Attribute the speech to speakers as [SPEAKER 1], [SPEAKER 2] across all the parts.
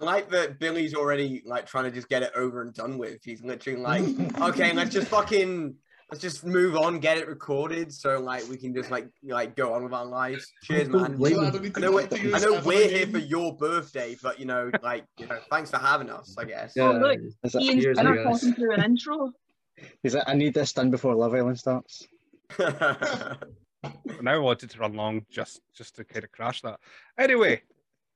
[SPEAKER 1] like that Billy's already like trying to just get it over and done with. He's literally like, okay, let's just fucking let's just move on, get it recorded, so like we can just like like go on with our lives. Cheers, man.
[SPEAKER 2] Wait.
[SPEAKER 1] I know, we're, I know we're here for your birthday, but you know, like you know, thanks for having us. I guess.
[SPEAKER 3] Yeah,
[SPEAKER 4] look,
[SPEAKER 3] it's like,
[SPEAKER 4] Ian's
[SPEAKER 3] here's
[SPEAKER 4] better
[SPEAKER 3] the-
[SPEAKER 4] talking through an intro.
[SPEAKER 3] he's like, I need this done before Love Island starts.
[SPEAKER 5] now I wanted to run long just just to kind of crash that. Anyway,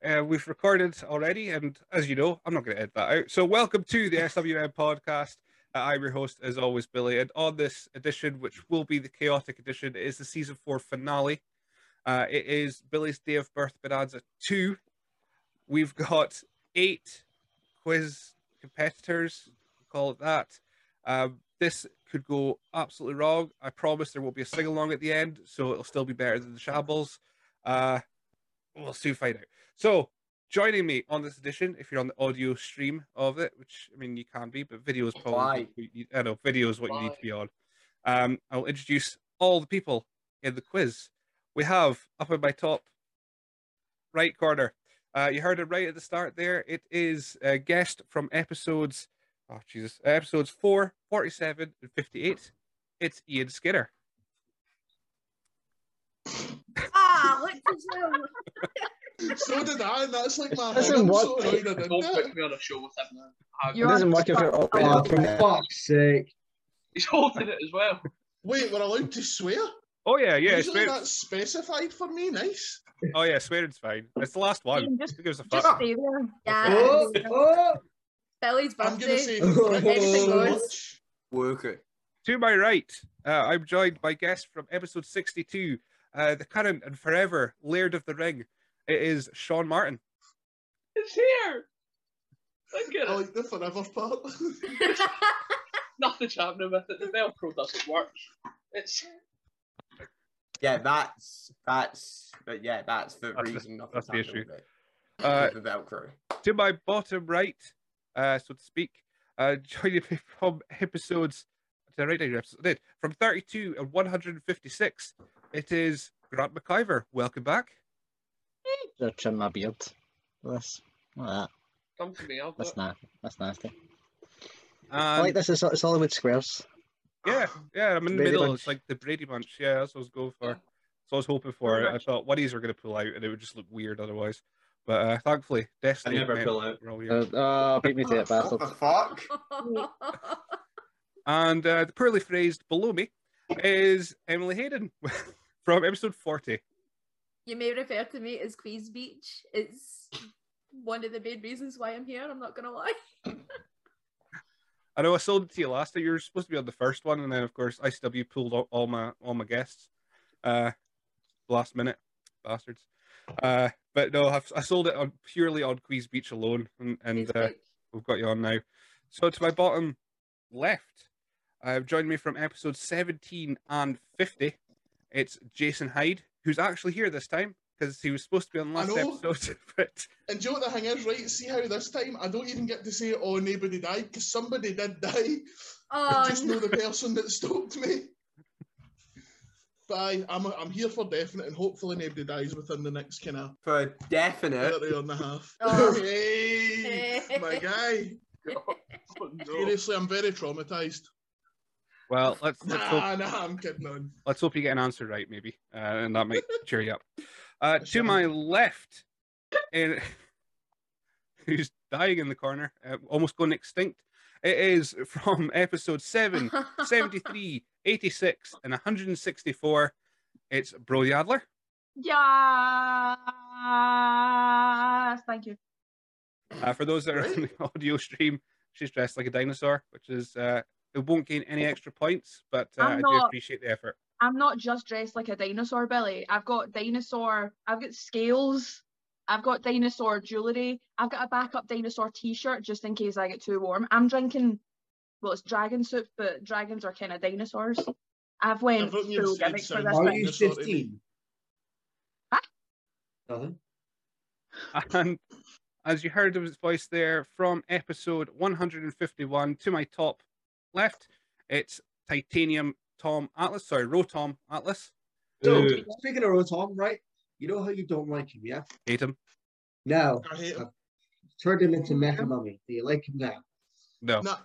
[SPEAKER 5] uh, we've recorded already, and as you know, I'm not going to edit that out. So welcome to the SWM podcast. Uh, I'm your host, as always, Billy, and on this edition, which will be the chaotic edition, it is the season four finale. Uh, it is Billy's Day of Birth Bonanza two. We've got eight quiz competitors. Call it that. Um, this could go absolutely wrong. I promise there will be a sing along at the end, so it'll still be better than the shambles. Uh, we'll soon find out. So, joining me on this edition, if you're on the audio stream of it, which I mean you can be, but video is probably
[SPEAKER 1] Why?
[SPEAKER 5] what you- I know video is what you need to be on. Um, I'll introduce all the people in the quiz. We have up in my top right corner. Uh, you heard it right at the start there. It is a guest from episodes Oh, Jesus. Uh, Episodes 4, 47, and 58. It's Ian Skinner.
[SPEAKER 6] Ah, look at you.
[SPEAKER 2] So did I, and that's like my
[SPEAKER 3] Listen,
[SPEAKER 2] thing. I'm
[SPEAKER 3] what-
[SPEAKER 2] so annoyed I did
[SPEAKER 7] Don't put
[SPEAKER 2] that.
[SPEAKER 7] me on a show with him now. Ah,
[SPEAKER 3] It
[SPEAKER 4] You're
[SPEAKER 3] doesn't
[SPEAKER 4] on
[SPEAKER 3] work if you're
[SPEAKER 4] spot.
[SPEAKER 3] operating
[SPEAKER 4] Oh,
[SPEAKER 3] from it.
[SPEAKER 7] fuck's sake. He's holding it as well.
[SPEAKER 2] Wait, we're allowed to swear?
[SPEAKER 5] Oh, yeah, yeah.
[SPEAKER 2] Usually
[SPEAKER 5] Swear,
[SPEAKER 2] that's specified for me, nice.
[SPEAKER 5] oh, yeah, swearing's fine. It's the last one.
[SPEAKER 4] Ian, just
[SPEAKER 5] Who gives a
[SPEAKER 4] just
[SPEAKER 5] fuck?
[SPEAKER 4] stay there.
[SPEAKER 6] Yeah.
[SPEAKER 7] oh.
[SPEAKER 6] Billy's
[SPEAKER 2] I'm going to
[SPEAKER 6] birthday.
[SPEAKER 2] say thank you
[SPEAKER 6] Anything
[SPEAKER 2] so
[SPEAKER 6] goes.
[SPEAKER 2] much.
[SPEAKER 1] Worker.
[SPEAKER 5] To my right, uh, I'm joined by guests from episode 62, uh, the current and forever Laird of the Ring. It is Sean Martin.
[SPEAKER 7] It's here. Look
[SPEAKER 2] I
[SPEAKER 7] at it.
[SPEAKER 2] like the forever part.
[SPEAKER 7] Nothing's happening with it. The Velcro doesn't work. It's
[SPEAKER 1] Yeah, that's that's but yeah, that's the
[SPEAKER 5] That's the-
[SPEAKER 1] reason nothing
[SPEAKER 5] that's the
[SPEAKER 1] happened
[SPEAKER 5] issue.
[SPEAKER 1] with it.
[SPEAKER 5] Uh,
[SPEAKER 1] With the Velcro.
[SPEAKER 5] to my bottom right, uh, so to speak, uh, joining me from episodes, did I write down your episode? I did. From 32 and 156, it is Grant McIver. Welcome back.
[SPEAKER 3] They're trimming my beard. This. Look at that.
[SPEAKER 7] come to me. I'll do
[SPEAKER 3] That's
[SPEAKER 7] it.
[SPEAKER 3] na- That's nasty. I
[SPEAKER 5] Um,
[SPEAKER 3] like this. It's, it's Hollywood Squares.
[SPEAKER 5] Yeah, yeah, I'm in the
[SPEAKER 3] Brady
[SPEAKER 5] middle.
[SPEAKER 3] Bunch.
[SPEAKER 5] It's like the Brady Bunch. Yeah, that's what I was going for. So I was hoping for
[SPEAKER 7] Brady
[SPEAKER 5] it. I
[SPEAKER 7] Bunch.
[SPEAKER 5] thought one of these were going to pull out and it would just look weird otherwise. But uh, thankfully, Destiny.
[SPEAKER 8] never
[SPEAKER 5] meant
[SPEAKER 8] pull out.
[SPEAKER 5] we're all
[SPEAKER 3] Uh,
[SPEAKER 5] here.
[SPEAKER 3] oh, beat me to
[SPEAKER 1] What
[SPEAKER 3] it, bastard.
[SPEAKER 1] the fuck?
[SPEAKER 5] And uh, the poorly phrased below me is Emily Hayden from episode 40.
[SPEAKER 6] you may refer to me as Queen's Beach. It's one of the main reasons why I'm here. I'm not gonna lie.
[SPEAKER 5] I know I sold it to you last time. You were supposed to be on the first one, and then of course ICW pulled all, all my all my guests, uh, last minute, bastards. Uh, but no, I've, I sold it on purely on Queens Beach alone, and, and
[SPEAKER 6] Queen's
[SPEAKER 5] uh,
[SPEAKER 6] Beach.
[SPEAKER 5] we've got you on now. So to my bottom left, uh, joined me from episode 17 and 50. It's Jason Hyde, who's actually here this time because he was supposed to be on last
[SPEAKER 2] Hello.
[SPEAKER 5] episode, but
[SPEAKER 2] And do you know what the thing is, right? See how this time I don't even get to say, oh, nobody died, because somebody did die. I
[SPEAKER 6] Oh,
[SPEAKER 2] just know the person that stopped me. But I, I'm, I'm here for definite, and hopefully nobody dies within the next kind of
[SPEAKER 1] For definite.
[SPEAKER 2] hour and a half.
[SPEAKER 6] Oh.
[SPEAKER 2] hey, my guy.
[SPEAKER 7] Oh, no.
[SPEAKER 2] Seriously, I'm very traumatized.
[SPEAKER 5] well, let's let's hope
[SPEAKER 2] Nah, nah, I'm kidding on.
[SPEAKER 5] let's hope you get an answer right, maybe, uh, and that might cheer you up. Uh, to
[SPEAKER 2] Sure.
[SPEAKER 5] my left, and who's dying in the corner, uh, almost going extinct, it is from episode 7, 73, 86, and 164. It's Brody Adler.
[SPEAKER 4] Yes, thank you.
[SPEAKER 5] Uh, for those that are on the audio stream, she's dressed like a dinosaur, which is uh, it won't gain any extra points, but uh,
[SPEAKER 4] I'm
[SPEAKER 5] I do
[SPEAKER 4] not-
[SPEAKER 5] appreciate the effort.
[SPEAKER 4] I'm not just dressed like a dinosaur, Billy. I've got dinosaur. I've got scales. I've got dinosaur jewelry. I've got a backup dinosaur T-shirt just in case I get too warm. I'm drinking. Well, it's dragon soup, but dragons are kind of dinosaurs. I've went full
[SPEAKER 2] Everything you've said
[SPEAKER 4] gimmick for
[SPEAKER 2] sounds
[SPEAKER 4] this
[SPEAKER 2] like
[SPEAKER 8] Are
[SPEAKER 4] thing.
[SPEAKER 8] you
[SPEAKER 2] Dinosaur to me.
[SPEAKER 8] 15?
[SPEAKER 4] Huh?
[SPEAKER 8] Nothing.
[SPEAKER 5] And as you heard of his voice there from episode 151 to my top left, it's Titanium Tom Atlas. Sorry, Rotom Atlas.
[SPEAKER 8] So,
[SPEAKER 5] Ooh.
[SPEAKER 8] speaking of Rotom, right? You know how you don't like him, yeah?
[SPEAKER 5] Hate him.
[SPEAKER 8] Now,
[SPEAKER 2] I hate him.
[SPEAKER 8] turned him into Mecha Mummy. Do you like him now?
[SPEAKER 5] No.
[SPEAKER 2] Nah,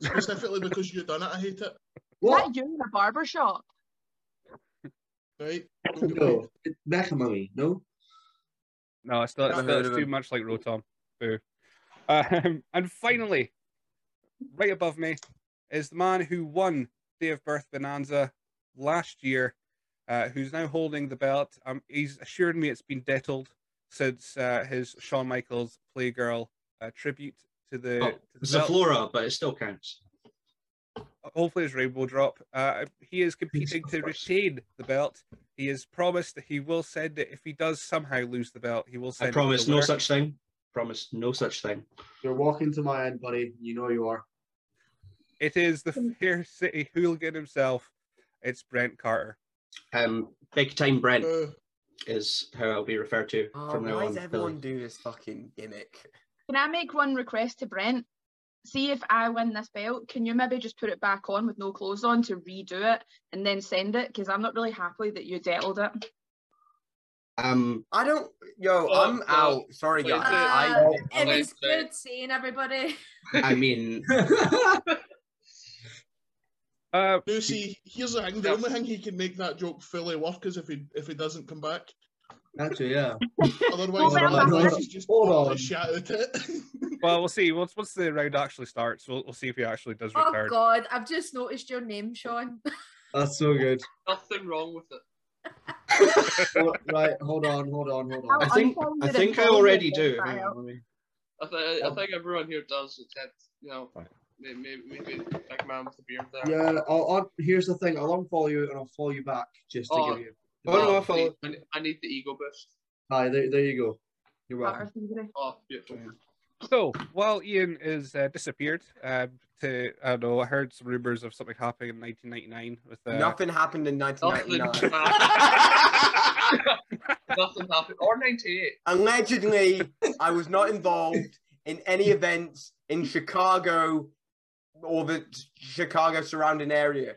[SPEAKER 2] specifically because you done it, I hate it.
[SPEAKER 8] What?
[SPEAKER 4] that you in a barber shop?
[SPEAKER 2] Right? Don't get
[SPEAKER 8] No.
[SPEAKER 2] paid.
[SPEAKER 8] Mecha Mummy, no?
[SPEAKER 5] No, it's not.
[SPEAKER 1] Not
[SPEAKER 5] It's,
[SPEAKER 1] heard
[SPEAKER 5] it's
[SPEAKER 1] of
[SPEAKER 5] too
[SPEAKER 1] him.
[SPEAKER 5] much like Rotom. Boo. Um, and finally, right above me is the man who won Day of Birth Bonanza last year, uh, who's now holding the belt. Um, he's assured me it's been dettled since uh, his Shawn Michaels Playgirl uh, tribute to the.
[SPEAKER 9] Oh,
[SPEAKER 5] to the
[SPEAKER 9] It's a
[SPEAKER 5] belt.
[SPEAKER 9] flora, but it still counts.
[SPEAKER 5] hopefully his rainbow drop. Uh, he is competing
[SPEAKER 9] of
[SPEAKER 5] to
[SPEAKER 9] course.
[SPEAKER 5] retain the belt. He has promised that he will send it if he does somehow lose the belt. He will send.
[SPEAKER 9] I
[SPEAKER 5] it to the
[SPEAKER 9] promise no
[SPEAKER 5] winner.
[SPEAKER 9] such thing. Promise no such thing.
[SPEAKER 8] You're walking to my end, buddy. You know you are.
[SPEAKER 5] It is the fair city hooligan himself. It's Brent Carter.
[SPEAKER 9] Um, big time Brent
[SPEAKER 2] Uh,
[SPEAKER 9] is how I'll be referred to
[SPEAKER 1] Oh,
[SPEAKER 9] from now
[SPEAKER 1] why
[SPEAKER 9] on.
[SPEAKER 1] does
[SPEAKER 9] Billy.
[SPEAKER 1] everyone do this fucking gimmick?
[SPEAKER 4] Can I make one request to Brent? See if I win this belt, can you maybe just put it back on with no clothes on to redo it and then send it? Because I'm not really happy that you dealt it.
[SPEAKER 9] Um,
[SPEAKER 1] I don't. Yo,
[SPEAKER 7] Oh,
[SPEAKER 1] I'm
[SPEAKER 7] God.
[SPEAKER 1] out. Sorry,
[SPEAKER 7] Wait,
[SPEAKER 1] guys.
[SPEAKER 7] wait.
[SPEAKER 1] I,
[SPEAKER 4] Uh,
[SPEAKER 6] it
[SPEAKER 7] Okay,
[SPEAKER 6] was
[SPEAKER 7] so-
[SPEAKER 6] good seeing everybody.
[SPEAKER 9] I mean,
[SPEAKER 5] Uh,
[SPEAKER 2] no, see, here's the thing. The only thing he can make that joke fully work is if he if he doesn't come back.
[SPEAKER 8] Actually, yeah.
[SPEAKER 2] Otherwise,
[SPEAKER 4] Well,
[SPEAKER 8] well,
[SPEAKER 2] otherwise
[SPEAKER 8] well,
[SPEAKER 2] he's just
[SPEAKER 8] hold on.
[SPEAKER 2] just shouted it.
[SPEAKER 5] well, we'll see. Once once the round actually starts, we'll, we'll see if he actually does
[SPEAKER 6] Oh
[SPEAKER 5] return.
[SPEAKER 6] God, I've just noticed your name, Sean.
[SPEAKER 8] That's so good.
[SPEAKER 7] Nothing wrong with it.
[SPEAKER 8] Hold- right, hold on, hold on, hold
[SPEAKER 4] How
[SPEAKER 9] I
[SPEAKER 8] on.
[SPEAKER 9] think
[SPEAKER 4] unfair would
[SPEAKER 9] I
[SPEAKER 4] it
[SPEAKER 9] think I
[SPEAKER 4] be
[SPEAKER 9] already
[SPEAKER 4] if
[SPEAKER 9] do.
[SPEAKER 4] I
[SPEAKER 9] Hang
[SPEAKER 4] help?
[SPEAKER 9] on, let me-
[SPEAKER 7] I, th- I
[SPEAKER 8] Um,
[SPEAKER 7] think everyone here does. Except, you know,
[SPEAKER 9] Right.
[SPEAKER 7] maybe, maybe big man with the beard there.
[SPEAKER 8] Yeah, I'll, I'll, here's the thing. I'll unfollow you and I'll follow you back just to
[SPEAKER 7] Oh.
[SPEAKER 8] give you.
[SPEAKER 9] Oh, no,
[SPEAKER 7] I,
[SPEAKER 9] I
[SPEAKER 7] need,
[SPEAKER 9] follow.
[SPEAKER 7] I need- I need the ego boost.
[SPEAKER 8] Hi, there, there you go. You're welcome.
[SPEAKER 4] Carter Thievery.
[SPEAKER 7] Oh, beautiful.
[SPEAKER 5] So while Ian is uh, disappeared, uh, to I don't know, I heard some rumors of something happening in 1999 with uh,
[SPEAKER 1] nothing happened in
[SPEAKER 7] Nothing
[SPEAKER 1] 1999.
[SPEAKER 7] happened. Nothing happened. Or 98.
[SPEAKER 1] Allegedly, I was not involved in any events in Chicago or the Chicago surrounding area.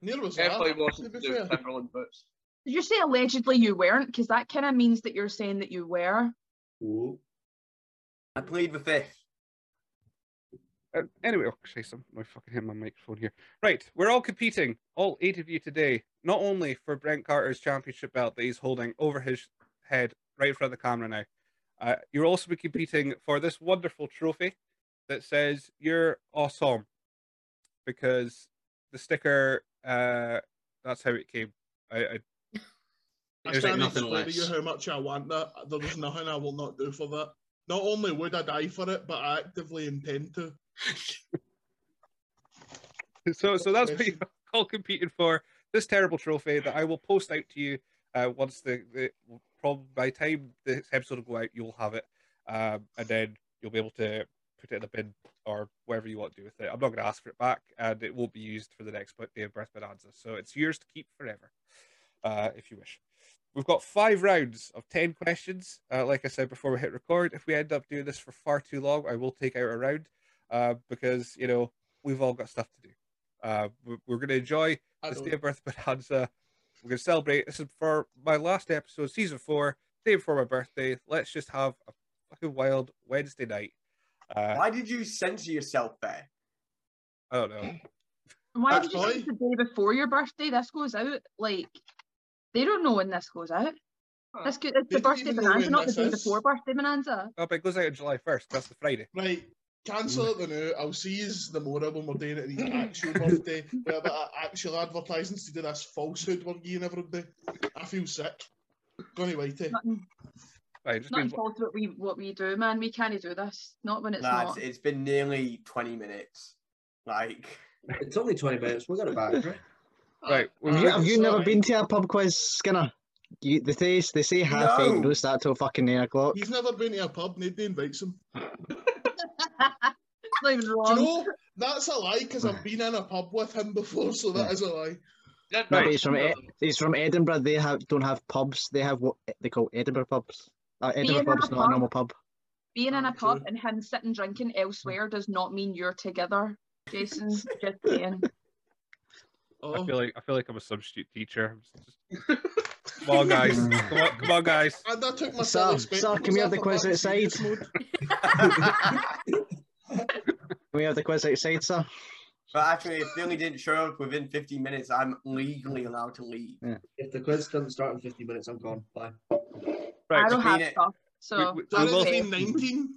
[SPEAKER 2] Near was that.
[SPEAKER 7] Definitely
[SPEAKER 2] to
[SPEAKER 7] wasn't
[SPEAKER 2] be
[SPEAKER 7] to do with
[SPEAKER 2] fair.
[SPEAKER 7] Timberland boots.
[SPEAKER 4] Did you say allegedly you weren't? Because that kind of means that you're saying that you were.
[SPEAKER 8] Ooh.
[SPEAKER 1] I plead the fifth.
[SPEAKER 5] Uh, anyway, oh, Christ, I'm I fucking hitting my microphone here. Right, we're all competing, all eight of you today, not only for Brent Carter's championship belt that he's holding over his head right in front of the camera now, uh, you're also be competing for this wonderful trophy that says you're awesome because the sticker, uh, that's how it came. I, I
[SPEAKER 2] I
[SPEAKER 9] There's
[SPEAKER 2] can't
[SPEAKER 9] nothing
[SPEAKER 2] explain to
[SPEAKER 9] less.
[SPEAKER 2] you how much I want that. There's nothing I will not do for that. Not only would I die for it, but I actively intend to.
[SPEAKER 5] so so that's what
[SPEAKER 2] Yes.
[SPEAKER 5] you're all competing for this terrible trophy that I will post out to you uh, once the, the probably by the time this episode will go out you'll have it um, and then you'll be able to put it in the bin or whatever you want to do with it. I'm not going to ask for it back and it won't be used for the next bu- day of birth bonanza. So it's yours to keep forever uh, if you wish. We've got five rounds of 10 questions. Uh, like I said before, we hit record. If we end up doing this for far too long, I will take out a round uh, because, you know, we've all got stuff to do. Uh, we- we're going to enjoy
[SPEAKER 2] I
[SPEAKER 5] this
[SPEAKER 2] don't.
[SPEAKER 5] day of birth bonanza. We're going to celebrate. This is for my last episode, season four, day before my birthday. Let's just have a fucking wild Wednesday night. Uh,
[SPEAKER 1] Why did you censor yourself there?
[SPEAKER 5] I don't know.
[SPEAKER 4] And Why
[SPEAKER 2] That's
[SPEAKER 4] did you say
[SPEAKER 2] fine.
[SPEAKER 4] it's the day before your birthday? This goes out like they don't know when this goes out.
[SPEAKER 7] Huh.
[SPEAKER 4] This could, it's the
[SPEAKER 2] They don't
[SPEAKER 4] birthday
[SPEAKER 2] even know
[SPEAKER 4] bonanza,
[SPEAKER 2] when
[SPEAKER 4] not the
[SPEAKER 2] this
[SPEAKER 4] day
[SPEAKER 2] is.
[SPEAKER 4] before birthday bonanza.
[SPEAKER 5] Oh, but it goes out on July 1st. That's the Friday.
[SPEAKER 2] Right, cancel it the now. I'll see you the morrow when we're doing it on his actual birthday, where that actual advertising to do this falsehood we're giving everybody. I feel sick. Gone away to.
[SPEAKER 4] Nothing,
[SPEAKER 5] Right, just
[SPEAKER 4] nothing
[SPEAKER 5] means
[SPEAKER 4] false what we what we do, man. We can't do this. Not when it's
[SPEAKER 1] Lads,
[SPEAKER 4] not.
[SPEAKER 1] it's been nearly 20 minutes. Like,
[SPEAKER 8] It's only 20 minutes. We'll get it back, right?
[SPEAKER 5] right.
[SPEAKER 7] Ah,
[SPEAKER 2] Uh,
[SPEAKER 5] We've
[SPEAKER 3] Have you, have you never
[SPEAKER 2] sorry.
[SPEAKER 3] been to a pub quiz, Skinner? You, they, say, they say half eight,
[SPEAKER 1] No.
[SPEAKER 3] don't start till fucking nine o'clock.
[SPEAKER 2] He's never been to a pub, nobody invites him.
[SPEAKER 4] it's not even
[SPEAKER 2] Do you
[SPEAKER 3] Um,
[SPEAKER 4] wrong.
[SPEAKER 2] know, that's a lie because I've been in a pub with him before, so that is a lie.
[SPEAKER 7] Did
[SPEAKER 3] No,
[SPEAKER 7] not-
[SPEAKER 3] but it's from Ed- He's from Edinburgh. They have don't have pubs. They have what they call Edinburgh pubs. Uh, Edinburgh
[SPEAKER 4] Being in a
[SPEAKER 3] pub's not
[SPEAKER 4] pub.
[SPEAKER 3] a normal pub.
[SPEAKER 4] Being in a
[SPEAKER 2] Okay.
[SPEAKER 4] pub and him sitting drinking elsewhere does not mean you're together, Jason. just saying.
[SPEAKER 5] I
[SPEAKER 2] Oh,
[SPEAKER 5] feel like I feel like I'm a substitute teacher. I'm just- Come on, guys. Come on, come on guys.
[SPEAKER 2] And I took my
[SPEAKER 3] Sir, sir, can we have the quiz outside? we have the quiz outside, sir.
[SPEAKER 1] But actually, if Billy didn't show up within 15 minutes, I'm legally allowed to leave.
[SPEAKER 8] If the quiz doesn't start in 50 minutes, I'm gone. Bye.
[SPEAKER 5] Right.
[SPEAKER 4] I don't
[SPEAKER 1] so
[SPEAKER 4] have
[SPEAKER 1] Mina-
[SPEAKER 4] stuff. So
[SPEAKER 5] we- we
[SPEAKER 4] I'm
[SPEAKER 5] will
[SPEAKER 4] okay.
[SPEAKER 2] been 19.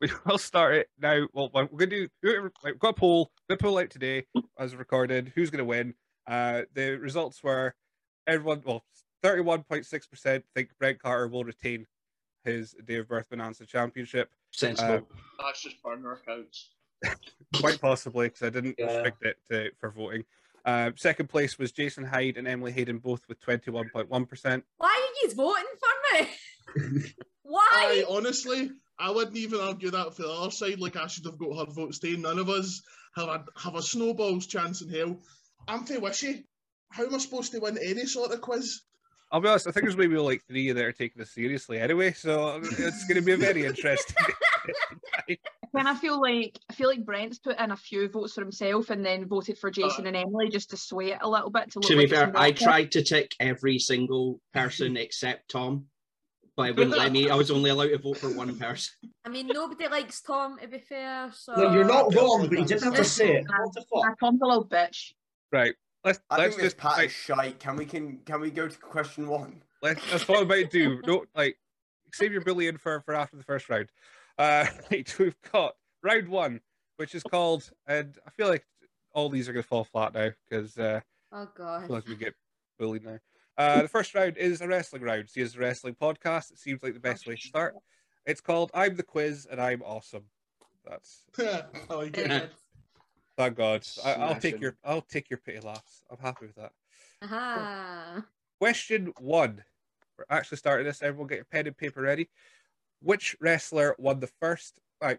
[SPEAKER 5] we will start it now. Well, we're going to do. whoever- Right, we've got a poll. The poll out today as recorded. Who's going to win? Uh, the results were everyone. Well, thirty-one point six percent think Brent Carter will retain his day of birth bonanza championship.
[SPEAKER 9] Sensible.
[SPEAKER 8] Uh,
[SPEAKER 7] That's just burner accounts.
[SPEAKER 5] Quite possibly because I didn't
[SPEAKER 8] Yeah.
[SPEAKER 5] restrict it to, for voting. Uh, second place was Jason Hyde and Emily Hayden, both with twenty-one point one percent.
[SPEAKER 6] Why are you voting for me?
[SPEAKER 2] I
[SPEAKER 6] Why?
[SPEAKER 2] honestly, I wouldn't even argue that for the other side. Like I should have got her vote staying. None of us have a have a snowball's chance in hell. I'm fair wishy. How am I supposed to win any sort of quiz?
[SPEAKER 5] I'll be honest. I think there's maybe like three that are taking this seriously anyway, so it's going to be very interesting.
[SPEAKER 4] Then I feel like I feel like Brent's put in a few votes for himself and then voted for Jason and Emily just to sway it a little bit. To, look
[SPEAKER 9] To be
[SPEAKER 4] like he's
[SPEAKER 9] fair, I
[SPEAKER 4] not-
[SPEAKER 9] tried to tick every single person except Tom, but it wouldn't let me. I was only allowed to vote for one person.
[SPEAKER 6] I mean, nobody likes Tom, to be fair. So
[SPEAKER 8] Look, you're not wrong, but you didn't have to say it. What the
[SPEAKER 4] I
[SPEAKER 8] fuck?
[SPEAKER 4] Tom's a little bitch.
[SPEAKER 5] Right. Let's
[SPEAKER 1] I
[SPEAKER 5] let's
[SPEAKER 1] think this
[SPEAKER 5] just
[SPEAKER 1] part
[SPEAKER 5] like,
[SPEAKER 1] is shite. Can we can can we go to question one?
[SPEAKER 5] let's that's what I'm about to do. Don't like save your bullying for for after the first round. Uh right, we've got round one, which is called and I feel like all these are gonna fall flat now because uh
[SPEAKER 6] Oh
[SPEAKER 5] I
[SPEAKER 6] god.
[SPEAKER 5] feel like we get bullied now. Uh, the first round is a wrestling round. See, it's a wrestling podcast. It seems like the best way to start. It's called "I'm the Quiz and I'm Awesome." That's
[SPEAKER 2] I
[SPEAKER 9] Oh,
[SPEAKER 2] like it.
[SPEAKER 6] Very good.
[SPEAKER 5] thank God. I, I'll take
[SPEAKER 9] Smashing.
[SPEAKER 5] your I'll take your pity laughs. I'm happy with that.
[SPEAKER 6] Aha.
[SPEAKER 5] Question one. We're actually starting this. Everyone get your pen and paper ready. Which wrestler won the first? Right.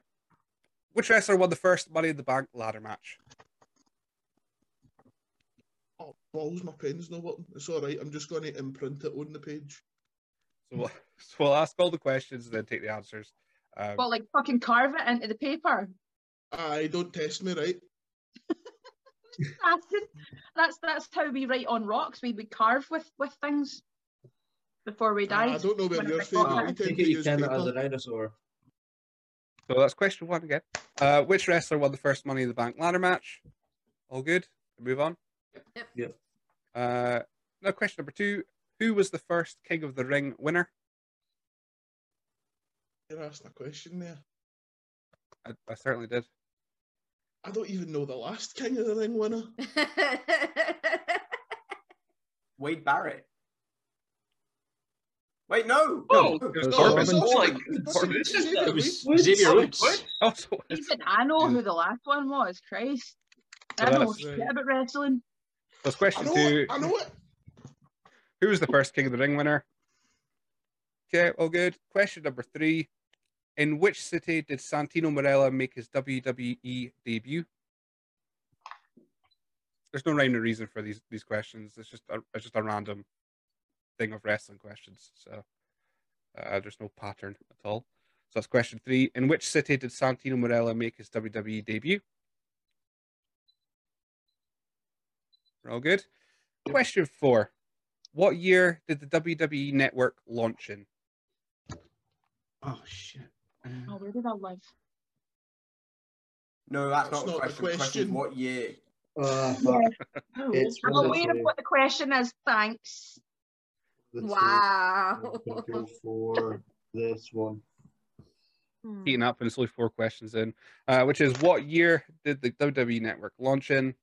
[SPEAKER 5] Which wrestler won the first Money in the Bank ladder match?
[SPEAKER 2] Oh, balls, my pen's not working. It's all right. I'm just going to imprint it on the page.
[SPEAKER 5] So we'll, so we'll ask all the questions and then take the answers. Um,
[SPEAKER 4] But like fucking carve it into the paper.
[SPEAKER 2] I don't test me, right?
[SPEAKER 4] Acid. That's that's how we write on rocks. We would carve with with things before we
[SPEAKER 2] I
[SPEAKER 4] died.
[SPEAKER 2] don't know where
[SPEAKER 4] When
[SPEAKER 2] you're
[SPEAKER 4] I
[SPEAKER 2] from.
[SPEAKER 4] got
[SPEAKER 2] We tend
[SPEAKER 4] it.
[SPEAKER 8] Take
[SPEAKER 2] to
[SPEAKER 8] it you
[SPEAKER 2] use
[SPEAKER 8] can
[SPEAKER 2] paper.
[SPEAKER 8] as a dinosaur.
[SPEAKER 5] so that's question one again. Uh, which wrestler won the first Money in the Bank ladder match? All good. Move on.
[SPEAKER 6] Yep.
[SPEAKER 8] Yep.
[SPEAKER 5] Uh, now question number two. Who was the first King of the Ring winner?
[SPEAKER 2] You're asking a question there.
[SPEAKER 5] I, I certainly did.
[SPEAKER 2] I don't even know the last King of the Ring winner.
[SPEAKER 1] Wade Barrett. Wait, no.
[SPEAKER 7] Oh,
[SPEAKER 1] No.
[SPEAKER 5] It was
[SPEAKER 2] No,
[SPEAKER 5] Corbin.
[SPEAKER 2] it's
[SPEAKER 7] Oh,
[SPEAKER 2] also-
[SPEAKER 7] like,
[SPEAKER 2] it's
[SPEAKER 7] Corbin.
[SPEAKER 2] also Xavier
[SPEAKER 9] It
[SPEAKER 2] Woods.
[SPEAKER 9] was Xavier Woods.
[SPEAKER 7] What?
[SPEAKER 5] Also,
[SPEAKER 4] Even I know who the last one was. Christ, I
[SPEAKER 5] Well,
[SPEAKER 4] know
[SPEAKER 5] that's-
[SPEAKER 4] shit about wrestling.
[SPEAKER 5] that's
[SPEAKER 2] I
[SPEAKER 5] question
[SPEAKER 2] know
[SPEAKER 5] two.
[SPEAKER 2] it. I know it.
[SPEAKER 5] Who was the first King of the Ring winner? Okay, all good. Question number three. In which city did Santino Morella make his WWE debut? There's no rhyme or reason for these these questions. It's just a, it's just a random thing of wrestling questions. So uh, there's no pattern at all. So that's question three. In which city did Santino Morella make his WWE debut? We're all good. Question four. What year did the WWE Network launch in?
[SPEAKER 9] Oh shit.
[SPEAKER 4] Oh, where did I live?
[SPEAKER 1] No, that's,
[SPEAKER 2] That's
[SPEAKER 1] not,
[SPEAKER 2] not
[SPEAKER 1] a question.
[SPEAKER 2] the
[SPEAKER 1] The question is
[SPEAKER 2] question.
[SPEAKER 1] what year?
[SPEAKER 8] Uh, fuck. It's
[SPEAKER 4] I'm
[SPEAKER 8] one of
[SPEAKER 4] aware of
[SPEAKER 8] the-
[SPEAKER 4] what the question is. Thanks.
[SPEAKER 8] Let's see.
[SPEAKER 6] wow.
[SPEAKER 8] I'm gonna go for this one.
[SPEAKER 6] Hmm.
[SPEAKER 5] Heating up, and it's only four questions in, uh, which is what year did the WWE Network launch in?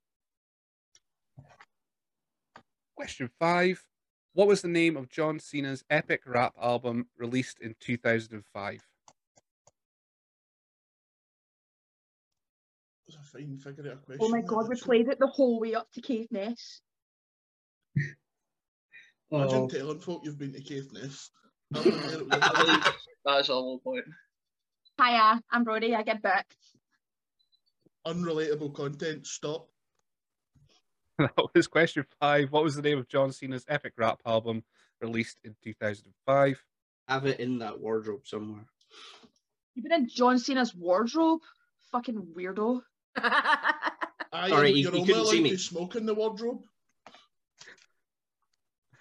[SPEAKER 5] Question five. What was the name of John Cena's epic rap album released in 2005?
[SPEAKER 2] It's a fine figure out a question.
[SPEAKER 4] Oh my god,
[SPEAKER 2] there,
[SPEAKER 4] we
[SPEAKER 2] actually.
[SPEAKER 4] played it the whole way up to Cave Ness.
[SPEAKER 8] Oh,
[SPEAKER 9] Oh.
[SPEAKER 2] Imagine telling folk you've been to Cave Ness. I
[SPEAKER 7] I believe that is a low point.
[SPEAKER 4] Hiya, I'm Brody. I get booked.
[SPEAKER 2] Unrelatable content. Stop.
[SPEAKER 5] that was question five. What was the name of John Cena's epic rap album released in 2005?
[SPEAKER 9] Have it in that wardrobe somewhere.
[SPEAKER 4] You've been in John Cena's wardrobe? Fucking weirdo.
[SPEAKER 2] I
[SPEAKER 9] Sorry,
[SPEAKER 2] am
[SPEAKER 9] you-
[SPEAKER 2] you're
[SPEAKER 9] you
[SPEAKER 2] only
[SPEAKER 9] couldn't see
[SPEAKER 2] allowed
[SPEAKER 9] me.
[SPEAKER 2] to smoke in the wardrobe.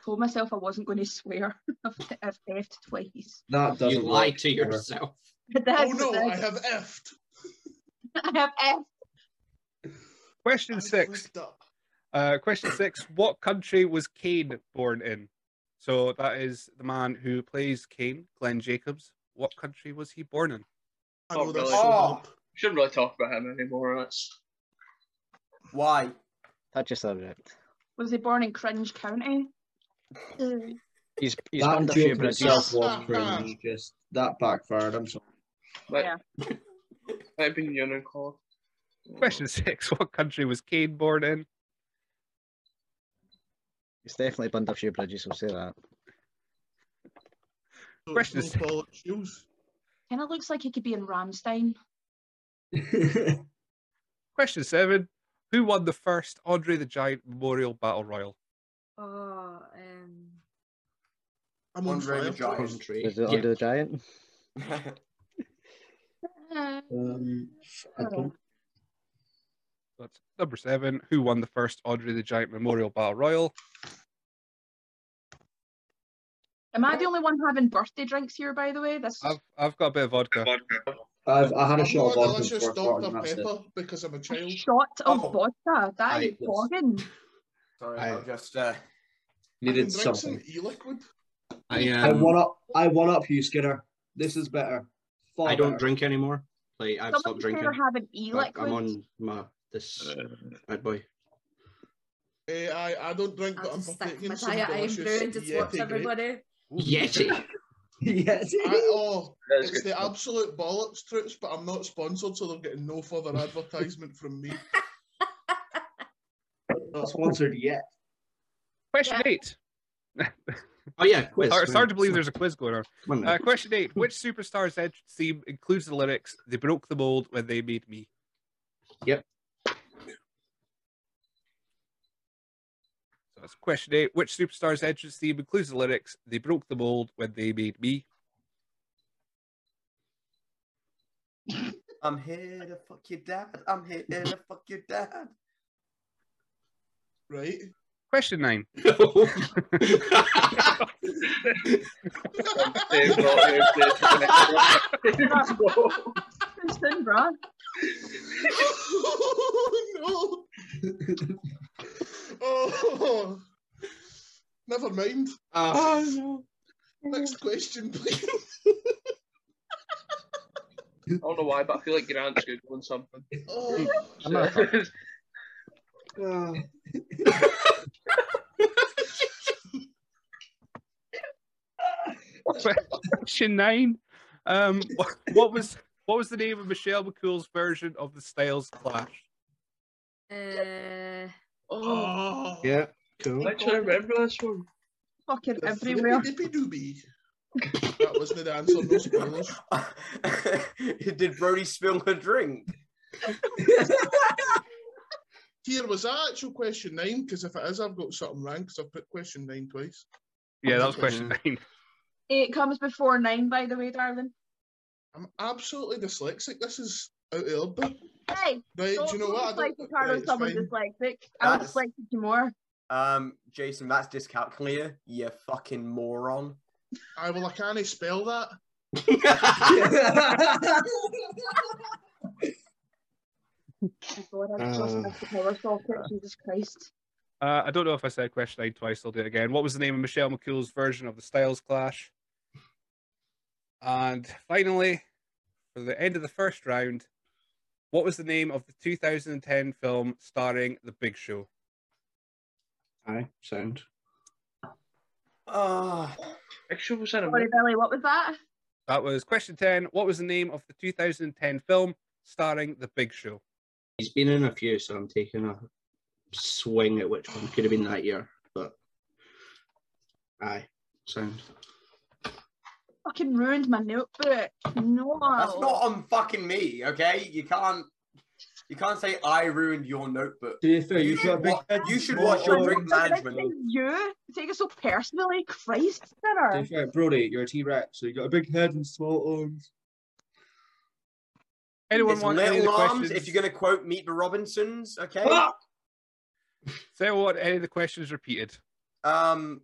[SPEAKER 4] told myself I wasn't going to swear. I've, I've effed twice.
[SPEAKER 8] That doesn't
[SPEAKER 9] You lie
[SPEAKER 8] work.
[SPEAKER 9] to yourself.
[SPEAKER 2] Oh
[SPEAKER 4] That's
[SPEAKER 2] no,
[SPEAKER 4] the-
[SPEAKER 2] I have effed.
[SPEAKER 4] I have effed.
[SPEAKER 5] Question
[SPEAKER 2] I've
[SPEAKER 5] six.
[SPEAKER 2] effed up.
[SPEAKER 5] Uh, question six. What country was Kane born in? So that is the man who plays Kane, Glenn Jacobs. What country was he born in?
[SPEAKER 2] I
[SPEAKER 7] Oh,
[SPEAKER 2] know that's
[SPEAKER 7] really?
[SPEAKER 2] so
[SPEAKER 1] Oh.
[SPEAKER 2] hard.
[SPEAKER 7] Shouldn't really talk about him anymore. That's
[SPEAKER 1] Why?
[SPEAKER 3] Touch your subject.
[SPEAKER 4] Was he born in Cringe County?
[SPEAKER 3] He's he's
[SPEAKER 8] That
[SPEAKER 3] burned a few
[SPEAKER 8] joke in
[SPEAKER 3] bridges.
[SPEAKER 8] itself was cringe. Just that backfired. I'm sorry.
[SPEAKER 7] might,
[SPEAKER 4] Yeah.
[SPEAKER 7] might have been Union Call.
[SPEAKER 5] Question six. What country was Kane born in?
[SPEAKER 3] He's definitely burned a few bridges. I'll say that.
[SPEAKER 2] So it's
[SPEAKER 5] Question
[SPEAKER 2] no
[SPEAKER 5] six.
[SPEAKER 2] Paul Shields.
[SPEAKER 4] Kind of looks like he could be in Ramstein.
[SPEAKER 5] Question seven. Who won the first Andre the Giant Memorial Battle Royal?
[SPEAKER 6] Oh, um,
[SPEAKER 2] I'm on
[SPEAKER 1] Andre the
[SPEAKER 2] fire.
[SPEAKER 1] Giant.
[SPEAKER 9] Country.
[SPEAKER 3] Is it
[SPEAKER 9] Yeah.
[SPEAKER 3] under the giant?
[SPEAKER 8] um, I don't.
[SPEAKER 5] That's number seven. Who won the first Andre the Giant Memorial Battle Royal?
[SPEAKER 4] Am I the only one having birthday drinks here, by the way? This
[SPEAKER 5] I've I've got a bit of vodka.
[SPEAKER 8] I've, I had a
[SPEAKER 2] I'm
[SPEAKER 8] shot of
[SPEAKER 2] not a
[SPEAKER 8] vodka before
[SPEAKER 2] delicious
[SPEAKER 8] I started,
[SPEAKER 2] Dr.
[SPEAKER 8] and that's it.
[SPEAKER 2] Pepper because I'm a
[SPEAKER 4] a
[SPEAKER 2] child.
[SPEAKER 4] shot of
[SPEAKER 1] Oh.
[SPEAKER 4] vodka. That is
[SPEAKER 8] Aye, yes.
[SPEAKER 4] bogging.
[SPEAKER 1] Sorry,
[SPEAKER 8] I-
[SPEAKER 1] I'll just. Uh,
[SPEAKER 2] I can
[SPEAKER 8] Needed
[SPEAKER 2] drink
[SPEAKER 8] something.
[SPEAKER 2] some e-liquid.
[SPEAKER 9] I,
[SPEAKER 8] I
[SPEAKER 9] um,
[SPEAKER 8] one up. I one up you, Skinner. This is better. Far
[SPEAKER 9] I don't
[SPEAKER 8] better.
[SPEAKER 9] drink anymore. Like I've
[SPEAKER 4] Someone
[SPEAKER 9] stopped
[SPEAKER 4] should
[SPEAKER 9] drinking.
[SPEAKER 4] have an e
[SPEAKER 9] But
[SPEAKER 4] liquid.
[SPEAKER 9] I'm on my this
[SPEAKER 8] Uh,
[SPEAKER 9] bad boy.
[SPEAKER 2] Eh, I, I don't drink, but
[SPEAKER 6] I'll
[SPEAKER 2] I'm
[SPEAKER 6] just stick
[SPEAKER 2] partaking
[SPEAKER 6] to my
[SPEAKER 2] in some
[SPEAKER 6] diet iron
[SPEAKER 2] delicious E
[SPEAKER 6] brew and just
[SPEAKER 2] Yeti
[SPEAKER 6] watch
[SPEAKER 2] grape.
[SPEAKER 6] everybody.
[SPEAKER 9] Yeti.
[SPEAKER 8] yes.
[SPEAKER 2] I, oh,
[SPEAKER 7] That's
[SPEAKER 2] it's
[SPEAKER 7] good.
[SPEAKER 2] the absolute bollocks trips, but I'm not sponsored, so they're getting no further advertisement from me.
[SPEAKER 8] Not sponsored yet.
[SPEAKER 5] Question
[SPEAKER 6] Yeah.
[SPEAKER 5] eight.
[SPEAKER 9] Oh yeah, quiz.
[SPEAKER 5] Hard- It's hard to believe
[SPEAKER 9] Come
[SPEAKER 5] there's a quiz going on.
[SPEAKER 9] on now.
[SPEAKER 5] Uh, question eight. Which superstar's entrance theme includes the lyrics, they broke the mold when they made me?
[SPEAKER 9] Yep.
[SPEAKER 5] So that's question eight. Which superstar's entrance theme includes the lyrics, they broke the mold when they made me?
[SPEAKER 1] I'm here to fuck your dad. I'm here to fuck your dad.
[SPEAKER 2] Right?
[SPEAKER 5] Question nine.
[SPEAKER 7] They've got- they've- they've-
[SPEAKER 4] Soon, bruh.
[SPEAKER 2] oh, no! Oh, never mind.
[SPEAKER 9] oh no.
[SPEAKER 2] Next question, please.
[SPEAKER 7] I don't know why, but I feel like Grant's googling something.
[SPEAKER 2] Oh,
[SPEAKER 5] Question nine. Um, what, what was what was the name of Michelle McCool's version of the Styles Clash?
[SPEAKER 6] Uh,
[SPEAKER 7] oh,
[SPEAKER 2] oh.
[SPEAKER 9] Yeah. Cool.
[SPEAKER 7] I actually remember this one.
[SPEAKER 4] Fucking
[SPEAKER 2] The
[SPEAKER 4] everywhere.
[SPEAKER 2] flippy dippy doobie. that wasn't the answer, no spoilers.
[SPEAKER 1] Did Brody spill her drink?
[SPEAKER 2] Here, was that actual question nine? Because if it is, I've got something wrong because I've put question nine twice.
[SPEAKER 5] Yeah, that was question nine.
[SPEAKER 4] Eight comes before nine, by the way, darling.
[SPEAKER 2] I'm absolutely dyslexic. This is out of order.
[SPEAKER 4] Hey,
[SPEAKER 2] Right,
[SPEAKER 4] don't
[SPEAKER 2] do you know what? I
[SPEAKER 4] like
[SPEAKER 2] don't,
[SPEAKER 4] the
[SPEAKER 2] right,
[SPEAKER 4] card on
[SPEAKER 2] it's
[SPEAKER 4] someone
[SPEAKER 2] fine.
[SPEAKER 4] dyslexic. I'm
[SPEAKER 1] That's-
[SPEAKER 4] dyslexic you more.
[SPEAKER 1] Um, Jason, that's dyscalculia. You fucking moron.
[SPEAKER 2] I well, I can't spell that.
[SPEAKER 4] Oh God, I've just
[SPEAKER 9] Uh.
[SPEAKER 4] missed the power socket. Jesus Christ.
[SPEAKER 5] Uh, I don't know if I said question nine twice. I'll do it again. What was the name of Michelle McCool's version of the Styles Clash? And finally, for the end of the first round, what was the name of the 2010 film starring The Big Show?
[SPEAKER 9] Hi, sound.
[SPEAKER 1] Ah,
[SPEAKER 7] Actually, was in a
[SPEAKER 4] Sorry,
[SPEAKER 7] movie.
[SPEAKER 4] Billy, what was that?
[SPEAKER 5] That was question 10. What was the name of the 2010 film starring The Big Show?
[SPEAKER 9] He's been in a few, so I'm taking a swing at which one could have been that year, but aye, sound.
[SPEAKER 4] Fucking ruined my notebook. No.
[SPEAKER 9] Oh.
[SPEAKER 1] that's not on fucking me. Okay, you can't. You can't say I ruined your notebook.
[SPEAKER 8] to be fair,
[SPEAKER 1] You
[SPEAKER 8] you got
[SPEAKER 1] should,
[SPEAKER 8] a big
[SPEAKER 1] wa-
[SPEAKER 8] head.
[SPEAKER 1] you should
[SPEAKER 8] Well,
[SPEAKER 1] watch your
[SPEAKER 8] uh,
[SPEAKER 1] drink management.
[SPEAKER 4] You take it so personally, Christ,
[SPEAKER 8] To
[SPEAKER 4] sinner.
[SPEAKER 8] be fair, Brody, you're a T Rex, so you got a big head and small arms.
[SPEAKER 5] Anyone
[SPEAKER 1] It's
[SPEAKER 5] want any of the
[SPEAKER 1] little arms.
[SPEAKER 5] questions?
[SPEAKER 1] If you're gonna quote Meet the Robinsons, okay.
[SPEAKER 5] Does anyone want any of the questions repeated?
[SPEAKER 1] Um,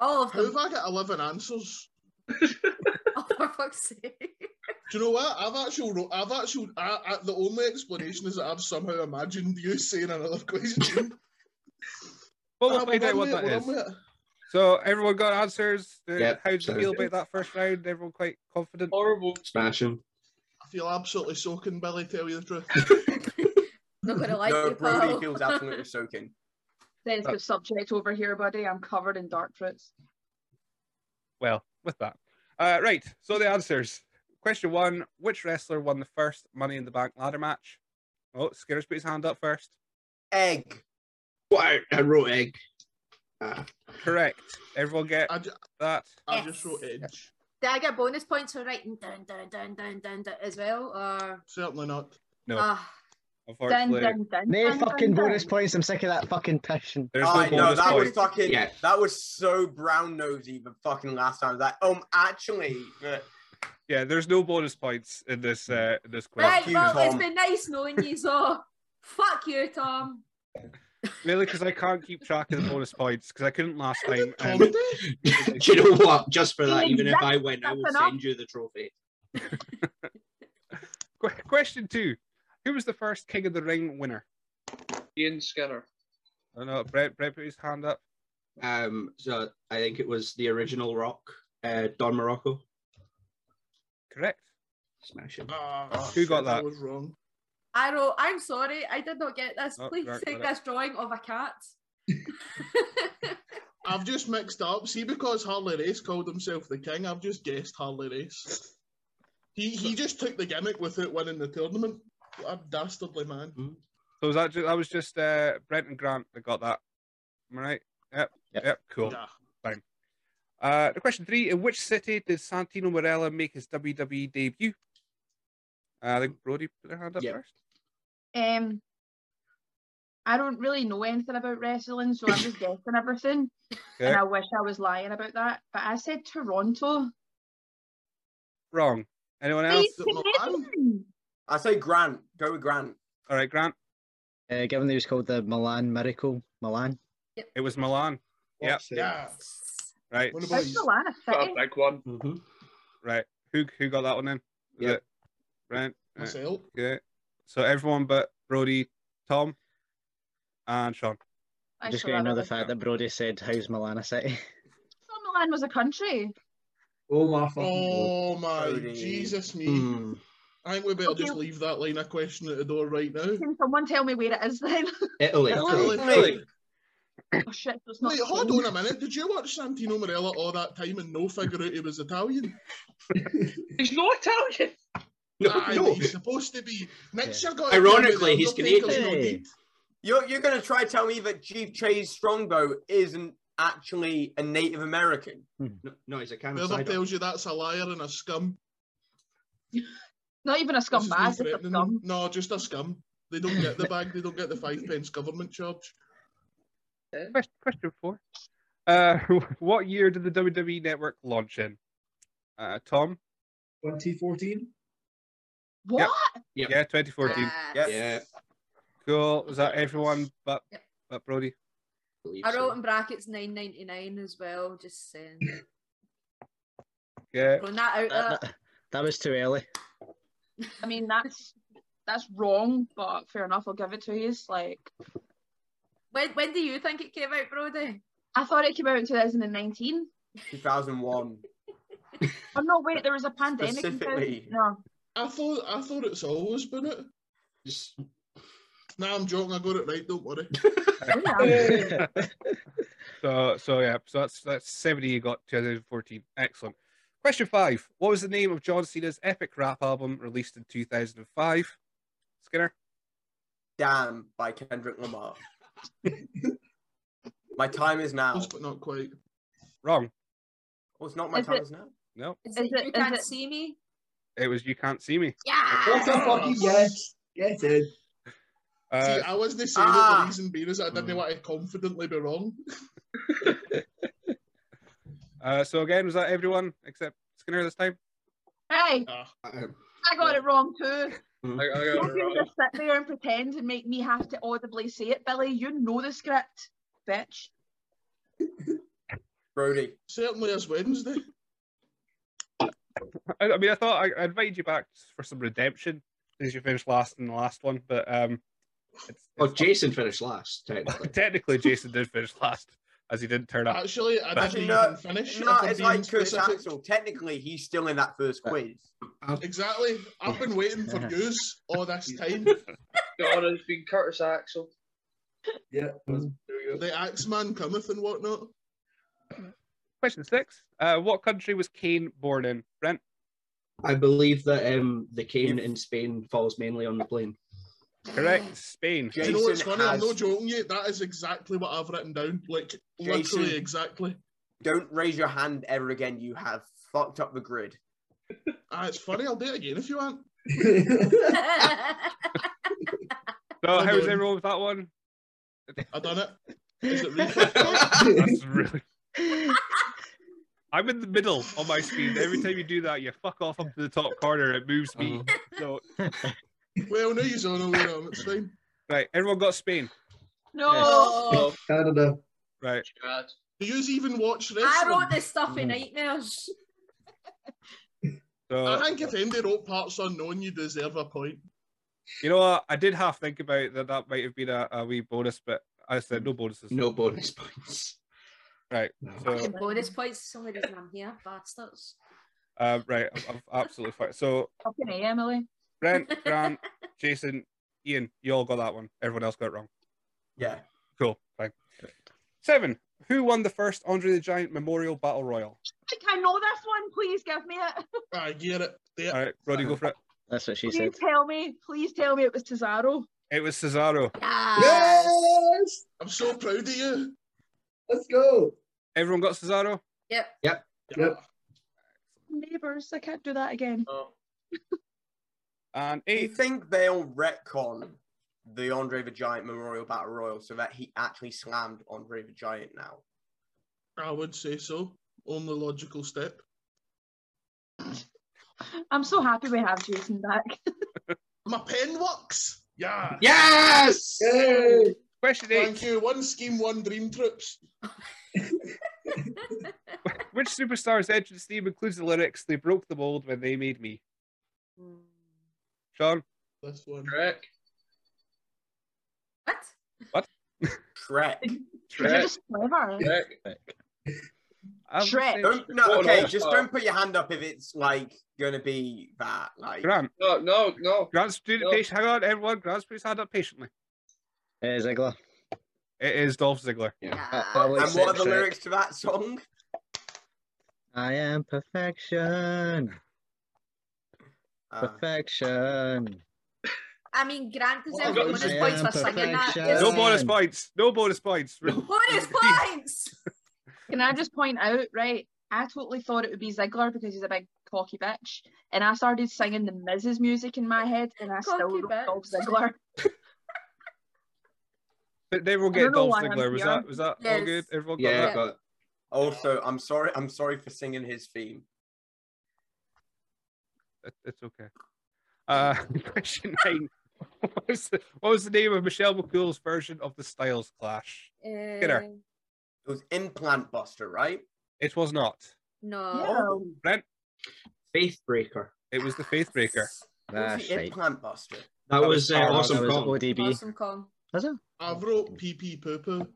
[SPEAKER 6] All of
[SPEAKER 2] How have
[SPEAKER 6] them.
[SPEAKER 2] I got 11 answers?
[SPEAKER 6] Oh, for fuck's sake.
[SPEAKER 2] Do you know what? I've actually, wrote, I've actually, I, I, the only explanation is that I've somehow imagined you saying another question.
[SPEAKER 5] But we'll
[SPEAKER 1] Uh,
[SPEAKER 2] Ah,
[SPEAKER 5] find out
[SPEAKER 2] done
[SPEAKER 5] what
[SPEAKER 2] with it,
[SPEAKER 5] that
[SPEAKER 2] we're
[SPEAKER 5] is.
[SPEAKER 2] done with it.
[SPEAKER 5] So everyone got answers. Uh,
[SPEAKER 9] Yep,
[SPEAKER 5] How did you
[SPEAKER 9] sounds
[SPEAKER 5] feel
[SPEAKER 9] good.
[SPEAKER 5] about that first round? Everyone quite confident.
[SPEAKER 7] Horrible.
[SPEAKER 9] Smashing.
[SPEAKER 2] I feel absolutely soaking, Billy, tell you the truth.
[SPEAKER 6] Not gonna like
[SPEAKER 1] no,
[SPEAKER 6] you,
[SPEAKER 1] Brody
[SPEAKER 6] pal.
[SPEAKER 1] feels absolutely soaking.
[SPEAKER 2] uh,
[SPEAKER 4] Sensitive subject over here, buddy. I'm covered in dark fruits.
[SPEAKER 5] Well, with that, uh, right. So the answers. Question one: Which wrestler won the first Money in the Bank ladder match? Oh, Skinner's put his hand up first.
[SPEAKER 1] Egg.
[SPEAKER 9] Wow, I wrote egg. Ah,
[SPEAKER 5] Correct. Everyone get
[SPEAKER 2] I, ju-
[SPEAKER 5] that.
[SPEAKER 2] I
[SPEAKER 6] Yes.
[SPEAKER 2] just wrote Edge.
[SPEAKER 6] Did I get bonus points for writing dun dun dun dun dun dun as well? Or
[SPEAKER 2] Certainly not.
[SPEAKER 5] No,
[SPEAKER 6] Ah,
[SPEAKER 5] unfortunately,
[SPEAKER 4] dun,
[SPEAKER 3] Nay
[SPEAKER 4] dun,
[SPEAKER 3] fucking
[SPEAKER 4] dun, dun.
[SPEAKER 3] bonus points. I'm sick of that fucking pishing.
[SPEAKER 5] there's
[SPEAKER 1] Oh,
[SPEAKER 5] no
[SPEAKER 1] I know
[SPEAKER 5] bonus
[SPEAKER 1] that was
[SPEAKER 5] point.
[SPEAKER 1] fucking.
[SPEAKER 9] Yeah.
[SPEAKER 1] That was so brown nosy the fucking last time. That um actually, uh,
[SPEAKER 5] Yeah, there's no bonus points in this uh, in this quiz.
[SPEAKER 6] right,
[SPEAKER 1] you,
[SPEAKER 6] well, it's
[SPEAKER 1] Tom.
[SPEAKER 6] been nice knowing you, so fuck you, Tom.
[SPEAKER 5] Really, because I can't keep track of the bonus points because I couldn't last time. um,
[SPEAKER 2] Tom
[SPEAKER 5] and-
[SPEAKER 2] Day?
[SPEAKER 9] Do you know what? Just for that,
[SPEAKER 4] The
[SPEAKER 9] even if
[SPEAKER 4] exact
[SPEAKER 9] I win, I would
[SPEAKER 4] stuff enough.
[SPEAKER 9] send you the trophy.
[SPEAKER 5] Qu- question two: Who was the first King of the Ring winner?
[SPEAKER 7] Ian Skinner.
[SPEAKER 5] Oh no, Brett. Brett put his hand up.
[SPEAKER 9] Um, so I think it was the original Rock, uh, Don Morocco.
[SPEAKER 5] Correct.
[SPEAKER 9] Smashing.
[SPEAKER 2] Ah,
[SPEAKER 5] Who got
[SPEAKER 2] shit, I
[SPEAKER 5] that?
[SPEAKER 2] was wrong.
[SPEAKER 6] I wrote, I'm sorry, I did not get this.
[SPEAKER 5] Oh,
[SPEAKER 6] Please
[SPEAKER 5] right,
[SPEAKER 6] take
[SPEAKER 5] got it.
[SPEAKER 6] this drawing of a cat.
[SPEAKER 2] I've just mixed up. See, because Harley Race called himself the king, I've just guessed Harley Race. He he just took the gimmick without winning the tournament. What a dastardly man.
[SPEAKER 5] So was that just, that was just uh, Brent and Grant that got that? Am I right? Yep. Yep.
[SPEAKER 9] Yep.
[SPEAKER 5] cool.
[SPEAKER 2] Yeah.
[SPEAKER 5] Uh, question three: In which city did Santino Morella make his WWE debut? Uh, I think Brody put their hand up
[SPEAKER 9] Yep.
[SPEAKER 5] first.
[SPEAKER 4] Um, I don't really know anything about wrestling, so I'm just guessing everything.
[SPEAKER 5] Okay.
[SPEAKER 4] And I wish I was lying about that, but I said Toronto.
[SPEAKER 5] Wrong. Anyone else?
[SPEAKER 4] He's Canadian.
[SPEAKER 1] I say Grant. Go with Grant.
[SPEAKER 5] All right, Grant.
[SPEAKER 3] Uh, given that he was called the Milan Miracle, Milan.
[SPEAKER 5] It was Milan. Yep.
[SPEAKER 2] Yeah.
[SPEAKER 5] Right.
[SPEAKER 2] What about
[SPEAKER 4] How's
[SPEAKER 2] you?
[SPEAKER 4] Milan a
[SPEAKER 7] Got
[SPEAKER 4] city?
[SPEAKER 7] a big one.
[SPEAKER 9] Mm-hmm.
[SPEAKER 5] Right. Who who got that one in? Was
[SPEAKER 9] Yep.
[SPEAKER 5] it Brent. Right.
[SPEAKER 2] Myself.
[SPEAKER 5] Okay. So everyone but Brody, Tom, and Sean.
[SPEAKER 4] I
[SPEAKER 3] just
[SPEAKER 4] saw
[SPEAKER 3] going to know
[SPEAKER 4] that
[SPEAKER 3] the
[SPEAKER 4] earlier.
[SPEAKER 3] fact that Brody said, "How's Milan a city?"
[SPEAKER 4] I thought Milan was a country.
[SPEAKER 8] Oh my fucking
[SPEAKER 2] Oh my
[SPEAKER 1] Cody.
[SPEAKER 2] Jesus me.
[SPEAKER 9] Hmm.
[SPEAKER 2] I think we better
[SPEAKER 4] Okay.
[SPEAKER 2] just leave that line of question at the door right now.
[SPEAKER 4] Can someone tell me where it is then?
[SPEAKER 9] Italy.
[SPEAKER 2] Italy.
[SPEAKER 1] Italy.
[SPEAKER 4] oh shit, so it's not.
[SPEAKER 2] Wait, hold
[SPEAKER 4] Spain.
[SPEAKER 2] on a minute. Did you watch Santino Marella all that time and no figure out he was Italian?
[SPEAKER 7] He's not Italian.
[SPEAKER 9] No,
[SPEAKER 2] Aye,
[SPEAKER 9] no.
[SPEAKER 2] but Ah, he's supposed to be. Next year, got
[SPEAKER 9] Ironically, he's
[SPEAKER 3] Canadian.
[SPEAKER 1] You're you're gonna try tell me that Chief Chase Strongbow isn't actually a Native American?
[SPEAKER 9] No, no, he's a
[SPEAKER 2] Whoever
[SPEAKER 9] Canadian.
[SPEAKER 2] tells you that's a liar and a scum,
[SPEAKER 4] Not even a
[SPEAKER 2] this is me
[SPEAKER 4] scumbag, just a
[SPEAKER 2] threatening
[SPEAKER 4] scum.
[SPEAKER 2] them. No, just a scum. They don't get the bag. They don't get the five pence government charge.
[SPEAKER 5] Question, question four. Uh, what year did the WWE Network launch in? Uh, Tom.
[SPEAKER 8] 2014.
[SPEAKER 4] What?
[SPEAKER 9] Yep.
[SPEAKER 5] Yeah, 2014.
[SPEAKER 6] Ah,
[SPEAKER 1] Yep.
[SPEAKER 9] Yeah.
[SPEAKER 5] Cool. Was that everyone but
[SPEAKER 6] Yep.
[SPEAKER 5] but Brody?
[SPEAKER 9] believe
[SPEAKER 6] I wrote
[SPEAKER 9] so.
[SPEAKER 6] in brackets 9.99 as well. Just saying,
[SPEAKER 5] Yeah.
[SPEAKER 6] throwing that out.
[SPEAKER 3] That,
[SPEAKER 6] there.
[SPEAKER 3] that- that was too early.
[SPEAKER 4] I mean, that's that's wrong, but fair enough. I'll give it to you. Like,
[SPEAKER 6] When when do you think it came out, Brody?
[SPEAKER 4] I thought it came out in 2019.
[SPEAKER 1] 2001.
[SPEAKER 4] Oh no, wait, there was a pandemic. in
[SPEAKER 1] Specifically.
[SPEAKER 4] 2000 No,
[SPEAKER 2] I thought. I thought it's always been it.
[SPEAKER 9] Just-
[SPEAKER 2] Nah, I'm joking. I got it right. Don't worry.
[SPEAKER 4] yeah.
[SPEAKER 5] So so yeah. So that's that's 70. You got 2014. Excellent. Question five. What was the name of John Cena's epic rap album released in 2005? Skinner.
[SPEAKER 1] Damn by Kendrick Lamar. my time is now.
[SPEAKER 2] Close, but not quite.
[SPEAKER 5] Wrong.
[SPEAKER 1] Well, it's not my
[SPEAKER 4] Is
[SPEAKER 1] time
[SPEAKER 4] it-
[SPEAKER 1] is now.
[SPEAKER 5] No.
[SPEAKER 6] Is
[SPEAKER 4] Is
[SPEAKER 6] it,
[SPEAKER 4] it-
[SPEAKER 6] you
[SPEAKER 4] is
[SPEAKER 6] can't
[SPEAKER 4] it-
[SPEAKER 6] see me.
[SPEAKER 5] It was You Can't See Me.
[SPEAKER 8] What a
[SPEAKER 6] Yeah.
[SPEAKER 8] fucking yes. Get in.
[SPEAKER 5] Uh,
[SPEAKER 2] See, I wasn't saying it.
[SPEAKER 1] Ah.
[SPEAKER 2] The reason being is I didn't
[SPEAKER 9] Mm.
[SPEAKER 2] want to confidently be wrong.
[SPEAKER 5] uh, so again, was that everyone except Skinner this time?
[SPEAKER 4] Hey,
[SPEAKER 2] Ah,
[SPEAKER 9] um,
[SPEAKER 4] I got it wrong too.
[SPEAKER 7] I, I got
[SPEAKER 4] You're
[SPEAKER 7] it
[SPEAKER 4] going
[SPEAKER 7] wrong.
[SPEAKER 4] to sit there and pretend and make me have to audibly say it, Billy. You know the script, bitch.
[SPEAKER 1] Brody.
[SPEAKER 2] Certainly as Wednesday.
[SPEAKER 5] I, I mean, I thought I, I invited you back for some redemption since you finished last in the last one, but um, it's,
[SPEAKER 9] Well,
[SPEAKER 5] it's-
[SPEAKER 9] oh, Jason finished last, technically.
[SPEAKER 5] technically Jason did finish last as he didn't turn
[SPEAKER 9] Uh,
[SPEAKER 5] up.
[SPEAKER 2] Actually, I
[SPEAKER 5] But-
[SPEAKER 2] didn't
[SPEAKER 1] No,
[SPEAKER 2] even finish.
[SPEAKER 1] No,
[SPEAKER 2] if I'm
[SPEAKER 1] it's
[SPEAKER 2] being
[SPEAKER 1] like Chris
[SPEAKER 2] specific.
[SPEAKER 1] Axel. Technically, he's still in that first quiz.
[SPEAKER 2] Exactly. I've been waiting for yous all this time.
[SPEAKER 7] God, it's been Curtis Axel.
[SPEAKER 8] Yeah. that's- there we go.
[SPEAKER 2] The Axeman cometh and whatnot.
[SPEAKER 5] Question six: uh, What country was Kane born in? Brent.
[SPEAKER 9] I believe that um, the cane
[SPEAKER 1] Yes.
[SPEAKER 9] in Spain falls mainly on the plane.
[SPEAKER 5] Correct. Spain.
[SPEAKER 2] Do you know what's
[SPEAKER 1] Jason
[SPEAKER 2] funny? I'm
[SPEAKER 1] has-
[SPEAKER 2] not joking you. That is exactly what I've written down. Like,
[SPEAKER 1] Jason-
[SPEAKER 2] literally exactly.
[SPEAKER 1] Don't raise your hand ever again. You have fucked up the grid.
[SPEAKER 2] Ah, it's funny. I'll do it again if you want.
[SPEAKER 5] So
[SPEAKER 2] Well
[SPEAKER 5] how was
[SPEAKER 2] done.
[SPEAKER 5] everyone with that one?
[SPEAKER 2] I done it. Is it real?
[SPEAKER 5] That's really. I'm in the middle on my screen. Every time you do that, you fuck off up to the top corner. It moves me.
[SPEAKER 9] Uh-huh.
[SPEAKER 5] So
[SPEAKER 2] well, no, you're on over them. It's fine.
[SPEAKER 5] right, everyone got Spain.
[SPEAKER 4] No.
[SPEAKER 7] Oh,
[SPEAKER 8] Canada.
[SPEAKER 5] Right.
[SPEAKER 7] Chad.
[SPEAKER 2] Do yous even watch wrestling?
[SPEAKER 6] I wrote this stuff in nightmares.
[SPEAKER 5] So
[SPEAKER 9] Uh-huh.
[SPEAKER 2] I think if Andy wrote parts unknown, you deserve a point.
[SPEAKER 5] you know what? I did half think about that. That might have been a, a wee bonus, but I said no bonuses.
[SPEAKER 9] No bonus points.
[SPEAKER 5] Right.
[SPEAKER 9] No.
[SPEAKER 5] So
[SPEAKER 6] Fucking bonus Oh, points. It's the only reason I'm here, bastards.
[SPEAKER 5] um, right, I'm, I'm absolutely fine. So
[SPEAKER 4] Fucking A, Emily.
[SPEAKER 5] Brent, Grant, Jason, Ian, you all got that one. Everyone else got it wrong.
[SPEAKER 1] Yeah.
[SPEAKER 5] Cool. Fine. Seven. Who won the first Andre the Giant Memorial Battle Royal?
[SPEAKER 4] I think I know this one. Please give me it.
[SPEAKER 2] I get it. There.
[SPEAKER 5] All right, Roddy, go for it.
[SPEAKER 3] That's what she said.
[SPEAKER 4] Please tell me. Please tell me it was Cesaro.
[SPEAKER 5] It was Cesaro.
[SPEAKER 6] Yeah.
[SPEAKER 8] Yes!
[SPEAKER 2] I'm so proud of you.
[SPEAKER 8] Let's go.
[SPEAKER 5] Everyone got Cesaro?
[SPEAKER 6] Yep.
[SPEAKER 8] Yep.
[SPEAKER 4] Neighbours, I can't do that again.
[SPEAKER 7] Oh,
[SPEAKER 5] And
[SPEAKER 1] Do you
[SPEAKER 5] eight.
[SPEAKER 1] think they'll retcon the Andre the Giant Memorial Battle Royal so that he actually slammed Andre the Giant now?
[SPEAKER 2] I would say so. Only logical step.
[SPEAKER 4] I'm so happy we have Jason back.
[SPEAKER 2] My pen works. Yeah.
[SPEAKER 9] Yes!
[SPEAKER 8] Yay!
[SPEAKER 5] Question
[SPEAKER 2] Thank
[SPEAKER 5] eight.
[SPEAKER 2] you. One scheme, one dream trips.
[SPEAKER 5] Which superstar's entrance theme includes the lyrics, They broke the mold when they made me? Sean?
[SPEAKER 2] This one.
[SPEAKER 7] Shrek.
[SPEAKER 6] What?
[SPEAKER 1] Shrek.
[SPEAKER 4] You're
[SPEAKER 7] Shrek.
[SPEAKER 4] just clever.
[SPEAKER 7] Shrek.
[SPEAKER 5] I would
[SPEAKER 4] Shrek.
[SPEAKER 5] say-
[SPEAKER 1] Don't, no,
[SPEAKER 7] What an
[SPEAKER 1] okay,
[SPEAKER 7] all-star.
[SPEAKER 1] just don't put your hand up if it's like gonna be that. Like,
[SPEAKER 5] Grant.
[SPEAKER 7] No, no, no.
[SPEAKER 5] Grant's doing it
[SPEAKER 7] No.
[SPEAKER 5] patient. Hang on, everyone. Grant's putting his hand up patiently.
[SPEAKER 3] Uh, Ziggler.
[SPEAKER 5] It is Dolph Ziggler.
[SPEAKER 3] I,
[SPEAKER 6] Yeah.
[SPEAKER 3] I will
[SPEAKER 1] and what are
[SPEAKER 3] accept
[SPEAKER 1] the
[SPEAKER 3] Shrek.
[SPEAKER 1] lyrics to that song?
[SPEAKER 3] I am perfection.
[SPEAKER 1] Uh,
[SPEAKER 3] Perfection.
[SPEAKER 6] I mean, Grant is
[SPEAKER 7] Oh,
[SPEAKER 6] every
[SPEAKER 7] God,
[SPEAKER 6] bonus
[SPEAKER 7] I
[SPEAKER 6] points
[SPEAKER 3] am
[SPEAKER 6] for singing that.
[SPEAKER 3] perfection.
[SPEAKER 6] yes.
[SPEAKER 5] No
[SPEAKER 3] Um,
[SPEAKER 5] bonus points. No bonus points.
[SPEAKER 6] Bonus points!
[SPEAKER 4] Can I just point out, right? I totally thought it would be Ziggler because he's a big cocky bitch, and I started singing the Mrs. music in my head, and I still
[SPEAKER 6] Cocky
[SPEAKER 4] wrote
[SPEAKER 6] bitch.
[SPEAKER 4] Dolph Ziggler.
[SPEAKER 5] But everyone
[SPEAKER 4] I don't
[SPEAKER 5] get
[SPEAKER 4] know
[SPEAKER 5] Dolph
[SPEAKER 4] why I'm
[SPEAKER 5] Ziggler. Was
[SPEAKER 4] here.
[SPEAKER 5] that was that all
[SPEAKER 6] Yes.
[SPEAKER 5] good? Everyone got
[SPEAKER 9] Yeah,
[SPEAKER 5] that?
[SPEAKER 9] I got it.
[SPEAKER 1] also, I'm sorry. I'm sorry for singing his theme.
[SPEAKER 5] It- It's okay. Uh, question nine. What was, the, what was the name of Michelle McCool's version of the Styles Clash? her.
[SPEAKER 6] Uh,
[SPEAKER 1] It was Implant Buster, right?
[SPEAKER 5] It was not.
[SPEAKER 6] No.
[SPEAKER 4] Yeah.
[SPEAKER 9] Faith Breaker.
[SPEAKER 5] It was the Faith Breaker.
[SPEAKER 1] It
[SPEAKER 3] That's
[SPEAKER 1] was the
[SPEAKER 3] right.
[SPEAKER 1] Implant Buster.
[SPEAKER 5] That
[SPEAKER 9] That,
[SPEAKER 5] was
[SPEAKER 9] was, uh,
[SPEAKER 5] Carl.
[SPEAKER 3] That
[SPEAKER 9] awesome.
[SPEAKER 3] was
[SPEAKER 9] Kong.
[SPEAKER 3] ODB.
[SPEAKER 6] Awesome Kong.
[SPEAKER 3] Was it?
[SPEAKER 2] I wrote PP poo poo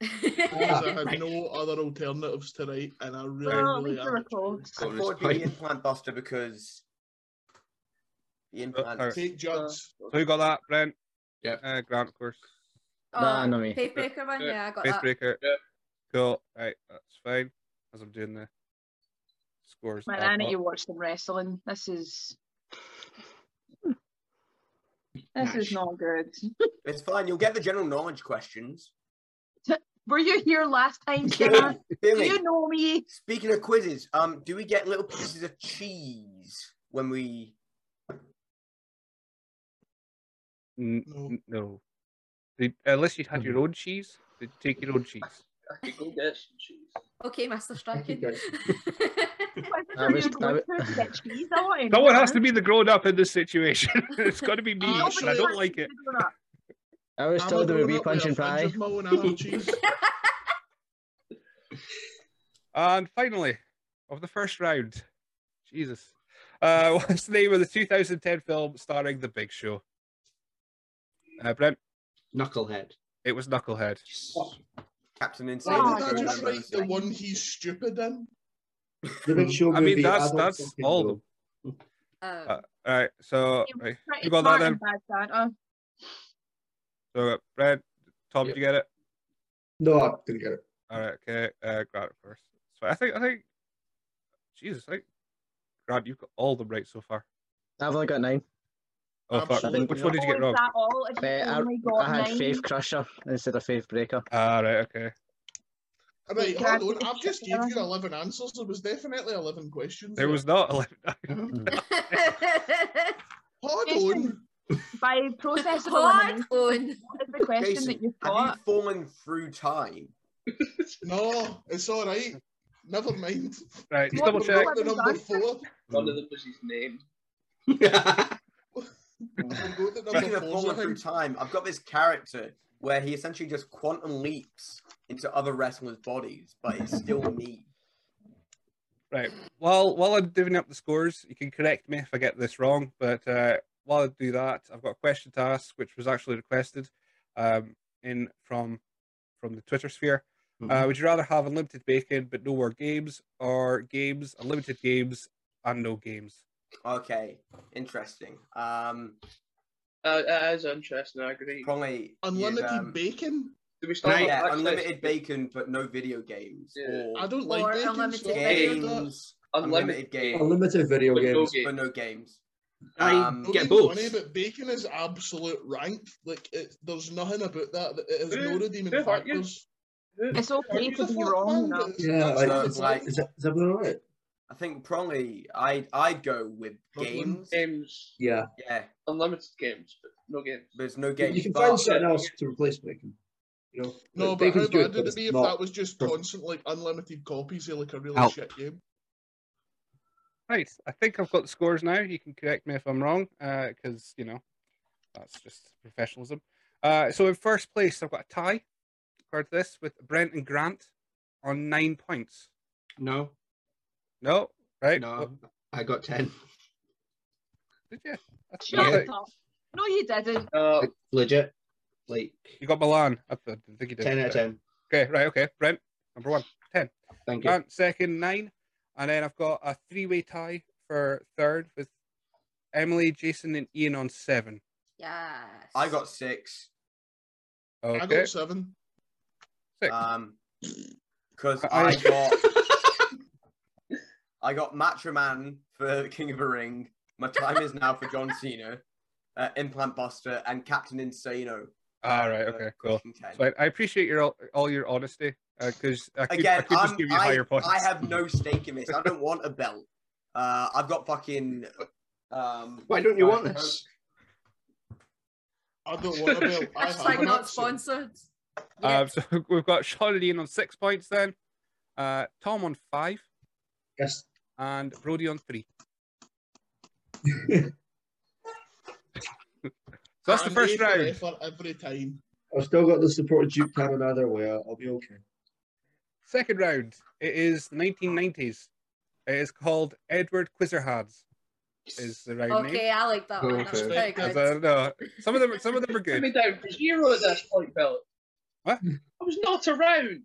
[SPEAKER 2] because
[SPEAKER 6] That's
[SPEAKER 2] I had no other alternatives to write, and I really,
[SPEAKER 4] Well,
[SPEAKER 6] Oh,
[SPEAKER 4] at
[SPEAKER 2] really
[SPEAKER 4] least you were
[SPEAKER 2] am.
[SPEAKER 4] close.
[SPEAKER 1] I
[SPEAKER 9] Bonus
[SPEAKER 1] thought it'd be the
[SPEAKER 9] point.
[SPEAKER 1] Implant Buster because
[SPEAKER 3] Uh,
[SPEAKER 1] the implant.
[SPEAKER 5] alright.
[SPEAKER 2] Take judges.
[SPEAKER 5] So you got that, Brent?
[SPEAKER 9] Yep.
[SPEAKER 5] Uh, Grant, of course.
[SPEAKER 3] Nah, not me.
[SPEAKER 6] Faith Breaker Oh, one,
[SPEAKER 7] Yeah.
[SPEAKER 6] yeah, I got
[SPEAKER 5] Faith
[SPEAKER 6] that.
[SPEAKER 5] Breaker.
[SPEAKER 7] Yeah.
[SPEAKER 5] Cool. Right, that's fine. As I'm doing the scores.
[SPEAKER 4] Man,
[SPEAKER 5] ad
[SPEAKER 4] I need
[SPEAKER 5] hoc.
[SPEAKER 4] to watch some wrestling. This is this
[SPEAKER 9] Nice.
[SPEAKER 4] is not good.
[SPEAKER 1] It's fine. You'll get the general knowledge questions. Um,
[SPEAKER 4] Were you here last time, Sarah? Do
[SPEAKER 1] Billy,
[SPEAKER 4] you know me?
[SPEAKER 1] speaking of quizzes, um, do we get little pieces of cheese when we?
[SPEAKER 5] N-
[SPEAKER 2] No.
[SPEAKER 5] n- no. Did, unless you had your own cheese, did you take your own cheese?
[SPEAKER 7] I could go get some cheese.
[SPEAKER 6] Okay, Master Striking.
[SPEAKER 4] What is
[SPEAKER 3] I
[SPEAKER 4] it
[SPEAKER 3] was-
[SPEAKER 4] you're going
[SPEAKER 3] I was-
[SPEAKER 4] to get cheese? I want to know
[SPEAKER 5] Someone has
[SPEAKER 4] that.
[SPEAKER 5] to be the grown up in this situation. it's got to be me,
[SPEAKER 2] Uh,
[SPEAKER 5] and I don't like it.
[SPEAKER 3] I was
[SPEAKER 2] I'm
[SPEAKER 3] told
[SPEAKER 2] a
[SPEAKER 3] there would be
[SPEAKER 2] grown-up with
[SPEAKER 3] punch
[SPEAKER 2] a
[SPEAKER 3] and
[SPEAKER 2] fridge
[SPEAKER 3] pie.
[SPEAKER 2] of my own apple cheese.
[SPEAKER 5] And finally, of the first round, Jesus, uh, what's the name of the 2010 film starring The Big Show? Uh, Brent,
[SPEAKER 9] Knucklehead.
[SPEAKER 5] it was Knucklehead.
[SPEAKER 1] Captain Insane. is
[SPEAKER 2] Why did
[SPEAKER 1] a
[SPEAKER 2] I
[SPEAKER 1] crew
[SPEAKER 2] just
[SPEAKER 1] member.
[SPEAKER 2] write the one he's stupid in?
[SPEAKER 8] The big show
[SPEAKER 5] I mean,
[SPEAKER 8] movie,
[SPEAKER 5] that's
[SPEAKER 8] don't
[SPEAKER 5] that's
[SPEAKER 8] fucking
[SPEAKER 5] all of
[SPEAKER 8] know.
[SPEAKER 5] them.
[SPEAKER 6] Um,
[SPEAKER 5] Uh, All right, so
[SPEAKER 4] He was
[SPEAKER 5] right.
[SPEAKER 4] pretty
[SPEAKER 5] you got that
[SPEAKER 4] smart
[SPEAKER 5] then.
[SPEAKER 4] in Bad Santa.
[SPEAKER 5] So uh, Brent, Tom,
[SPEAKER 9] Yep.
[SPEAKER 5] did you get it?
[SPEAKER 8] No, I didn't get it.
[SPEAKER 5] All right, okay. Uh, Grant first. So I think I think Jesus, I think Grant, you've got all the right so far.
[SPEAKER 3] I've only got nine.
[SPEAKER 5] Oh fuck!
[SPEAKER 2] Absolutely.
[SPEAKER 5] Which one did you
[SPEAKER 4] Oh,
[SPEAKER 5] get
[SPEAKER 4] is
[SPEAKER 5] wrong?
[SPEAKER 4] that all? If you
[SPEAKER 3] Uh, I,
[SPEAKER 4] only got
[SPEAKER 3] I had
[SPEAKER 4] Oh nine?
[SPEAKER 3] Faith Crusher instead of Faith Breaker.
[SPEAKER 5] All Ah, right, okay.
[SPEAKER 2] Right,
[SPEAKER 4] Can I
[SPEAKER 2] hold on.
[SPEAKER 4] take a
[SPEAKER 2] I've just
[SPEAKER 4] picture?
[SPEAKER 2] gave you 11 answers. There was definitely 11 questions.
[SPEAKER 5] There was not eleven.
[SPEAKER 2] Hold on.
[SPEAKER 4] Jason, By process of elimination,
[SPEAKER 6] Hot on.
[SPEAKER 4] what is the question
[SPEAKER 1] Jason,
[SPEAKER 4] that you've
[SPEAKER 1] Have
[SPEAKER 4] got?
[SPEAKER 1] you fallen through time?
[SPEAKER 2] No, it's all right. Never mind.
[SPEAKER 5] right, just
[SPEAKER 4] What
[SPEAKER 5] double
[SPEAKER 4] was
[SPEAKER 5] check.
[SPEAKER 2] We'll go to number
[SPEAKER 4] Done.
[SPEAKER 2] four.
[SPEAKER 7] One of them was his name.
[SPEAKER 2] We'll go to
[SPEAKER 1] Speaking
[SPEAKER 2] number
[SPEAKER 1] of
[SPEAKER 2] four.
[SPEAKER 1] falling
[SPEAKER 2] I
[SPEAKER 1] through
[SPEAKER 2] think.
[SPEAKER 1] time, I've got this character where he essentially just quantum leaps into other wrestlers' bodies, but it's still me.
[SPEAKER 5] Right. While while I'm divvying up the scores, you can correct me if I get this wrong. But uh, while I do that, I've got a question to ask, which was actually requested um, in from from the Twitter sphere. Uh,
[SPEAKER 9] Mhm.
[SPEAKER 5] would you rather have unlimited bacon but no more games, or games unlimited games and no games?
[SPEAKER 1] Okay, interesting. Um,
[SPEAKER 7] Uh, that is interesting, I agree.
[SPEAKER 1] probably
[SPEAKER 2] Unlimited
[SPEAKER 1] is, um,
[SPEAKER 2] bacon?
[SPEAKER 7] Do we start with
[SPEAKER 1] Yeah,
[SPEAKER 7] access?
[SPEAKER 1] unlimited bacon, but no video games
[SPEAKER 7] Yeah.
[SPEAKER 2] I
[SPEAKER 1] or
[SPEAKER 2] don't
[SPEAKER 6] Or
[SPEAKER 2] like bacon.
[SPEAKER 6] unlimited
[SPEAKER 2] so I'll do that.
[SPEAKER 1] games.
[SPEAKER 7] Unlimited.
[SPEAKER 1] Unlimited games,
[SPEAKER 8] Unlimited video
[SPEAKER 7] But no
[SPEAKER 8] games.
[SPEAKER 7] game.
[SPEAKER 1] but no games.
[SPEAKER 9] I
[SPEAKER 1] Um,
[SPEAKER 2] Don't
[SPEAKER 9] get
[SPEAKER 2] get
[SPEAKER 9] both.
[SPEAKER 2] Funny, but bacon is absolute rank. Like, it, there's nothing about that. that It is
[SPEAKER 7] Who-
[SPEAKER 2] no redeeming
[SPEAKER 7] who hurt you?
[SPEAKER 2] factors.
[SPEAKER 4] It's okay
[SPEAKER 2] Who
[SPEAKER 4] to
[SPEAKER 2] the
[SPEAKER 4] be
[SPEAKER 2] fuck,
[SPEAKER 4] wrong,
[SPEAKER 2] man?
[SPEAKER 4] you know.
[SPEAKER 2] That's-
[SPEAKER 8] Yeah,
[SPEAKER 2] that's
[SPEAKER 8] like-
[SPEAKER 2] not
[SPEAKER 1] So,
[SPEAKER 2] the
[SPEAKER 1] like-
[SPEAKER 8] Is, that, is everyone all right?
[SPEAKER 1] I think probably I I'd go with
[SPEAKER 2] Not one
[SPEAKER 1] games.
[SPEAKER 7] Games.
[SPEAKER 8] Yeah.
[SPEAKER 1] Yeah,
[SPEAKER 7] Unlimited games, but no games.
[SPEAKER 1] there's no
[SPEAKER 8] You-
[SPEAKER 1] games.
[SPEAKER 8] you can
[SPEAKER 1] but-
[SPEAKER 8] find something else to replace bacon. You know?
[SPEAKER 2] No,
[SPEAKER 8] Like,
[SPEAKER 2] but how
[SPEAKER 8] bacon's
[SPEAKER 2] bad
[SPEAKER 8] but
[SPEAKER 2] would it
[SPEAKER 8] it's
[SPEAKER 2] be if
[SPEAKER 8] not-
[SPEAKER 2] that was just
[SPEAKER 8] perfect.
[SPEAKER 2] constant, like, unlimited copies of, like, a really
[SPEAKER 5] Out.
[SPEAKER 2] shit game?
[SPEAKER 5] Right. I think I've got the scores now. You can correct me if I'm wrong, because you know that's just professionalism. Uh, so in first place, I've got a tie. According to this, with Brent and Grant on nine points.
[SPEAKER 9] no,
[SPEAKER 5] No, right? What-
[SPEAKER 9] no, I got ten.
[SPEAKER 5] did you? That's
[SPEAKER 4] Shut
[SPEAKER 5] perfect.
[SPEAKER 4] up. No, you didn't.
[SPEAKER 7] Uh,
[SPEAKER 9] Like, legit, like
[SPEAKER 5] You got Milan. I th- I think you did.
[SPEAKER 9] ten out of ten.
[SPEAKER 5] Okay, right. Okay, Brent, number one.
[SPEAKER 9] Thank you.
[SPEAKER 5] Grant, second, nine. And then I've got a three-way tie for third with Emily, Jason, and Ian on seven.
[SPEAKER 6] Yes.
[SPEAKER 1] I got six.
[SPEAKER 2] I
[SPEAKER 5] Okay,
[SPEAKER 2] got seven.
[SPEAKER 5] six.
[SPEAKER 9] Ah,
[SPEAKER 1] Um, because
[SPEAKER 5] I-
[SPEAKER 1] I got I got Macho Man for King of the Ring. My time is now for John Cena, uh, Implant Buster, and Captain Insano. Uh,
[SPEAKER 5] All Ah,
[SPEAKER 9] uh,
[SPEAKER 5] right.
[SPEAKER 1] for
[SPEAKER 5] Okay. Cool.
[SPEAKER 1] question 10.
[SPEAKER 5] That's fine. I appreciate your all, all your honesty because I could, I
[SPEAKER 1] Again,
[SPEAKER 5] could just
[SPEAKER 1] I'm,
[SPEAKER 5] give you
[SPEAKER 1] I,
[SPEAKER 5] higher points.
[SPEAKER 1] I have no stake in this. I don't want a belt. Uh, I've got fucking. Um,
[SPEAKER 9] Why don't you
[SPEAKER 1] Right,
[SPEAKER 9] want this?
[SPEAKER 2] I don't want to be. I have
[SPEAKER 6] Hashtag
[SPEAKER 2] an
[SPEAKER 6] not
[SPEAKER 2] accent.
[SPEAKER 6] sponsored.
[SPEAKER 5] Um, so we've got Sean and Ian on six points then, uh, Tom on five,
[SPEAKER 8] Yes.
[SPEAKER 5] and Brody on three. So that's the
[SPEAKER 2] I'm
[SPEAKER 5] first
[SPEAKER 2] A for
[SPEAKER 5] round.
[SPEAKER 2] effort every time.
[SPEAKER 8] I've still got the support of Duke Cannon either way. I'll I'll be okay.
[SPEAKER 5] Second round. It is the 1990s. It is called Edward Quizzerhands. Is the round name?
[SPEAKER 6] Okay, I like that one. That's
[SPEAKER 9] Okay.
[SPEAKER 6] very
[SPEAKER 5] As
[SPEAKER 6] good.
[SPEAKER 5] I know. Some of them, some of them are
[SPEAKER 7] put me
[SPEAKER 5] good.
[SPEAKER 7] down for zero at this point, Philip.
[SPEAKER 5] What?
[SPEAKER 7] I was not around.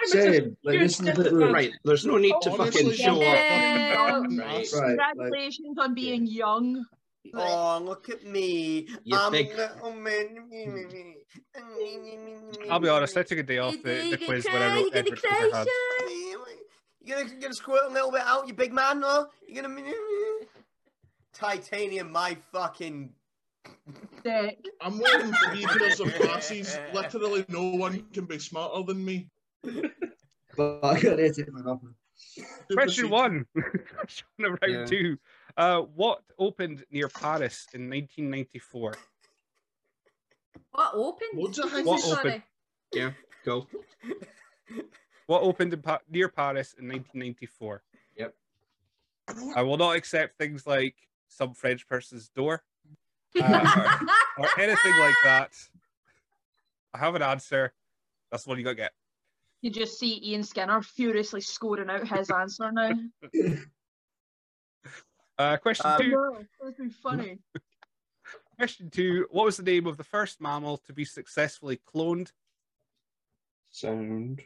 [SPEAKER 7] I'm
[SPEAKER 8] Same. Like, this is a bit rude.
[SPEAKER 9] Right, there's no need to
[SPEAKER 2] Honestly,
[SPEAKER 9] fucking show up.
[SPEAKER 6] up.
[SPEAKER 2] fucking
[SPEAKER 9] Right.
[SPEAKER 2] ass.
[SPEAKER 8] Right. Like,
[SPEAKER 4] Congratulations on being young.
[SPEAKER 1] Oh, look at me.
[SPEAKER 9] You
[SPEAKER 1] I'm
[SPEAKER 9] big-
[SPEAKER 1] little man.
[SPEAKER 5] I'll be honest. I took a day off the, the quiz when I wrote Edward Quizzerhands.
[SPEAKER 1] You gonna, you gonna squirt a little bit out, you big man, or you gonna titanium my fucking
[SPEAKER 4] Dick.
[SPEAKER 2] I'm wearing three pairs of glasses. Literally, no one can be smarter than me.
[SPEAKER 8] but I got it for nothing.
[SPEAKER 5] Question one. Question of round
[SPEAKER 9] Yeah.
[SPEAKER 5] two. Uh, what opened near Paris in 1994?
[SPEAKER 6] What opened?
[SPEAKER 2] Loads of
[SPEAKER 6] This
[SPEAKER 2] hands.
[SPEAKER 6] is funny.
[SPEAKER 9] Go.
[SPEAKER 5] What opened in pa- near Paris in 1994? I will not accept things like some French person's door Uh, or anything like that. I have an answer. That's the one you got to get.
[SPEAKER 4] You just see Ian Skinner furiously scoring out his answer now.
[SPEAKER 5] Uh, question
[SPEAKER 1] Um,
[SPEAKER 5] two.
[SPEAKER 4] no, that's been funny.
[SPEAKER 5] Question two. What was the name of the first mammal to be successfully cloned?
[SPEAKER 9] Sound.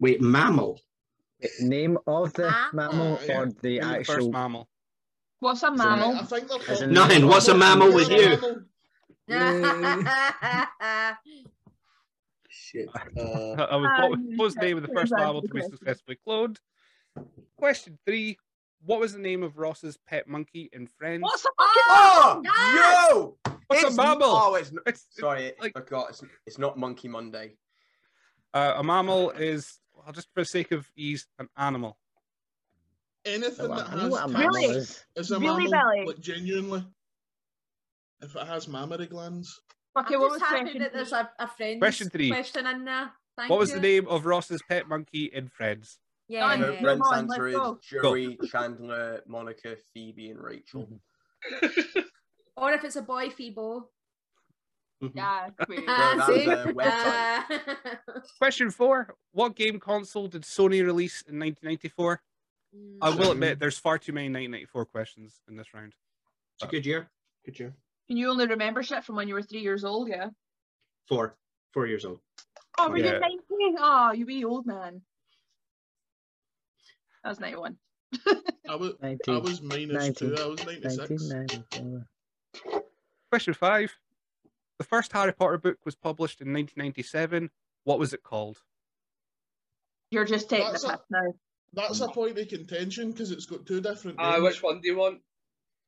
[SPEAKER 9] Wait, mammal.
[SPEAKER 3] Name of the
[SPEAKER 6] Ah,
[SPEAKER 3] mammal
[SPEAKER 2] yeah.
[SPEAKER 3] or the
[SPEAKER 5] Name of the first
[SPEAKER 3] actual
[SPEAKER 5] mammal.
[SPEAKER 4] What's a
[SPEAKER 2] Right,
[SPEAKER 4] mammal?
[SPEAKER 2] I think they're
[SPEAKER 3] As
[SPEAKER 2] called-
[SPEAKER 3] in-
[SPEAKER 9] Nothing. What's a mammal with you?
[SPEAKER 2] Mammal.
[SPEAKER 8] Shit.
[SPEAKER 5] Uh,
[SPEAKER 8] Uh,
[SPEAKER 5] what, was-
[SPEAKER 4] Um,
[SPEAKER 5] what was the name of the
[SPEAKER 4] that's
[SPEAKER 5] first
[SPEAKER 4] a
[SPEAKER 5] mammal
[SPEAKER 4] good
[SPEAKER 5] to be
[SPEAKER 4] question.
[SPEAKER 5] successfully cloned? Question three. What was the name of Ross's pet monkey in Friends?
[SPEAKER 4] What's a fucking
[SPEAKER 1] Oh,
[SPEAKER 6] Yes!
[SPEAKER 1] yo!
[SPEAKER 5] What's
[SPEAKER 1] It's-
[SPEAKER 5] a mammal?
[SPEAKER 1] Oh, it's not,
[SPEAKER 5] It's-
[SPEAKER 1] sorry, it-
[SPEAKER 5] like-
[SPEAKER 1] I forgot. It's, it's not Monkey Monday.
[SPEAKER 5] uh, a mammal is, well, just for the sake of ease, an animal.
[SPEAKER 2] Anything
[SPEAKER 3] Well,
[SPEAKER 2] that
[SPEAKER 3] I know what a
[SPEAKER 2] has
[SPEAKER 3] mammal
[SPEAKER 4] Really?
[SPEAKER 3] is.
[SPEAKER 2] is a
[SPEAKER 4] Really,
[SPEAKER 2] mammal.
[SPEAKER 4] Belly?
[SPEAKER 2] Like genuinely. If it has mammary glands.
[SPEAKER 4] fucking
[SPEAKER 6] I'm
[SPEAKER 4] what
[SPEAKER 6] just
[SPEAKER 4] was
[SPEAKER 6] happy
[SPEAKER 4] question?
[SPEAKER 6] that there's a, a friend's
[SPEAKER 5] Question three.
[SPEAKER 6] question in there. Thank
[SPEAKER 5] What was
[SPEAKER 6] you.
[SPEAKER 5] the name of Ross's pet monkey in Friends?
[SPEAKER 1] I
[SPEAKER 6] Yeah.
[SPEAKER 1] know
[SPEAKER 4] Done.
[SPEAKER 1] Brent's
[SPEAKER 4] Come on,
[SPEAKER 1] answer is
[SPEAKER 4] let's go.
[SPEAKER 1] Joey, Chandler, Monica, Phoebe, and Rachel.
[SPEAKER 6] Or if it's a boy, Phoebo. Mm-hmm.
[SPEAKER 4] Yeah, wait.
[SPEAKER 1] Ah,
[SPEAKER 6] Uh,
[SPEAKER 1] that
[SPEAKER 6] see?
[SPEAKER 1] was a website.
[SPEAKER 6] Uh,
[SPEAKER 5] Question four. What game console did Sony release in 1994? I
[SPEAKER 6] mm.
[SPEAKER 5] will admit, there's far too many 1994 questions in this round.
[SPEAKER 9] It's a good year. Good year.
[SPEAKER 4] Can you only remember shit from when you were three years old? Yeah.
[SPEAKER 9] Four. Four years old.
[SPEAKER 4] Oh, were
[SPEAKER 5] Yeah.
[SPEAKER 4] you nineteen? Oh, you wee old man. That was ninety-one.
[SPEAKER 2] I was, I
[SPEAKER 3] 19,
[SPEAKER 2] was minus two. I was 96.
[SPEAKER 3] 1994.
[SPEAKER 5] Question five. The first Harry Potter book was published in 1997. What was it called?
[SPEAKER 4] You're just taking
[SPEAKER 2] That's
[SPEAKER 4] the
[SPEAKER 2] a-
[SPEAKER 4] piss now.
[SPEAKER 2] That's a point of contention because it's got two different
[SPEAKER 7] Aye,
[SPEAKER 2] names.
[SPEAKER 7] Ah, which one do you want?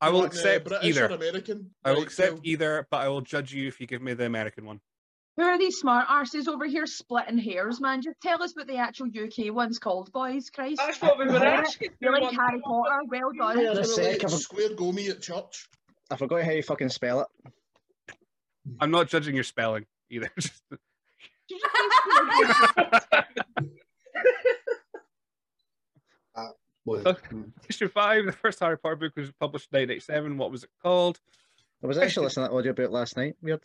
[SPEAKER 5] I will
[SPEAKER 2] One, uh,
[SPEAKER 5] accept
[SPEAKER 2] British Or
[SPEAKER 5] either.
[SPEAKER 2] American.
[SPEAKER 5] I will
[SPEAKER 2] Right,
[SPEAKER 5] accept
[SPEAKER 2] well,
[SPEAKER 5] either, but I will judge you if you give me the American one.
[SPEAKER 4] Who are these smart arses over here splitting hairs, man? Just tell us what the actual UK one's called, boys. Christ.
[SPEAKER 7] That's what we were
[SPEAKER 4] Alright,
[SPEAKER 7] asking.
[SPEAKER 4] You like
[SPEAKER 7] One-
[SPEAKER 4] Harry Potter? Well done.
[SPEAKER 3] Yeah,
[SPEAKER 2] it's
[SPEAKER 3] that's
[SPEAKER 2] kinda
[SPEAKER 3] sick.
[SPEAKER 2] like
[SPEAKER 3] I've-
[SPEAKER 2] Square Gomi at church.
[SPEAKER 3] I forgot how you fucking spell it.
[SPEAKER 5] I'm not judging your spelling either.
[SPEAKER 4] Did you just say-
[SPEAKER 9] What?
[SPEAKER 8] Mm.
[SPEAKER 5] Question five. The first Harry Potter book was published in 1987. What was it called?
[SPEAKER 3] I was
[SPEAKER 5] Question-
[SPEAKER 3] actually listening to that audiobook last night. Weird.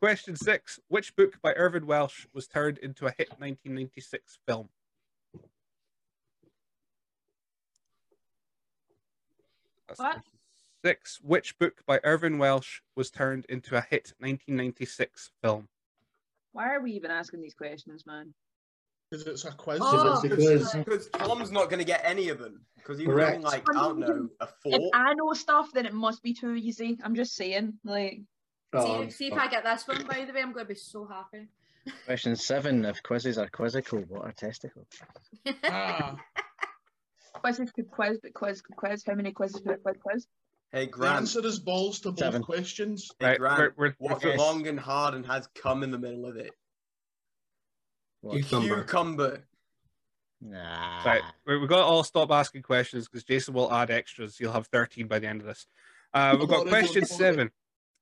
[SPEAKER 5] Question six. Which book by Irvin Welsh was turned into a hit 1996 film? That's
[SPEAKER 4] What?
[SPEAKER 5] question Six. Which book by Irvin Welsh was turned into a hit 1996 film?
[SPEAKER 4] Why are we even asking these questions, man?
[SPEAKER 2] Because it's a quiz.
[SPEAKER 6] Oh,
[SPEAKER 9] It's a
[SPEAKER 6] it's
[SPEAKER 9] quiz.
[SPEAKER 6] like-
[SPEAKER 1] Because Tom's not going to get any of them. Because he was
[SPEAKER 9] Correct.
[SPEAKER 1] only like, I don't know, a
[SPEAKER 4] If
[SPEAKER 1] four.
[SPEAKER 4] I know stuff, then it must be too easy. I'm just saying, like,
[SPEAKER 6] see,
[SPEAKER 8] Um,
[SPEAKER 6] see
[SPEAKER 8] uh,
[SPEAKER 6] if I
[SPEAKER 8] Oh.
[SPEAKER 6] get this one, by the way, I'm going to be so happy.
[SPEAKER 3] Question seven: If quizzes are quizzical, what are testicles?
[SPEAKER 2] Ah,
[SPEAKER 4] quizzes could quiz, but quiz could quiz. How many quizzes could quiz quiz?
[SPEAKER 1] Hey,
[SPEAKER 2] the
[SPEAKER 1] Grant.
[SPEAKER 2] answer is balls to both
[SPEAKER 3] Seven.
[SPEAKER 2] questions.
[SPEAKER 1] Hey, Grant.
[SPEAKER 5] we're- we're- we're
[SPEAKER 1] What's
[SPEAKER 5] doing-
[SPEAKER 1] long and hard and has cum in the middle of it?
[SPEAKER 3] What?
[SPEAKER 9] Cucumber.
[SPEAKER 1] Cucumber.
[SPEAKER 3] Nah.
[SPEAKER 5] Right, we- we've got to all stop asking questions because Jason will add extras. You'll have 13 by the end of this. Uh, we've got
[SPEAKER 2] Already done
[SPEAKER 5] question
[SPEAKER 2] forty.
[SPEAKER 5] seven.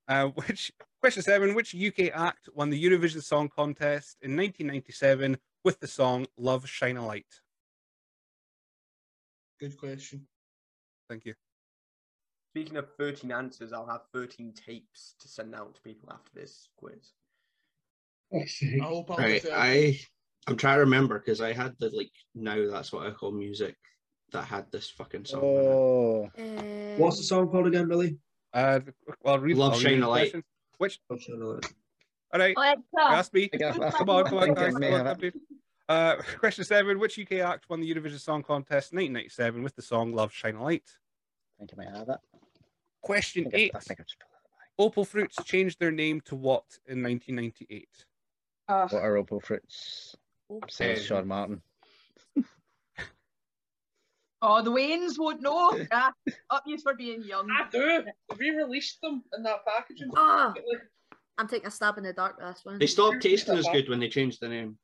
[SPEAKER 5] Uh, which question seven? Which UK act won the Eurovision Song Contest in 1997 with the song "Love Shine a Light"?
[SPEAKER 2] Good question.
[SPEAKER 5] Thank you.
[SPEAKER 1] Speaking of 13 answers, I'll have 13 tapes to send out to people after this quiz.
[SPEAKER 2] I hope I'll
[SPEAKER 9] Right, I I'm trying to remember because I had the like now that's what I call music that had this fucking song. in it.
[SPEAKER 3] Oh,
[SPEAKER 8] Uh,
[SPEAKER 6] Um,
[SPEAKER 8] What's the song called again, Billy?
[SPEAKER 5] Uh, well, I'll read,
[SPEAKER 9] Love
[SPEAKER 5] I'll
[SPEAKER 9] Shine
[SPEAKER 5] read
[SPEAKER 9] a
[SPEAKER 5] the
[SPEAKER 9] Light.
[SPEAKER 5] question. Which?
[SPEAKER 8] I'm sure I know it.
[SPEAKER 5] All right,
[SPEAKER 4] Alexa,
[SPEAKER 5] ask me.
[SPEAKER 3] I think I- I
[SPEAKER 5] Come on, come on,
[SPEAKER 3] think I
[SPEAKER 5] guys.
[SPEAKER 3] may
[SPEAKER 5] Come on,
[SPEAKER 3] have
[SPEAKER 5] come on. Uh, question seven: Which UK act won the Eurovision Song Contest 1997 with the song "Love Shine a Light"?
[SPEAKER 3] I think I might have that. I
[SPEAKER 5] Question
[SPEAKER 3] think I-
[SPEAKER 5] eight:
[SPEAKER 3] I think I just-
[SPEAKER 5] Opal Fruits changed their name to what in 1998?
[SPEAKER 4] Ugh.
[SPEAKER 3] What are opal fruits? Says Sean Martin.
[SPEAKER 4] oh, the Waynes won't know. ah, up yous for being young.
[SPEAKER 7] I do. Re released them in that packaging.
[SPEAKER 6] Oh, I'm taking a stab in the dark with this one.
[SPEAKER 9] They stopped tasting as good when they changed the name.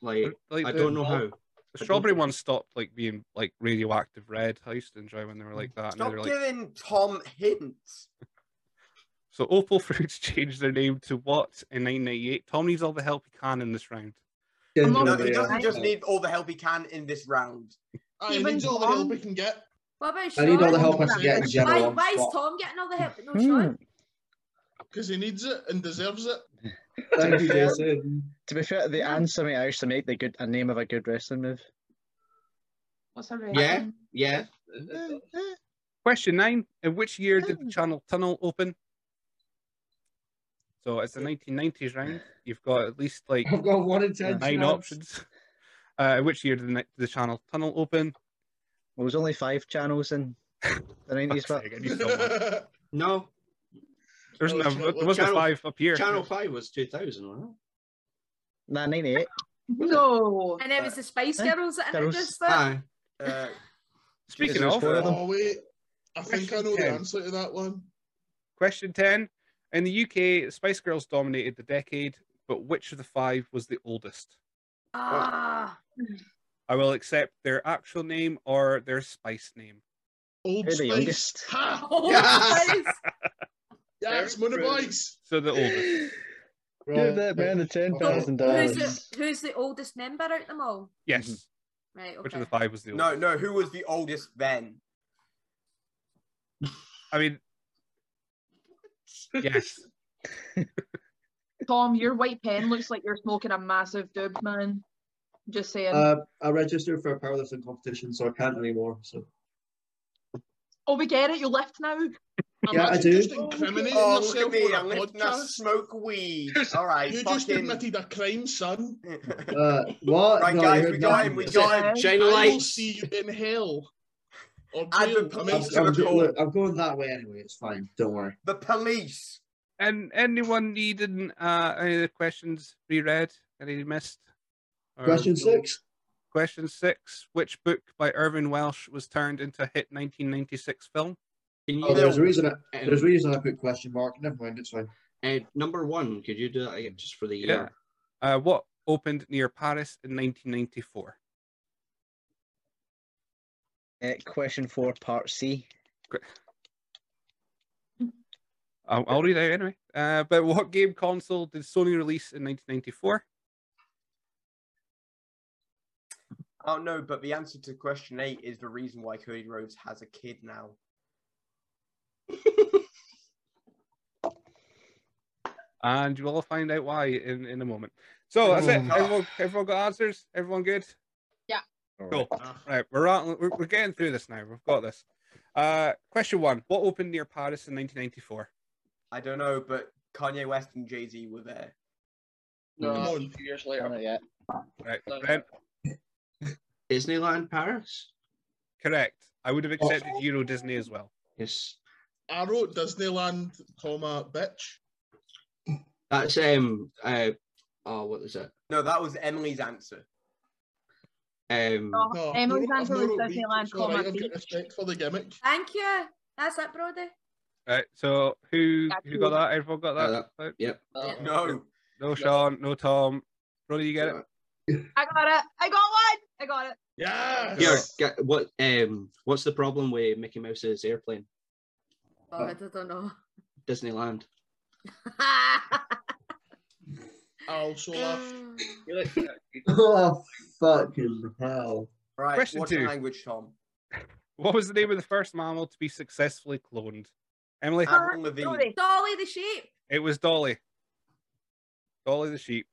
[SPEAKER 9] Like
[SPEAKER 5] Like
[SPEAKER 9] I
[SPEAKER 5] the-
[SPEAKER 9] don't know how.
[SPEAKER 5] The strawberry one stopped like being like radioactive red. I used to enjoy when they were like that. and now
[SPEAKER 1] Stop
[SPEAKER 5] they're like,
[SPEAKER 1] giving Tom hints.
[SPEAKER 5] so Opal Fruits changed their name to what in 1998? Tom needs all the help he can in this round.
[SPEAKER 4] not-
[SPEAKER 1] No,
[SPEAKER 4] Over
[SPEAKER 1] he
[SPEAKER 4] there.
[SPEAKER 1] doesn't just need all the help he can in this round.
[SPEAKER 2] I
[SPEAKER 4] Even
[SPEAKER 2] need all the help
[SPEAKER 4] Tom-
[SPEAKER 2] we can get.
[SPEAKER 6] What about
[SPEAKER 8] I need all the
[SPEAKER 6] Sean?
[SPEAKER 8] help I can get in
[SPEAKER 6] Why,
[SPEAKER 8] general.
[SPEAKER 4] Hmm.
[SPEAKER 6] why is Tom getting all the help but no Sean?
[SPEAKER 2] Because he needs it and deserves it.
[SPEAKER 8] Thank you,
[SPEAKER 3] fair-
[SPEAKER 8] Jason.
[SPEAKER 3] To be fair, they and something else to make the good a name of a good wrestling move.
[SPEAKER 4] What's her
[SPEAKER 9] Yeah, yeah.
[SPEAKER 5] Question nine: In which year did the Channel Tunnel open? So it's the 1990s round. You've got at least like
[SPEAKER 8] I've got one in ten.
[SPEAKER 5] nine
[SPEAKER 8] chance.
[SPEAKER 5] options. Uh, in which year did the, ni- the Channel Tunnel open?
[SPEAKER 3] Well, there's only five channels in the nineties,
[SPEAKER 5] Fuck's
[SPEAKER 3] but
[SPEAKER 5] sake, I need someone.
[SPEAKER 9] No,
[SPEAKER 5] There's no,
[SPEAKER 9] Well,
[SPEAKER 5] there
[SPEAKER 9] well,
[SPEAKER 5] wasn't
[SPEAKER 9] Channel-
[SPEAKER 5] a five up here.
[SPEAKER 9] Channel Five was two thousand, wasn't
[SPEAKER 3] nah, ninety-eight.
[SPEAKER 4] No.
[SPEAKER 6] And it was the Spice Girls that
[SPEAKER 3] Girls.
[SPEAKER 6] introduced
[SPEAKER 9] it?
[SPEAKER 6] that.
[SPEAKER 9] Aye.
[SPEAKER 1] Uh,
[SPEAKER 5] Speaking
[SPEAKER 3] There's
[SPEAKER 5] of,
[SPEAKER 3] four of them.
[SPEAKER 2] oh, wait. I think I know the
[SPEAKER 5] Question
[SPEAKER 2] answer to that one.
[SPEAKER 5] Question 10. In the UK, Spice Girls dominated the decade, but which of the five was the oldest?
[SPEAKER 6] Ah,
[SPEAKER 5] I will accept their actual name or their spice name.
[SPEAKER 2] Old
[SPEAKER 3] They're the
[SPEAKER 2] Spice.
[SPEAKER 3] youngest.
[SPEAKER 2] Ha!
[SPEAKER 6] oh,
[SPEAKER 9] Yes.
[SPEAKER 6] Spice.
[SPEAKER 2] Yes, money boys.
[SPEAKER 5] So the oldest.
[SPEAKER 3] Give that man the ten thousand
[SPEAKER 6] Who's
[SPEAKER 3] dollars.
[SPEAKER 6] the, who's the oldest member out of them all?
[SPEAKER 5] Yes.
[SPEAKER 9] Mm-hmm.
[SPEAKER 6] Right, okay.
[SPEAKER 5] Which of the five was the oldest?
[SPEAKER 1] no, no. Who was the oldest then?
[SPEAKER 5] I mean, yes.
[SPEAKER 4] Tom, your white pen looks like you're smoking a massive doob, man. Just saying.
[SPEAKER 8] Uh, I registered for a powerlifting competition, so I can't anymore. So
[SPEAKER 4] oh, we get it. You left now.
[SPEAKER 8] Yeah, I
[SPEAKER 2] Imagine
[SPEAKER 8] do.
[SPEAKER 2] Just incriminating
[SPEAKER 1] Oh, look at
[SPEAKER 2] yourself
[SPEAKER 1] me!
[SPEAKER 2] on
[SPEAKER 1] I'm
[SPEAKER 2] a
[SPEAKER 1] lifting a
[SPEAKER 2] podcast.
[SPEAKER 1] smoke weed. All right,
[SPEAKER 2] You just
[SPEAKER 1] fucking.
[SPEAKER 2] admitted a crime, son.
[SPEAKER 8] uh, what?
[SPEAKER 1] right,
[SPEAKER 8] No, I
[SPEAKER 1] guys,
[SPEAKER 8] heard
[SPEAKER 1] we got him.
[SPEAKER 8] nothing.
[SPEAKER 1] We got him.
[SPEAKER 9] Shine
[SPEAKER 2] I
[SPEAKER 9] a
[SPEAKER 2] will
[SPEAKER 9] light.
[SPEAKER 2] see you in hell. Or
[SPEAKER 1] I've been
[SPEAKER 2] jail.
[SPEAKER 1] put
[SPEAKER 2] I
[SPEAKER 1] up
[SPEAKER 2] mean,
[SPEAKER 1] to
[SPEAKER 8] I'm,
[SPEAKER 1] the
[SPEAKER 8] ju-
[SPEAKER 1] call.
[SPEAKER 8] look, I'm going that way anyway. It's fine. Don't worry.
[SPEAKER 1] The police.
[SPEAKER 5] And anyone needing uh, any of the questions reread? Any missed? Or-
[SPEAKER 8] Question six.
[SPEAKER 5] Question six. Which book by Irvin Welsh was turned into a hit 1996 film?
[SPEAKER 9] Can you
[SPEAKER 8] Oh, there's a
[SPEAKER 9] do-
[SPEAKER 8] reason. I, there's a reason I put question mark. Never mind. It's fine.
[SPEAKER 9] uh, number one? Could you do that again, just for the year?
[SPEAKER 5] Uh, what opened near Paris in 1994?
[SPEAKER 3] Uh, question four, part C.
[SPEAKER 5] I'll, I'll read it out anyway. Uh, but what game console did Sony release in 1994?
[SPEAKER 1] I don't know, but the answer to question eight is the reason why Cody Rhodes has a kid now.
[SPEAKER 5] And you will find out why in, in a moment. So that's it.
[SPEAKER 9] Oh.
[SPEAKER 5] Everyone, everyone got answers? Everyone good? Cool.
[SPEAKER 2] Ah,
[SPEAKER 5] Right, we're, on, we're we're getting through this now. We've got this. Uh, question one: What opened near Paris in 1994?
[SPEAKER 1] I don't know, but Kanye West and Jay Z were there.
[SPEAKER 7] No,
[SPEAKER 2] Come
[SPEAKER 7] a
[SPEAKER 2] on.
[SPEAKER 7] few years later.
[SPEAKER 3] Not yet.
[SPEAKER 5] Right,
[SPEAKER 7] No.
[SPEAKER 5] Brent,
[SPEAKER 9] Disneyland Paris.
[SPEAKER 5] correct. I would have accepted Euro Disney as well.
[SPEAKER 9] Yes.
[SPEAKER 2] I wrote Disneyland, comma, bitch.
[SPEAKER 9] That's um uh oh what was it?
[SPEAKER 1] No, that was Emily's answer.
[SPEAKER 9] Um
[SPEAKER 4] Oh,
[SPEAKER 2] No,
[SPEAKER 4] Emily's
[SPEAKER 2] I've
[SPEAKER 4] answer
[SPEAKER 2] not
[SPEAKER 4] was
[SPEAKER 2] wrote beach.
[SPEAKER 4] Disneyland,
[SPEAKER 2] It's all
[SPEAKER 4] comma,
[SPEAKER 2] right, I've got
[SPEAKER 4] beach.
[SPEAKER 2] respect for the gimmick.
[SPEAKER 6] Thank you. That's it, Brody.
[SPEAKER 5] Right, so who
[SPEAKER 4] That's
[SPEAKER 5] who got
[SPEAKER 4] you.
[SPEAKER 5] that? Everyone got that?
[SPEAKER 7] No.
[SPEAKER 1] No,
[SPEAKER 5] No, Sean. No, Tom. Brody, you get it.
[SPEAKER 4] I got it. I got one. I got it.
[SPEAKER 2] Yeah.
[SPEAKER 9] here, get, what um what's the problem with Mickey Mouse's airplane?
[SPEAKER 6] Oh, I don't know.
[SPEAKER 9] Disneyland.
[SPEAKER 2] I also
[SPEAKER 6] Um,
[SPEAKER 2] laughed.
[SPEAKER 7] You like that? You-
[SPEAKER 8] Oh fucking hell!
[SPEAKER 1] right.
[SPEAKER 5] Question
[SPEAKER 1] what's
[SPEAKER 5] two.
[SPEAKER 1] your language, Tom?
[SPEAKER 5] What was the name of the first mammal to be successfully cloned? Emily,
[SPEAKER 4] Uh,
[SPEAKER 1] Avril Lavigne.
[SPEAKER 4] Brody.
[SPEAKER 6] Dolly the sheep.
[SPEAKER 5] it was Dolly. Dolly the sheep.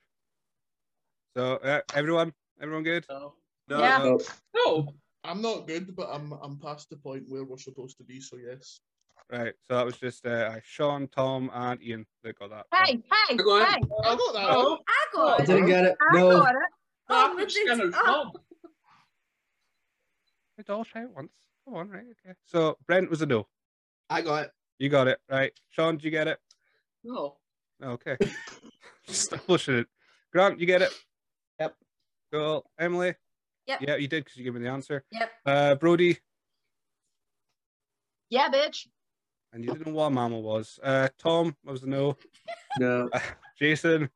[SPEAKER 5] So uh, everyone, everyone good? Uh,
[SPEAKER 7] No.
[SPEAKER 1] No,
[SPEAKER 4] Yeah.
[SPEAKER 1] no.
[SPEAKER 7] No.
[SPEAKER 2] I'm not good, but I'm I'm past the point where we're supposed to be. So yes.
[SPEAKER 5] Right. So that was just uh, Sean, Tom, and Ian that got that.
[SPEAKER 4] Hey, hey,
[SPEAKER 9] Go on.
[SPEAKER 4] hey.
[SPEAKER 2] I got that.
[SPEAKER 7] Oh.
[SPEAKER 2] one.
[SPEAKER 6] I
[SPEAKER 8] I
[SPEAKER 6] got it.
[SPEAKER 8] didn't get it.
[SPEAKER 4] I
[SPEAKER 8] No.
[SPEAKER 4] got it.
[SPEAKER 6] Oh,
[SPEAKER 7] I'm
[SPEAKER 6] what
[SPEAKER 7] just
[SPEAKER 6] did-
[SPEAKER 7] gonna
[SPEAKER 6] oh,
[SPEAKER 7] come.
[SPEAKER 5] It's all shout once. Come on, right? Okay. So Brent was a no.
[SPEAKER 9] I got it.
[SPEAKER 5] You got it, right? Sean, did you get it?
[SPEAKER 7] No.
[SPEAKER 5] Okay. just pushing it. Grant, you get it.
[SPEAKER 3] Yep.
[SPEAKER 5] Cool. Emily.
[SPEAKER 6] Yep.
[SPEAKER 5] Yeah, you did because you gave me the answer.
[SPEAKER 6] Yep.
[SPEAKER 5] Uh, Brody,
[SPEAKER 4] Yeah, bitch.
[SPEAKER 5] and you didn't know what a mammal was. Uh, Tom that was a no. Uh,
[SPEAKER 8] No.
[SPEAKER 5] Jason,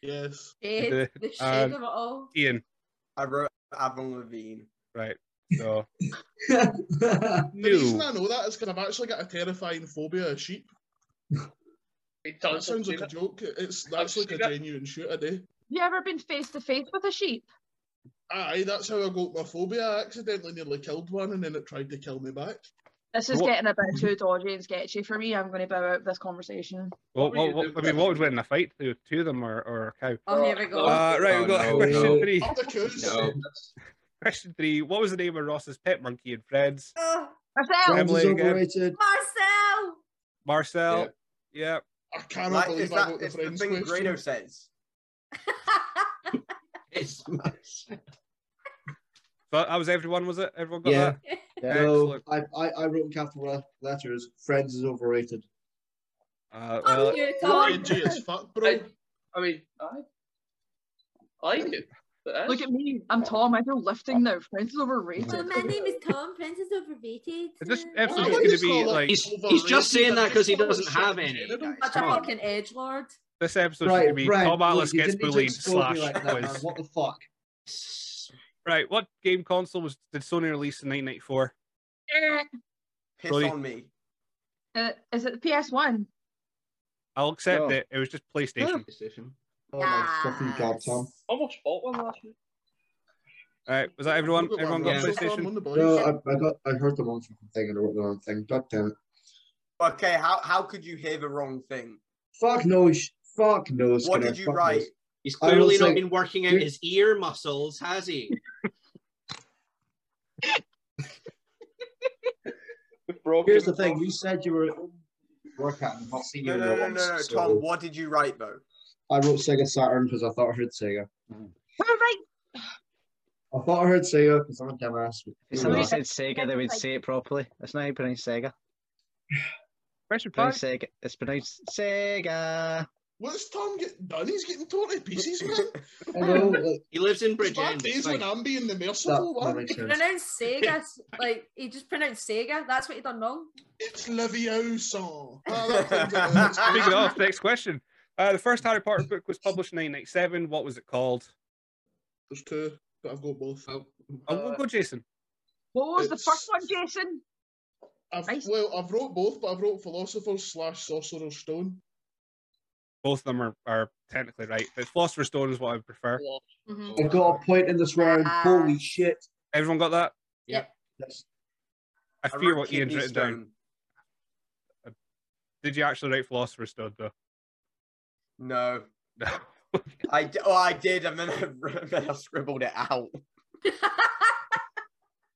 [SPEAKER 2] Yes.
[SPEAKER 6] Shade, the shade
[SPEAKER 5] Um,
[SPEAKER 6] of it all.
[SPEAKER 5] Ian.
[SPEAKER 1] I wrote Avril Lavigne.
[SPEAKER 5] Right. So
[SPEAKER 2] The reason
[SPEAKER 5] no.
[SPEAKER 2] I know that is because I've actually got a terrifying phobia of sheep. That
[SPEAKER 7] It does.
[SPEAKER 2] sounds like a joke. It's that's like a
[SPEAKER 7] seen it.
[SPEAKER 2] genuine shoot a day.
[SPEAKER 4] You ever been face to face with a sheep?
[SPEAKER 2] Aye, that's how I got my phobia. I accidentally nearly killed one, and then it tried to kill me back.
[SPEAKER 4] This is
[SPEAKER 5] What-
[SPEAKER 4] getting a bit too dodgy and sketchy for me. I'm going to bow out of this conversation.
[SPEAKER 5] What,
[SPEAKER 7] What
[SPEAKER 5] what,
[SPEAKER 7] would you
[SPEAKER 5] what,
[SPEAKER 7] do?
[SPEAKER 5] I mean, what would win in a fight? The two of them or, or a cow?
[SPEAKER 6] Oh, here we go.
[SPEAKER 5] Uh, right,
[SPEAKER 9] Oh,
[SPEAKER 5] we've got
[SPEAKER 9] no,
[SPEAKER 5] question
[SPEAKER 9] no.
[SPEAKER 5] three.
[SPEAKER 2] Up the coos.
[SPEAKER 9] No.
[SPEAKER 5] Question three. What was the name of Ross's pet monkey and friends?
[SPEAKER 6] Oh,
[SPEAKER 4] Myself,
[SPEAKER 8] Jones is
[SPEAKER 5] Emily again.
[SPEAKER 8] overrated.
[SPEAKER 6] Marcel!
[SPEAKER 5] Marcel.
[SPEAKER 9] Yep.
[SPEAKER 5] Yeah.
[SPEAKER 2] I cannot
[SPEAKER 1] Like,
[SPEAKER 2] believe
[SPEAKER 1] it's
[SPEAKER 2] I
[SPEAKER 1] that,
[SPEAKER 2] got the
[SPEAKER 1] it's the
[SPEAKER 2] friends
[SPEAKER 1] thing
[SPEAKER 2] question.
[SPEAKER 1] Grado says.
[SPEAKER 9] It's massive.
[SPEAKER 5] So that was everyone, was it? Everyone got
[SPEAKER 9] Yeah.
[SPEAKER 5] that?
[SPEAKER 8] Yeah.
[SPEAKER 5] Excellent.
[SPEAKER 8] I, I, I wrote in capital le- letters, Friends is overrated.
[SPEAKER 5] Uh,
[SPEAKER 6] Fuck
[SPEAKER 5] well,
[SPEAKER 6] you,
[SPEAKER 2] You're
[SPEAKER 6] Tom.
[SPEAKER 2] edgy as fuck, bro.
[SPEAKER 7] I, I mean, I, I like it. But uh,
[SPEAKER 4] look at me. I'm Tom. I feel lifting now. Friends is overrated.
[SPEAKER 6] So my name is Tom. Prince is overrated.
[SPEAKER 5] is this
[SPEAKER 6] Uh,
[SPEAKER 5] episode's
[SPEAKER 2] I
[SPEAKER 5] going to
[SPEAKER 2] just
[SPEAKER 5] be
[SPEAKER 2] call it-
[SPEAKER 5] like
[SPEAKER 9] He's, he's just saying that because he doesn't have any.
[SPEAKER 6] Such
[SPEAKER 9] guys.
[SPEAKER 6] a
[SPEAKER 5] come on.
[SPEAKER 6] fucking edge lord.
[SPEAKER 5] this episode's
[SPEAKER 8] Right,
[SPEAKER 5] going to be
[SPEAKER 8] Brian,
[SPEAKER 5] Tom
[SPEAKER 8] look,
[SPEAKER 5] Atlas
[SPEAKER 8] you
[SPEAKER 5] gets
[SPEAKER 8] didn't need to
[SPEAKER 5] bullied
[SPEAKER 8] expose
[SPEAKER 5] slash
[SPEAKER 8] me like that, man.
[SPEAKER 5] quiz.
[SPEAKER 8] What the fuck?
[SPEAKER 5] Right, what game console was did Sony release in 1994?
[SPEAKER 4] Eh,
[SPEAKER 1] Piss
[SPEAKER 5] Sorry.
[SPEAKER 1] on me.
[SPEAKER 4] uh, is it the PS1?
[SPEAKER 5] I'll accept
[SPEAKER 9] No.
[SPEAKER 5] it. It was just PlayStation.
[SPEAKER 9] PlayStation.
[SPEAKER 8] Oh my fucking god,
[SPEAKER 6] Yes.
[SPEAKER 8] Tom.
[SPEAKER 7] almost bought one last year.
[SPEAKER 5] All right, was that everyone?
[SPEAKER 2] Look at
[SPEAKER 5] Everyone
[SPEAKER 2] what
[SPEAKER 5] got
[SPEAKER 2] I've done so far, I'm
[SPEAKER 5] PlayStation?
[SPEAKER 2] on the boys.
[SPEAKER 8] No, I, I got I heard the wrong fucking thing and I wrote the wrong thing. God damn it.
[SPEAKER 1] Okay, how, how could you hear the wrong thing?
[SPEAKER 8] Fuck no, sh- fuck no.
[SPEAKER 1] What
[SPEAKER 8] Skinner,
[SPEAKER 1] did you
[SPEAKER 8] fuck
[SPEAKER 1] write?
[SPEAKER 9] He's
[SPEAKER 8] I will
[SPEAKER 9] clearly
[SPEAKER 8] say-
[SPEAKER 9] not been working out
[SPEAKER 8] You-
[SPEAKER 9] his ear muscles, has he?
[SPEAKER 8] no. Here's the thing. You said you were work at and not seeing
[SPEAKER 1] No, no, no, no, no, Tom. What did you write though?
[SPEAKER 8] I wrote Sega Saturn because I thought I heard Sega.
[SPEAKER 4] Perfect.
[SPEAKER 8] I thought I heard Sega because I'm a dumbass.
[SPEAKER 3] If
[SPEAKER 8] You
[SPEAKER 3] somebody
[SPEAKER 8] know.
[SPEAKER 3] said Sega, they would say it properly. It's not how you pronounce Sega.
[SPEAKER 5] Question
[SPEAKER 3] Pronounce Sega. It's pronounced Sega.
[SPEAKER 2] What's Tom getting done? He's getting torn to pieces, man.
[SPEAKER 8] I know, like,
[SPEAKER 9] He lives in
[SPEAKER 2] It's bad
[SPEAKER 9] Bridgend. it's
[SPEAKER 2] days when
[SPEAKER 9] fine.
[SPEAKER 2] I'm being the merciful
[SPEAKER 8] that, that
[SPEAKER 2] one.
[SPEAKER 8] makes
[SPEAKER 6] He
[SPEAKER 8] sense.
[SPEAKER 6] pronounced Sega. like, he just pronounced Sega. That's what he done wrong.
[SPEAKER 2] It's Leviosa. Ah, that comes out of the next
[SPEAKER 5] Speaking
[SPEAKER 2] question.
[SPEAKER 5] of, next question. Uh, the first Harry Potter book was published in 1997. What was it called?
[SPEAKER 2] There's two, but I've got both.
[SPEAKER 9] Oh,
[SPEAKER 5] Oh, we'll go, Jason.
[SPEAKER 4] What was
[SPEAKER 2] It's-
[SPEAKER 4] the first one, Jason?
[SPEAKER 2] I've,
[SPEAKER 4] Nice.
[SPEAKER 2] Well, I've wrote both, but I've wrote Philosopher's slash Sorcerer's Stone.
[SPEAKER 5] Both of them are, are technically right, but Philosopher's Stone is what I would prefer.
[SPEAKER 6] Mhm.
[SPEAKER 8] I got a point in this round.
[SPEAKER 6] Ah.
[SPEAKER 8] Holy shit.
[SPEAKER 5] Everyone got that?
[SPEAKER 8] Yes.
[SPEAKER 5] I
[SPEAKER 1] I
[SPEAKER 5] fear
[SPEAKER 1] wrote
[SPEAKER 5] what Ian's
[SPEAKER 1] kidney
[SPEAKER 5] written down.
[SPEAKER 1] stone.
[SPEAKER 5] Did you actually write Philosopher's Stone though?
[SPEAKER 1] No,
[SPEAKER 5] No.
[SPEAKER 1] I d- oh I did, and then I, then I scribbled it out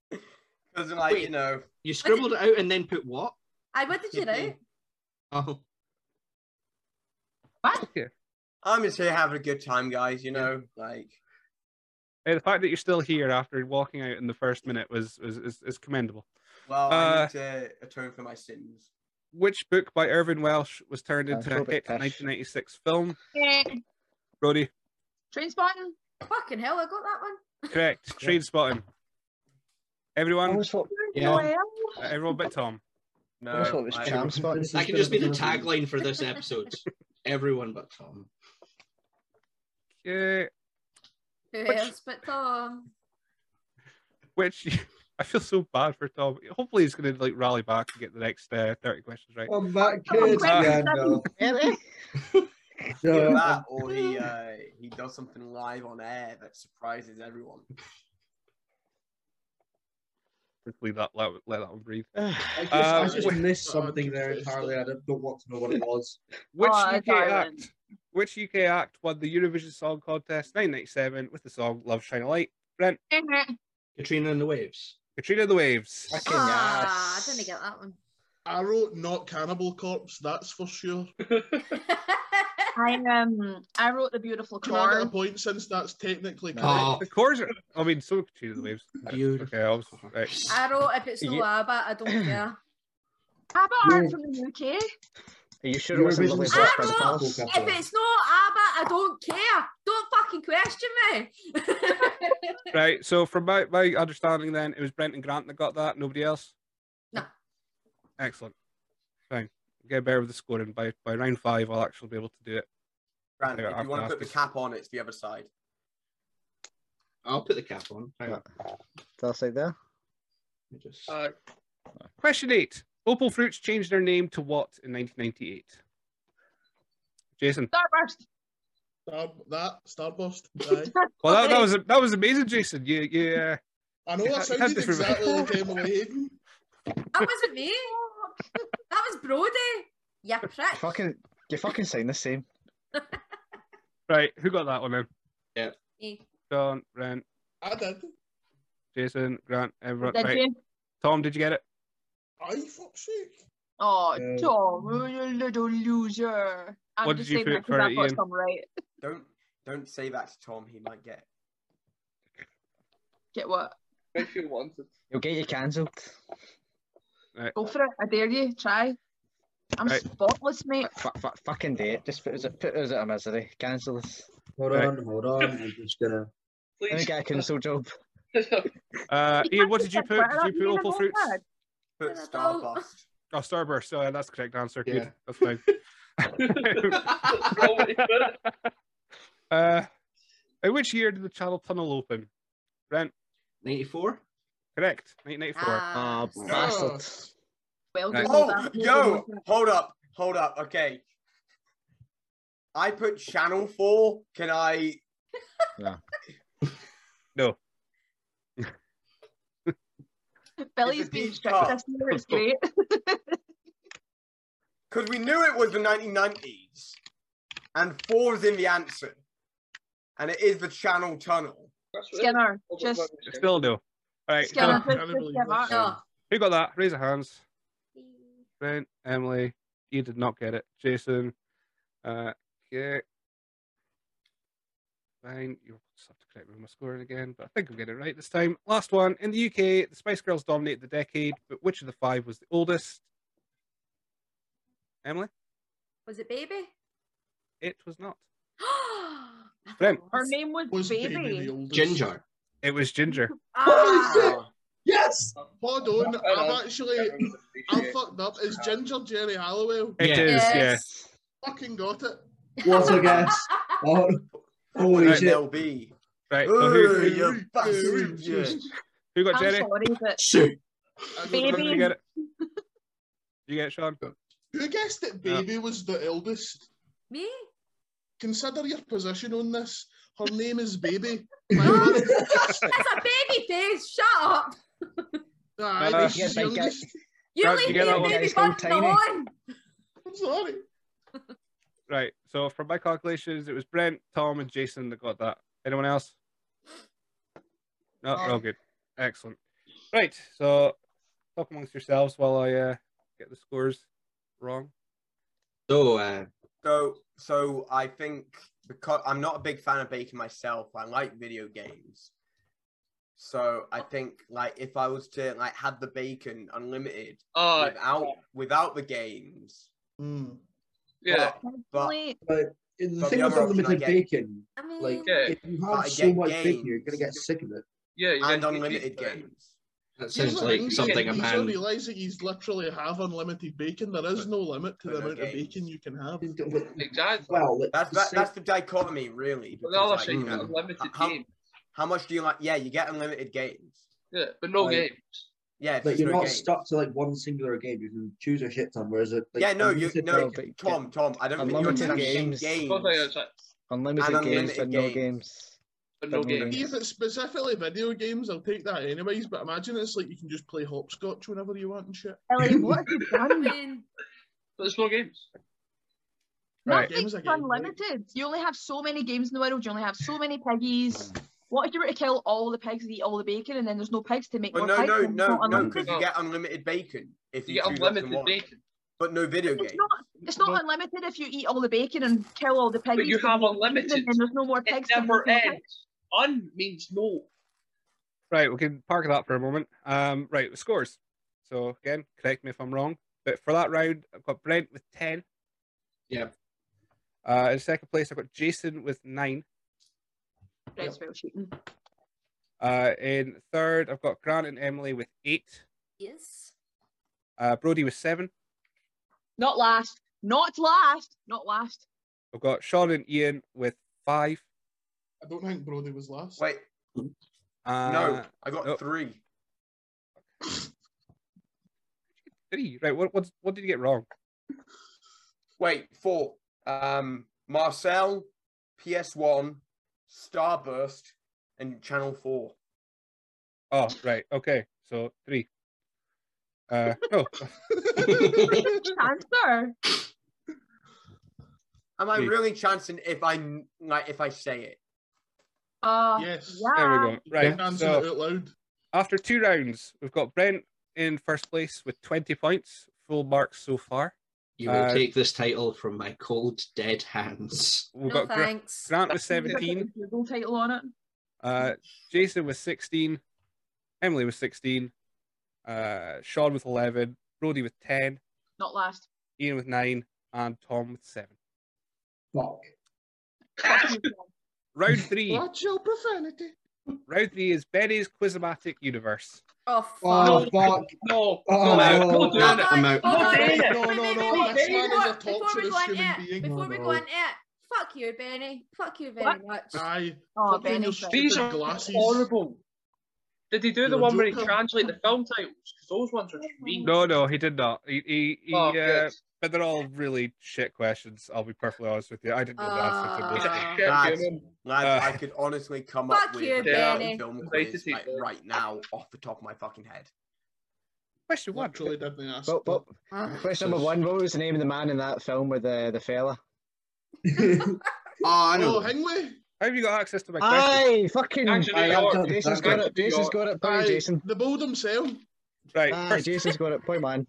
[SPEAKER 1] because like you
[SPEAKER 9] Wait.
[SPEAKER 1] know
[SPEAKER 9] You scribbled it out and then put what?
[SPEAKER 6] I what did you do?
[SPEAKER 9] Oh,
[SPEAKER 1] I'm just here having a good time, guys. You know, like
[SPEAKER 5] Hey, Uh, the fact that you're still here after walking out in the first minute was, was is, is commendable.
[SPEAKER 1] well, I
[SPEAKER 5] Uh,
[SPEAKER 1] need to atone for my sins.
[SPEAKER 5] Which book by Irvin Welsh was turned
[SPEAKER 3] Uh,
[SPEAKER 5] into a
[SPEAKER 3] Robert
[SPEAKER 5] hit
[SPEAKER 3] Tash.
[SPEAKER 5] 1996 film?
[SPEAKER 4] Eh,
[SPEAKER 5] Brody,
[SPEAKER 4] Train spotting.
[SPEAKER 6] Fucking hell, I got that one.
[SPEAKER 5] correct. Trade spotting.
[SPEAKER 3] I
[SPEAKER 5] Everyone,
[SPEAKER 3] always thought,
[SPEAKER 9] yeah.
[SPEAKER 8] Oh,
[SPEAKER 5] uh, everyone but Tom.
[SPEAKER 1] No,
[SPEAKER 3] I always thought it was
[SPEAKER 1] Uh, I-
[SPEAKER 3] Jam Spotting.
[SPEAKER 8] This
[SPEAKER 9] That
[SPEAKER 8] has
[SPEAKER 9] can
[SPEAKER 8] been
[SPEAKER 9] just
[SPEAKER 8] a
[SPEAKER 9] be the
[SPEAKER 8] bit of a-
[SPEAKER 9] tagline for this episode. Everyone but Tom.
[SPEAKER 5] Yeah,
[SPEAKER 6] Who
[SPEAKER 5] Which-
[SPEAKER 6] else but Tom?
[SPEAKER 5] which I feel so bad for Tom. Hopefully, he's going to like rally back and get the next uh, 30 questions right.
[SPEAKER 8] I'm that
[SPEAKER 4] Oh,
[SPEAKER 8] kid.
[SPEAKER 5] crap.
[SPEAKER 8] yeah, no.
[SPEAKER 3] Really?
[SPEAKER 1] Either
[SPEAKER 8] no.
[SPEAKER 1] that or he uh, he does something live on air that surprises everyone.
[SPEAKER 5] Just leave that, let, let that one breathe.
[SPEAKER 8] I just,
[SPEAKER 5] Uh,
[SPEAKER 8] I just
[SPEAKER 5] wait.
[SPEAKER 8] missed something there entirely. I don't don't want to know what it was.
[SPEAKER 5] Which
[SPEAKER 4] Oh,
[SPEAKER 5] UK
[SPEAKER 4] darling.
[SPEAKER 5] act? Which UK act won the Eurovision Song Contest 1997 with the song "Love Shine a Light"? Brent,
[SPEAKER 4] Eh, eh.
[SPEAKER 9] Katrina and the Waves.
[SPEAKER 5] Katrina and the Waves.
[SPEAKER 3] Fucking
[SPEAKER 6] Ah,
[SPEAKER 3] ass.
[SPEAKER 6] I didn't get that one.
[SPEAKER 2] I wrote not Cannibal Corpse, that's for sure.
[SPEAKER 4] I um I wrote the beautiful
[SPEAKER 2] Can I get a
[SPEAKER 4] core.
[SPEAKER 2] point since that's technically correct?
[SPEAKER 9] Oh.
[SPEAKER 5] The cores are. I mean, so Katrina and the Waves.
[SPEAKER 9] Beautiful.
[SPEAKER 5] Okay, I was right.
[SPEAKER 6] I wrote if it's no
[SPEAKER 3] Ye-
[SPEAKER 6] ABBA, I don't care.
[SPEAKER 4] How about
[SPEAKER 8] Yeah.
[SPEAKER 4] art from the UK?
[SPEAKER 3] Are you sure it wasn't
[SPEAKER 8] Eurovision
[SPEAKER 3] Lovely
[SPEAKER 8] Song
[SPEAKER 3] Voice by the
[SPEAKER 6] Contest.
[SPEAKER 3] Falls?
[SPEAKER 6] If it's no ABBA, I don't care. Don't fucking question me.
[SPEAKER 5] Right. So, from my, my understanding, then it was Brent and Grant that got that. Nobody else.
[SPEAKER 6] No.
[SPEAKER 5] Excellent. Fine. Get better with the scoring by by round five. I'll actually be able to do it.
[SPEAKER 1] Grant,
[SPEAKER 5] Yeah,
[SPEAKER 1] if
[SPEAKER 5] I've
[SPEAKER 1] you want
[SPEAKER 5] asked
[SPEAKER 1] to put the
[SPEAKER 5] this.
[SPEAKER 1] cap on, it's the other side.
[SPEAKER 9] I'll put the cap on. Hang on.
[SPEAKER 3] That's like there.
[SPEAKER 9] Let me Just...
[SPEAKER 7] Uh,
[SPEAKER 5] Question eight. Opal Fruits changed their name to what in 1998? Jason.
[SPEAKER 4] Starburst.
[SPEAKER 2] Star, that, Starburst. Aye.
[SPEAKER 5] Well, that, that was that was amazing, Jason. You you uh,
[SPEAKER 2] I know
[SPEAKER 5] You
[SPEAKER 2] that
[SPEAKER 5] had- you had
[SPEAKER 2] sounded
[SPEAKER 5] different-
[SPEAKER 2] exactly like Emily Hayden.
[SPEAKER 6] That wasn't me. that was Brody. Yeah, prick.
[SPEAKER 3] Fucking, you fucking sound the same.
[SPEAKER 5] Right, who got that one then?
[SPEAKER 6] Me.
[SPEAKER 5] Don, Ren,
[SPEAKER 2] I did.
[SPEAKER 5] Jason, Grant, everyone.
[SPEAKER 4] Did
[SPEAKER 5] right.
[SPEAKER 4] you?
[SPEAKER 5] Tom, did you get it?
[SPEAKER 2] I fuck's sake.
[SPEAKER 4] Oh,
[SPEAKER 5] Yeah.
[SPEAKER 4] Tom, you little loser. I'm
[SPEAKER 5] What
[SPEAKER 4] just
[SPEAKER 5] did you
[SPEAKER 4] saying that
[SPEAKER 5] put
[SPEAKER 4] because
[SPEAKER 5] for
[SPEAKER 4] I've got
[SPEAKER 5] Ian?
[SPEAKER 4] some right.
[SPEAKER 1] Don't don't say that to Tom. He might get.
[SPEAKER 4] Get what?
[SPEAKER 7] If you wanted.
[SPEAKER 3] You'll get you cancelled.
[SPEAKER 4] Go for it. I dare you. Try. I'm
[SPEAKER 5] Right.
[SPEAKER 4] spotless, mate.
[SPEAKER 3] Fuck, fuck, fuck, fucking do it. Just put us, put us out of misery. Cancel us.
[SPEAKER 8] Hold
[SPEAKER 5] Right.
[SPEAKER 8] on, hold on. I'm just gonna.
[SPEAKER 3] Let me
[SPEAKER 7] Please.
[SPEAKER 3] get a cancel job.
[SPEAKER 5] Uh,
[SPEAKER 4] You
[SPEAKER 5] Ian, what
[SPEAKER 4] can't
[SPEAKER 5] did you
[SPEAKER 4] just
[SPEAKER 5] put?
[SPEAKER 4] like wear
[SPEAKER 5] Did
[SPEAKER 4] that
[SPEAKER 5] you
[SPEAKER 4] being
[SPEAKER 5] put
[SPEAKER 4] a
[SPEAKER 5] Opal
[SPEAKER 4] whole
[SPEAKER 5] Fruits?
[SPEAKER 4] bag.
[SPEAKER 1] Put
[SPEAKER 6] What about-
[SPEAKER 1] Starbucks.
[SPEAKER 5] Oh, Starburst. Oh, yeah, that's the correct answer.
[SPEAKER 9] Yeah.
[SPEAKER 5] Good. That's fine.
[SPEAKER 7] That's all we did.
[SPEAKER 5] uh, in which year did the Channel Tunnel open? Brent,
[SPEAKER 9] 94?
[SPEAKER 5] correct. 1994.
[SPEAKER 6] Ah,
[SPEAKER 3] Oh,
[SPEAKER 2] Ah,
[SPEAKER 3] bastard.
[SPEAKER 4] Well
[SPEAKER 5] Nice.
[SPEAKER 4] done.
[SPEAKER 1] Oh,
[SPEAKER 4] that.
[SPEAKER 1] yo, hold up, hold up. Okay, I put Channel Four. Can I?
[SPEAKER 4] Billy's
[SPEAKER 1] it's a
[SPEAKER 4] been
[SPEAKER 1] deep
[SPEAKER 4] strict
[SPEAKER 1] cut.
[SPEAKER 4] this year. It's great.
[SPEAKER 1] Because we knew it was the 1990s, and four is in the answer, and it is the Channel Tunnel.
[SPEAKER 7] That's what it is.
[SPEAKER 4] Skinner,
[SPEAKER 7] Oh,
[SPEAKER 4] just
[SPEAKER 7] but-
[SPEAKER 5] Still no. All right. so
[SPEAKER 4] Skinner,
[SPEAKER 2] Skinner,
[SPEAKER 4] just,
[SPEAKER 2] I
[SPEAKER 4] just
[SPEAKER 2] believe
[SPEAKER 4] give
[SPEAKER 2] this.
[SPEAKER 4] up.
[SPEAKER 6] no.
[SPEAKER 5] who got that? Raise your hands. Brent, Emily, you did not get it. Jason, uh, yeah. Fine, you'll just have to correct me on my scoring again, but I think I'm getting it right this time. Last one. In the UK, the Spice Girls dominated the decade, but which of the five was the oldest? Emily?
[SPEAKER 6] Was it baby?
[SPEAKER 5] It was not.
[SPEAKER 6] I
[SPEAKER 5] Brent.
[SPEAKER 6] thought it
[SPEAKER 4] Her
[SPEAKER 6] was.
[SPEAKER 4] name was,
[SPEAKER 2] Was
[SPEAKER 4] Baby.
[SPEAKER 2] baby the oldest?
[SPEAKER 9] Ginger.
[SPEAKER 5] It was Ginger.
[SPEAKER 6] Ah,
[SPEAKER 8] Yes.
[SPEAKER 2] Hold on,
[SPEAKER 7] I know.
[SPEAKER 2] I'm actually, I'm fucked up. Is Ginger Jerry Halliwell?
[SPEAKER 5] It is,
[SPEAKER 9] Yeah.
[SPEAKER 5] yeah.
[SPEAKER 6] yes.
[SPEAKER 2] Fucking got it.
[SPEAKER 8] What a guess. Oh, holy
[SPEAKER 5] Right.
[SPEAKER 8] shit.
[SPEAKER 1] MLB.
[SPEAKER 5] Right. So
[SPEAKER 1] Ooh,
[SPEAKER 5] who,
[SPEAKER 1] you bastard. yeah.
[SPEAKER 5] who got
[SPEAKER 4] I'm
[SPEAKER 5] Jenny?
[SPEAKER 4] sorry, but
[SPEAKER 9] Shoot.
[SPEAKER 2] I don't
[SPEAKER 5] Did
[SPEAKER 4] Baby.
[SPEAKER 5] you
[SPEAKER 2] know.
[SPEAKER 5] get it? Did you get it, Sean?
[SPEAKER 2] Who guessed that
[SPEAKER 5] Yeah.
[SPEAKER 2] baby was the eldest?
[SPEAKER 6] Me?
[SPEAKER 2] Consider your position on this. Her name is Baby. My brother-
[SPEAKER 6] That's a baby face. Shut up.
[SPEAKER 2] Aye,
[SPEAKER 5] Uh,
[SPEAKER 2] this
[SPEAKER 3] Yeah,
[SPEAKER 2] is
[SPEAKER 3] but you
[SPEAKER 2] youngest.
[SPEAKER 6] You
[SPEAKER 5] Brad,
[SPEAKER 6] leave me
[SPEAKER 5] you get that
[SPEAKER 6] and
[SPEAKER 5] one?
[SPEAKER 6] baby
[SPEAKER 3] It's called
[SPEAKER 6] bug
[SPEAKER 3] Tiny.
[SPEAKER 6] alone.
[SPEAKER 2] I'm sorry.
[SPEAKER 5] Right. So from my calculations, it was Brent, Tom, and Jason that got that. Anyone else? No, we're all good. Excellent. Right. So talk amongst yourselves while I uh, get the scores wrong.
[SPEAKER 9] So, uh,
[SPEAKER 1] So, so I think because I'm not a big fan of baking myself, I like video games. So I think like if I was to like have the bacon unlimited
[SPEAKER 7] Oh,
[SPEAKER 1] without without the games,
[SPEAKER 2] Mm.
[SPEAKER 7] yeah.
[SPEAKER 4] personally,
[SPEAKER 8] The
[SPEAKER 1] But
[SPEAKER 8] thing with
[SPEAKER 1] the other option I
[SPEAKER 8] unlimited
[SPEAKER 1] get-
[SPEAKER 8] bacon,
[SPEAKER 6] I mean,
[SPEAKER 8] like,
[SPEAKER 7] Yeah.
[SPEAKER 8] if you
[SPEAKER 1] But I
[SPEAKER 8] have so
[SPEAKER 1] get
[SPEAKER 8] much bacon,
[SPEAKER 1] games.
[SPEAKER 8] you're gonna get sick of it.
[SPEAKER 7] Yeah. you
[SPEAKER 1] and
[SPEAKER 7] don't need
[SPEAKER 1] unlimited
[SPEAKER 7] it, but-
[SPEAKER 1] games.
[SPEAKER 9] that
[SPEAKER 2] Here's
[SPEAKER 9] sounds
[SPEAKER 2] the
[SPEAKER 9] like
[SPEAKER 2] thing,
[SPEAKER 9] something a
[SPEAKER 2] you don't
[SPEAKER 9] man.
[SPEAKER 2] realise that you literally have unlimited bacon. There is no limit to the
[SPEAKER 1] But no
[SPEAKER 2] amount of
[SPEAKER 1] games.
[SPEAKER 2] bacon you can have.
[SPEAKER 7] Exactly.
[SPEAKER 8] Well, like,
[SPEAKER 1] That's
[SPEAKER 8] the
[SPEAKER 1] that,
[SPEAKER 8] same-
[SPEAKER 1] that's the dichotomy, really.
[SPEAKER 7] But
[SPEAKER 1] Because,
[SPEAKER 7] all I'm
[SPEAKER 1] like,
[SPEAKER 7] saying
[SPEAKER 1] you
[SPEAKER 7] is
[SPEAKER 1] know,
[SPEAKER 7] unlimited
[SPEAKER 1] how-
[SPEAKER 7] games.
[SPEAKER 1] how much do you like? Yeah, you get unlimited games.
[SPEAKER 7] Yeah, but no
[SPEAKER 8] Like-
[SPEAKER 7] games.
[SPEAKER 1] Yeah,
[SPEAKER 8] like
[SPEAKER 1] if there's
[SPEAKER 8] you're
[SPEAKER 1] no
[SPEAKER 8] not
[SPEAKER 1] games.
[SPEAKER 8] stuck to like one singular game. You can choose a shit ton. Whereas it, like,
[SPEAKER 1] yeah, no, you
[SPEAKER 8] unlimited
[SPEAKER 1] no,
[SPEAKER 3] bacon.
[SPEAKER 1] Tom, Tom. I don't think you're
[SPEAKER 3] Unlimited
[SPEAKER 1] choosing games.
[SPEAKER 3] games.
[SPEAKER 7] One thing I was like,
[SPEAKER 3] Unlimited
[SPEAKER 1] And
[SPEAKER 3] games, but
[SPEAKER 1] unlimited
[SPEAKER 3] no
[SPEAKER 1] games.
[SPEAKER 3] games.
[SPEAKER 7] but no
[SPEAKER 3] But no
[SPEAKER 7] games.
[SPEAKER 3] games.
[SPEAKER 2] If it's specifically video games, I'll take that anyways. But imagine it's like you can just play hopscotch whenever you want and shit.
[SPEAKER 4] Ellie, what have you
[SPEAKER 6] I
[SPEAKER 4] done?
[SPEAKER 6] mean,
[SPEAKER 7] There's no games.
[SPEAKER 5] Right.
[SPEAKER 2] Games
[SPEAKER 4] Nothing's
[SPEAKER 2] are games, right?
[SPEAKER 4] unlimited. You only have so many games in the world. You only have so many piggies.
[SPEAKER 1] Mm.
[SPEAKER 4] What if you were to kill all the pigs and eat all the bacon, and then there's no pigs to make
[SPEAKER 1] But
[SPEAKER 4] more
[SPEAKER 1] no,
[SPEAKER 4] pigs?
[SPEAKER 1] no,
[SPEAKER 4] and it's
[SPEAKER 1] no,
[SPEAKER 4] not
[SPEAKER 1] no,
[SPEAKER 4] unlimited?
[SPEAKER 1] because you get unlimited bacon if
[SPEAKER 7] You
[SPEAKER 1] you,
[SPEAKER 7] get
[SPEAKER 1] choose up to
[SPEAKER 7] unlimited
[SPEAKER 1] one.
[SPEAKER 7] bacon.
[SPEAKER 1] But no video games.
[SPEAKER 4] It's not. It's not unlimited if you eat all the bacon and kill all the pigs.
[SPEAKER 7] But you have unlimited.
[SPEAKER 4] and there's no more pigs.
[SPEAKER 7] It
[SPEAKER 4] to
[SPEAKER 7] never
[SPEAKER 4] make more pigs.
[SPEAKER 7] ends. Un means no.
[SPEAKER 5] Right, we can park that for a moment. Um, right, the scores. So again, correct me if I'm wrong, but for that round, I've got Brent with ten.
[SPEAKER 9] Yep.
[SPEAKER 5] Uh, in second place, I've got Jason with nine.
[SPEAKER 4] That's well cheating.
[SPEAKER 5] Uh, in third, I've got Grant and Emily with eight.
[SPEAKER 6] yes.
[SPEAKER 5] Uh, Brody with seven.
[SPEAKER 4] Not last. Not last. Not last.
[SPEAKER 5] I've got Sean and Ian with five.
[SPEAKER 2] I don't think Brody was last.
[SPEAKER 1] Wait,
[SPEAKER 5] Uh,
[SPEAKER 1] no, I got
[SPEAKER 5] no.
[SPEAKER 1] three.
[SPEAKER 5] three. Right, what what's, what did you get wrong?
[SPEAKER 1] Wait, four. Um, Marcel, PS1, Starburst, and Channel Four.
[SPEAKER 5] Oh, right, okay, so three. Uh, no,
[SPEAKER 4] Answer.
[SPEAKER 1] Am I
[SPEAKER 5] Yeah.
[SPEAKER 1] really chancing if I kn- like if I say it?
[SPEAKER 4] Uh,
[SPEAKER 2] Yes.
[SPEAKER 5] there we
[SPEAKER 6] Ah.
[SPEAKER 4] yeah.
[SPEAKER 5] go. Right.
[SPEAKER 2] Answer
[SPEAKER 5] So,
[SPEAKER 2] it out loud.
[SPEAKER 5] after two rounds, we've got Brent in first place with 20 points, full marks so far.
[SPEAKER 9] You will
[SPEAKER 5] Uh,
[SPEAKER 9] take this title from my cold, dead hands.
[SPEAKER 5] We've
[SPEAKER 6] no
[SPEAKER 5] got Gra-
[SPEAKER 6] thanks.
[SPEAKER 5] Grant with
[SPEAKER 4] Can you put
[SPEAKER 5] 17,
[SPEAKER 4] the Google title on it.
[SPEAKER 5] uh, Jason with 16, Emily with 16, uh, Sean with 11, Brody with 10,
[SPEAKER 4] Not last.
[SPEAKER 5] Ian with 9, and Tom with 7.
[SPEAKER 8] Fuck.
[SPEAKER 5] Round 3.
[SPEAKER 2] Watch your profanity.
[SPEAKER 5] round 3 is Benny's Quizomatic Universe.
[SPEAKER 6] Oh, fuck.
[SPEAKER 8] Oh,
[SPEAKER 7] No.
[SPEAKER 8] fuck.
[SPEAKER 7] No.
[SPEAKER 8] Oh,
[SPEAKER 7] no.
[SPEAKER 8] no.
[SPEAKER 7] Don't do it.
[SPEAKER 9] I'm out.
[SPEAKER 6] Hold on,
[SPEAKER 7] No,
[SPEAKER 6] wait,
[SPEAKER 7] no,
[SPEAKER 6] wait, wait,
[SPEAKER 2] no,
[SPEAKER 6] wait,
[SPEAKER 2] no,
[SPEAKER 6] wait,
[SPEAKER 2] that's not
[SPEAKER 6] wait, wait,
[SPEAKER 2] as a
[SPEAKER 6] Before
[SPEAKER 2] torturous
[SPEAKER 6] we go on
[SPEAKER 2] human
[SPEAKER 6] it,
[SPEAKER 2] being.
[SPEAKER 6] before we
[SPEAKER 3] No,
[SPEAKER 6] go on
[SPEAKER 3] no.
[SPEAKER 6] it, fuck you, Benny. Fuck you very
[SPEAKER 4] What?
[SPEAKER 6] much.
[SPEAKER 2] Aye. Fuck you
[SPEAKER 4] Oh,
[SPEAKER 2] and
[SPEAKER 4] Benny.
[SPEAKER 2] your
[SPEAKER 4] said.
[SPEAKER 2] stupid
[SPEAKER 7] These are
[SPEAKER 2] glasses.
[SPEAKER 7] horrible. Did he do the
[SPEAKER 2] You're
[SPEAKER 7] one where he
[SPEAKER 2] joking.
[SPEAKER 7] translate the film titles? Because those ones are mean.
[SPEAKER 5] No, no, he did not. He, he, he
[SPEAKER 7] Oh,
[SPEAKER 5] uh,
[SPEAKER 7] good.
[SPEAKER 5] but they're all really shit questions. I'll be perfectly honest with you. I didn't know the answer to
[SPEAKER 6] Uh,
[SPEAKER 5] this.
[SPEAKER 7] He's a shit
[SPEAKER 1] That's-
[SPEAKER 7] human.
[SPEAKER 1] Lads,
[SPEAKER 5] Uh,
[SPEAKER 1] I could honestly come
[SPEAKER 6] Fuck
[SPEAKER 1] up with
[SPEAKER 6] you,
[SPEAKER 1] a fucking
[SPEAKER 6] Benny.
[SPEAKER 1] film
[SPEAKER 7] Great to
[SPEAKER 1] quiz
[SPEAKER 7] see
[SPEAKER 1] like,
[SPEAKER 7] you.
[SPEAKER 1] right now off the top of my fucking head.
[SPEAKER 5] Question one.
[SPEAKER 2] Literally didn't ask.
[SPEAKER 3] What, what,
[SPEAKER 2] that.
[SPEAKER 3] question number one. What was the name of the man in that film with the the fella?
[SPEAKER 9] Oh, I know.
[SPEAKER 2] Oh, Hingley.
[SPEAKER 5] How have you got access to my question?
[SPEAKER 3] Aye, fucking.
[SPEAKER 7] Actually,
[SPEAKER 8] I
[SPEAKER 7] you're-
[SPEAKER 8] am-
[SPEAKER 3] Jason's
[SPEAKER 8] Actually,
[SPEAKER 3] got it.
[SPEAKER 7] you're-
[SPEAKER 3] Jason's got it. Point,
[SPEAKER 2] Aye,
[SPEAKER 3] Jason.
[SPEAKER 2] The build himself.
[SPEAKER 5] Right,
[SPEAKER 3] Ah,
[SPEAKER 5] first,
[SPEAKER 3] Jason's got it. Point, man.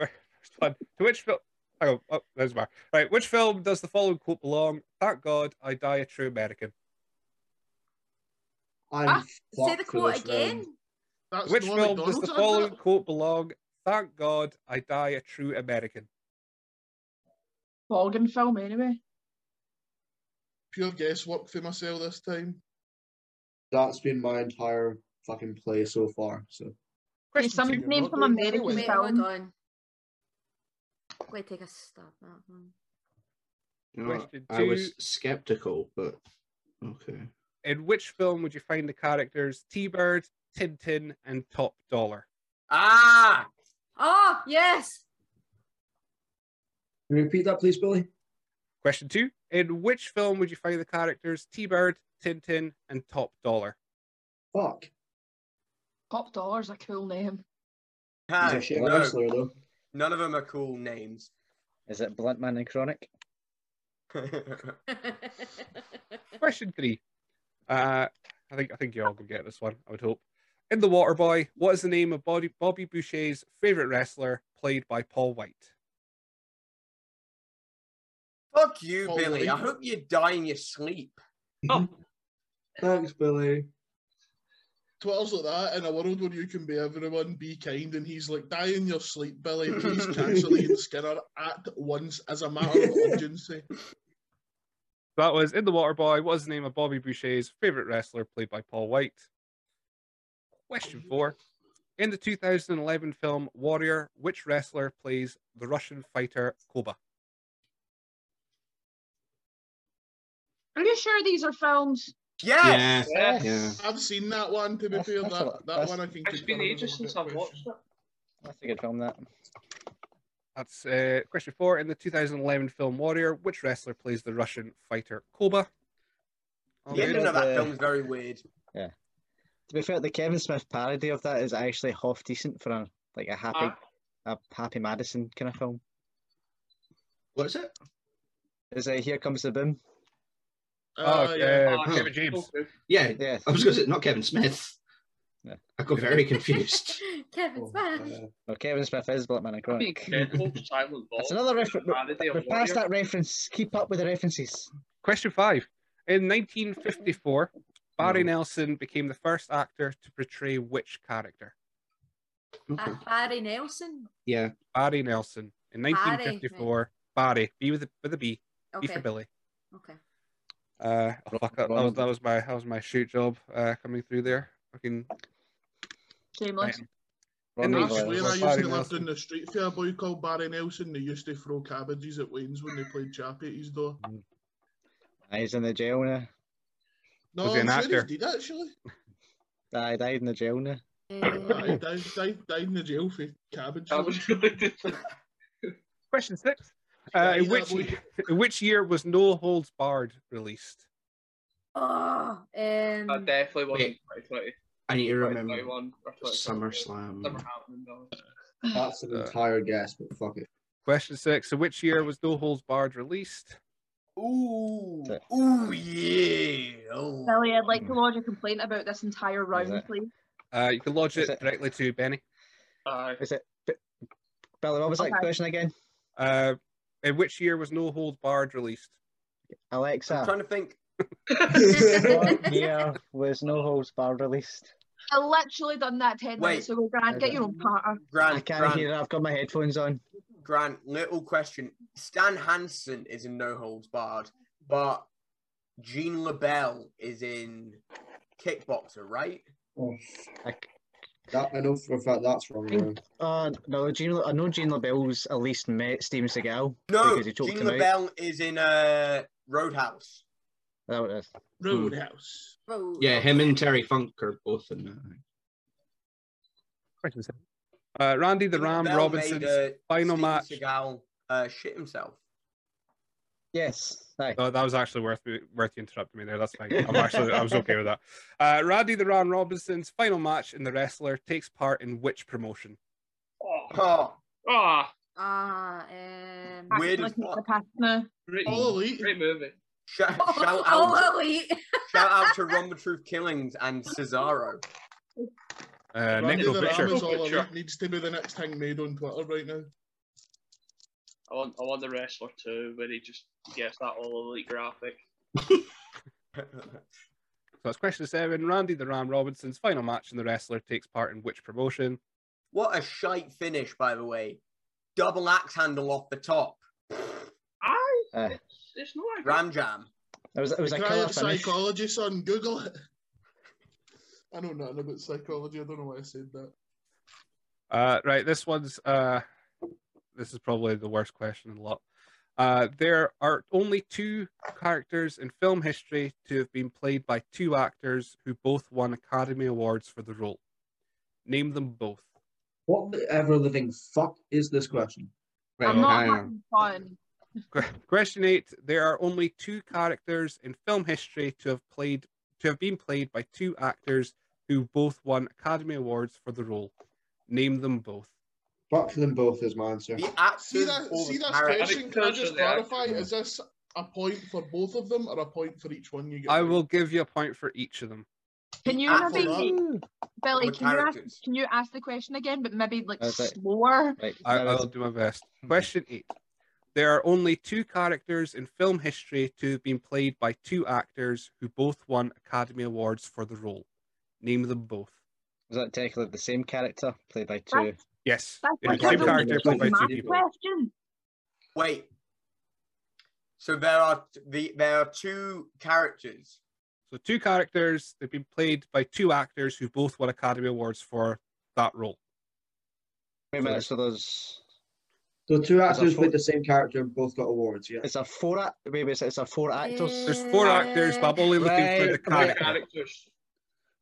[SPEAKER 5] first one. To which film? Hang on. Oh, there's my. Right, which film does the following quote belong? Thank God I die a true American.
[SPEAKER 8] I'm
[SPEAKER 4] Ah,
[SPEAKER 6] say the
[SPEAKER 8] fucked for
[SPEAKER 6] quote
[SPEAKER 8] this
[SPEAKER 6] again.
[SPEAKER 8] round.
[SPEAKER 2] That's
[SPEAKER 5] which
[SPEAKER 2] Norm
[SPEAKER 5] film
[SPEAKER 2] MacDonald's
[SPEAKER 5] does the
[SPEAKER 2] in that.
[SPEAKER 5] following quote belong? Thank God I die a true American.
[SPEAKER 4] Bargain film, anyway.
[SPEAKER 2] Pure guesswork for myself this time.
[SPEAKER 8] That's been my entire fucking play so far. So
[SPEAKER 4] Okay,
[SPEAKER 5] Question
[SPEAKER 4] some
[SPEAKER 5] two.
[SPEAKER 4] name
[SPEAKER 2] not
[SPEAKER 4] from
[SPEAKER 2] doing that
[SPEAKER 4] American
[SPEAKER 2] anyway.
[SPEAKER 6] Wait, hold
[SPEAKER 4] film.
[SPEAKER 6] on. Wait, take a stab at that one.
[SPEAKER 9] You know what?
[SPEAKER 5] Question
[SPEAKER 9] I was
[SPEAKER 5] two.
[SPEAKER 9] skeptical, but okay.
[SPEAKER 5] In which film would you find the characters T-Bird, Tintin, and Top Dollar?
[SPEAKER 1] Ah,
[SPEAKER 6] Oh, yes!
[SPEAKER 8] can you repeat that, please, Billy?
[SPEAKER 5] Question two. In which film would you find the characters T-Bird, Tintin, and Top Dollar?
[SPEAKER 8] Fuck.
[SPEAKER 4] Top Dollar's a cool name.
[SPEAKER 8] He's
[SPEAKER 1] Ah,
[SPEAKER 8] a shit
[SPEAKER 1] no.
[SPEAKER 8] wrestler, though.
[SPEAKER 1] none of them are cool names.
[SPEAKER 3] Is it Bluntman and Chronic?
[SPEAKER 5] Question three. Uh, I think I think you're all gonna get this one. I would hope. In the Waterboy, what is the name of Bobby, Bobby Boucher's favorite wrestler, played by Paul White?
[SPEAKER 1] Fuck you,
[SPEAKER 2] Oh,
[SPEAKER 1] Billy. I
[SPEAKER 2] really?
[SPEAKER 1] hope you die in your sleep.
[SPEAKER 7] Oh,
[SPEAKER 8] Thanks, Billy.
[SPEAKER 2] Twitter's like that in a world where you can be everyone, be kind, and he's like, die in your sleep, Billy. Please cancel Ian Skinner at once as a matter of urgency.
[SPEAKER 5] That was in the Waterboy. What is the name of Bobby Boucher's favorite wrestler, played by Paul White? Question four. In the 2011 film Warrior, which wrestler plays the Russian fighter Koba?
[SPEAKER 4] Pretty sure these are films.
[SPEAKER 1] Yes.
[SPEAKER 7] yes.
[SPEAKER 9] Yeah.
[SPEAKER 2] I've seen that one, to be
[SPEAKER 3] That's-
[SPEAKER 2] fair.
[SPEAKER 3] that's a
[SPEAKER 2] That, that
[SPEAKER 3] lot- that's-
[SPEAKER 2] one I can
[SPEAKER 7] It's been
[SPEAKER 2] confirm is a
[SPEAKER 7] ages since
[SPEAKER 2] legit
[SPEAKER 7] I've
[SPEAKER 2] question.
[SPEAKER 7] watched it.
[SPEAKER 3] That's a good film. That.
[SPEAKER 5] That's uh, question four. In the 2011 film Warrior, which wrestler plays the Russian fighter Koba? All
[SPEAKER 1] The
[SPEAKER 5] good?
[SPEAKER 1] ending of that
[SPEAKER 3] Uh,
[SPEAKER 1] film is very weird.
[SPEAKER 3] To be fair, the Kevin Smith parody of that is actually half decent for a like a happy,
[SPEAKER 7] Ah,
[SPEAKER 3] a happy Madison kind of film.
[SPEAKER 9] What's it?
[SPEAKER 3] Is it Here Comes the Boom?
[SPEAKER 5] Oh,
[SPEAKER 2] Uh, yeah.
[SPEAKER 5] yeah,
[SPEAKER 7] ah,
[SPEAKER 5] Kevin
[SPEAKER 7] so
[SPEAKER 5] James.
[SPEAKER 7] good.
[SPEAKER 9] Yeah,
[SPEAKER 3] Yeah.
[SPEAKER 9] I was going to say not Kevin Smith.
[SPEAKER 3] Yeah.
[SPEAKER 9] I got very confused.
[SPEAKER 2] Oh,
[SPEAKER 6] Kevin's back.
[SPEAKER 8] uh,
[SPEAKER 3] Well, Kevin Smith is Bluntman and
[SPEAKER 7] I
[SPEAKER 3] Chronic.
[SPEAKER 7] think Deadpool, Silent Bob.
[SPEAKER 3] That's another reference.
[SPEAKER 7] Vanity of
[SPEAKER 3] We're past
[SPEAKER 7] Warrior.
[SPEAKER 3] that reference. Keep up with the references.
[SPEAKER 5] Question five. In 1954, Barry
[SPEAKER 9] No.
[SPEAKER 5] Nelson became the first actor to portray which character?
[SPEAKER 9] Okay.
[SPEAKER 6] Uh, Barry Nelson.
[SPEAKER 9] Yeah.
[SPEAKER 5] Barry Nelson. In
[SPEAKER 6] Barry, right.
[SPEAKER 5] 1954, Barry. B with a, with a B. B
[SPEAKER 6] Okay.
[SPEAKER 5] for Billy.
[SPEAKER 6] Okay.
[SPEAKER 5] Uh, oh,
[SPEAKER 3] Ron-
[SPEAKER 5] fuck, that, that was
[SPEAKER 3] Ronald.
[SPEAKER 5] that was my that was my shoot job uh, coming through there. Fucking
[SPEAKER 4] Shameless.
[SPEAKER 5] Right.
[SPEAKER 3] Ronald
[SPEAKER 5] I
[SPEAKER 2] I
[SPEAKER 5] Barry
[SPEAKER 2] swear I used
[SPEAKER 3] Glenn.
[SPEAKER 5] Nelson. Barry
[SPEAKER 2] to live
[SPEAKER 5] Nelson.
[SPEAKER 2] down the street for a boy called Barry Nelson. They used to throw cabbages at Wayne's when they played chappie at his door.
[SPEAKER 3] Aye, He's in the jail now.
[SPEAKER 2] No,
[SPEAKER 5] Was he
[SPEAKER 2] I'm
[SPEAKER 5] an
[SPEAKER 2] sure
[SPEAKER 5] actor?
[SPEAKER 2] he did actually.
[SPEAKER 3] Aye, died in the jail now.
[SPEAKER 2] Aye,
[SPEAKER 6] Uh,
[SPEAKER 2] died, died, died in the jail for cabbage.
[SPEAKER 7] I was going to say-
[SPEAKER 5] question six.
[SPEAKER 2] Yeah,
[SPEAKER 5] Uh, in
[SPEAKER 2] he's
[SPEAKER 5] which
[SPEAKER 2] that boy.
[SPEAKER 5] in which year was No Holds Barred released?
[SPEAKER 6] oh,
[SPEAKER 7] I
[SPEAKER 6] um,
[SPEAKER 7] definitely wasn't
[SPEAKER 9] Wait.
[SPEAKER 7] 2020,
[SPEAKER 9] I need to remember
[SPEAKER 7] 2021 or 2022. Never
[SPEAKER 9] SummerSlam.
[SPEAKER 7] happened, no.
[SPEAKER 9] That's an entire guess, but fuck it.
[SPEAKER 5] Question six. So, which year was No Holds Barred released?
[SPEAKER 1] Ooh, ooh, yeah. Oh.
[SPEAKER 4] Billy, I'd
[SPEAKER 5] Hmm.
[SPEAKER 4] like to lodge a complaint about this entire round,
[SPEAKER 3] it?
[SPEAKER 4] please.
[SPEAKER 5] Uh, you can lodge
[SPEAKER 3] Is
[SPEAKER 5] it,
[SPEAKER 3] it-
[SPEAKER 5] directly to Benny.
[SPEAKER 7] Aye.
[SPEAKER 3] Is it? B- Billy, what was that
[SPEAKER 4] Okay.
[SPEAKER 3] question again?
[SPEAKER 5] Uh, in which year was No Holds Barred released?
[SPEAKER 1] I'm
[SPEAKER 3] Alexa,
[SPEAKER 1] trying to think.
[SPEAKER 3] what year was No Holds Barred released?
[SPEAKER 4] I literally done that 10
[SPEAKER 1] Wait.
[SPEAKER 4] minutes ago, Grant. Get your own partner.
[SPEAKER 3] I
[SPEAKER 1] Grant,
[SPEAKER 3] can't
[SPEAKER 1] Grant,
[SPEAKER 3] hear it. I've got my headphones on.
[SPEAKER 1] Grant, little question. Stan Hansen is in No Holds Barred, but Jean LaBelle is in Kickboxer, right?
[SPEAKER 9] Oh,
[SPEAKER 3] I, c-
[SPEAKER 9] that, I know for a fact that's wrong.
[SPEAKER 3] Think- uh, no, Gene, I know Gene LaBelle's at least met Steven Seagal.
[SPEAKER 1] No,
[SPEAKER 3] Because he choked
[SPEAKER 1] Jean
[SPEAKER 3] him out.
[SPEAKER 1] LaBelle is in uh, Roadhouse.
[SPEAKER 3] That what it is.
[SPEAKER 2] Roadhouse.
[SPEAKER 6] Road.
[SPEAKER 9] Yeah, him and Terry Funk are both in that.
[SPEAKER 5] Question seven. Uh, Randy the
[SPEAKER 1] Jean
[SPEAKER 5] Ram
[SPEAKER 1] LaBelle
[SPEAKER 5] Robinson's
[SPEAKER 1] made, uh,
[SPEAKER 5] final
[SPEAKER 1] Steven
[SPEAKER 5] match.
[SPEAKER 1] Seagal uh, shit himself.
[SPEAKER 3] Yes. Aye.
[SPEAKER 5] Oh, that was actually worth me- worth you interrupting me there. That's fine. I'm actually I was okay with that. Uh, Randy the Ram Robinson's final match in the wrestler takes part in which promotion?
[SPEAKER 7] Oh,
[SPEAKER 1] Oh,
[SPEAKER 7] ah,
[SPEAKER 6] Ah, um.
[SPEAKER 1] Wait. Weird as
[SPEAKER 4] Looking at
[SPEAKER 1] fuck.
[SPEAKER 4] the past now.
[SPEAKER 7] great,
[SPEAKER 2] All elite.
[SPEAKER 7] great movie.
[SPEAKER 1] sh- shout,
[SPEAKER 6] Oh,
[SPEAKER 1] out,
[SPEAKER 6] elite.
[SPEAKER 1] shout out to Run the Truth Killings and Cesaro.
[SPEAKER 5] Uh,
[SPEAKER 2] Randy
[SPEAKER 5] Nico
[SPEAKER 2] the Ram
[SPEAKER 5] Butcher.
[SPEAKER 2] is all
[SPEAKER 7] Butcher.
[SPEAKER 2] elite. Needs to be the next thing made on Twitter right now.
[SPEAKER 7] I want, I want the wrestler too, where he just gets that all elite graphic.
[SPEAKER 5] So that's question seven. Randy the Ram Robinson's final match in the wrestler takes part in which promotion?
[SPEAKER 1] what a shite finish, by the way. Double axe handle off the top.
[SPEAKER 7] Aye,
[SPEAKER 9] Uh,
[SPEAKER 3] Aye.
[SPEAKER 7] it's not like
[SPEAKER 1] Ram jam.
[SPEAKER 3] It was, it was a killer
[SPEAKER 2] Cry
[SPEAKER 3] finish.
[SPEAKER 2] psychology, son. Google it. I know nothing about psychology. I don't know why I said that.
[SPEAKER 5] Uh, right, this one's uh, this is probably the worst question in the lot. Uh, there are only two characters in film history to have been played by two actors who both won Academy Awards for the role. Name them both.
[SPEAKER 8] What the ever living fuck is this question?
[SPEAKER 9] Right,
[SPEAKER 4] I'm not
[SPEAKER 9] hang on.
[SPEAKER 4] having fun.
[SPEAKER 5] Qu- Question eight: There are only two characters in film history to have played to have been played by two actors who both won Academy Awards for the role. Name them both.
[SPEAKER 9] Fuck them both is my answer.
[SPEAKER 1] The actors
[SPEAKER 2] See that?
[SPEAKER 1] or
[SPEAKER 2] See
[SPEAKER 1] the
[SPEAKER 2] that
[SPEAKER 1] characters?
[SPEAKER 2] question? Can I just clarify? Is this a point for both of them, or a point for each one? You get.
[SPEAKER 5] I will give you a point for each of them.
[SPEAKER 4] Can you
[SPEAKER 1] Apple
[SPEAKER 4] maybe,
[SPEAKER 2] Lab.
[SPEAKER 4] Billy,
[SPEAKER 1] What
[SPEAKER 4] can you, ask,
[SPEAKER 1] characters?
[SPEAKER 4] can you ask the question again, but maybe like
[SPEAKER 3] That's it.
[SPEAKER 4] slower?
[SPEAKER 3] Right.
[SPEAKER 5] I,
[SPEAKER 3] that was-
[SPEAKER 5] I'll do my best. Question eight. There are only two characters in film history to have been played by two actors who both won Academy Awards for the role. Name them both.
[SPEAKER 3] was that technically the same character played by two?
[SPEAKER 5] Yes.
[SPEAKER 4] That's
[SPEAKER 5] it was
[SPEAKER 4] like
[SPEAKER 5] the same
[SPEAKER 4] a
[SPEAKER 5] character played
[SPEAKER 9] really
[SPEAKER 5] by two
[SPEAKER 4] math
[SPEAKER 9] smart
[SPEAKER 5] people.
[SPEAKER 4] question.
[SPEAKER 1] Wait. So there are the there are two characters.
[SPEAKER 5] So two characters, they've been played by two actors who both won Academy Awards for that role.
[SPEAKER 3] Wait a minute, so there's
[SPEAKER 9] So two actors
[SPEAKER 3] four-
[SPEAKER 9] played the same character and both got awards. Yeah.
[SPEAKER 3] it's a four act wait, wait, it's a four actors.
[SPEAKER 6] Eh.
[SPEAKER 5] There's four actors, but I'm only looking for
[SPEAKER 3] Right,
[SPEAKER 5] the
[SPEAKER 3] right.
[SPEAKER 5] character.
[SPEAKER 7] characters.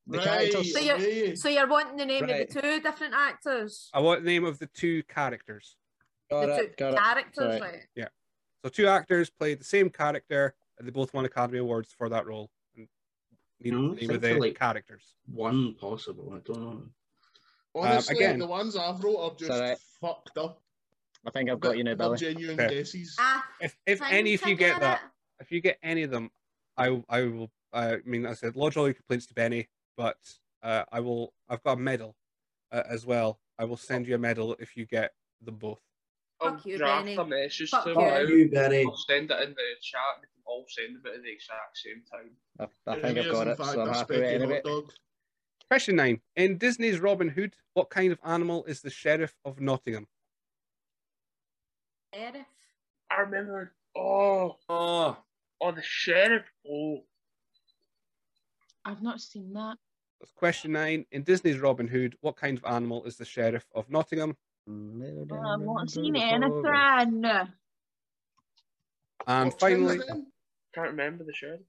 [SPEAKER 3] The
[SPEAKER 2] right.
[SPEAKER 3] characters
[SPEAKER 6] So you're-
[SPEAKER 2] yeah.
[SPEAKER 6] So you're wanting the name
[SPEAKER 3] Right.
[SPEAKER 6] of the two different actors?
[SPEAKER 5] I want the name of the two characters.
[SPEAKER 3] got
[SPEAKER 6] the two
[SPEAKER 3] it, got it.
[SPEAKER 6] characters,
[SPEAKER 3] Right.
[SPEAKER 6] right?
[SPEAKER 5] So two actors played the same character and they both won Academy Awards for that role. And you know,
[SPEAKER 9] No,
[SPEAKER 5] name of
[SPEAKER 9] thanks
[SPEAKER 5] the
[SPEAKER 9] for, like-
[SPEAKER 5] characters.
[SPEAKER 9] One possible. I don't know.
[SPEAKER 3] uh,
[SPEAKER 2] Honestly,
[SPEAKER 5] again-
[SPEAKER 2] the ones I've wrote are just
[SPEAKER 3] alright.
[SPEAKER 2] fucked up.
[SPEAKER 3] I think I've got you now,
[SPEAKER 2] They're
[SPEAKER 3] Billy.
[SPEAKER 2] Genuine
[SPEAKER 5] Okay.
[SPEAKER 2] guesses.
[SPEAKER 6] Ah,
[SPEAKER 5] If, if
[SPEAKER 6] think
[SPEAKER 5] any, if
[SPEAKER 6] I
[SPEAKER 5] you get
[SPEAKER 6] it.
[SPEAKER 5] that, if you get any of them, I I will. I mean, I said lodge all your complaints to Benny, but uh, I will. I've got a medal uh, as well. I will send you a medal if you get them both.
[SPEAKER 7] I'll
[SPEAKER 6] Fuck you,
[SPEAKER 7] draft
[SPEAKER 6] Benny.
[SPEAKER 7] a message
[SPEAKER 6] Fuck
[SPEAKER 7] to
[SPEAKER 6] you.
[SPEAKER 7] them
[SPEAKER 9] Fuck
[SPEAKER 7] now.
[SPEAKER 9] you, Benny.
[SPEAKER 7] I'll send it in the chat. We can all send it at the exact same time.
[SPEAKER 3] I, I think I've
[SPEAKER 2] Here's,
[SPEAKER 3] got
[SPEAKER 2] in
[SPEAKER 3] it,
[SPEAKER 2] fact,
[SPEAKER 3] so I'm
[SPEAKER 2] a
[SPEAKER 3] happy with
[SPEAKER 2] specky
[SPEAKER 3] any of
[SPEAKER 2] hot
[SPEAKER 3] it.
[SPEAKER 2] dog.
[SPEAKER 5] Question nine: In Disney's Robin Hood, what kind of animal is the sheriff of Nottingham?
[SPEAKER 6] Sheriff.
[SPEAKER 7] I remember. Oh,
[SPEAKER 1] Oh,
[SPEAKER 7] oh, the sheriff. Oh,
[SPEAKER 4] I've not seen that.
[SPEAKER 5] That's question nine. In Disney's Robin Hood, what kind of animal is the sheriff of Nottingham?
[SPEAKER 6] Oh,
[SPEAKER 4] I've not seen anything.
[SPEAKER 5] And
[SPEAKER 2] What kind
[SPEAKER 5] finally,
[SPEAKER 2] of them?
[SPEAKER 7] can't remember the sheriff.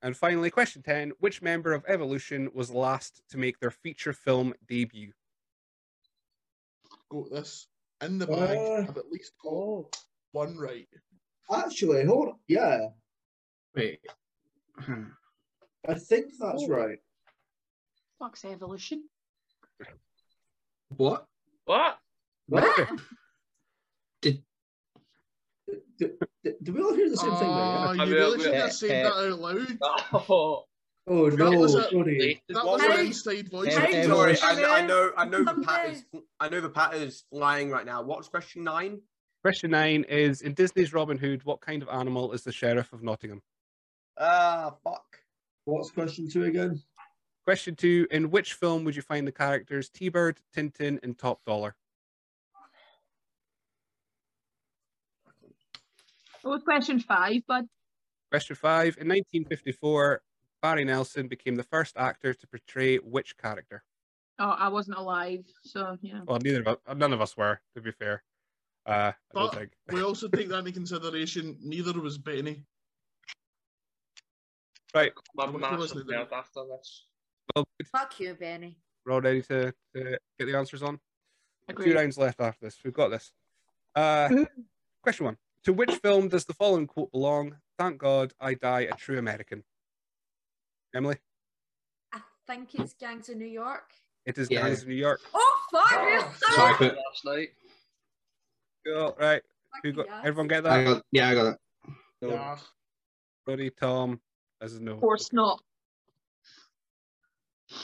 [SPEAKER 5] and finally, question ten: Which member of Evolution was last to make their feature film debut?
[SPEAKER 2] Got this in the bag.
[SPEAKER 9] Uh,
[SPEAKER 2] I've at least got one right.
[SPEAKER 8] Actually, hold on. Yeah,
[SPEAKER 9] Wait.
[SPEAKER 8] I think that's
[SPEAKER 4] Oh.
[SPEAKER 8] right.
[SPEAKER 4] Fuck's evolution.
[SPEAKER 9] What?
[SPEAKER 7] What?
[SPEAKER 6] What?
[SPEAKER 8] Do, do, do we all hear the same thing?
[SPEAKER 2] Oh,
[SPEAKER 8] There?
[SPEAKER 2] you
[SPEAKER 7] mean,
[SPEAKER 2] really
[SPEAKER 7] I-
[SPEAKER 2] shouldn't
[SPEAKER 3] eh,
[SPEAKER 2] have said
[SPEAKER 3] eh.
[SPEAKER 2] that out loud.
[SPEAKER 7] Oh,
[SPEAKER 8] Oh no,
[SPEAKER 2] was a-
[SPEAKER 8] sorry.
[SPEAKER 2] That
[SPEAKER 1] What
[SPEAKER 2] was
[SPEAKER 1] was-
[SPEAKER 2] an inside voice.
[SPEAKER 3] Em-
[SPEAKER 1] Sorry,
[SPEAKER 3] Em-
[SPEAKER 1] sorry,
[SPEAKER 3] Emotion.
[SPEAKER 1] I, I know, I know the
[SPEAKER 6] Someday.
[SPEAKER 1] pat is, I know the pat is flying right now. What's question nine?
[SPEAKER 5] Question nine is in Disney's Robin Hood, what kind of animal is the sheriff of Nottingham?
[SPEAKER 1] Ah, fuck.
[SPEAKER 8] What's question two again?
[SPEAKER 5] Question two, in which film would you find the characters T Bird, Tintin, and Top Dollar?
[SPEAKER 4] What was question five, bud?
[SPEAKER 5] Question five, in 1954, Barry Nelson became the first actor to portray which character?
[SPEAKER 4] Oh, I wasn't alive, so yeah.
[SPEAKER 5] Well, neither of us, none of us were, to be fair. Uh, I don't
[SPEAKER 2] But-
[SPEAKER 5] think.
[SPEAKER 2] We also take that into consideration. Neither was Benny.
[SPEAKER 7] my
[SPEAKER 2] What was
[SPEAKER 7] massive
[SPEAKER 2] it?
[SPEAKER 7] nerd after this.
[SPEAKER 5] Well, good.
[SPEAKER 6] Fuck you, Benny.
[SPEAKER 5] We're all ready to, to get the answers on. Two
[SPEAKER 4] Agreed.
[SPEAKER 5] rounds left after this. We've got this. Uh, question one. To which film does the following quote belong? Thank God I die a true American. Emily,
[SPEAKER 6] I think it's Gangs of New York.
[SPEAKER 5] it is
[SPEAKER 9] Yeah.
[SPEAKER 5] Gangs of New York.
[SPEAKER 6] Oh, fuck!
[SPEAKER 7] Oh,
[SPEAKER 9] Sorry,
[SPEAKER 7] sorry
[SPEAKER 9] but-
[SPEAKER 7] last night.
[SPEAKER 5] Cool. Right.
[SPEAKER 6] Fucking
[SPEAKER 5] Who got,
[SPEAKER 6] yes.
[SPEAKER 5] Everyone get
[SPEAKER 9] I
[SPEAKER 5] that?
[SPEAKER 9] got, yeah, I got that.
[SPEAKER 2] Yeah.
[SPEAKER 5] Brody, Tom, as a no.
[SPEAKER 4] Of course not.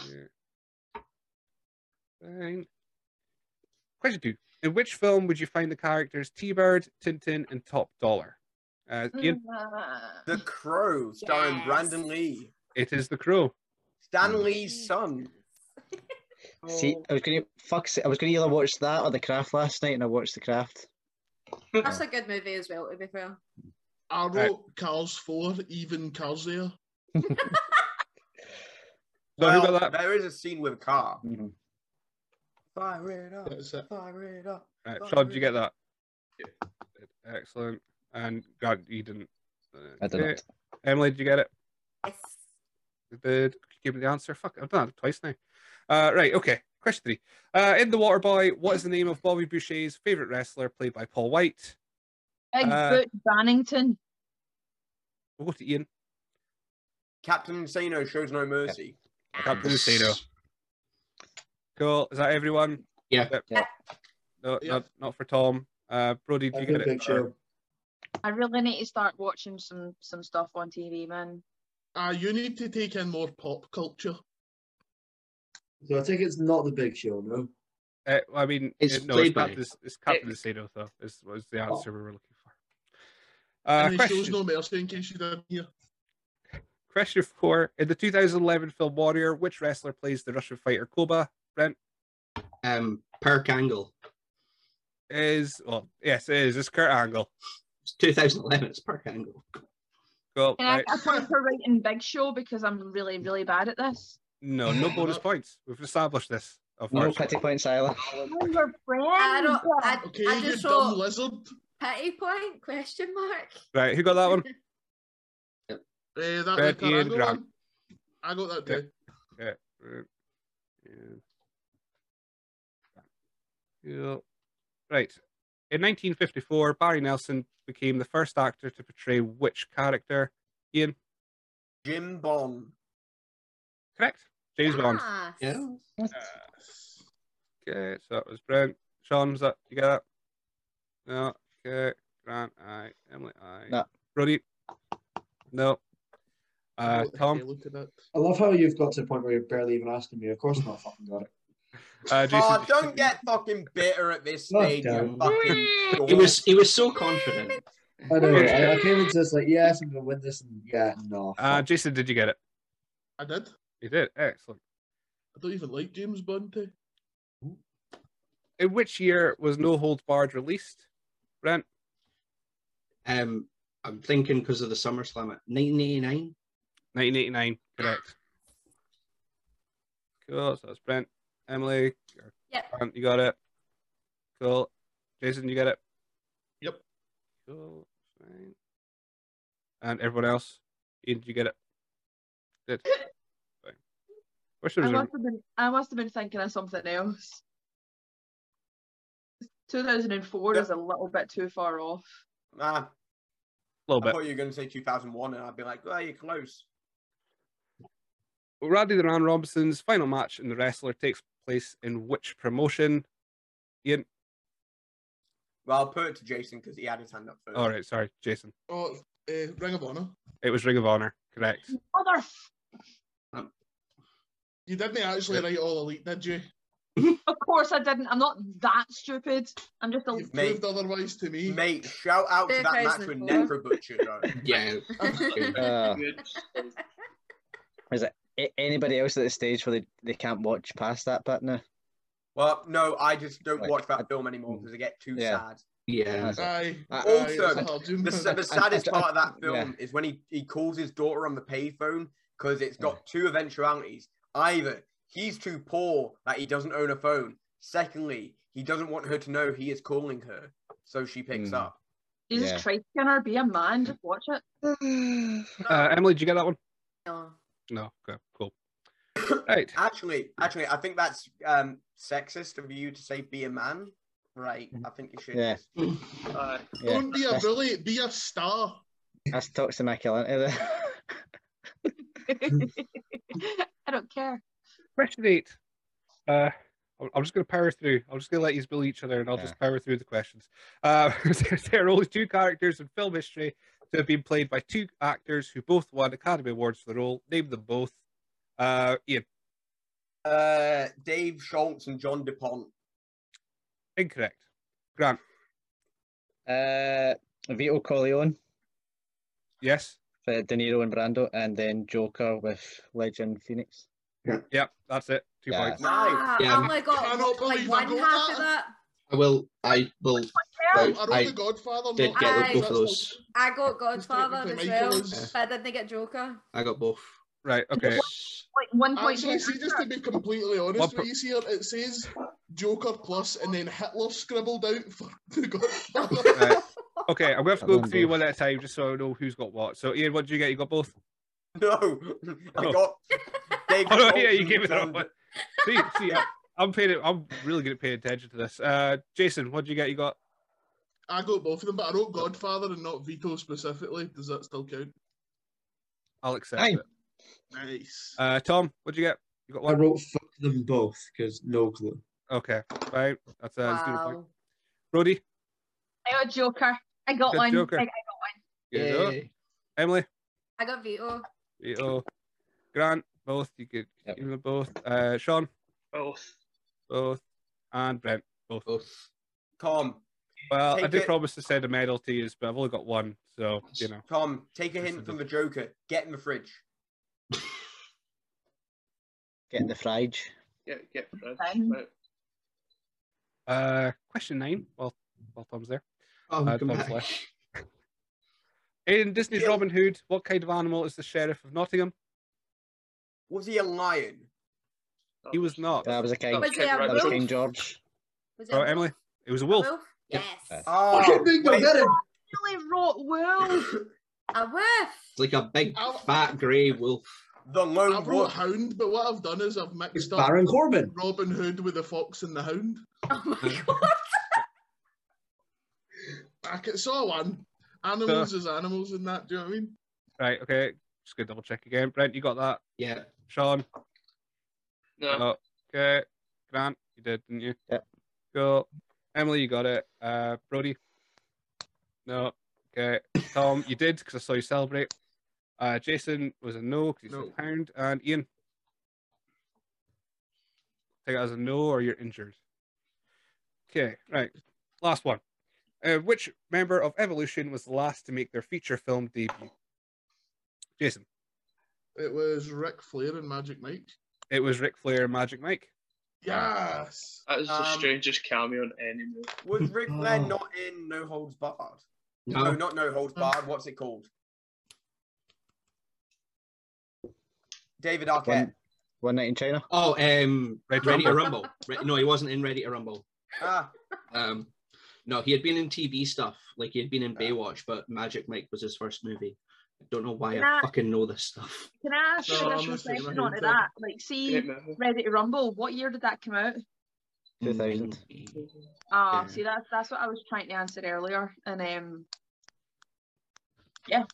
[SPEAKER 5] Yeah. Fine. Question two. In which film would you find the characters T-Bird, Tintin, and Top Dollar? Uh,
[SPEAKER 4] Hmm.
[SPEAKER 5] Ian,
[SPEAKER 4] Uh,
[SPEAKER 1] The Crow, starring
[SPEAKER 6] Yes.
[SPEAKER 1] Brandon Lee,
[SPEAKER 5] it is The Crow.
[SPEAKER 1] Stan Lee's son.
[SPEAKER 3] See, I was gonna fuck. I was gonna either watch that or The Craft last night, and I watched The Craft.
[SPEAKER 6] That's a good movie as well, to be fair.
[SPEAKER 2] I
[SPEAKER 5] Right.
[SPEAKER 2] wrote Cars 4, even Cars there.
[SPEAKER 5] So who
[SPEAKER 1] Well,
[SPEAKER 5] got that?
[SPEAKER 1] there is a scene with a car.
[SPEAKER 5] Mm-hmm.
[SPEAKER 3] Mhm.
[SPEAKER 1] Fire it up,
[SPEAKER 2] That's it.
[SPEAKER 1] fire it up.
[SPEAKER 5] Right, Sean, did you get that? Excellent. And God, you didn't.
[SPEAKER 3] I
[SPEAKER 5] Okay.
[SPEAKER 3] didn't.
[SPEAKER 5] Emily, did you get it?
[SPEAKER 6] Yes.
[SPEAKER 5] the give me the answer. Fuck, I've done it twice now. Uh, right, okay. Question three. Uh, in the Waterboy, what is the name of Bobby Boucher's favorite wrestler, played by Paul White?
[SPEAKER 4] Big
[SPEAKER 5] Uh,
[SPEAKER 4] Boot Bannington.
[SPEAKER 5] We'll go to Ian.
[SPEAKER 1] Captain Insano shows no mercy.
[SPEAKER 5] Captain Insano. Cool. Is that everyone?
[SPEAKER 9] Yeah.
[SPEAKER 5] Yep.
[SPEAKER 3] Yeah.
[SPEAKER 5] No,
[SPEAKER 2] Yeah.
[SPEAKER 5] Not, not for Tom. Uh, Brody, do you get it?
[SPEAKER 2] uh,
[SPEAKER 5] Or-
[SPEAKER 4] I really need to start watching some some stuff on TV, man.
[SPEAKER 2] Ah, you need to take in more pop culture.
[SPEAKER 8] So I think it's not the big show, no.
[SPEAKER 5] Uh, well, I mean,
[SPEAKER 9] It's
[SPEAKER 5] uh, no,
[SPEAKER 9] played
[SPEAKER 5] it's
[SPEAKER 9] by-
[SPEAKER 5] Captain, it's Captain Insano, though. Is was the answer we were looking for. Uh,
[SPEAKER 2] Oh. and he
[SPEAKER 5] question-
[SPEAKER 2] shows no mercy in case you didn't hear.
[SPEAKER 5] Question four. In the 2011 film Warrior, which wrestler plays the Russian fighter Koba?
[SPEAKER 9] Um, Perk Angle.
[SPEAKER 5] Is, well, yes, it is. It's Kurt Angle.
[SPEAKER 9] It's 2011. It's Perk Angle.
[SPEAKER 5] Go
[SPEAKER 4] Can I
[SPEAKER 5] right.
[SPEAKER 4] get a point for writing Big Show because I'm really, really bad at this?
[SPEAKER 5] No, no bonus points. We've established this. Of
[SPEAKER 3] No
[SPEAKER 5] course.
[SPEAKER 3] pity points, either.
[SPEAKER 4] I'm your friend.
[SPEAKER 6] I don't. I,
[SPEAKER 2] Okay,
[SPEAKER 6] I
[SPEAKER 2] you
[SPEAKER 6] just
[SPEAKER 2] dumb
[SPEAKER 6] wrote
[SPEAKER 2] lizard.
[SPEAKER 6] pity point question mark.
[SPEAKER 5] Right. Who got that one?
[SPEAKER 2] Eh, that
[SPEAKER 5] Red
[SPEAKER 2] like
[SPEAKER 5] Ian
[SPEAKER 2] Ian
[SPEAKER 5] Grant.
[SPEAKER 2] one. I got that
[SPEAKER 5] Yeah.
[SPEAKER 2] too.
[SPEAKER 5] Right. yeah. Yeah. Right. In 1954, Barry Nelson became the first actor to portray which character? Ian,
[SPEAKER 1] Jim Bond.
[SPEAKER 5] correct? James Bond.
[SPEAKER 6] Yes.
[SPEAKER 9] Yeah.
[SPEAKER 5] Okay, so that was Brent. Sean, was that you got that? No. Okay. Grant, aye. Emily, aye.
[SPEAKER 3] No.
[SPEAKER 5] Brody. No. Uh,
[SPEAKER 2] What the
[SPEAKER 5] Tom.
[SPEAKER 2] hell, Look at that.
[SPEAKER 8] I love how you've got to the point where you're barely even asking me. Of course not, fucking got it.
[SPEAKER 5] Uh, Jason,
[SPEAKER 1] Oh,
[SPEAKER 5] did you-
[SPEAKER 1] don't get fucking bitter at this
[SPEAKER 8] Oh,
[SPEAKER 1] stage, you
[SPEAKER 8] damn.
[SPEAKER 1] fucking.
[SPEAKER 9] He
[SPEAKER 1] dork.
[SPEAKER 9] was he was so confident.
[SPEAKER 8] I know. I, I came into this like, yes, I'm gonna win this, and yeah, no.
[SPEAKER 5] Uh,
[SPEAKER 8] fuck.
[SPEAKER 5] Jason, did you get it?
[SPEAKER 2] I did.
[SPEAKER 5] You did. Excellent.
[SPEAKER 2] I don't even like James Bond. eh?
[SPEAKER 5] In which year was No Holds Barred released? Brent.
[SPEAKER 9] Um, I'm thinking because of the SummerSlam at 1989.
[SPEAKER 5] 1989. Correct. Cool. So that's Brent. Emily. or
[SPEAKER 6] Yep.
[SPEAKER 5] Grant, you got it. Cool. Jason, you get it?
[SPEAKER 2] Yep.
[SPEAKER 5] Cool. Fine. And everyone else? Ian, did you get it? Did. Fine. Wish there
[SPEAKER 4] I
[SPEAKER 5] was a-
[SPEAKER 4] must have been I must have been thinking of something else. 2004
[SPEAKER 1] Yeah.
[SPEAKER 4] is a little bit too far off.
[SPEAKER 1] Ah,
[SPEAKER 5] little
[SPEAKER 1] I
[SPEAKER 5] bit.
[SPEAKER 1] thought you were going to say 2001, and I'd be like, well, you're close.
[SPEAKER 5] Randy the Ram Robinson's final match in The Wrestler takes place in which promotion?
[SPEAKER 1] Well, I'll put it to Jason because he had his hand up first.
[SPEAKER 5] All right, sorry, Jason.
[SPEAKER 2] Oh, uh, Ring of Honor.
[SPEAKER 5] It was Ring of Honor, correct?
[SPEAKER 4] Mother.
[SPEAKER 2] You didn't actually
[SPEAKER 5] Yep.
[SPEAKER 2] write All Elite, did you?
[SPEAKER 4] Of course I didn't. I'm not that stupid. I'm just a.
[SPEAKER 2] You've
[SPEAKER 1] Mate.
[SPEAKER 2] proved otherwise to me.
[SPEAKER 1] Mate, shout out to
[SPEAKER 6] Fair
[SPEAKER 1] that
[SPEAKER 6] price
[SPEAKER 1] match with
[SPEAKER 6] and all.
[SPEAKER 1] Necro Butcher though.
[SPEAKER 9] Yeah.
[SPEAKER 6] Oh,
[SPEAKER 3] Uh,
[SPEAKER 7] Oh, Good.
[SPEAKER 3] a- anybody else at the stage where they, they can't watch past that bit now?
[SPEAKER 1] Well, no, I just don't
[SPEAKER 3] Right.
[SPEAKER 1] watch that film anymore because I get too
[SPEAKER 3] Yeah.
[SPEAKER 1] sad.
[SPEAKER 9] Yeah.
[SPEAKER 2] Aye.
[SPEAKER 3] I-
[SPEAKER 2] aye,
[SPEAKER 1] Also,
[SPEAKER 2] that's hard, you
[SPEAKER 1] The,
[SPEAKER 2] know.
[SPEAKER 1] sa- the saddest
[SPEAKER 3] I-
[SPEAKER 1] part of that
[SPEAKER 3] yeah.
[SPEAKER 1] film is when he, he calls his daughter on the payphone because it's got two eventualities. Either he's too poor that he doesn't own a phone. Secondly, he doesn't want her to know he is calling her, so she picks
[SPEAKER 3] Hmm.
[SPEAKER 1] up.
[SPEAKER 4] Jesus
[SPEAKER 3] Yeah.
[SPEAKER 4] Christ, can her be a man? Just watch it.
[SPEAKER 5] Uh, Emily, did you get that one?
[SPEAKER 6] No.
[SPEAKER 5] No. Okay, cool. Right.
[SPEAKER 1] Actually, actually, I think that's um, sexist of you to say be a man. Right? I think you should.
[SPEAKER 3] Yeah.
[SPEAKER 1] just-
[SPEAKER 7] Uh,
[SPEAKER 3] Yeah,
[SPEAKER 2] Don't be a bully, be a star.
[SPEAKER 3] that's toxic masculinity. there.
[SPEAKER 4] I don't care.
[SPEAKER 5] Question eight. Uh, I'm- I'm just going to power through. I'm just going to let you bill each other, and I'll just power through the questions. Uh, there, there are only two characters in film history to have been played by two actors who both won Academy Awards for the role. Name them both. Uh, Ian,
[SPEAKER 1] Uh, Dave Schultz and John DuPont.
[SPEAKER 5] incorrect. Grant,
[SPEAKER 3] Uh, Vito Corleone
[SPEAKER 5] yes.
[SPEAKER 3] for De Niro and Brando, and then Joker with Legend Phoenix.
[SPEAKER 5] Yep, that's it. Two
[SPEAKER 3] Yeah.
[SPEAKER 5] points.
[SPEAKER 1] Nice.
[SPEAKER 6] Ah,
[SPEAKER 9] Yeah.
[SPEAKER 6] Oh my god.
[SPEAKER 2] Cannot
[SPEAKER 6] Like
[SPEAKER 2] believe
[SPEAKER 6] one
[SPEAKER 2] I got
[SPEAKER 6] half of that.
[SPEAKER 9] I will. I will.
[SPEAKER 2] I
[SPEAKER 9] I,
[SPEAKER 2] wrote The Godfather.
[SPEAKER 9] did
[SPEAKER 2] not-
[SPEAKER 9] get
[SPEAKER 6] Aye.
[SPEAKER 9] both of those.
[SPEAKER 6] I got
[SPEAKER 2] It's technically
[SPEAKER 6] Godfather as well,
[SPEAKER 2] Michael's.
[SPEAKER 6] but I didn't get Joker.
[SPEAKER 9] I got both.
[SPEAKER 5] Right. Okay.
[SPEAKER 4] Like one point.
[SPEAKER 2] Actually, Uh, see, just to be completely honest
[SPEAKER 5] pro-
[SPEAKER 2] with you here, it says Joker plus and then Hitler scribbled out for The Godfather.
[SPEAKER 5] Right. Okay. I'm going to have to
[SPEAKER 3] I
[SPEAKER 5] go
[SPEAKER 3] won
[SPEAKER 5] through
[SPEAKER 3] both.
[SPEAKER 5] one at a time just so I know who's got what. So, Ian, what did you get? You got both.
[SPEAKER 1] No, I
[SPEAKER 5] Oh.
[SPEAKER 1] got Dave.
[SPEAKER 5] Oh, no,
[SPEAKER 1] Schultz
[SPEAKER 5] yeah, you
[SPEAKER 1] and
[SPEAKER 5] gave it the
[SPEAKER 1] John
[SPEAKER 5] wrong one. See, see, I- I'm paying. it- I'm really good at paying attention to this. Uh, Jason, what did you get? You got
[SPEAKER 2] I got both of them, but I wrote Godfather and not Vito specifically. Does that still count?
[SPEAKER 5] I'll accept
[SPEAKER 3] Aye.
[SPEAKER 5] it.
[SPEAKER 2] Nice.
[SPEAKER 5] Uh, Tom, what'd you get? You got
[SPEAKER 8] I
[SPEAKER 5] one.
[SPEAKER 8] wrote fuck them both because no clue.
[SPEAKER 5] Okay, fine. That's uh, that's zero point.
[SPEAKER 6] Wow.
[SPEAKER 5] Brody,
[SPEAKER 4] I got Joker. I got
[SPEAKER 5] Good
[SPEAKER 4] one.
[SPEAKER 5] Joker.
[SPEAKER 4] I, I got one.
[SPEAKER 5] you know. Emily,
[SPEAKER 6] I got Vito.
[SPEAKER 5] you know. Grant, both. You could
[SPEAKER 3] Yep.
[SPEAKER 5] give them both. Uh, Sean,
[SPEAKER 7] both.
[SPEAKER 5] both, and Brent.
[SPEAKER 9] Both.
[SPEAKER 1] Tom,
[SPEAKER 5] Well, I
[SPEAKER 1] Take
[SPEAKER 5] did
[SPEAKER 1] it.
[SPEAKER 5] promise to send a medal to you, but I've only got one, so you know.
[SPEAKER 1] Tom, take a
[SPEAKER 5] Yes, I
[SPEAKER 1] hint from
[SPEAKER 5] did.
[SPEAKER 1] the Joker. Get in the fridge.
[SPEAKER 3] Getting the fridge.
[SPEAKER 7] Get get Fred.
[SPEAKER 4] Fine.
[SPEAKER 7] But
[SPEAKER 5] Uh, question nine. Well, while Tom's there.
[SPEAKER 9] Oh,
[SPEAKER 5] Uh,
[SPEAKER 9] come
[SPEAKER 5] Tom's
[SPEAKER 9] back.
[SPEAKER 5] left. In Disney's
[SPEAKER 1] Yeah.
[SPEAKER 5] Robin Hood, what kind of animal is the sheriff of Nottingham?
[SPEAKER 1] Was he a lion?
[SPEAKER 7] that
[SPEAKER 5] He was not.
[SPEAKER 3] That was a king.
[SPEAKER 7] that
[SPEAKER 6] Was
[SPEAKER 7] King
[SPEAKER 6] he a
[SPEAKER 3] That
[SPEAKER 7] Rudolph.
[SPEAKER 3] was
[SPEAKER 6] wolf?
[SPEAKER 3] King George.
[SPEAKER 6] Was it
[SPEAKER 5] Oh,
[SPEAKER 6] a
[SPEAKER 5] Emily, it was a
[SPEAKER 6] wolf?
[SPEAKER 5] wolf.
[SPEAKER 6] Yes.
[SPEAKER 1] Oh,
[SPEAKER 8] Fucking big
[SPEAKER 1] wait,
[SPEAKER 8] get him.
[SPEAKER 4] Really wrote well.
[SPEAKER 6] A wolf.
[SPEAKER 9] It's like a big
[SPEAKER 2] Ow.
[SPEAKER 9] fat grey wolf.
[SPEAKER 1] the
[SPEAKER 2] I
[SPEAKER 1] lone
[SPEAKER 2] wrote
[SPEAKER 1] wolf.
[SPEAKER 2] Hound, but what I've done is I've
[SPEAKER 8] It's
[SPEAKER 2] mixed up
[SPEAKER 8] Baron Corbin.
[SPEAKER 2] Robin Hood with the Fox and the Hound.
[SPEAKER 6] Oh my god.
[SPEAKER 2] I can, saw one. Animals is animals in that, do you know what I mean?
[SPEAKER 5] Right. Okay. Just gonna double check again. Brent, you got that.
[SPEAKER 9] Yeah.
[SPEAKER 5] Sean,
[SPEAKER 7] No.
[SPEAKER 5] Oh, okay. Grant, you did, didn't you?
[SPEAKER 3] Yep.
[SPEAKER 5] Cool. Emily, you got it. Uh, Brody? No. Okay. Tom, you did because I saw you celebrate. Uh, Jason was a no because he's
[SPEAKER 9] No.
[SPEAKER 5] a pound. And Ian? Take it as a no or you're injured. Okay, right. Last one. Uh, which member of Evolution was the last to make their feature film debut? Jason.
[SPEAKER 2] It was Ric Flair and Magic Mike.
[SPEAKER 5] It was Ric Flair and Magic Mike.
[SPEAKER 2] Yes.
[SPEAKER 7] That is the
[SPEAKER 1] Um,
[SPEAKER 7] strangest cameo in any movie.
[SPEAKER 1] Was Ric Flair
[SPEAKER 9] Oh.
[SPEAKER 1] not in No Holds Barred?
[SPEAKER 9] No.
[SPEAKER 1] No, not No Holds Barred. What's it called? David Arquette.
[SPEAKER 3] One, one night in China.
[SPEAKER 9] Oh, um,
[SPEAKER 5] Red
[SPEAKER 9] Ready to
[SPEAKER 5] Rumble.
[SPEAKER 9] Rumble. Re- no, he wasn't in Ready to Rumble.
[SPEAKER 1] Ah,
[SPEAKER 9] Um, no, he had been in TV stuff, like he had been in Baywatch, but Magic Mike was his first movie. I don't know why
[SPEAKER 4] Nah.
[SPEAKER 9] I fucking know this stuff.
[SPEAKER 4] Can I ask
[SPEAKER 2] No,
[SPEAKER 4] an additional
[SPEAKER 2] I'm listening,
[SPEAKER 4] question
[SPEAKER 2] I'm
[SPEAKER 4] onto
[SPEAKER 2] listening.
[SPEAKER 4] that? Like, see,
[SPEAKER 7] Great movie.
[SPEAKER 4] Ready to Rumble. What year did that come out?
[SPEAKER 3] 2000.
[SPEAKER 9] Mm.
[SPEAKER 4] Ah,
[SPEAKER 9] Yeah.
[SPEAKER 4] see, that's that's what I was trying to answer earlier, and um, yeah,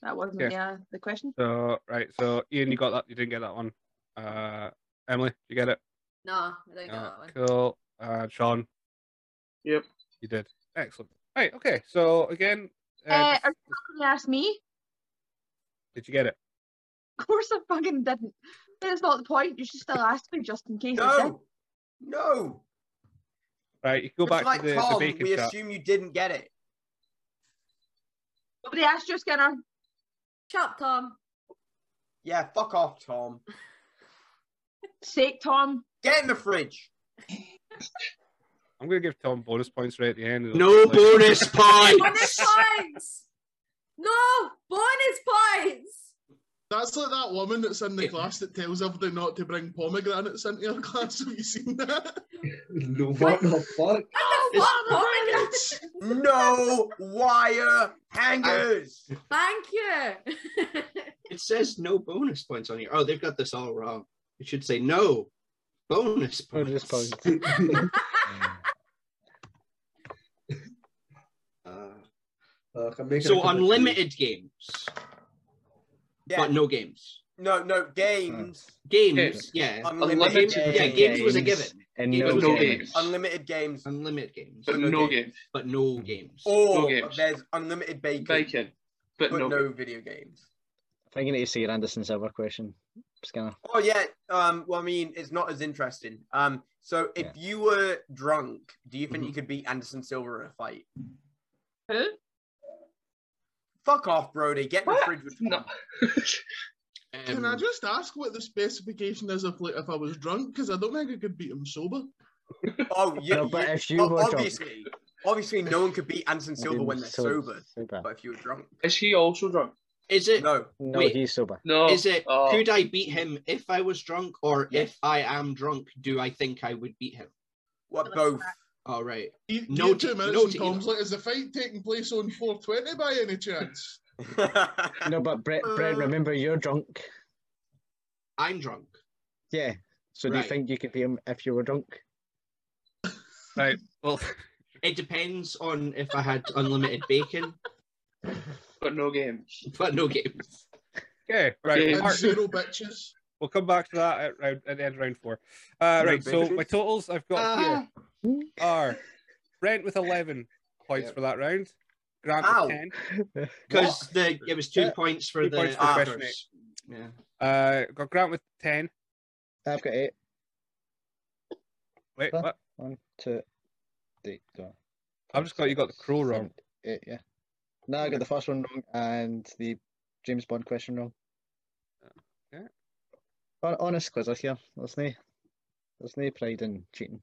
[SPEAKER 4] that wasn't
[SPEAKER 5] Yeah.
[SPEAKER 4] yeah the question.
[SPEAKER 5] So right, so Ian, you got that. You didn't get that one. Uh, Emily, you get it.
[SPEAKER 6] No, I don't know
[SPEAKER 5] Uh,
[SPEAKER 6] that one.
[SPEAKER 5] cool. Uh, Sean.
[SPEAKER 7] Yep.
[SPEAKER 5] You did. Excellent. Right. Okay. So again, uh,
[SPEAKER 4] Uh,
[SPEAKER 5] just-
[SPEAKER 4] are you fucking ask me?
[SPEAKER 5] did you get it?
[SPEAKER 4] Of course I fucking didn't. That's not the point. You should still ask me just in case. I did.
[SPEAKER 1] No, no.
[SPEAKER 5] Right. You can go
[SPEAKER 1] It's
[SPEAKER 5] back
[SPEAKER 1] like
[SPEAKER 5] to the,
[SPEAKER 1] Tom.
[SPEAKER 5] the bacon
[SPEAKER 1] we
[SPEAKER 5] chat.
[SPEAKER 1] assume you didn't get it.
[SPEAKER 4] Nobody asked you, Skinner.
[SPEAKER 6] Shut up, Tom.
[SPEAKER 1] Yeah, fuck off, Tom.
[SPEAKER 4] Sake, Tom.
[SPEAKER 1] Get in the fridge.
[SPEAKER 5] I'm gonna give Tom bonus points right at the end.
[SPEAKER 9] No bonus
[SPEAKER 6] Bonus
[SPEAKER 9] points.
[SPEAKER 6] points. No bonus points.
[SPEAKER 2] That's like that woman that's in the class that tells everybody not to bring pomegranates into her class. Have you seen that?
[SPEAKER 8] No, what the fuck?
[SPEAKER 6] What the fuck, pomegranates?
[SPEAKER 1] No wire hangers.
[SPEAKER 6] Thank you.
[SPEAKER 9] It says no bonus points on here. Oh, they've got this all wrong. It should say no bonus
[SPEAKER 8] Oh,
[SPEAKER 9] points.
[SPEAKER 3] Bonus points.
[SPEAKER 9] Uh,
[SPEAKER 8] Look, I'm making
[SPEAKER 9] so
[SPEAKER 8] a cup of tea.
[SPEAKER 9] unlimited games,
[SPEAKER 1] Yeah.
[SPEAKER 9] but no games.
[SPEAKER 1] No, no games.
[SPEAKER 9] Games,
[SPEAKER 5] Games.
[SPEAKER 9] yeah.
[SPEAKER 1] Unlimited
[SPEAKER 9] Games, yeah, games was a given.
[SPEAKER 3] Games And
[SPEAKER 9] Games
[SPEAKER 3] no,
[SPEAKER 9] was a
[SPEAKER 7] no
[SPEAKER 9] given.
[SPEAKER 7] games.
[SPEAKER 1] Unlimited games.
[SPEAKER 9] Unlimited games,
[SPEAKER 7] But no games.
[SPEAKER 9] but no
[SPEAKER 8] Mm.
[SPEAKER 9] games.
[SPEAKER 1] Or
[SPEAKER 7] No games.
[SPEAKER 1] there's unlimited bacon,
[SPEAKER 7] Bacon. But,
[SPEAKER 1] but
[SPEAKER 7] no.
[SPEAKER 1] no. video games.
[SPEAKER 3] I think you need to see your Anderson Silver question, Skinner.
[SPEAKER 1] Oh yeah. Um. Well, I mean, it's not as interesting. Um. So if
[SPEAKER 3] Yeah.
[SPEAKER 1] you were drunk, do you think you could beat Anderson Silver in a fight?
[SPEAKER 4] Who?
[SPEAKER 1] Fuck off, Brody. Get in the
[SPEAKER 7] What?
[SPEAKER 1] fridge. With
[SPEAKER 7] No.
[SPEAKER 2] Can I
[SPEAKER 9] Um,
[SPEAKER 2] just ask what the specification is of like, if I was drunk? Because I don't think I could beat him sober.
[SPEAKER 1] Oh, yeah.
[SPEAKER 3] No, but
[SPEAKER 1] yeah.
[SPEAKER 3] if you
[SPEAKER 1] O-
[SPEAKER 3] were drunk,
[SPEAKER 1] obviously, obviously, no one could beat Anderson Silver
[SPEAKER 3] then
[SPEAKER 1] when they're
[SPEAKER 3] so-
[SPEAKER 1] sober.
[SPEAKER 3] sober.
[SPEAKER 1] But if you were drunk,
[SPEAKER 7] Is he also drunk?
[SPEAKER 9] is it?
[SPEAKER 1] no.
[SPEAKER 3] No,
[SPEAKER 9] Wait.
[SPEAKER 3] he's sober.
[SPEAKER 7] No.
[SPEAKER 9] Is it?
[SPEAKER 7] Oh.
[SPEAKER 9] could I beat him if I was drunk, or
[SPEAKER 7] Yes.
[SPEAKER 9] if I am drunk, do I think I would beat him?
[SPEAKER 1] What both?
[SPEAKER 9] All right.
[SPEAKER 2] You,
[SPEAKER 9] No
[SPEAKER 2] E- you
[SPEAKER 9] to-
[SPEAKER 2] two minutes
[SPEAKER 9] no
[SPEAKER 2] and
[SPEAKER 9] to
[SPEAKER 2] Tom's
[SPEAKER 9] either.
[SPEAKER 2] like, is the fight taking place on 420 by any chance?
[SPEAKER 3] No, but Brett, Brett, remember you're drunk.
[SPEAKER 9] I'm drunk.
[SPEAKER 3] Yeah. So do
[SPEAKER 9] Right.
[SPEAKER 3] you think you could be him if you were drunk?
[SPEAKER 5] Right. Well,
[SPEAKER 9] It depends on if I had unlimited bacon,
[SPEAKER 7] But no games.
[SPEAKER 9] but no games.
[SPEAKER 5] okay. Right.
[SPEAKER 7] Games.
[SPEAKER 2] And
[SPEAKER 5] Mark,
[SPEAKER 2] zero bitches.
[SPEAKER 5] we'll come back to that at, round, at the end of round four. Uh,
[SPEAKER 1] No
[SPEAKER 5] right. So
[SPEAKER 1] bitches.
[SPEAKER 5] my totals I've got
[SPEAKER 9] Ah,
[SPEAKER 5] here are Brent with eleven points
[SPEAKER 8] Yep.
[SPEAKER 5] for that round. Grant
[SPEAKER 1] Ow.
[SPEAKER 5] with ten.
[SPEAKER 9] because the it was two
[SPEAKER 5] Yeah,
[SPEAKER 9] points for
[SPEAKER 5] two
[SPEAKER 9] the
[SPEAKER 5] points
[SPEAKER 9] points
[SPEAKER 5] for the question
[SPEAKER 9] Yeah.
[SPEAKER 5] Uh, got Grant with ten.
[SPEAKER 3] I've got eight.
[SPEAKER 5] Wait,
[SPEAKER 3] Huh?
[SPEAKER 5] what?
[SPEAKER 3] One, two, three, four.
[SPEAKER 5] I've just got you got the crow
[SPEAKER 3] seven,
[SPEAKER 5] wrong.
[SPEAKER 3] Eight, yeah. No, I got the first one wrong and the James Bond question wrong.
[SPEAKER 5] Okay.
[SPEAKER 3] Hon- Honest quizzer here. There's no, there's no pride in cheating.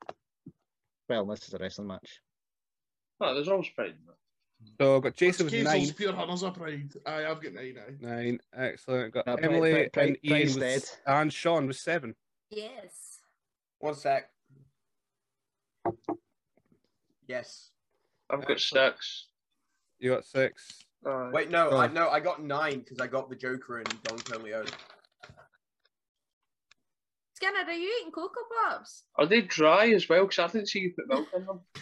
[SPEAKER 3] Well, this is a wrestling match.
[SPEAKER 7] Oh, there's always pride in that.
[SPEAKER 5] So I've got Jason with
[SPEAKER 2] Which
[SPEAKER 5] nine.
[SPEAKER 2] Kiesel's pure hunters are pride. Aye, I've got nine, aye.
[SPEAKER 5] Nine. Excellent. Got
[SPEAKER 3] No, Brett-
[SPEAKER 5] Emily
[SPEAKER 3] Brett- Brett-
[SPEAKER 5] and Ian
[SPEAKER 3] Brett's
[SPEAKER 5] with,
[SPEAKER 3] dead.
[SPEAKER 5] s- and Sean with seven.
[SPEAKER 6] Yes.
[SPEAKER 1] One sec. Yes.
[SPEAKER 7] I've got six.
[SPEAKER 5] You got six.
[SPEAKER 7] Uh,
[SPEAKER 1] Wait, no, I
[SPEAKER 5] Oh.
[SPEAKER 1] no, I got nine because I got the Joker and Don Corleone.
[SPEAKER 6] Skinner, are you eating Cocoa Pops?
[SPEAKER 7] Are they dry as well? Because I didn't see you put milk in them.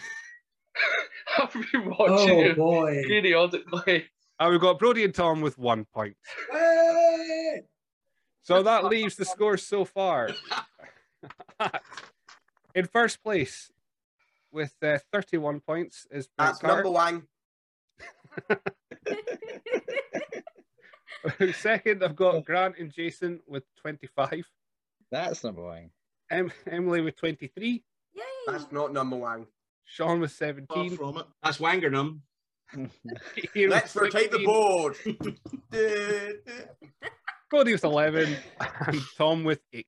[SPEAKER 7] I've been watching
[SPEAKER 8] Oh
[SPEAKER 7] you
[SPEAKER 8] boy.
[SPEAKER 7] periodically.
[SPEAKER 5] And Uh, we've got Brody and Tom with one point.
[SPEAKER 8] Hey!
[SPEAKER 5] So that leaves the score so far. In first place with uh, 31 points is Brent
[SPEAKER 1] That's
[SPEAKER 5] Carter.
[SPEAKER 1] number one.
[SPEAKER 5] Second, I've got Grant and Jason with 25.
[SPEAKER 3] That's number one.
[SPEAKER 5] Em- Emily with 23.
[SPEAKER 6] Yay.
[SPEAKER 1] That's not number one.
[SPEAKER 5] Sean with
[SPEAKER 2] Far
[SPEAKER 5] 17.
[SPEAKER 2] from it.
[SPEAKER 9] That's Wangernum.
[SPEAKER 5] Ian with
[SPEAKER 1] Let's rotate the
[SPEAKER 5] 16,
[SPEAKER 1] board.
[SPEAKER 5] Brody with 11. And Tom with 8.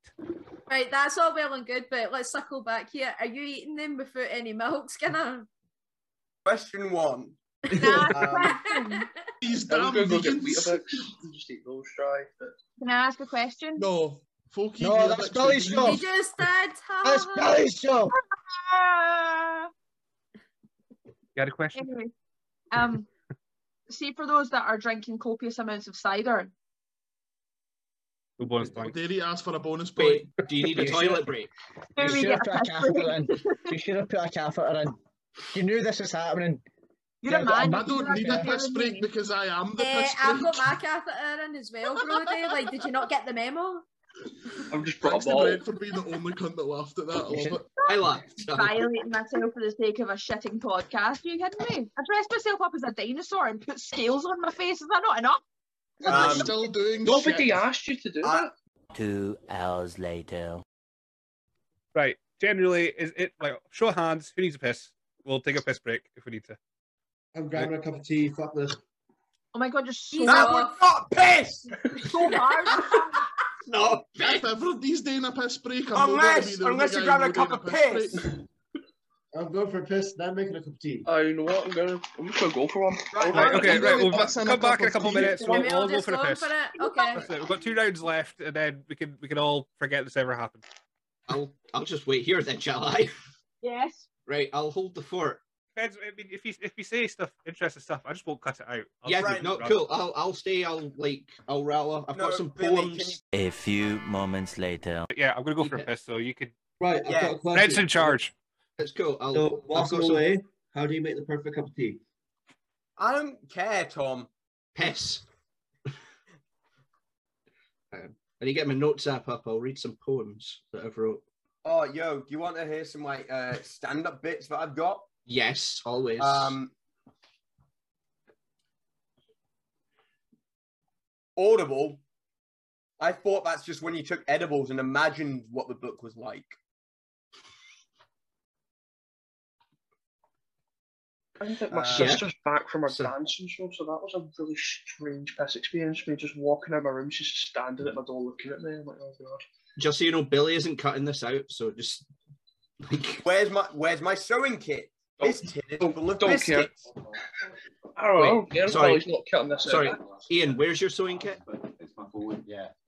[SPEAKER 6] Right, that's all well and good, but let's circle back here. Are you eating them without any milk, Skinner?
[SPEAKER 1] Question one.
[SPEAKER 3] Um,
[SPEAKER 6] Nah.
[SPEAKER 2] These damn
[SPEAKER 7] I'm going to go get
[SPEAKER 2] vegans.
[SPEAKER 7] Weetabix and just eat those dry. But...
[SPEAKER 4] Can I ask a question?
[SPEAKER 2] No. Folk eat
[SPEAKER 3] No,
[SPEAKER 2] Weetabix
[SPEAKER 3] that's
[SPEAKER 2] with
[SPEAKER 3] Billy's
[SPEAKER 2] cheese.
[SPEAKER 3] job.
[SPEAKER 6] you just did.
[SPEAKER 3] That's Billy's show.
[SPEAKER 4] Ah.
[SPEAKER 5] You had a question?
[SPEAKER 4] Anyway, um, see for those that are drinking copious amounts of cider,
[SPEAKER 5] No bonus
[SPEAKER 2] How
[SPEAKER 5] points.
[SPEAKER 2] dare he ask for a bonus point?
[SPEAKER 9] Wait, do you need a toilet break?
[SPEAKER 4] do
[SPEAKER 3] You
[SPEAKER 4] we
[SPEAKER 3] should have
[SPEAKER 4] get a
[SPEAKER 3] put a
[SPEAKER 4] piss
[SPEAKER 3] catheter
[SPEAKER 4] break?
[SPEAKER 3] in. You should have put a catheter in. You knew this was happening.
[SPEAKER 4] You're a
[SPEAKER 3] Yeah,
[SPEAKER 4] man.
[SPEAKER 2] I don't
[SPEAKER 4] you're
[SPEAKER 2] need a
[SPEAKER 4] telling
[SPEAKER 2] piss break
[SPEAKER 4] me.
[SPEAKER 2] because I am the
[SPEAKER 6] Yeah,
[SPEAKER 2] piss
[SPEAKER 6] Eh, I've
[SPEAKER 2] break.
[SPEAKER 6] got my catheter in as well, Brody. Like, did you not get the memo?
[SPEAKER 7] I've just brought
[SPEAKER 2] Thanks
[SPEAKER 7] a
[SPEAKER 2] to
[SPEAKER 7] bottle.
[SPEAKER 2] Brett for being the only cunt that laughed at that. I
[SPEAKER 3] You
[SPEAKER 2] love
[SPEAKER 3] should,
[SPEAKER 2] it.
[SPEAKER 9] I laughed.
[SPEAKER 4] violating myself for the sake of a shitting podcast. Are you kidding me? I dressed myself up as a dinosaur and put scales on my face. Is that not enough?
[SPEAKER 2] You're
[SPEAKER 1] Um,
[SPEAKER 2] still doing
[SPEAKER 7] Nobody
[SPEAKER 2] shit.
[SPEAKER 7] asked you to do
[SPEAKER 1] I-
[SPEAKER 7] that.
[SPEAKER 10] Two hours later.
[SPEAKER 5] Right. Generally, is it like show of hands? Who needs a piss? We'll take a piss break if we need to.
[SPEAKER 8] I'm grabbing a cup of tea. Fuck this.
[SPEAKER 4] Oh my god, you're so
[SPEAKER 6] Jesus.
[SPEAKER 1] That was not piss.
[SPEAKER 4] so hard.
[SPEAKER 1] No,
[SPEAKER 2] If everybody's doing a piss break, I'm not gonna
[SPEAKER 1] unless
[SPEAKER 2] be the
[SPEAKER 1] unless
[SPEAKER 2] only
[SPEAKER 1] you're
[SPEAKER 2] guy
[SPEAKER 1] grabbing a
[SPEAKER 2] not
[SPEAKER 1] cup of
[SPEAKER 2] doing a piss
[SPEAKER 1] piss.
[SPEAKER 2] break.
[SPEAKER 8] I'm going for a piss, then making a cup of tea.
[SPEAKER 7] Oh, you know what? I'm gonna, I'm just gonna go for one.
[SPEAKER 1] Right,
[SPEAKER 5] Right,
[SPEAKER 2] Alright,
[SPEAKER 5] okay,
[SPEAKER 2] I'm
[SPEAKER 5] right.
[SPEAKER 2] gonna
[SPEAKER 5] We'll
[SPEAKER 2] piss in a
[SPEAKER 5] come back
[SPEAKER 2] cup
[SPEAKER 5] in a
[SPEAKER 2] of
[SPEAKER 5] couple
[SPEAKER 2] tea.
[SPEAKER 5] minutes. We'll,
[SPEAKER 6] we
[SPEAKER 5] we'll all go
[SPEAKER 6] just
[SPEAKER 5] for a
[SPEAKER 6] going
[SPEAKER 5] piss.
[SPEAKER 6] for it? Okay.
[SPEAKER 5] That's it. We've got two rounds left, and then we can we can all forget this ever happened.
[SPEAKER 9] I'll I'll just wait here then, shall I?
[SPEAKER 4] yes.
[SPEAKER 9] Right, I'll hold the fort.
[SPEAKER 5] Depends. I mean, if you if you say stuff, interesting stuff, I just won't cut it out. I'll
[SPEAKER 9] yeah,
[SPEAKER 5] just
[SPEAKER 1] right,
[SPEAKER 5] leave it
[SPEAKER 9] no,
[SPEAKER 5] rather.
[SPEAKER 9] cool. I'll I'll stay. I'll like I'll rally. I've
[SPEAKER 1] No,
[SPEAKER 9] got some
[SPEAKER 1] Billy,
[SPEAKER 9] poems.
[SPEAKER 1] can you-
[SPEAKER 10] A few moments later.
[SPEAKER 5] But yeah, I'm gonna go for a
[SPEAKER 9] Yeah.
[SPEAKER 5] piss. So you could.
[SPEAKER 8] Right, I've
[SPEAKER 1] Yeah,
[SPEAKER 8] got a question.
[SPEAKER 5] Red's in charge.
[SPEAKER 9] It's cool. I'll,
[SPEAKER 8] So,
[SPEAKER 9] I've
[SPEAKER 8] whilst
[SPEAKER 9] got
[SPEAKER 8] I'm
[SPEAKER 9] some
[SPEAKER 8] away, how do you make the perfect cup of tea?
[SPEAKER 1] I don't care, Tom.
[SPEAKER 9] piss. um, I need to get my notes app up. I'll read some poems that I've wrote.
[SPEAKER 1] Oh, yo, do you want to hear some like uh, stand-up bits that I've got?
[SPEAKER 9] Yes, always.
[SPEAKER 1] Um, Audible. I thought that's just when you took edibles and imagined what the book was like.
[SPEAKER 7] I think my
[SPEAKER 1] Uh,
[SPEAKER 7] sister's back from her
[SPEAKER 9] So-
[SPEAKER 7] dancing show, so that was a really strange piss experience. Me just walking in my room, she's standing at my door looking at me. I'm like, oh god.
[SPEAKER 9] just so you know, Billy isn't cutting this out, so just like
[SPEAKER 1] Where's my Where's my sewing kit? This tin is
[SPEAKER 7] Don't-
[SPEAKER 1] full of
[SPEAKER 7] don't care.
[SPEAKER 1] biscuits.
[SPEAKER 7] Oh,
[SPEAKER 9] Wait,
[SPEAKER 7] I don't care.
[SPEAKER 9] sorry.
[SPEAKER 7] Sorry, he's not cutting this
[SPEAKER 9] Sorry.
[SPEAKER 7] out.
[SPEAKER 9] Ian, where's your sewing kit?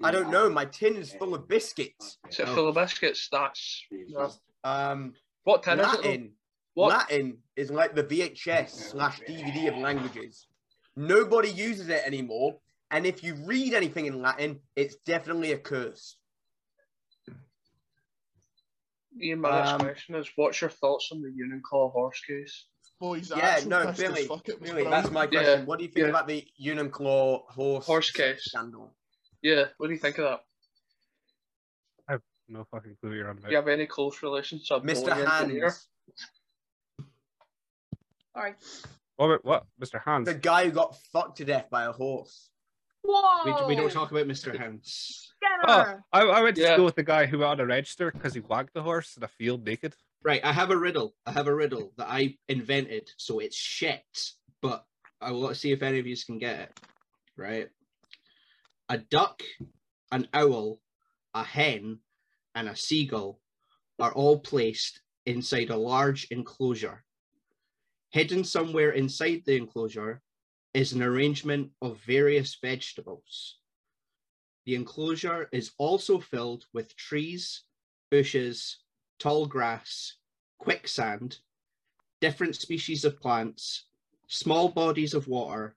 [SPEAKER 1] I don't know. My tin is full of biscuits.
[SPEAKER 7] Is it full of biscuits? That's no.
[SPEAKER 1] Um,
[SPEAKER 7] what tin is it? though?
[SPEAKER 1] Latin.
[SPEAKER 7] What?
[SPEAKER 1] Latin is like the VHS slash DVD of languages. Nobody uses it anymore, and if you read anything in Latin, it's definitely a curse.
[SPEAKER 7] Ian, my next
[SPEAKER 1] Um,
[SPEAKER 7] question is, what's your thoughts on the Uniclaw horse case?
[SPEAKER 2] Boys, the
[SPEAKER 1] yeah,
[SPEAKER 2] actual
[SPEAKER 1] no,
[SPEAKER 2] piss is
[SPEAKER 1] Billy,
[SPEAKER 2] fuck, it was
[SPEAKER 1] Billy,
[SPEAKER 2] brilliant.
[SPEAKER 1] that's my
[SPEAKER 7] Yeah,
[SPEAKER 1] question. what do you think
[SPEAKER 7] yeah.
[SPEAKER 1] about the Uniclaw horse
[SPEAKER 7] Horse case.
[SPEAKER 1] scandal?
[SPEAKER 7] Yeah, what do you think of that?
[SPEAKER 5] No fucking clue what you're on about.
[SPEAKER 7] Do you have any close relations to a
[SPEAKER 1] Mr.
[SPEAKER 7] bowling engineer?
[SPEAKER 1] Hands,
[SPEAKER 4] Sorry.
[SPEAKER 5] What, about- what, Mr. Hans?
[SPEAKER 1] the guy who got fucked to death by a horse.
[SPEAKER 9] We,
[SPEAKER 4] Whoa.
[SPEAKER 9] we don't talk about Mr. Hounds.
[SPEAKER 5] Oh,
[SPEAKER 4] Skinner.
[SPEAKER 5] I, I went to
[SPEAKER 7] Yeah.
[SPEAKER 5] school with the guy who had a register because he wagged the horse in a field naked.
[SPEAKER 9] Right, I have a riddle. I have a riddle that I invented, so it's shit, but I want to see if any of you can get it. Right? A duck, an owl, a hen, and a seagull are all placed inside a large enclosure. Hidden somewhere inside the enclosure is an arrangement of various vegetables. The enclosure is also filled with trees, bushes, tall grass, quicksand, different species of plants, small bodies of water,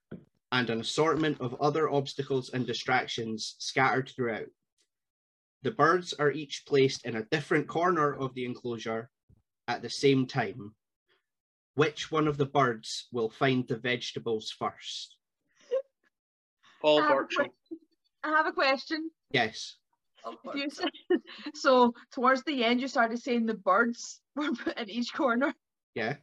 [SPEAKER 9] and an assortment of other obstacles and distractions scattered throughout. The birds are each placed in a different corner of the enclosure at the same time. Which one of the birds will find the vegetables first?
[SPEAKER 7] Paul
[SPEAKER 4] Um,
[SPEAKER 7] Burchill.
[SPEAKER 4] I have a question.
[SPEAKER 9] Yes.
[SPEAKER 4] You said, so towards the end, you started saying the birds were put in each corner.
[SPEAKER 9] Yeah.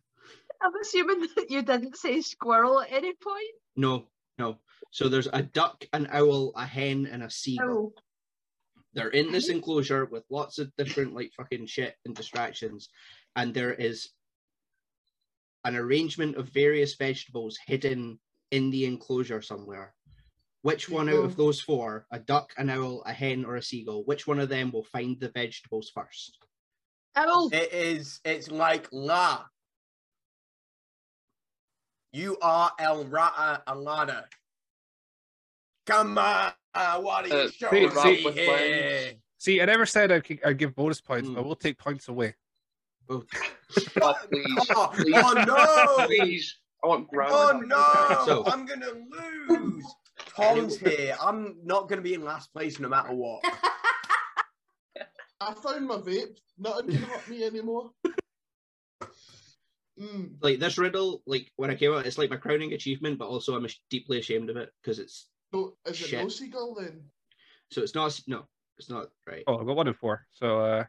[SPEAKER 4] I'm assuming that you didn't say squirrel at any point.
[SPEAKER 9] No. No. So there's a duck, an owl, a hen, and a
[SPEAKER 4] Oh,
[SPEAKER 9] seagull. they're in this enclosure with lots of different like fucking shit and distractions and there is an arrangement of various vegetables hidden in the enclosure somewhere which one out of those four a duck an owl a hen or a seagull which one of them will find the vegetables first
[SPEAKER 4] owl.
[SPEAKER 1] It is. It's like la. You are El Rata Alana. Come on, what are you
[SPEAKER 7] Uh,
[SPEAKER 5] see-
[SPEAKER 1] showing
[SPEAKER 5] see-
[SPEAKER 1] me
[SPEAKER 7] with
[SPEAKER 1] here?
[SPEAKER 5] See, I never said I'd, gi- I'd give bonus points. I
[SPEAKER 9] Mm.
[SPEAKER 5] will take points away.
[SPEAKER 7] Oh,
[SPEAKER 9] oh
[SPEAKER 7] please.
[SPEAKER 1] Oh,
[SPEAKER 7] Please.
[SPEAKER 1] oh, no!
[SPEAKER 7] Please. I want grammar.
[SPEAKER 1] Oh no!
[SPEAKER 9] So-
[SPEAKER 1] I'm gonna lose. Tom's here. I'm not gonna be in last place no matter what.
[SPEAKER 2] I found my vape. Nothing can hurt me anymore. Mm.
[SPEAKER 9] like this riddle like when i came out it's like my crowning achievement but also i'm ash- deeply ashamed of it because it's
[SPEAKER 2] No, is it no
[SPEAKER 9] Shit.
[SPEAKER 2] seagull then?
[SPEAKER 9] so it's not no it's not right
[SPEAKER 5] Oh, I got one in four. So uh,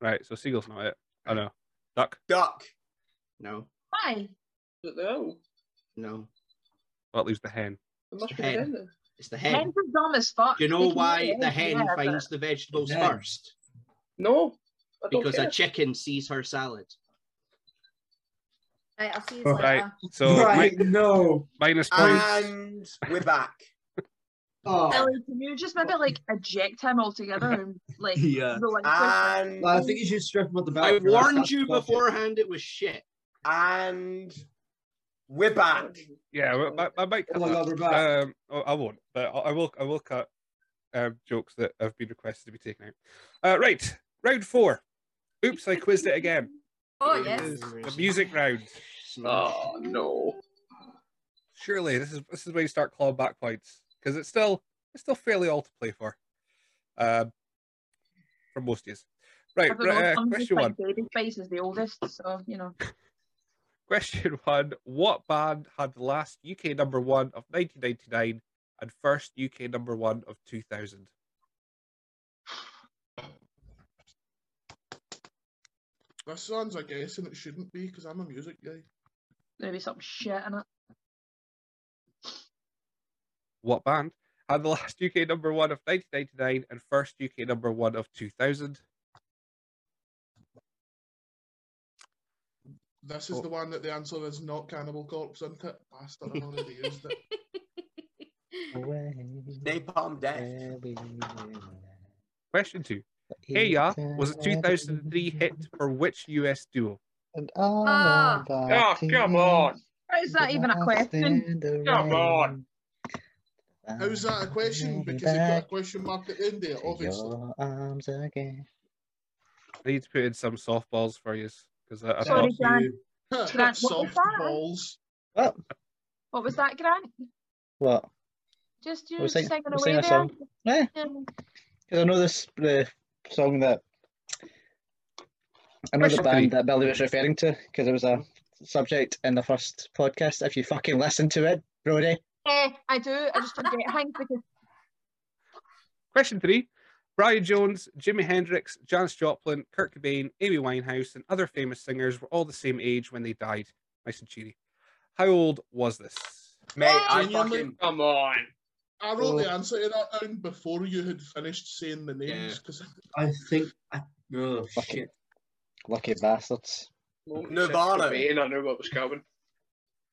[SPEAKER 5] Right, so seagull's not it. I know. Duck.
[SPEAKER 1] Duck.
[SPEAKER 9] No.
[SPEAKER 4] Why?
[SPEAKER 7] No.
[SPEAKER 9] No.
[SPEAKER 5] Well, it leaves the hen.
[SPEAKER 7] It must
[SPEAKER 9] It's
[SPEAKER 7] be
[SPEAKER 9] the
[SPEAKER 7] the
[SPEAKER 9] hen.
[SPEAKER 7] hen. then.
[SPEAKER 9] It's the hen.
[SPEAKER 4] Hens are dumb as fuck.
[SPEAKER 9] Do you
[SPEAKER 4] They
[SPEAKER 9] know
[SPEAKER 4] can eat
[SPEAKER 9] why
[SPEAKER 4] it
[SPEAKER 9] the
[SPEAKER 4] if they
[SPEAKER 9] hen
[SPEAKER 4] have it.
[SPEAKER 9] finds the vegetables
[SPEAKER 8] Hen.
[SPEAKER 9] first?
[SPEAKER 7] No. I don't
[SPEAKER 9] Because
[SPEAKER 7] care.
[SPEAKER 9] a chicken sees her salad.
[SPEAKER 6] Right, I'll see you later.
[SPEAKER 5] Right. So
[SPEAKER 8] right,
[SPEAKER 5] mi-
[SPEAKER 8] no.
[SPEAKER 5] minus points.
[SPEAKER 1] And we're back.
[SPEAKER 8] Oh.
[SPEAKER 4] Billy, can you just maybe like eject him altogether and like
[SPEAKER 8] Yeah.
[SPEAKER 5] uh,
[SPEAKER 4] relinquish
[SPEAKER 1] And
[SPEAKER 8] Well, I think you should strip him of the belt.
[SPEAKER 9] I
[SPEAKER 8] for that.
[SPEAKER 9] warned
[SPEAKER 8] That's
[SPEAKER 9] you
[SPEAKER 8] bullshit.
[SPEAKER 9] beforehand it was shit.
[SPEAKER 1] and we're back.
[SPEAKER 5] Yeah, well, I, I might.
[SPEAKER 8] Oh
[SPEAKER 5] Cut
[SPEAKER 8] my god, we're
[SPEAKER 5] that.
[SPEAKER 8] back.
[SPEAKER 5] Um, oh, I won't, but I I will. I will cut um, jokes that have been requested to be taken out. Uh, right, round four. Oops, I quizzed it again.
[SPEAKER 6] Oh
[SPEAKER 9] It
[SPEAKER 6] yes.
[SPEAKER 9] is
[SPEAKER 5] The music round.
[SPEAKER 7] Oh no.
[SPEAKER 5] Surely this is this is where you start clawing back points because it's still it's still fairly all to play for. Um, from most of you. Right,
[SPEAKER 4] Everyone
[SPEAKER 5] right, uh,
[SPEAKER 4] comes
[SPEAKER 5] question
[SPEAKER 4] with,
[SPEAKER 5] one.
[SPEAKER 4] like, Baby face is the oldest, so you know.
[SPEAKER 5] Question one What band had the last UK number one of 1999 and first UK number one of 2000?
[SPEAKER 2] That sounds like guess, and it shouldn't be because I'm a music guy.
[SPEAKER 4] Maybe some shit in it.
[SPEAKER 5] What band had the last UK number one of 1999 and first UK number one of 2000?
[SPEAKER 2] This is
[SPEAKER 5] Oh.
[SPEAKER 2] the one that the answer is not Cannibal Corpse, isn't it? Bastard, I've already used it.
[SPEAKER 1] Napalm Death.
[SPEAKER 5] Question two Hey Ya was a 2003 hit for which US duo?
[SPEAKER 3] Ah,
[SPEAKER 7] Oh, come on.
[SPEAKER 4] How is that even a question?
[SPEAKER 7] Come on.
[SPEAKER 2] How's that a question? Because it got a question mark at the end there, obviously.
[SPEAKER 3] Your arms again.
[SPEAKER 5] I need to put in some softballs for you because I, I
[SPEAKER 4] Sorry,
[SPEAKER 5] thought
[SPEAKER 4] Jan. Grant, what was
[SPEAKER 2] Soft
[SPEAKER 4] that?
[SPEAKER 2] balls.
[SPEAKER 3] What?
[SPEAKER 4] What was that, Grant?
[SPEAKER 3] What?
[SPEAKER 4] Just
[SPEAKER 3] We're
[SPEAKER 4] you
[SPEAKER 3] sing-
[SPEAKER 4] singing
[SPEAKER 3] we're
[SPEAKER 4] away
[SPEAKER 3] singing a
[SPEAKER 4] there.
[SPEAKER 3] song. Yeah,
[SPEAKER 4] Um,
[SPEAKER 3] because I know this the song that I know the
[SPEAKER 5] Question three.
[SPEAKER 3] band that Billy was referring to because it was a subject in the first podcast. If you fucking listen to it, Brody.
[SPEAKER 4] eh, I do. I just forget things because
[SPEAKER 5] Question three. Brian Jones, Jimi Hendrix, Janis Joplin, Kurt Cobain, Amy Winehouse, and other famous singers were all the same age when they died. Nice and cheery. How old was this?
[SPEAKER 1] Mate, I
[SPEAKER 2] Genuinely?
[SPEAKER 1] fucking
[SPEAKER 7] Come on.
[SPEAKER 2] I wrote the answer to that down before you had finished saying the names
[SPEAKER 9] Yeah.
[SPEAKER 2] because
[SPEAKER 8] I think. I, oh,
[SPEAKER 3] Fuck it.
[SPEAKER 8] shit.
[SPEAKER 3] Lucky bastards.
[SPEAKER 7] Moment
[SPEAKER 1] Nirvana.
[SPEAKER 7] of pain, I knew what was coming.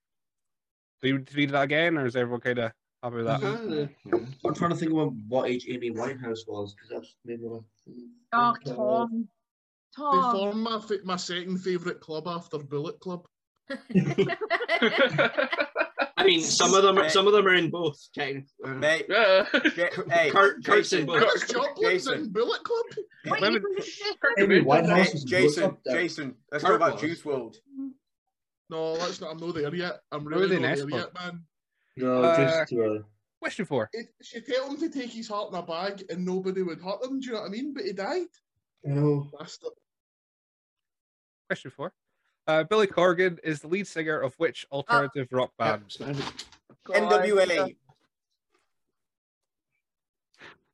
[SPEAKER 5] Do you need to read that again, or is everyone kind of happy with that?
[SPEAKER 9] Uh,
[SPEAKER 8] I'm trying to think about what age Amy Winehouse was because that's maybe one.
[SPEAKER 4] oh Tom,
[SPEAKER 2] they
[SPEAKER 4] Tom.
[SPEAKER 2] formed my, fa- my second favourite club after Bullet Club.
[SPEAKER 9] I mean, some of them are, some of them are in both. technically. Uh,
[SPEAKER 1] mate.
[SPEAKER 7] Yeah.
[SPEAKER 1] Ja- hey,
[SPEAKER 9] Kurt, Kurt's
[SPEAKER 1] Jason,
[SPEAKER 9] in both.
[SPEAKER 2] Janis Joplin's
[SPEAKER 1] Jason.
[SPEAKER 2] in Bullet Club.
[SPEAKER 4] Wait,
[SPEAKER 5] Lemon-
[SPEAKER 4] you just-
[SPEAKER 8] Amy
[SPEAKER 1] Ja-
[SPEAKER 8] Winehouse was
[SPEAKER 1] Jason,
[SPEAKER 8] up there.
[SPEAKER 1] Jason. Let's
[SPEAKER 9] Kurt
[SPEAKER 1] talk about
[SPEAKER 9] was.
[SPEAKER 1] Juice World.
[SPEAKER 2] No, that's not. I'm not there yet. I'm
[SPEAKER 5] Where
[SPEAKER 2] really
[SPEAKER 5] were they
[SPEAKER 2] not
[SPEAKER 5] next
[SPEAKER 2] there
[SPEAKER 5] month?
[SPEAKER 2] yet, man.
[SPEAKER 8] No,
[SPEAKER 5] Uh,
[SPEAKER 8] just too early.
[SPEAKER 5] Question four.
[SPEAKER 2] It, she tell him to take his heart in a bag and nobody would hurt him. Do you know what I mean? But he died.
[SPEAKER 8] No.
[SPEAKER 2] Bastard.
[SPEAKER 5] Question four. Uh, Billy Corgan is the lead singer of which alternative rock
[SPEAKER 9] Yeah,
[SPEAKER 5] band?
[SPEAKER 9] smash it.
[SPEAKER 4] Oh,
[SPEAKER 1] NWA.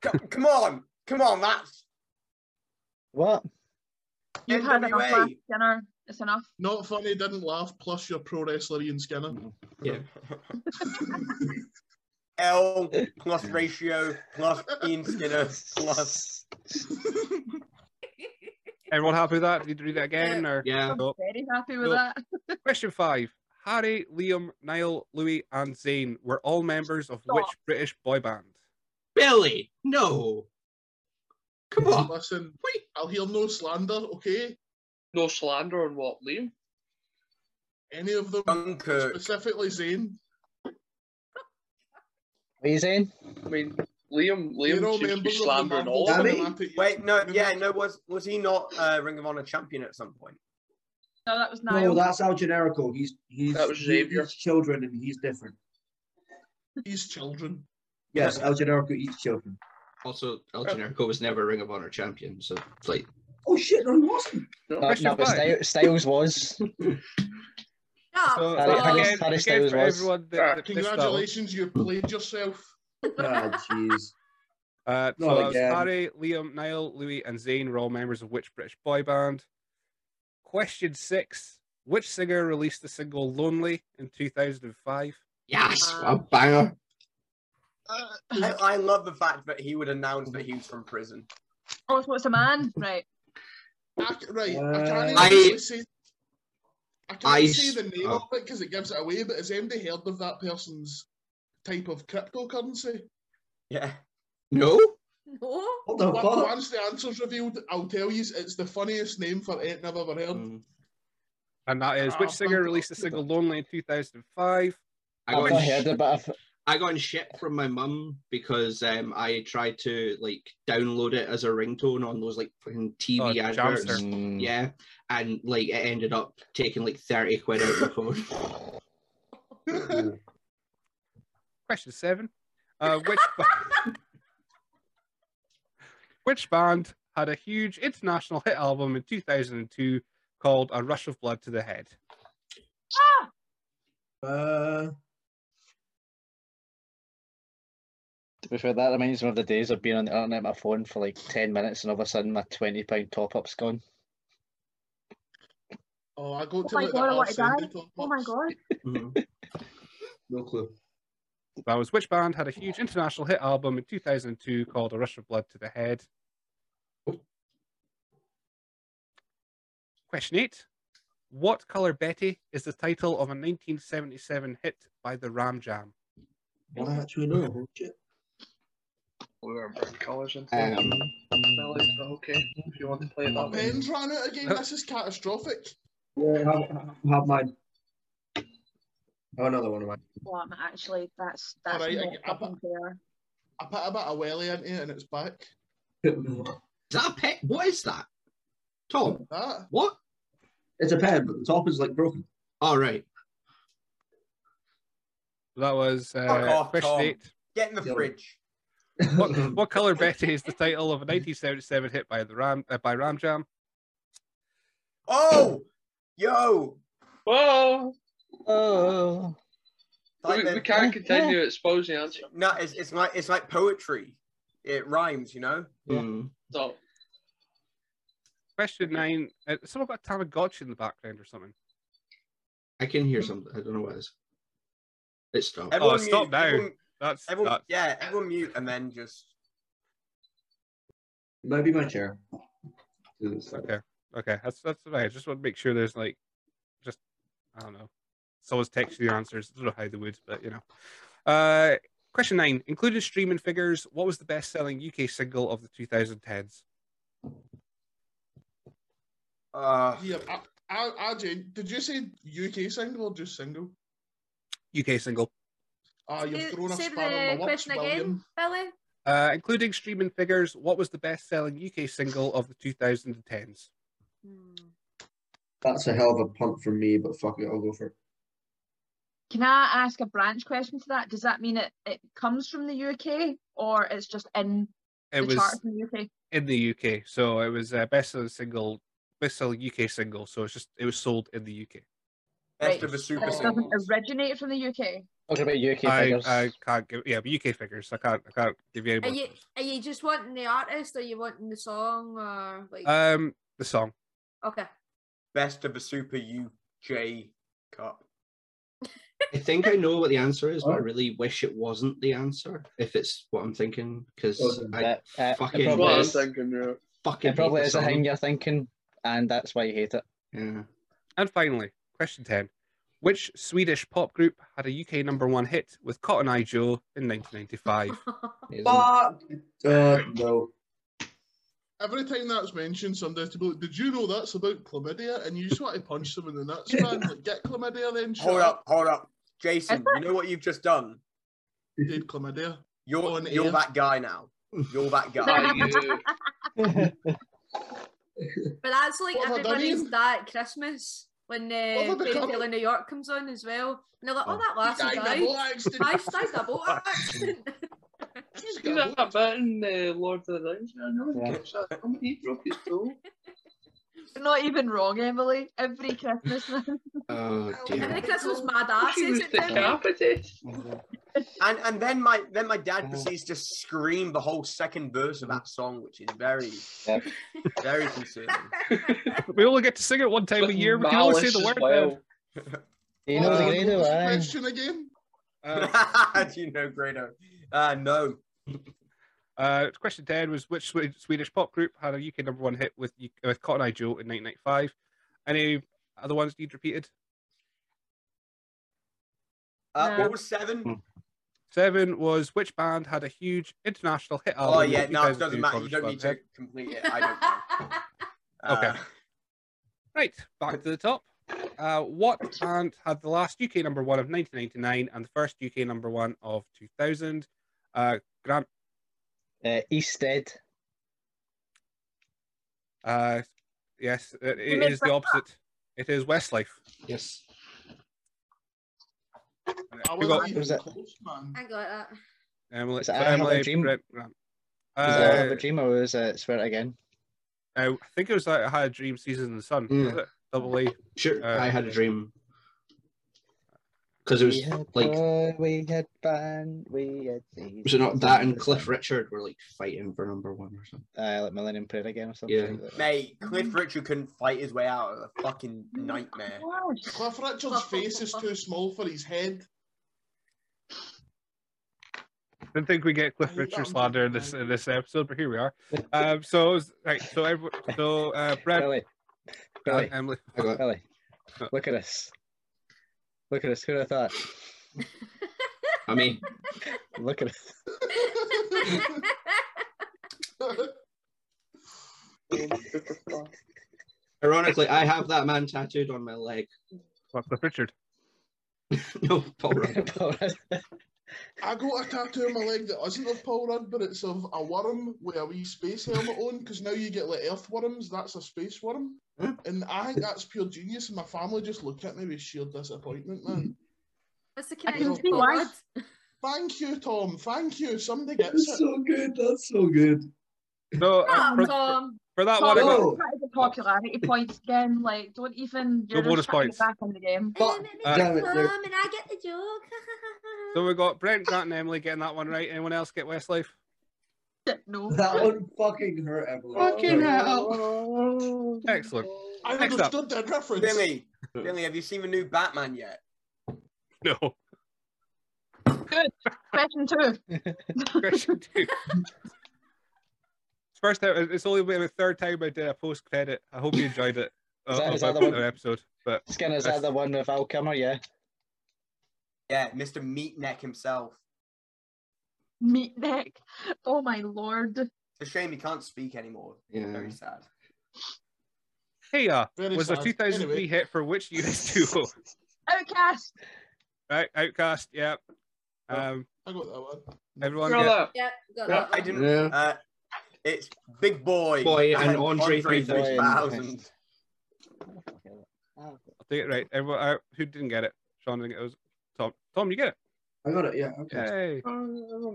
[SPEAKER 1] Co- come on, come on, that's
[SPEAKER 3] What?
[SPEAKER 4] You've had enough
[SPEAKER 1] NWA.
[SPEAKER 4] last dinner. It's enough.
[SPEAKER 2] Not funny, didn't laugh. Plus, you're pro wrestler Ian Skinner.
[SPEAKER 9] Yeah.
[SPEAKER 1] L plus ratio plus Ian Skinner plus.
[SPEAKER 5] Everyone happy with that? Need to read that again, or
[SPEAKER 9] Yeah.
[SPEAKER 4] I'm
[SPEAKER 5] Nope.
[SPEAKER 4] very happy with
[SPEAKER 5] Nope.
[SPEAKER 4] that.
[SPEAKER 5] Question five. Harry, Liam, Niall, Louis, and Zayn were all members of which
[SPEAKER 4] Stop.
[SPEAKER 5] British boy band?
[SPEAKER 9] Billy, no. Come on.
[SPEAKER 2] Listen,
[SPEAKER 9] Wait.
[SPEAKER 2] I'll hear no slander, okay?
[SPEAKER 7] No slander on what, Liam?
[SPEAKER 2] Any of them,
[SPEAKER 1] Dunkirk.
[SPEAKER 2] specifically Zane.
[SPEAKER 3] What are you saying?
[SPEAKER 7] I mean, Liam,
[SPEAKER 2] You're
[SPEAKER 7] Liam
[SPEAKER 2] all
[SPEAKER 7] seems to be
[SPEAKER 2] members of the
[SPEAKER 7] slandering
[SPEAKER 2] Marvel
[SPEAKER 7] all
[SPEAKER 8] of
[SPEAKER 7] of
[SPEAKER 8] them.
[SPEAKER 7] them.
[SPEAKER 2] Cinematic
[SPEAKER 1] Wait, no,
[SPEAKER 2] Universe.
[SPEAKER 1] yeah, no, was was he not uh, Ring of Honor champion at some point?
[SPEAKER 4] No, that was
[SPEAKER 8] No,
[SPEAKER 4] Niall.
[SPEAKER 8] that's Al Generico. He's he's
[SPEAKER 7] That was
[SPEAKER 8] he-
[SPEAKER 7] Xavier.
[SPEAKER 8] he's children and he's different.
[SPEAKER 2] These children.
[SPEAKER 8] Yes, Al Generico eats children.
[SPEAKER 9] Also, El Generico was never Ring of Honor champion, so it's like
[SPEAKER 8] Oh shit! No, he wasn't.
[SPEAKER 3] No,
[SPEAKER 5] Question
[SPEAKER 3] no, but
[SPEAKER 5] five.
[SPEAKER 3] Styles, Styles was.
[SPEAKER 6] Shut
[SPEAKER 5] So,
[SPEAKER 3] Harry- Harry-
[SPEAKER 5] so again,
[SPEAKER 3] Harry
[SPEAKER 5] again
[SPEAKER 3] Styles
[SPEAKER 5] for
[SPEAKER 3] was.
[SPEAKER 5] everyone that,
[SPEAKER 7] Ah,
[SPEAKER 5] that missed that one.
[SPEAKER 2] Congratulations, you've played yourself.
[SPEAKER 8] Ah, jeez.
[SPEAKER 5] Uh,
[SPEAKER 11] Not
[SPEAKER 5] so that was
[SPEAKER 11] again.
[SPEAKER 5] Harry, Liam, Niall, Louis, and Zayn were all members of which British boy band? Question six: Which singer released the single "Lonely" in 2005?
[SPEAKER 9] Yes,
[SPEAKER 4] Uh,
[SPEAKER 9] what a banger!
[SPEAKER 1] I, I love the fact that he would announce that he was from prison.
[SPEAKER 4] Oh, so it's a man, right?
[SPEAKER 2] right, I
[SPEAKER 1] Uh,
[SPEAKER 2] can't
[SPEAKER 1] I-
[SPEAKER 2] actually say. I can't
[SPEAKER 9] I
[SPEAKER 2] say the
[SPEAKER 9] s-
[SPEAKER 2] name
[SPEAKER 9] oh.
[SPEAKER 2] of it because it gives it away. But has anybody heard of that person's type of cryptocurrency?
[SPEAKER 1] Yeah.
[SPEAKER 9] No.
[SPEAKER 6] No.
[SPEAKER 2] What
[SPEAKER 8] the fuck?
[SPEAKER 2] Once the answer's revealed, I'll tell you it's the funniest name for anything I've ever heard.
[SPEAKER 5] And that is which
[SPEAKER 2] Ah,
[SPEAKER 5] singer released the single "Lonely" in 2005?
[SPEAKER 9] I got, in sh-
[SPEAKER 3] about
[SPEAKER 9] I got in shit from my mum because um, I tried to like download it as a ringtone on those like fucking TV
[SPEAKER 5] Oh,
[SPEAKER 9] adverts.
[SPEAKER 5] Jamster.
[SPEAKER 8] Mm.
[SPEAKER 3] mm,
[SPEAKER 9] Yeah, and like it ended up taking like thirty quid out of my phone.
[SPEAKER 5] Question seven: uh, Which ba- which band had a huge international hit album in 2002 called "A Rush of Blood to the Head"?
[SPEAKER 4] Ah!
[SPEAKER 8] Uh,
[SPEAKER 3] To be fair, that reminds me of the days of being on the internet on my phone for like 10 minutes and all of a sudden my £20 top up's gone.
[SPEAKER 2] Oh, I go
[SPEAKER 4] Oh
[SPEAKER 2] to
[SPEAKER 4] my
[SPEAKER 2] like the
[SPEAKER 4] god, I want to
[SPEAKER 2] Arsene
[SPEAKER 4] die. Oh my god.
[SPEAKER 9] No clue.
[SPEAKER 5] That was which band had a huge international hit album in 2002 called A Rush of Blood to the Head? Question eight. What colour Betty is the title of a 1977 hit by the Ram Jam?
[SPEAKER 7] Well, I actually know. Holy shit. We were bright colours and things.
[SPEAKER 5] Um,
[SPEAKER 7] Really? But okay, if you want to play it that way.
[SPEAKER 2] Ben's ran out again. This is catastrophic.
[SPEAKER 8] yeah, have, have mine. Oh, another one of mine.
[SPEAKER 4] Well, I'm actually, that's that's
[SPEAKER 2] Alright,
[SPEAKER 4] not
[SPEAKER 2] I- I-
[SPEAKER 4] fucking fair.
[SPEAKER 2] I put a bit of welly into it and it's back.
[SPEAKER 9] Is that a pet? What is that? Tom,
[SPEAKER 2] That?
[SPEAKER 9] what?
[SPEAKER 8] It's a pen, but the top is like broken.
[SPEAKER 9] All right.
[SPEAKER 5] That was
[SPEAKER 1] Fuck
[SPEAKER 5] uh,
[SPEAKER 1] off,
[SPEAKER 5] question
[SPEAKER 1] Tom.
[SPEAKER 5] eight.
[SPEAKER 1] Get in the
[SPEAKER 8] Yeah.
[SPEAKER 1] fridge.
[SPEAKER 5] What, what colour Betty is the title of a 1977 hit by the Ram uh, by Ram Jam?
[SPEAKER 1] Oh, yo.
[SPEAKER 7] Whoa!
[SPEAKER 3] Oh.
[SPEAKER 7] We, we
[SPEAKER 8] Oh,
[SPEAKER 7] can't continue exposing the answer.
[SPEAKER 1] No, it's, it's like it's like poetry. It rhymes, you know.
[SPEAKER 9] Hmm.
[SPEAKER 7] So,
[SPEAKER 5] Question nine. Uh, someone got a Tamagotchi in the background or something.
[SPEAKER 9] I can hear something. I don't know what it is. It's stopped.
[SPEAKER 1] Everyone
[SPEAKER 5] oh, stop
[SPEAKER 1] mute,
[SPEAKER 5] now.
[SPEAKER 1] everyone-
[SPEAKER 5] that's
[SPEAKER 1] Everyone,
[SPEAKER 5] that's-
[SPEAKER 1] yeah, everyone mute and then just
[SPEAKER 8] Maybe my chair. 'Cause it's like-
[SPEAKER 5] Okay. Okay. That's that's right. I just want to make sure there's like just I don't know. Someone's texting the answers. I don't know how they would, but you know. Uh question nine. Including streaming figures, what was the best selling UK single of the two thousand tens?
[SPEAKER 1] uh,
[SPEAKER 2] Yeah, I, I, I, Jane, did you say UK single or just single?
[SPEAKER 5] UK single.
[SPEAKER 2] Ah, you've
[SPEAKER 6] Say-
[SPEAKER 2] thrown a
[SPEAKER 6] say
[SPEAKER 2] spanner in my
[SPEAKER 6] the
[SPEAKER 2] works,
[SPEAKER 6] question
[SPEAKER 2] William.
[SPEAKER 6] again, Billy.
[SPEAKER 5] Uh including streaming figures, what was the best selling UK single of the two thousand and tens?
[SPEAKER 8] That's a hell of a punt from me, but fuck it, I'll go for it.
[SPEAKER 4] Can I ask a branch question to that? Does that mean it, it comes from the UK or it's just in
[SPEAKER 5] It
[SPEAKER 4] the
[SPEAKER 5] was
[SPEAKER 4] chart from the UK?
[SPEAKER 5] in the UK. So it was uh, best selling single best selling UK single. So it's just it was sold in the UK.
[SPEAKER 1] best
[SPEAKER 4] Right.
[SPEAKER 1] of a
[SPEAKER 4] And
[SPEAKER 1] super
[SPEAKER 4] it doesn't
[SPEAKER 1] single.
[SPEAKER 4] originate from the UK.
[SPEAKER 3] Talking about UK
[SPEAKER 5] I,
[SPEAKER 3] figures.
[SPEAKER 5] I can't give yeah, but UK figures. I can't I can't give you any
[SPEAKER 6] Are
[SPEAKER 4] Uh,
[SPEAKER 5] more.
[SPEAKER 6] you are you just wanting the artist or you wanting the song or like
[SPEAKER 5] Um, the song.
[SPEAKER 6] okay.
[SPEAKER 1] Best of a super UJ cup.
[SPEAKER 9] I think I know what the answer is,
[SPEAKER 5] Oh.
[SPEAKER 9] but I really wish it wasn't the answer. If it's what I'm thinking, because
[SPEAKER 3] Wasn't
[SPEAKER 9] I
[SPEAKER 3] it? Uh, it
[SPEAKER 9] fucking
[SPEAKER 3] probably
[SPEAKER 9] hate-
[SPEAKER 3] is.
[SPEAKER 7] thinking, yeah.
[SPEAKER 9] fucking
[SPEAKER 3] It
[SPEAKER 9] hate
[SPEAKER 3] probably
[SPEAKER 9] the
[SPEAKER 3] is a
[SPEAKER 9] song.
[SPEAKER 3] thing you're thinking, and that's why you hate it.
[SPEAKER 9] Yeah.
[SPEAKER 5] And finally, question ten: Which Swedish pop group had a UK number one hit with Cotton Eye Joe in 1995?
[SPEAKER 3] Isn't-
[SPEAKER 8] Fuck! Uh, no.
[SPEAKER 2] Every time that's mentioned, somebody's to be like, did you know that's about chlamydia? And you just want to punch them in the nuts, man. Like, get chlamydia then, shut
[SPEAKER 1] Hold up, hold up, Jason. You know what you've just done?
[SPEAKER 2] Dude, chlamydia.
[SPEAKER 1] You're
[SPEAKER 2] On
[SPEAKER 1] you're
[SPEAKER 2] air.
[SPEAKER 1] that guy now. You're that guy.
[SPEAKER 7] Not you.
[SPEAKER 6] But that's like
[SPEAKER 2] What have I done
[SPEAKER 6] everybody's
[SPEAKER 2] here?
[SPEAKER 6] that at Christmas when
[SPEAKER 2] What
[SPEAKER 6] uh,
[SPEAKER 2] have I
[SPEAKER 6] Fairy
[SPEAKER 2] become?
[SPEAKER 6] Tale in New York comes on as well. And they're like,
[SPEAKER 5] Oh.
[SPEAKER 6] oh, that lassie
[SPEAKER 2] Died in a
[SPEAKER 6] died.
[SPEAKER 2] boat accident.
[SPEAKER 6] I died in a boat accident.
[SPEAKER 2] She's
[SPEAKER 7] He's
[SPEAKER 2] got a boat
[SPEAKER 7] got that bit in uh, Lord of the Rings. Yeah, no one
[SPEAKER 3] Yeah.
[SPEAKER 7] gets that. Somebody broke his toe.
[SPEAKER 4] You're not even wrong, Emily. Every Christmas.
[SPEAKER 9] Oh
[SPEAKER 2] Oh,
[SPEAKER 9] dear.
[SPEAKER 6] Every Christmas, my dad
[SPEAKER 7] She
[SPEAKER 6] says
[SPEAKER 7] was
[SPEAKER 6] it to me.
[SPEAKER 7] decapitated.
[SPEAKER 1] and and then my then my dad proceeds to scream the whole second verse of that song, which is very very concerning.
[SPEAKER 5] we only get to sing it one time a year. We can only say
[SPEAKER 1] malice
[SPEAKER 5] the
[SPEAKER 1] as
[SPEAKER 5] word.
[SPEAKER 1] well.
[SPEAKER 5] then.
[SPEAKER 3] You know the grade of I.
[SPEAKER 2] Question again.
[SPEAKER 1] Do you know Grado? Uh, no.
[SPEAKER 5] Uh, question 10 was which Swe- Swedish pop group had a UK number one hit with, U- with Cotton Eye Joe in 1995? Any other ones need repeated?
[SPEAKER 1] Uh,
[SPEAKER 5] No.
[SPEAKER 1] What was seven?
[SPEAKER 5] Seven was which band had a huge international hit album?
[SPEAKER 1] Oh yeah,
[SPEAKER 5] in
[SPEAKER 1] no, it
[SPEAKER 5] 2002
[SPEAKER 1] doesn't matter. You
[SPEAKER 5] called
[SPEAKER 1] don't
[SPEAKER 5] Club
[SPEAKER 1] need to
[SPEAKER 5] Head?
[SPEAKER 1] complete it. I don't. Know.
[SPEAKER 5] Okay.
[SPEAKER 1] Uh,
[SPEAKER 5] Right, back to the top. Uh, what band had the last UK number one of 1999 and the first UK number one of 2000? Uh, Grant,
[SPEAKER 3] Uh, Easted.
[SPEAKER 5] uh, yes, it,
[SPEAKER 3] You
[SPEAKER 5] it
[SPEAKER 3] made
[SPEAKER 5] is the opposite. It is Westlife. Yes.
[SPEAKER 2] I
[SPEAKER 5] Who
[SPEAKER 2] wasn't
[SPEAKER 5] got,
[SPEAKER 2] even
[SPEAKER 3] Was it-
[SPEAKER 2] close, man.
[SPEAKER 6] I got that.
[SPEAKER 5] Emily,
[SPEAKER 3] Was
[SPEAKER 5] so
[SPEAKER 3] it I Have a
[SPEAKER 5] Emily,
[SPEAKER 3] Dream?
[SPEAKER 5] Brent, Grant.
[SPEAKER 3] Was it I Have
[SPEAKER 5] Uh,
[SPEAKER 3] a Dream or was it Swear It Again?
[SPEAKER 5] I think it was like I Had a Dream, Seasons in the Sun. Was
[SPEAKER 9] Yeah.
[SPEAKER 5] it? Double A.
[SPEAKER 9] Sure,
[SPEAKER 5] Uh,
[SPEAKER 9] I had a dream. Because it
[SPEAKER 3] we
[SPEAKER 9] was
[SPEAKER 3] had
[SPEAKER 9] like,
[SPEAKER 3] boy, we had band, we had these.
[SPEAKER 9] was it not that and Cliff Richard were like fighting for number one or something?
[SPEAKER 3] Uh, like Millennium Prayer again or something.
[SPEAKER 9] Yeah.
[SPEAKER 3] like that.
[SPEAKER 1] mate, Cliff Richard couldn't fight his way out of a fucking nightmare.
[SPEAKER 2] Cliff Richard's face is too small for his head.
[SPEAKER 5] Didn't think we get Cliff
[SPEAKER 2] I hate that
[SPEAKER 5] Richard
[SPEAKER 2] one.
[SPEAKER 5] slander in this in this episode, but here we are. Um, so it was- right, so everyone, so uh, Brent,
[SPEAKER 3] Billy, Billy,
[SPEAKER 5] Grant, Emily,
[SPEAKER 9] I got
[SPEAKER 3] Billy, look at us. Look at us. Who'd have thought?
[SPEAKER 9] I mean,
[SPEAKER 3] Look at us.
[SPEAKER 9] ironically, I have that man tattooed on my leg.
[SPEAKER 5] what, Cliff Richard.
[SPEAKER 9] No, Paul Rudd.
[SPEAKER 2] I got a tattoo on my leg that isn't of Paul Rudd, but it's of a worm with a wee space helmet on. Because now you get like earthworms. That's a space worm, and I think that's pure genius. And my family just looked at me with sheer disappointment, man.
[SPEAKER 6] That's the
[SPEAKER 4] I can
[SPEAKER 6] connection.
[SPEAKER 4] see why.
[SPEAKER 2] Thank you, Tom. Thank you. Somebody gets it.
[SPEAKER 9] good. That's so good.
[SPEAKER 5] So uh,
[SPEAKER 6] Come
[SPEAKER 5] for,
[SPEAKER 6] on, Tom.
[SPEAKER 5] for that
[SPEAKER 4] Tom,
[SPEAKER 5] one, I got,
[SPEAKER 8] Oh.
[SPEAKER 9] No.
[SPEAKER 4] the popularity points again. Like, don't even. You're
[SPEAKER 5] bonus
[SPEAKER 4] just trying
[SPEAKER 5] points.
[SPEAKER 4] to get back in the game.
[SPEAKER 9] But
[SPEAKER 5] Uh,
[SPEAKER 9] damn it, there-
[SPEAKER 6] Mom, and I get the joke.
[SPEAKER 5] so we got Brent, Grant, and Emily getting that one right. Anyone else get Westlife?
[SPEAKER 4] Shit, No.
[SPEAKER 8] That one fucking hurt everyone.
[SPEAKER 9] fucking hell.
[SPEAKER 5] Excellent.
[SPEAKER 2] I
[SPEAKER 5] Next up.
[SPEAKER 2] understood that reference.
[SPEAKER 1] Billy, Billy, have you seen the new Batman yet?
[SPEAKER 5] No.
[SPEAKER 4] Question two.
[SPEAKER 5] Question two. It's First time, it's only been the third time I did a post credit. I hope you enjoyed it. uh,
[SPEAKER 3] Is that-
[SPEAKER 5] of
[SPEAKER 3] is that
[SPEAKER 5] our
[SPEAKER 3] the one-
[SPEAKER 5] episode, but
[SPEAKER 3] Skinner's that the one with Al Kilmer, yeah?
[SPEAKER 1] Yeah, Mr. Meatneck himself.
[SPEAKER 4] Meat neck. Oh my lord.
[SPEAKER 1] It's a shame he can't speak anymore.
[SPEAKER 9] Yeah.
[SPEAKER 1] Very sad.
[SPEAKER 5] hey, uh,
[SPEAKER 2] Very
[SPEAKER 5] was a
[SPEAKER 2] sad.
[SPEAKER 5] 2003
[SPEAKER 2] Anyway.
[SPEAKER 5] hit for which US duo?
[SPEAKER 4] Outcast.
[SPEAKER 5] Right, Outcast. Yeah.
[SPEAKER 2] Oh.
[SPEAKER 5] Um,
[SPEAKER 2] I got that one.
[SPEAKER 5] everyone.
[SPEAKER 7] Throw
[SPEAKER 5] Get,
[SPEAKER 7] that.
[SPEAKER 6] Yeah, got
[SPEAKER 1] Uh,
[SPEAKER 6] that.
[SPEAKER 1] I
[SPEAKER 6] one.
[SPEAKER 1] didn't.
[SPEAKER 9] Yeah.
[SPEAKER 1] Uh, it's Big Boy.
[SPEAKER 9] Boy and Andre
[SPEAKER 1] 3000.
[SPEAKER 3] 3000.
[SPEAKER 5] I'll take it right. Everyone, uh, who didn't get it? Sean didn't get it. it was Tom. Tom, you get it.
[SPEAKER 8] I got it, yeah. Okay.
[SPEAKER 5] Yay.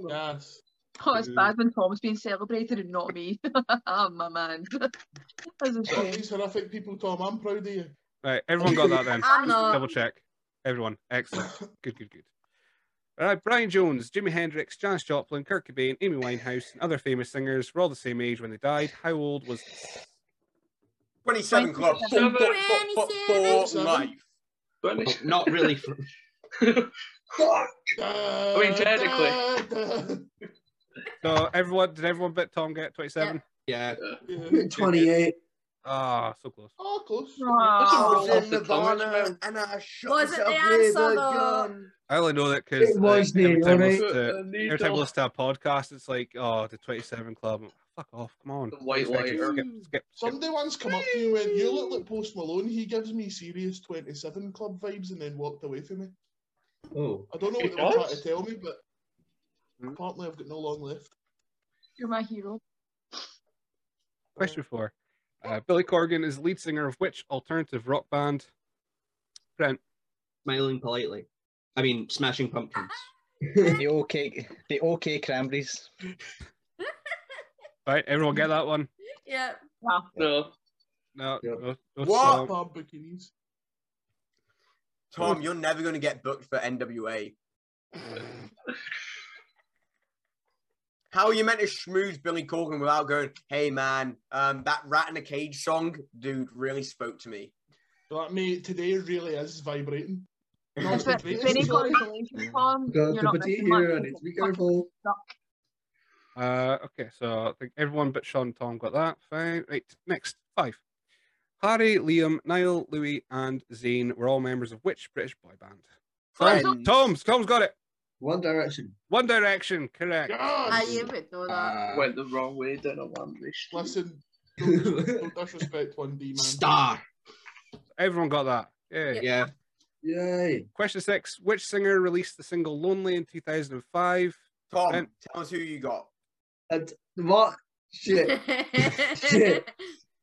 [SPEAKER 2] Yes.
[SPEAKER 4] Oh, it's bad when Tom's being celebrated and not me. oh my man. That's a
[SPEAKER 2] Fuck
[SPEAKER 4] shame.
[SPEAKER 2] these horrific people, Tom. I'm proud of you.
[SPEAKER 5] Right, everyone got that then.
[SPEAKER 6] I'm
[SPEAKER 5] Double
[SPEAKER 6] not.
[SPEAKER 5] check. Everyone, excellent. Good, good, good. All right, Brian Jones, Jimi Hendrix, Janis Joplin, Kurt Cobain, Amy Winehouse, and other famous singers were all the same age when they died. How old was
[SPEAKER 1] 27 Club. For, for, for, for, for
[SPEAKER 6] 27.
[SPEAKER 1] life.
[SPEAKER 9] Well, not really. For,
[SPEAKER 8] Fuck!
[SPEAKER 2] I
[SPEAKER 8] mean, technically.
[SPEAKER 5] so? Everyone did everyone but Tom get twenty seven?
[SPEAKER 9] yeah.
[SPEAKER 2] Yeah.
[SPEAKER 8] 28.
[SPEAKER 5] Ah, so close.
[SPEAKER 2] Oh, close.
[SPEAKER 1] I
[SPEAKER 4] Oh,
[SPEAKER 1] was
[SPEAKER 8] Off
[SPEAKER 1] in
[SPEAKER 8] the
[SPEAKER 1] Nirvana
[SPEAKER 8] comments,
[SPEAKER 1] and I shot
[SPEAKER 6] Was it
[SPEAKER 1] myself
[SPEAKER 6] the
[SPEAKER 1] with
[SPEAKER 6] answer,
[SPEAKER 1] a
[SPEAKER 6] though?
[SPEAKER 1] gun.
[SPEAKER 5] I only know that because
[SPEAKER 8] It was
[SPEAKER 5] every
[SPEAKER 8] me,
[SPEAKER 5] time I
[SPEAKER 8] alright?
[SPEAKER 5] listen to every time I
[SPEAKER 8] needle.
[SPEAKER 5] listen to a podcast, it's like, oh, the twenty seven club. Fuck off! Come on.
[SPEAKER 7] The white
[SPEAKER 5] 20 seconds.
[SPEAKER 7] lighter.
[SPEAKER 5] Skip, skip, skip.
[SPEAKER 2] Somebody once come up to you and went, "You look like Post Malone." He gives me serious Twenty Seven Club vibes, and then walked away from me.
[SPEAKER 9] Oh.
[SPEAKER 2] I don't know what
[SPEAKER 7] He
[SPEAKER 2] they were trying
[SPEAKER 7] does?
[SPEAKER 2] to tell me, but apparently I've got no long left.
[SPEAKER 4] you're my hero.
[SPEAKER 5] Question four. Uh, Billy Corgan is lead singer of which alternative rock band? Brent.
[SPEAKER 9] Smiling politely. I mean, smashing pumpkins.
[SPEAKER 3] The OK, the OK Cranberries.
[SPEAKER 5] Right, everyone get that one?
[SPEAKER 6] Yeah.
[SPEAKER 4] Wow.
[SPEAKER 7] No.
[SPEAKER 5] No,
[SPEAKER 9] Yep.
[SPEAKER 5] no, no.
[SPEAKER 1] What?
[SPEAKER 5] Tom.
[SPEAKER 2] Bob Bikinis.
[SPEAKER 1] Tom, you're never going to get booked for NWA. How are you meant to schmooze Billy Corgan without going, hey man, um, that rat in a cage song, dude, really spoke to me.
[SPEAKER 2] That mate today really is vibrating. No, it's
[SPEAKER 4] But
[SPEAKER 2] vibrating,
[SPEAKER 4] Vinny
[SPEAKER 2] sorry.
[SPEAKER 4] Corporation, Tom,
[SPEAKER 8] Got
[SPEAKER 4] you're
[SPEAKER 8] the
[SPEAKER 4] not
[SPEAKER 8] potato
[SPEAKER 4] missing much.
[SPEAKER 8] and it's regardable.
[SPEAKER 5] Uh, okay, so I think everyone but Sean and Tom got that. Fine. Right, next five. Harry, Liam, Niall, Louis, and Zane were all members of which British boy band? Tom,
[SPEAKER 1] Friends.
[SPEAKER 5] Tom's, Tom's got it.
[SPEAKER 8] One Direction.
[SPEAKER 5] One Direction, correct.
[SPEAKER 6] Ah,
[SPEAKER 2] Yes!
[SPEAKER 6] you would know that.
[SPEAKER 9] Uh,
[SPEAKER 7] Went the wrong way, didn't I? One way street.
[SPEAKER 2] Listen, don't, dis- don't disrespect 1D, man.
[SPEAKER 9] Star.
[SPEAKER 5] Everyone got that. Yeah.
[SPEAKER 6] Yeah.
[SPEAKER 9] Yeah.
[SPEAKER 8] Yay.
[SPEAKER 5] Question six: Which singer released the single "Lonely" in 2005?
[SPEAKER 1] Tom,
[SPEAKER 5] And-
[SPEAKER 1] tell us who you got.
[SPEAKER 8] And what? Shit. Shit.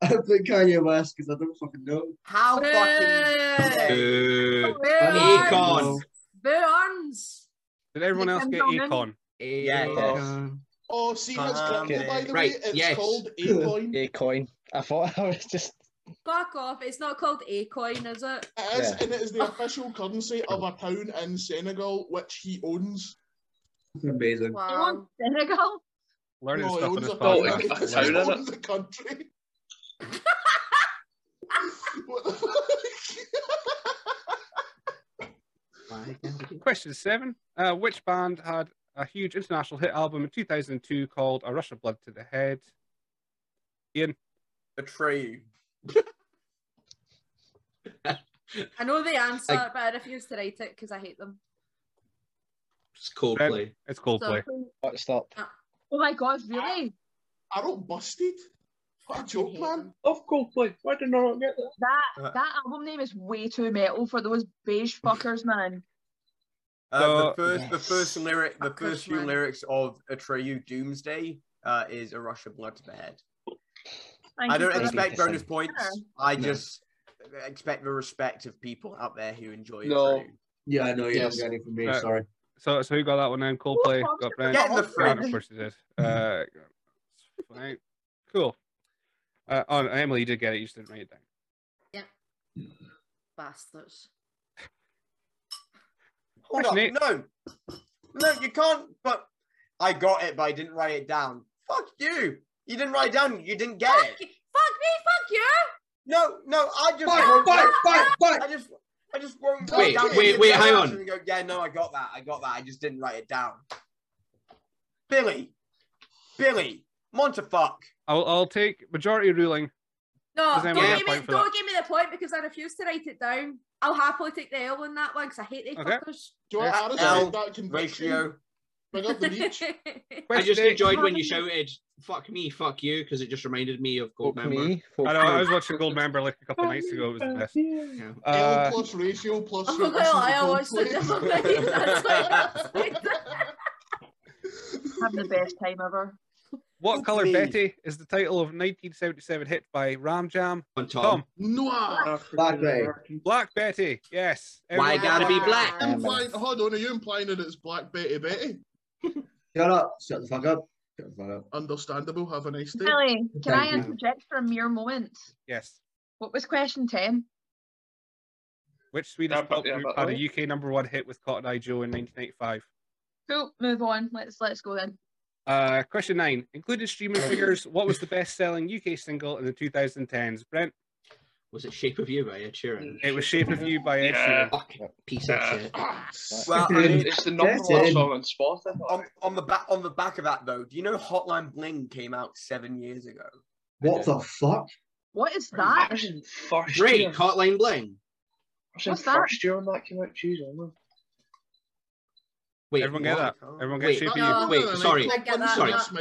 [SPEAKER 8] I put Kanye West because I don't fucking know.
[SPEAKER 1] How fucking
[SPEAKER 6] Boo.
[SPEAKER 9] Boo.
[SPEAKER 6] Boo
[SPEAKER 8] I
[SPEAKER 9] Econ.
[SPEAKER 6] arms.
[SPEAKER 8] don't know.
[SPEAKER 6] Boo arms.
[SPEAKER 5] Did everyone else
[SPEAKER 4] Kim
[SPEAKER 5] get
[SPEAKER 4] Jong-un.
[SPEAKER 5] Akon?
[SPEAKER 1] Yeah.
[SPEAKER 9] Econ.
[SPEAKER 2] Oh, see, that's
[SPEAKER 1] Um,
[SPEAKER 2] grapple, by the
[SPEAKER 9] right,
[SPEAKER 2] way. It's
[SPEAKER 9] yes.
[SPEAKER 2] called A coin. It
[SPEAKER 3] A coin. I thought I was just.
[SPEAKER 6] Fuck off. It's not called A coin, is it?
[SPEAKER 2] is,
[SPEAKER 3] Yeah.
[SPEAKER 2] and it is the official currency of a town in Senegal, which he owns.
[SPEAKER 8] Amazing.
[SPEAKER 4] You want
[SPEAKER 6] Wow.
[SPEAKER 4] Senegal?
[SPEAKER 5] Learning
[SPEAKER 2] No, he
[SPEAKER 5] stuff on
[SPEAKER 2] owns
[SPEAKER 5] this
[SPEAKER 2] a
[SPEAKER 7] Oh,
[SPEAKER 5] podcast.
[SPEAKER 7] it's
[SPEAKER 2] country.
[SPEAKER 7] not a
[SPEAKER 2] He
[SPEAKER 7] town, is it?
[SPEAKER 2] owns a country. What the fuck?
[SPEAKER 5] Question seven: uh, Which band had a huge international hit album in 2002 called "A Rush of Blood to the Head"? Ian,
[SPEAKER 1] betray you.
[SPEAKER 6] I know the answer,
[SPEAKER 9] I-
[SPEAKER 6] but I refuse to write it because I hate them.
[SPEAKER 9] It's Coldplay.
[SPEAKER 5] it's
[SPEAKER 6] So,
[SPEAKER 5] Coldplay.
[SPEAKER 3] What, stop.
[SPEAKER 4] Oh my god, really?
[SPEAKER 2] I don't busted. What a joke,
[SPEAKER 6] hate
[SPEAKER 2] man.
[SPEAKER 6] them.
[SPEAKER 7] Of Coldplay. Why did I not get that?
[SPEAKER 1] Uh.
[SPEAKER 4] That that album name is way too metal for those beige fuckers, man.
[SPEAKER 1] Uh,
[SPEAKER 5] So-
[SPEAKER 1] the first, the first
[SPEAKER 3] Yes.
[SPEAKER 1] lyric, the
[SPEAKER 6] Fuckers,
[SPEAKER 1] first few
[SPEAKER 6] man.
[SPEAKER 1] lyrics of Atreyu Doomsday uh, is a rush of blood to the head.
[SPEAKER 4] Thank
[SPEAKER 1] I
[SPEAKER 4] you
[SPEAKER 1] don't
[SPEAKER 4] for that.
[SPEAKER 1] expect bonus
[SPEAKER 3] Sure.
[SPEAKER 1] points. I
[SPEAKER 9] No.
[SPEAKER 1] just expect the respect of people out there who enjoy
[SPEAKER 8] No.
[SPEAKER 1] Atreyu.
[SPEAKER 8] Yeah, I know you
[SPEAKER 9] Yes.
[SPEAKER 8] don't get any from me.
[SPEAKER 5] Right.
[SPEAKER 8] Sorry.
[SPEAKER 5] So, so who got that one then? Coldplay got
[SPEAKER 4] Tom's got
[SPEAKER 5] Brent.
[SPEAKER 1] Get in the
[SPEAKER 5] Grant, of
[SPEAKER 1] fridge.
[SPEAKER 5] course, he did. Uh, right. Cool. Uh, oh, and Emily, you did get it. You just didn't write it down.
[SPEAKER 6] Bastards.
[SPEAKER 1] Hold
[SPEAKER 5] Question
[SPEAKER 1] on,
[SPEAKER 5] eight.
[SPEAKER 1] no, no, you can't. But I got it, but I didn't write it down. Fuck you! You didn't write it down. You didn't get
[SPEAKER 6] Fuck, fuck
[SPEAKER 1] it.
[SPEAKER 6] me, fuck you.
[SPEAKER 1] No, no, I just
[SPEAKER 8] Fight,
[SPEAKER 1] won't.
[SPEAKER 8] fight, fight, fight.
[SPEAKER 1] I just, I just won't. write
[SPEAKER 2] Wait,
[SPEAKER 1] down
[SPEAKER 2] wait,
[SPEAKER 1] the
[SPEAKER 9] wait, hang
[SPEAKER 1] answer
[SPEAKER 9] on.
[SPEAKER 1] and Go, yeah, no, I got that. I got that. I just didn't write it down. Billy, Billy, Montefuck.
[SPEAKER 5] I'll, I'll take majority ruling.
[SPEAKER 6] No,
[SPEAKER 5] Does
[SPEAKER 6] don't,
[SPEAKER 5] anyone
[SPEAKER 9] get a
[SPEAKER 6] give me,
[SPEAKER 5] point for
[SPEAKER 6] don't
[SPEAKER 5] that?
[SPEAKER 6] give me the point because I refuse to write it down. I'll happily take the L on that one because I hate the
[SPEAKER 5] Okay.
[SPEAKER 6] fuckers.
[SPEAKER 2] Do I honestly
[SPEAKER 1] L
[SPEAKER 2] think that conviction?
[SPEAKER 1] Ratio.
[SPEAKER 2] Bring up the reach.
[SPEAKER 9] I
[SPEAKER 5] Question
[SPEAKER 9] just
[SPEAKER 5] eight.
[SPEAKER 9] enjoyed when you shouted "fuck me, fuck you" because it just reminded me of
[SPEAKER 3] Fuck
[SPEAKER 9] Goldmember.
[SPEAKER 3] me. Fuck
[SPEAKER 5] I know. I
[SPEAKER 3] you.
[SPEAKER 5] was watching Goldmember like a couple of nights ago. It was the best.
[SPEAKER 9] Yeah.
[SPEAKER 5] Uh,
[SPEAKER 2] L plus ratio plus.
[SPEAKER 6] I'm not gonna lie, Oh, I watched the
[SPEAKER 2] frequency
[SPEAKER 6] different things. That's why I
[SPEAKER 4] Having the best time ever.
[SPEAKER 5] what
[SPEAKER 1] Fuck
[SPEAKER 5] color
[SPEAKER 1] me.
[SPEAKER 5] Betty is the title of 1977 hit by Ram Jam?
[SPEAKER 9] On Tom.
[SPEAKER 5] Tom,
[SPEAKER 2] Noah.
[SPEAKER 8] Black Bay.
[SPEAKER 5] Black Betty. Yes.
[SPEAKER 9] Why
[SPEAKER 5] Everyone got
[SPEAKER 9] gotta be black?
[SPEAKER 6] Um,
[SPEAKER 2] Implying, hold on, are you implying that it's Black Betty Betty?
[SPEAKER 8] Shut up. Shut the fuck up. Shut the fuck up.
[SPEAKER 2] Understandable, have a nice day.
[SPEAKER 4] Billy, can I
[SPEAKER 8] Thank you.
[SPEAKER 4] interject for a mere moment?
[SPEAKER 5] it? Yes.
[SPEAKER 4] What was question ten?
[SPEAKER 5] Which Swedish
[SPEAKER 7] Yeah, but-
[SPEAKER 5] pop
[SPEAKER 7] yeah,
[SPEAKER 5] group
[SPEAKER 7] but-
[SPEAKER 5] had a UK number one hit with Cotton Eye Joe in 1985?
[SPEAKER 4] Cool, move on. Let's let's go then.
[SPEAKER 5] Uh, question nine. Including streaming figures, what was the best selling UK single in the 2010s? Brent,
[SPEAKER 9] Was it "Shape of You" by Ed Sheeran?
[SPEAKER 5] it was Shape of You by Ed Sheeran.
[SPEAKER 9] Fuck, piece of
[SPEAKER 7] Yeah.
[SPEAKER 9] shit.
[SPEAKER 2] Ah,
[SPEAKER 1] Well, I mean,
[SPEAKER 7] It's the number
[SPEAKER 8] Yes,
[SPEAKER 7] one
[SPEAKER 8] it-
[SPEAKER 7] song on Spotify.
[SPEAKER 1] on, on the back on the back of that though, do you know Hotline Bling came out seven years ago?
[SPEAKER 8] What the fuck?
[SPEAKER 4] What is
[SPEAKER 7] I
[SPEAKER 4] that?
[SPEAKER 7] was in first
[SPEAKER 9] Great,
[SPEAKER 7] year.
[SPEAKER 9] Hotline Bling.
[SPEAKER 7] I was in
[SPEAKER 4] What's that?
[SPEAKER 7] first year when that came out. Jeez, I know.
[SPEAKER 9] Wait,
[SPEAKER 5] Everyone get
[SPEAKER 9] what?
[SPEAKER 5] that? Everyone get
[SPEAKER 9] Wait, uh,
[SPEAKER 5] Shape of You?
[SPEAKER 6] no.
[SPEAKER 9] wait, sorry.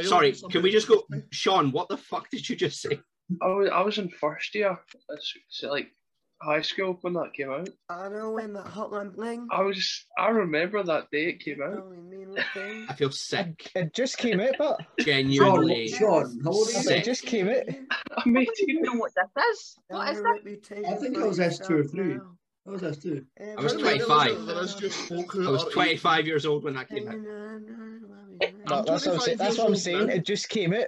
[SPEAKER 9] Sorry, sorry. Can we just go, Sean? What the fuck did you just say?
[SPEAKER 7] I was, I was in first year. It's, it's like high school when that came out.
[SPEAKER 1] I know when that Hotline Bling.
[SPEAKER 5] Oh,
[SPEAKER 7] I was. I remember that day it came out.
[SPEAKER 1] only mean one thing.
[SPEAKER 9] I feel sick.
[SPEAKER 3] It just came out, but.
[SPEAKER 8] Sean,
[SPEAKER 9] Genuinely.
[SPEAKER 8] Sean, how old are you?
[SPEAKER 9] Sick.
[SPEAKER 3] It just came out.
[SPEAKER 7] I made
[SPEAKER 4] I don't
[SPEAKER 7] it.
[SPEAKER 4] know what this is. What is that?
[SPEAKER 8] I think I was S2 or 3. What was that too?
[SPEAKER 1] I
[SPEAKER 9] I was
[SPEAKER 2] Everybody
[SPEAKER 9] 25.
[SPEAKER 2] There is just folk who
[SPEAKER 9] I was
[SPEAKER 2] are
[SPEAKER 9] 25 years old when that came out.
[SPEAKER 3] That- that's, what I'm saying. that's what I'm saying. It just came out.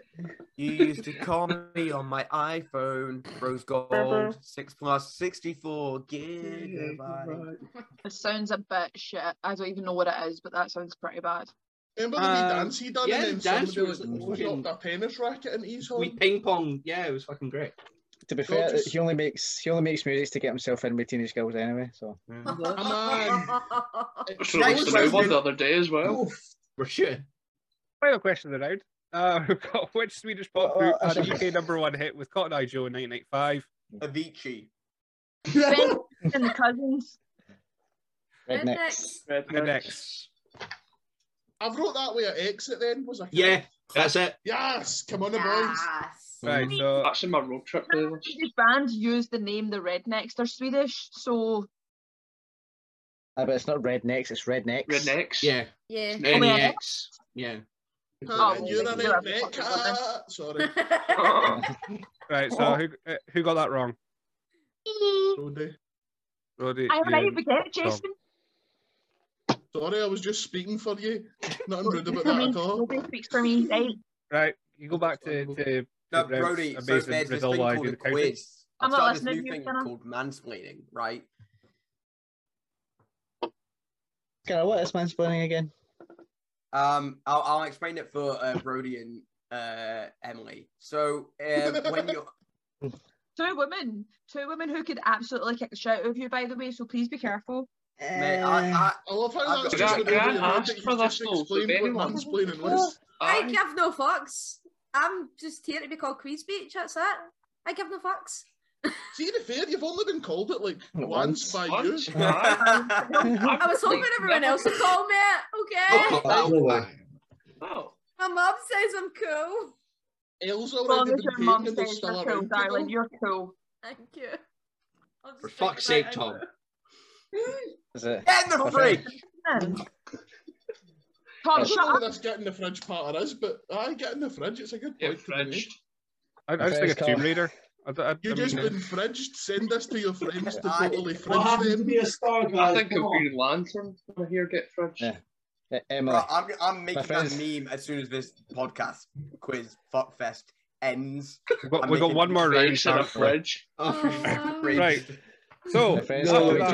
[SPEAKER 1] You used to call me on my iPhone, rose gold, six plus sixty-four gigabyte.
[SPEAKER 4] It sounds a bit shit. I don't even know what it is, but that sounds pretty bad.
[SPEAKER 2] Remember the wee dance he done,
[SPEAKER 9] Um, yeah,
[SPEAKER 2] and then
[SPEAKER 9] the dance
[SPEAKER 2] somebody
[SPEAKER 9] was
[SPEAKER 2] was
[SPEAKER 9] like fucking-
[SPEAKER 2] dropped a penis racket into his
[SPEAKER 9] We
[SPEAKER 2] home.
[SPEAKER 9] ping pong. Yeah, it was fucking great.
[SPEAKER 3] To be
[SPEAKER 2] Go
[SPEAKER 3] fair,
[SPEAKER 2] just-
[SPEAKER 3] he only makes he only makes music to get himself in with teenage girls anyway. So
[SPEAKER 2] Man.
[SPEAKER 7] It's released an album the other day as well.
[SPEAKER 9] We're shooting.
[SPEAKER 5] Final question of the round. Uh, we've got which Swedish pop
[SPEAKER 3] Well,
[SPEAKER 5] group
[SPEAKER 9] Uh,
[SPEAKER 3] well,
[SPEAKER 5] had a
[SPEAKER 3] actually-
[SPEAKER 5] UK number one hit with Cotton Eye Joe in 1995?
[SPEAKER 1] Avicii.
[SPEAKER 2] Ah.
[SPEAKER 4] Ben and the cousins.
[SPEAKER 3] rednecks.
[SPEAKER 5] Rednecks.
[SPEAKER 2] I wrote that way at exit then, was I?
[SPEAKER 9] Yeah, that's it.
[SPEAKER 2] Yes, come on the boys.
[SPEAKER 6] Yes.
[SPEAKER 5] Right, so
[SPEAKER 7] That's in my road trip playlist.
[SPEAKER 4] Swedish band used the name the Rednecks. They're Swedish, so
[SPEAKER 3] Ah, but it's not rednecks. It's rednecks.
[SPEAKER 7] Rednecks.
[SPEAKER 9] Yeah.
[SPEAKER 6] Yeah.
[SPEAKER 4] Oh, yeah.
[SPEAKER 9] NEX. Yeah.
[SPEAKER 4] Oh,
[SPEAKER 2] you're
[SPEAKER 4] well,
[SPEAKER 2] an
[SPEAKER 4] yeah.
[SPEAKER 2] Rebecca. Sorry.
[SPEAKER 5] right, so who uh, who got that wrong?
[SPEAKER 2] Sorry.
[SPEAKER 5] Roddy,
[SPEAKER 4] I
[SPEAKER 5] you
[SPEAKER 4] right,
[SPEAKER 5] and
[SPEAKER 4] we get it,
[SPEAKER 5] Tom.
[SPEAKER 4] Jason.
[SPEAKER 2] Sorry, I was just speaking for you. Nothing rude about that at all.
[SPEAKER 4] Nobody speaks for me, right?
[SPEAKER 5] Right, you go back to, to
[SPEAKER 1] No,
[SPEAKER 5] Brent's
[SPEAKER 1] Brody. So
[SPEAKER 5] amazing
[SPEAKER 1] there's this
[SPEAKER 5] result
[SPEAKER 1] thing
[SPEAKER 5] line
[SPEAKER 1] called
[SPEAKER 5] in
[SPEAKER 1] a
[SPEAKER 5] accounting.
[SPEAKER 1] quiz. I've
[SPEAKER 4] I'm not
[SPEAKER 1] started this
[SPEAKER 4] listening
[SPEAKER 1] new
[SPEAKER 4] to you,
[SPEAKER 1] thing
[SPEAKER 4] Shannon.
[SPEAKER 1] called mansplaining, right?
[SPEAKER 3] Can I what is mansplaining again?
[SPEAKER 1] Um, I'll, I'll explain it for uh, Brody and uh, Emily. So um, when you're
[SPEAKER 4] Two women, two women who could absolutely kick the shit out of you. By the way, so please be careful.
[SPEAKER 1] mate,
[SPEAKER 3] Uh,
[SPEAKER 1] I, I,
[SPEAKER 2] I love how
[SPEAKER 1] I've
[SPEAKER 2] that's
[SPEAKER 1] got-
[SPEAKER 2] just
[SPEAKER 1] Grant-
[SPEAKER 2] been over
[SPEAKER 7] Grant
[SPEAKER 2] your head
[SPEAKER 7] asked
[SPEAKER 2] that
[SPEAKER 7] for
[SPEAKER 2] you just
[SPEAKER 7] this, though,
[SPEAKER 2] explained
[SPEAKER 7] if
[SPEAKER 2] what
[SPEAKER 7] anyone-
[SPEAKER 2] mansplaining was.
[SPEAKER 6] I
[SPEAKER 7] Aye.
[SPEAKER 6] give no fucks. I'm just here to be called Queen's Beach. That's it. I give no fucks.
[SPEAKER 2] See, to be fair, you've only been called it like once
[SPEAKER 3] Once.
[SPEAKER 2] by
[SPEAKER 1] Eh.
[SPEAKER 2] you.
[SPEAKER 7] Once, aye.
[SPEAKER 6] I was hoping everyone else would call me. Okay.
[SPEAKER 7] Oh.
[SPEAKER 6] My mum says I'm cool.
[SPEAKER 2] Els
[SPEAKER 4] As
[SPEAKER 2] already
[SPEAKER 4] long
[SPEAKER 2] been
[SPEAKER 4] as your mum
[SPEAKER 2] taken and they
[SPEAKER 4] says
[SPEAKER 2] still
[SPEAKER 4] you're cool,
[SPEAKER 2] around.
[SPEAKER 4] darling,
[SPEAKER 2] you know?
[SPEAKER 4] you're cool.
[SPEAKER 6] Thank you. I'll just
[SPEAKER 9] For
[SPEAKER 6] drink
[SPEAKER 9] fuck's
[SPEAKER 6] it
[SPEAKER 9] sake,
[SPEAKER 6] right
[SPEAKER 9] Tom.
[SPEAKER 3] Is it?
[SPEAKER 1] Get in the fridge.
[SPEAKER 4] Tom,
[SPEAKER 2] I
[SPEAKER 4] shut
[SPEAKER 2] don't know
[SPEAKER 4] up.
[SPEAKER 2] what this getting the fridge part is, but I get in the fridge. It's a good point.
[SPEAKER 7] Get
[SPEAKER 2] to be made.
[SPEAKER 7] fridged.
[SPEAKER 5] I, I just
[SPEAKER 3] First
[SPEAKER 5] think it's Tomb
[SPEAKER 3] call.
[SPEAKER 5] Raider. I, d- I- I
[SPEAKER 2] You just
[SPEAKER 5] mean,
[SPEAKER 2] been fridged. Send this to your friends to
[SPEAKER 1] Aye.
[SPEAKER 2] totally
[SPEAKER 1] What
[SPEAKER 2] fridge them.
[SPEAKER 8] a star,
[SPEAKER 7] I think of Green Lantern when I hear get fridged.
[SPEAKER 3] Yeah. Uh, Emily.
[SPEAKER 1] Bro, I'm, I'm making that
[SPEAKER 3] friends-
[SPEAKER 1] meme as soon as this podcast quiz fuckfest ends.
[SPEAKER 5] we've got,
[SPEAKER 1] I'm
[SPEAKER 5] we've got
[SPEAKER 1] making
[SPEAKER 5] one more round.
[SPEAKER 7] Vouch in
[SPEAKER 5] Sam.
[SPEAKER 7] a fridge.
[SPEAKER 9] Oh,
[SPEAKER 6] Oh,
[SPEAKER 1] Fridge.
[SPEAKER 5] Right. So
[SPEAKER 3] My friends
[SPEAKER 5] after
[SPEAKER 3] call me
[SPEAKER 5] that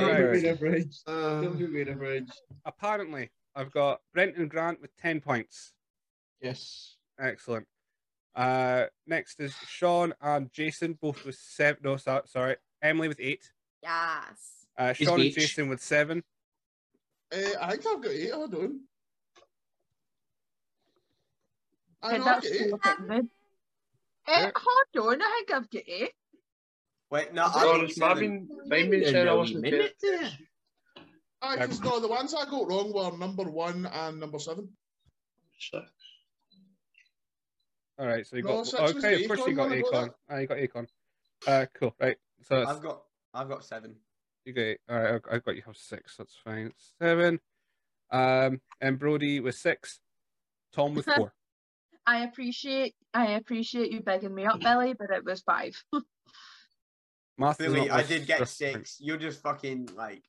[SPEAKER 3] Tomb
[SPEAKER 5] round,
[SPEAKER 3] Raider.
[SPEAKER 9] uh,
[SPEAKER 5] apparently I've got Brent and Grant with ten points.
[SPEAKER 9] yes.
[SPEAKER 5] Excellent. Uh, next is Sean and Jason, both with seven. No, so- sorry, Emily with eight.
[SPEAKER 6] yes.
[SPEAKER 5] Uh,
[SPEAKER 9] He's
[SPEAKER 5] Sean and
[SPEAKER 9] each.
[SPEAKER 5] Jason with seven.
[SPEAKER 2] Uh, I think I've got eight. Hold on. I know
[SPEAKER 4] Yeah,
[SPEAKER 2] I've
[SPEAKER 4] that's
[SPEAKER 2] got eight.
[SPEAKER 4] cool. Eh,
[SPEAKER 5] Yeah.
[SPEAKER 4] Hold on, I think I've got it.
[SPEAKER 1] Wait,
[SPEAKER 9] Uh,
[SPEAKER 1] no,
[SPEAKER 7] I'll be
[SPEAKER 1] I
[SPEAKER 7] honest, mine been, mine been said I wasn't there.
[SPEAKER 2] Aye, 'cause no, the ones I got wrong were number one and number seven.
[SPEAKER 7] So,
[SPEAKER 5] All right, so you
[SPEAKER 2] No,
[SPEAKER 5] got oh,
[SPEAKER 2] so it's
[SPEAKER 5] okay.
[SPEAKER 2] just
[SPEAKER 5] Of course, you
[SPEAKER 2] Akon
[SPEAKER 5] got
[SPEAKER 2] when I got
[SPEAKER 5] Akon. Ah, you got Akon. Uh, cool. Right, so that's
[SPEAKER 1] I've got I've got seven.
[SPEAKER 5] You got all right. I've- I've got you have six. That's fine. Seven. Um, and Brody with six. Tom with four.
[SPEAKER 4] I appreciate, I appreciate you begging me up, Billy, but it was five.
[SPEAKER 5] Math is
[SPEAKER 1] Billy,
[SPEAKER 5] not my
[SPEAKER 1] I did get
[SPEAKER 5] strong point.
[SPEAKER 1] six. You're just fucking like,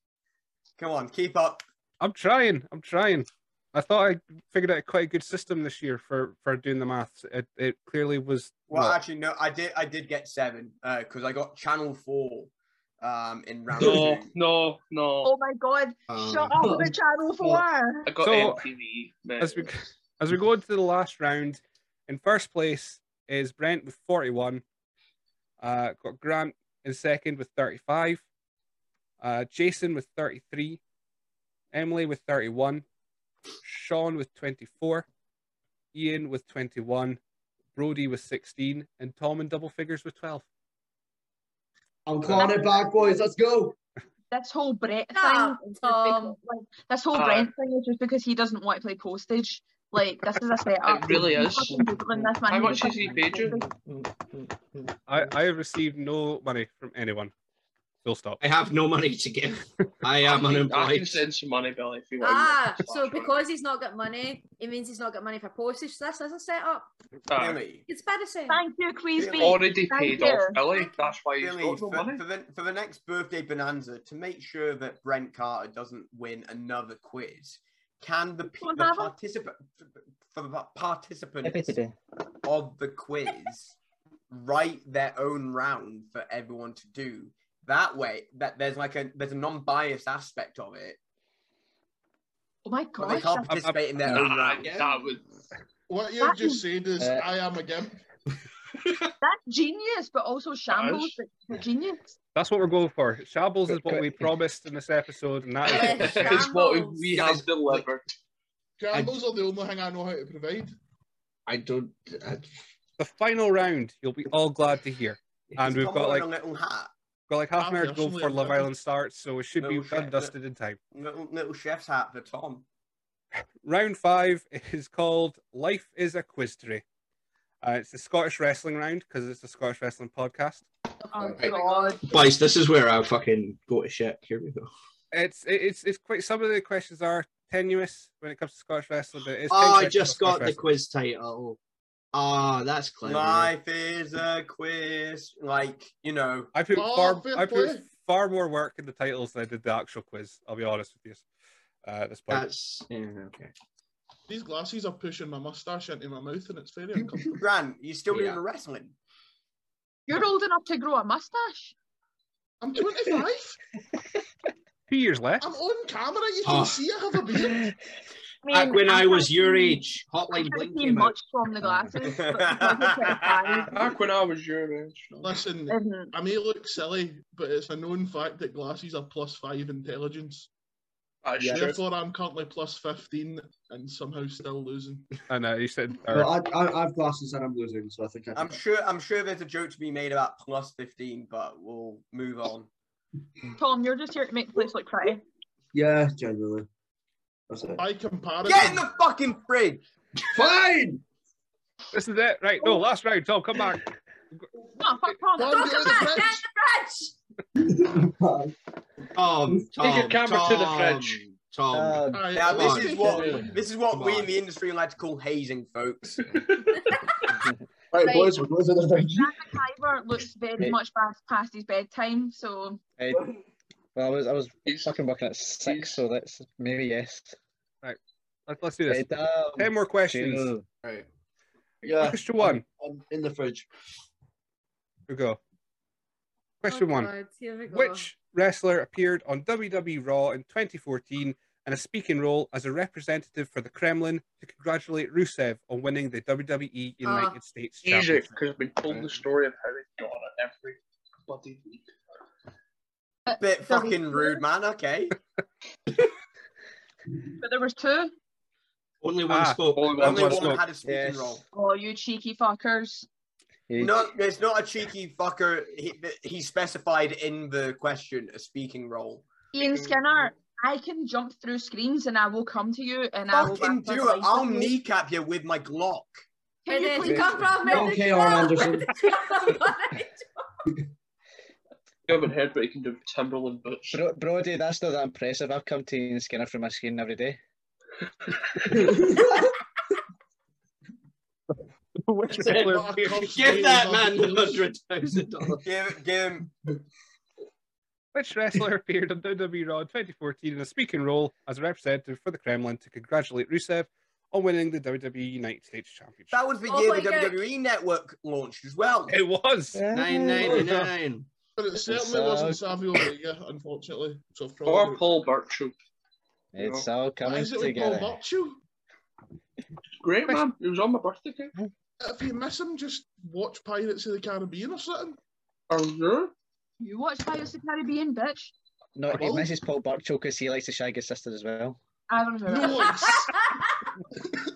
[SPEAKER 1] come on, keep up.
[SPEAKER 5] I'm trying. I'm trying. I thought I figured out quite a good system this year for for doing the maths. It, it clearly was.
[SPEAKER 1] Well,
[SPEAKER 5] not.
[SPEAKER 1] actually, no, I did I did get seven because I got Channel Four um in round
[SPEAKER 7] no,
[SPEAKER 1] two.
[SPEAKER 7] no, no.
[SPEAKER 4] Oh my god, shut
[SPEAKER 9] Um,
[SPEAKER 4] up with Channel 4.
[SPEAKER 7] I got
[SPEAKER 5] So,
[SPEAKER 7] MTV. mate.
[SPEAKER 5] as we as we go into the last round, in first place is Brent with forty one. Uh, got Grant in second with thirty five. Uh, Jason with thirty three. Emily with thirty one. Sean with twenty four. Ian with twenty one. Brody with sixteen, and Tom in double figures with twelve.
[SPEAKER 8] I'm calling it back, boys. Let's go.
[SPEAKER 4] This whole Brett thing,
[SPEAKER 6] Stop,
[SPEAKER 4] is just
[SPEAKER 6] Tom.
[SPEAKER 4] because, like, this whole
[SPEAKER 7] Aye.
[SPEAKER 4] Brent thing is just because he doesn't want to play postage. Like, this is a setup.
[SPEAKER 7] It really
[SPEAKER 4] He's
[SPEAKER 7] is.
[SPEAKER 4] fucking Googling this, man.
[SPEAKER 7] How
[SPEAKER 4] He's
[SPEAKER 7] much
[SPEAKER 4] a
[SPEAKER 7] has he
[SPEAKER 4] fucking
[SPEAKER 7] paid you?
[SPEAKER 4] postage.
[SPEAKER 3] Mm,
[SPEAKER 5] I, I have received no money from anyone. Full stop.
[SPEAKER 9] I have no money to give. I
[SPEAKER 7] I
[SPEAKER 9] am
[SPEAKER 7] can- I can
[SPEAKER 9] unemployed.
[SPEAKER 7] send some money, Billy, if you want.
[SPEAKER 6] Ah,
[SPEAKER 7] That's
[SPEAKER 6] so
[SPEAKER 7] right.
[SPEAKER 6] because he's not got money, it means he's not got money for postage. This is a setup.
[SPEAKER 7] Aye.
[SPEAKER 1] Billy,
[SPEAKER 6] Conspiracy.
[SPEAKER 4] Thank you, Queens
[SPEAKER 1] Really?
[SPEAKER 4] Beat.
[SPEAKER 7] Ah. already
[SPEAKER 4] Thank
[SPEAKER 7] paid
[SPEAKER 4] you.
[SPEAKER 7] off Billy.
[SPEAKER 6] Thank you.
[SPEAKER 7] That's why he's
[SPEAKER 1] Billy,
[SPEAKER 7] got
[SPEAKER 1] for,
[SPEAKER 7] no money.
[SPEAKER 1] for the for the next birthday bonanza, to make sure that Brent Carter doesn't win another quiz, Can the, pe-
[SPEAKER 4] Come on,
[SPEAKER 1] the
[SPEAKER 4] Pavel.
[SPEAKER 1] participant for the pa- participants
[SPEAKER 3] Everybody.
[SPEAKER 1] of the quiz write their own round for everyone to do? That way, that there's like a there's a non-biased aspect of it.
[SPEAKER 4] Oh my
[SPEAKER 1] But they can't
[SPEAKER 4] gosh. that's-
[SPEAKER 1] participate in their
[SPEAKER 2] Nah,
[SPEAKER 1] own round.
[SPEAKER 2] that would. What you
[SPEAKER 4] That
[SPEAKER 2] just
[SPEAKER 4] is-
[SPEAKER 2] said is,
[SPEAKER 3] Uh,
[SPEAKER 2] I am a gimp.
[SPEAKER 4] That's genius, but also shambles.
[SPEAKER 2] Gosh.
[SPEAKER 4] but- but Genius.
[SPEAKER 5] That's what we're going for. Shambles is what we promised in this episode, and that is
[SPEAKER 6] Yeah.
[SPEAKER 5] shit.
[SPEAKER 6] It's what we-
[SPEAKER 9] we have delivered.
[SPEAKER 2] Gambles are the only thing I know how to provide.
[SPEAKER 9] I don't. I,
[SPEAKER 5] the final round. You'll be all glad to hear. And we've
[SPEAKER 1] Tom
[SPEAKER 5] got,
[SPEAKER 1] wearing
[SPEAKER 5] like-
[SPEAKER 1] a little hat,
[SPEAKER 5] Got like half an
[SPEAKER 2] I'll
[SPEAKER 5] hour to go
[SPEAKER 2] personally
[SPEAKER 5] before Love
[SPEAKER 2] admit it.
[SPEAKER 5] Island starts, so it should be
[SPEAKER 1] No
[SPEAKER 5] done
[SPEAKER 1] shit.
[SPEAKER 5] dusted in time.
[SPEAKER 1] little, little chef's hat for Tom.
[SPEAKER 5] Round five is called "Life Is a Quiz Today." Uh, it's the Scottish wrestling round because it's a Scottish wrestling podcast.
[SPEAKER 4] Oh
[SPEAKER 9] Right.
[SPEAKER 4] god.
[SPEAKER 9] boys, this is where I fucking go to shit. Here we go.
[SPEAKER 5] It's it- it's it's quite. Some of the questions are tenuous when it comes to Scottish wrestling, but it's.
[SPEAKER 9] Oh, I
[SPEAKER 5] quite
[SPEAKER 9] just
[SPEAKER 5] critical
[SPEAKER 9] got
[SPEAKER 5] for
[SPEAKER 9] the
[SPEAKER 5] Scottish
[SPEAKER 9] quiz title. Ah, that's clever.
[SPEAKER 1] Life is a quiz. Like, you know,
[SPEAKER 5] wrestling. I put
[SPEAKER 2] Oh,
[SPEAKER 5] far
[SPEAKER 2] fair
[SPEAKER 5] I put
[SPEAKER 2] play.
[SPEAKER 5] far more work in the titles than I did the actual quiz. I'll be honest with you. Uh, at this point,
[SPEAKER 9] That's yeah, okay.
[SPEAKER 2] These glasses are pushing my mustache into my mouth, and it's very uncomfortable.
[SPEAKER 1] Grant, you still doing
[SPEAKER 9] Yeah.
[SPEAKER 1] the wrestling?
[SPEAKER 4] You're old enough to grow a mustache.
[SPEAKER 2] I'm 25.
[SPEAKER 5] two years left.
[SPEAKER 2] I'm on camera. You can
[SPEAKER 9] Oh.
[SPEAKER 2] see I have a beard.
[SPEAKER 9] Back when I
[SPEAKER 4] can't
[SPEAKER 9] was your
[SPEAKER 4] see-
[SPEAKER 9] age, Hotline
[SPEAKER 4] I
[SPEAKER 9] Bling
[SPEAKER 4] can't see
[SPEAKER 9] came out.
[SPEAKER 4] much from the glasses. but because of the eyes,
[SPEAKER 7] Back when I was your age. no.
[SPEAKER 2] Listen,
[SPEAKER 4] isn't-
[SPEAKER 2] I may look silly, but it's a known fact that glasses are plus five intelligence.
[SPEAKER 7] That is true.
[SPEAKER 2] Therefore, I'm currently plus 15 and somehow still losing.
[SPEAKER 5] I know uh, you said.
[SPEAKER 8] Well, I, I, I have glasses and I'm losing, so I think I
[SPEAKER 1] I'm sure I'm sure there's a joke to be made about plus 15, but we'll move on.
[SPEAKER 4] Tom, you're just here to make the place look pretty.
[SPEAKER 8] Yeah, generally. That's it.
[SPEAKER 2] By comparison,
[SPEAKER 1] Get in the fucking fridge!
[SPEAKER 8] Fine!
[SPEAKER 5] This is it, right? No, last round. Tom, come back.
[SPEAKER 4] No, fuck
[SPEAKER 2] Tom,
[SPEAKER 4] Tom. Don't
[SPEAKER 2] get in
[SPEAKER 4] come
[SPEAKER 2] the
[SPEAKER 4] back.
[SPEAKER 2] fridge.
[SPEAKER 9] Tom, Tom,
[SPEAKER 7] Take your camera to the fridge.
[SPEAKER 9] Tom.
[SPEAKER 3] Uh,
[SPEAKER 2] Aye,
[SPEAKER 1] Now
[SPEAKER 2] I
[SPEAKER 1] this
[SPEAKER 2] like
[SPEAKER 1] is
[SPEAKER 2] it.
[SPEAKER 1] what this is what
[SPEAKER 9] Come
[SPEAKER 1] we
[SPEAKER 9] on.
[SPEAKER 1] in the industry like to call hazing, folks.
[SPEAKER 8] Right,
[SPEAKER 6] Right.
[SPEAKER 8] boys, we're going to the fridge.
[SPEAKER 4] Ivar looks very
[SPEAKER 3] Hey.
[SPEAKER 4] much past, past his bedtime, so
[SPEAKER 3] Hey, well, I was I was
[SPEAKER 7] He's-
[SPEAKER 3] fucking working at six, so that's maybe yes.
[SPEAKER 5] Let's, let's do
[SPEAKER 3] Hey,
[SPEAKER 5] this. Ten
[SPEAKER 3] damn.
[SPEAKER 5] more questions.
[SPEAKER 3] Jill.
[SPEAKER 9] Right.
[SPEAKER 7] Yeah,
[SPEAKER 5] Question one.
[SPEAKER 7] I'm in the fridge.
[SPEAKER 5] We go. Question
[SPEAKER 6] one.
[SPEAKER 5] one. Which wrestler appeared on WWE Raw in 2014 in a speaking role as a representative for the Kremlin to congratulate Rusev on winning the WWE United States
[SPEAKER 7] Easy,
[SPEAKER 5] Championship?
[SPEAKER 7] because we told the story of how it got it every bloody week.
[SPEAKER 1] Bit fucking rude, man. Okay.
[SPEAKER 4] but there was two.
[SPEAKER 7] Uh,
[SPEAKER 9] Only one
[SPEAKER 5] Ah,
[SPEAKER 9] spoke.
[SPEAKER 7] Oh,
[SPEAKER 1] Only
[SPEAKER 5] one
[SPEAKER 1] one
[SPEAKER 5] spoke.
[SPEAKER 1] had a speaking
[SPEAKER 3] Yes.
[SPEAKER 1] role.
[SPEAKER 4] Oh, you cheeky fuckers.
[SPEAKER 3] You-
[SPEAKER 1] No, it's not a cheeky fucker. He, he specified in the question a speaking role.
[SPEAKER 4] Ian Skinner, I can jump through screens and I will come to you and I will
[SPEAKER 1] Fucking
[SPEAKER 4] back
[SPEAKER 1] do
[SPEAKER 4] my
[SPEAKER 1] it.
[SPEAKER 4] life
[SPEAKER 1] I'll
[SPEAKER 4] up.
[SPEAKER 1] kneecap you with my Glock.
[SPEAKER 6] Where
[SPEAKER 4] Can you
[SPEAKER 6] did
[SPEAKER 4] please
[SPEAKER 6] it come from? Where did
[SPEAKER 8] Okay,
[SPEAKER 6] it
[SPEAKER 8] Arn
[SPEAKER 6] come?
[SPEAKER 8] Anderson.
[SPEAKER 7] You haven't heard, but you can do Timberland boots.
[SPEAKER 3] Bro- Brody, that's not that impressive. I've come to Ian Skinner from my screen every day.
[SPEAKER 5] Which
[SPEAKER 2] Give
[SPEAKER 5] wrestler appeared,
[SPEAKER 9] Give that man the
[SPEAKER 2] the
[SPEAKER 9] hundred thousand dollars.
[SPEAKER 1] Give, give him
[SPEAKER 5] which wrestler appeared on WWE Raw in 2014 in a speaking role as a representative for the Kremlin to congratulate Rusev on winning the WWE United States Championship?
[SPEAKER 1] That was the
[SPEAKER 6] Oh
[SPEAKER 1] year
[SPEAKER 6] my
[SPEAKER 1] the
[SPEAKER 6] God.
[SPEAKER 1] WWE network launched as well.
[SPEAKER 5] it was.
[SPEAKER 9] Nine ninety nine.
[SPEAKER 2] But it certainly
[SPEAKER 3] uh,
[SPEAKER 2] wasn't Savio Vega, unfortunately. So probably.
[SPEAKER 7] Or Paul Birchall.
[SPEAKER 3] It's all
[SPEAKER 2] Why
[SPEAKER 3] coming
[SPEAKER 2] is it with Paul
[SPEAKER 3] together.
[SPEAKER 2] Virtue?
[SPEAKER 7] Great man, he was on my birthday cake.
[SPEAKER 2] If you miss him, just watch Pirates of the Caribbean or something.
[SPEAKER 7] Are you?
[SPEAKER 4] You watch Pirates of the Caribbean, bitch.
[SPEAKER 3] No, he
[SPEAKER 2] Oh.
[SPEAKER 3] misses Paul Burchill because he likes to shag his sister as well.
[SPEAKER 4] I don't know.
[SPEAKER 2] No, it's-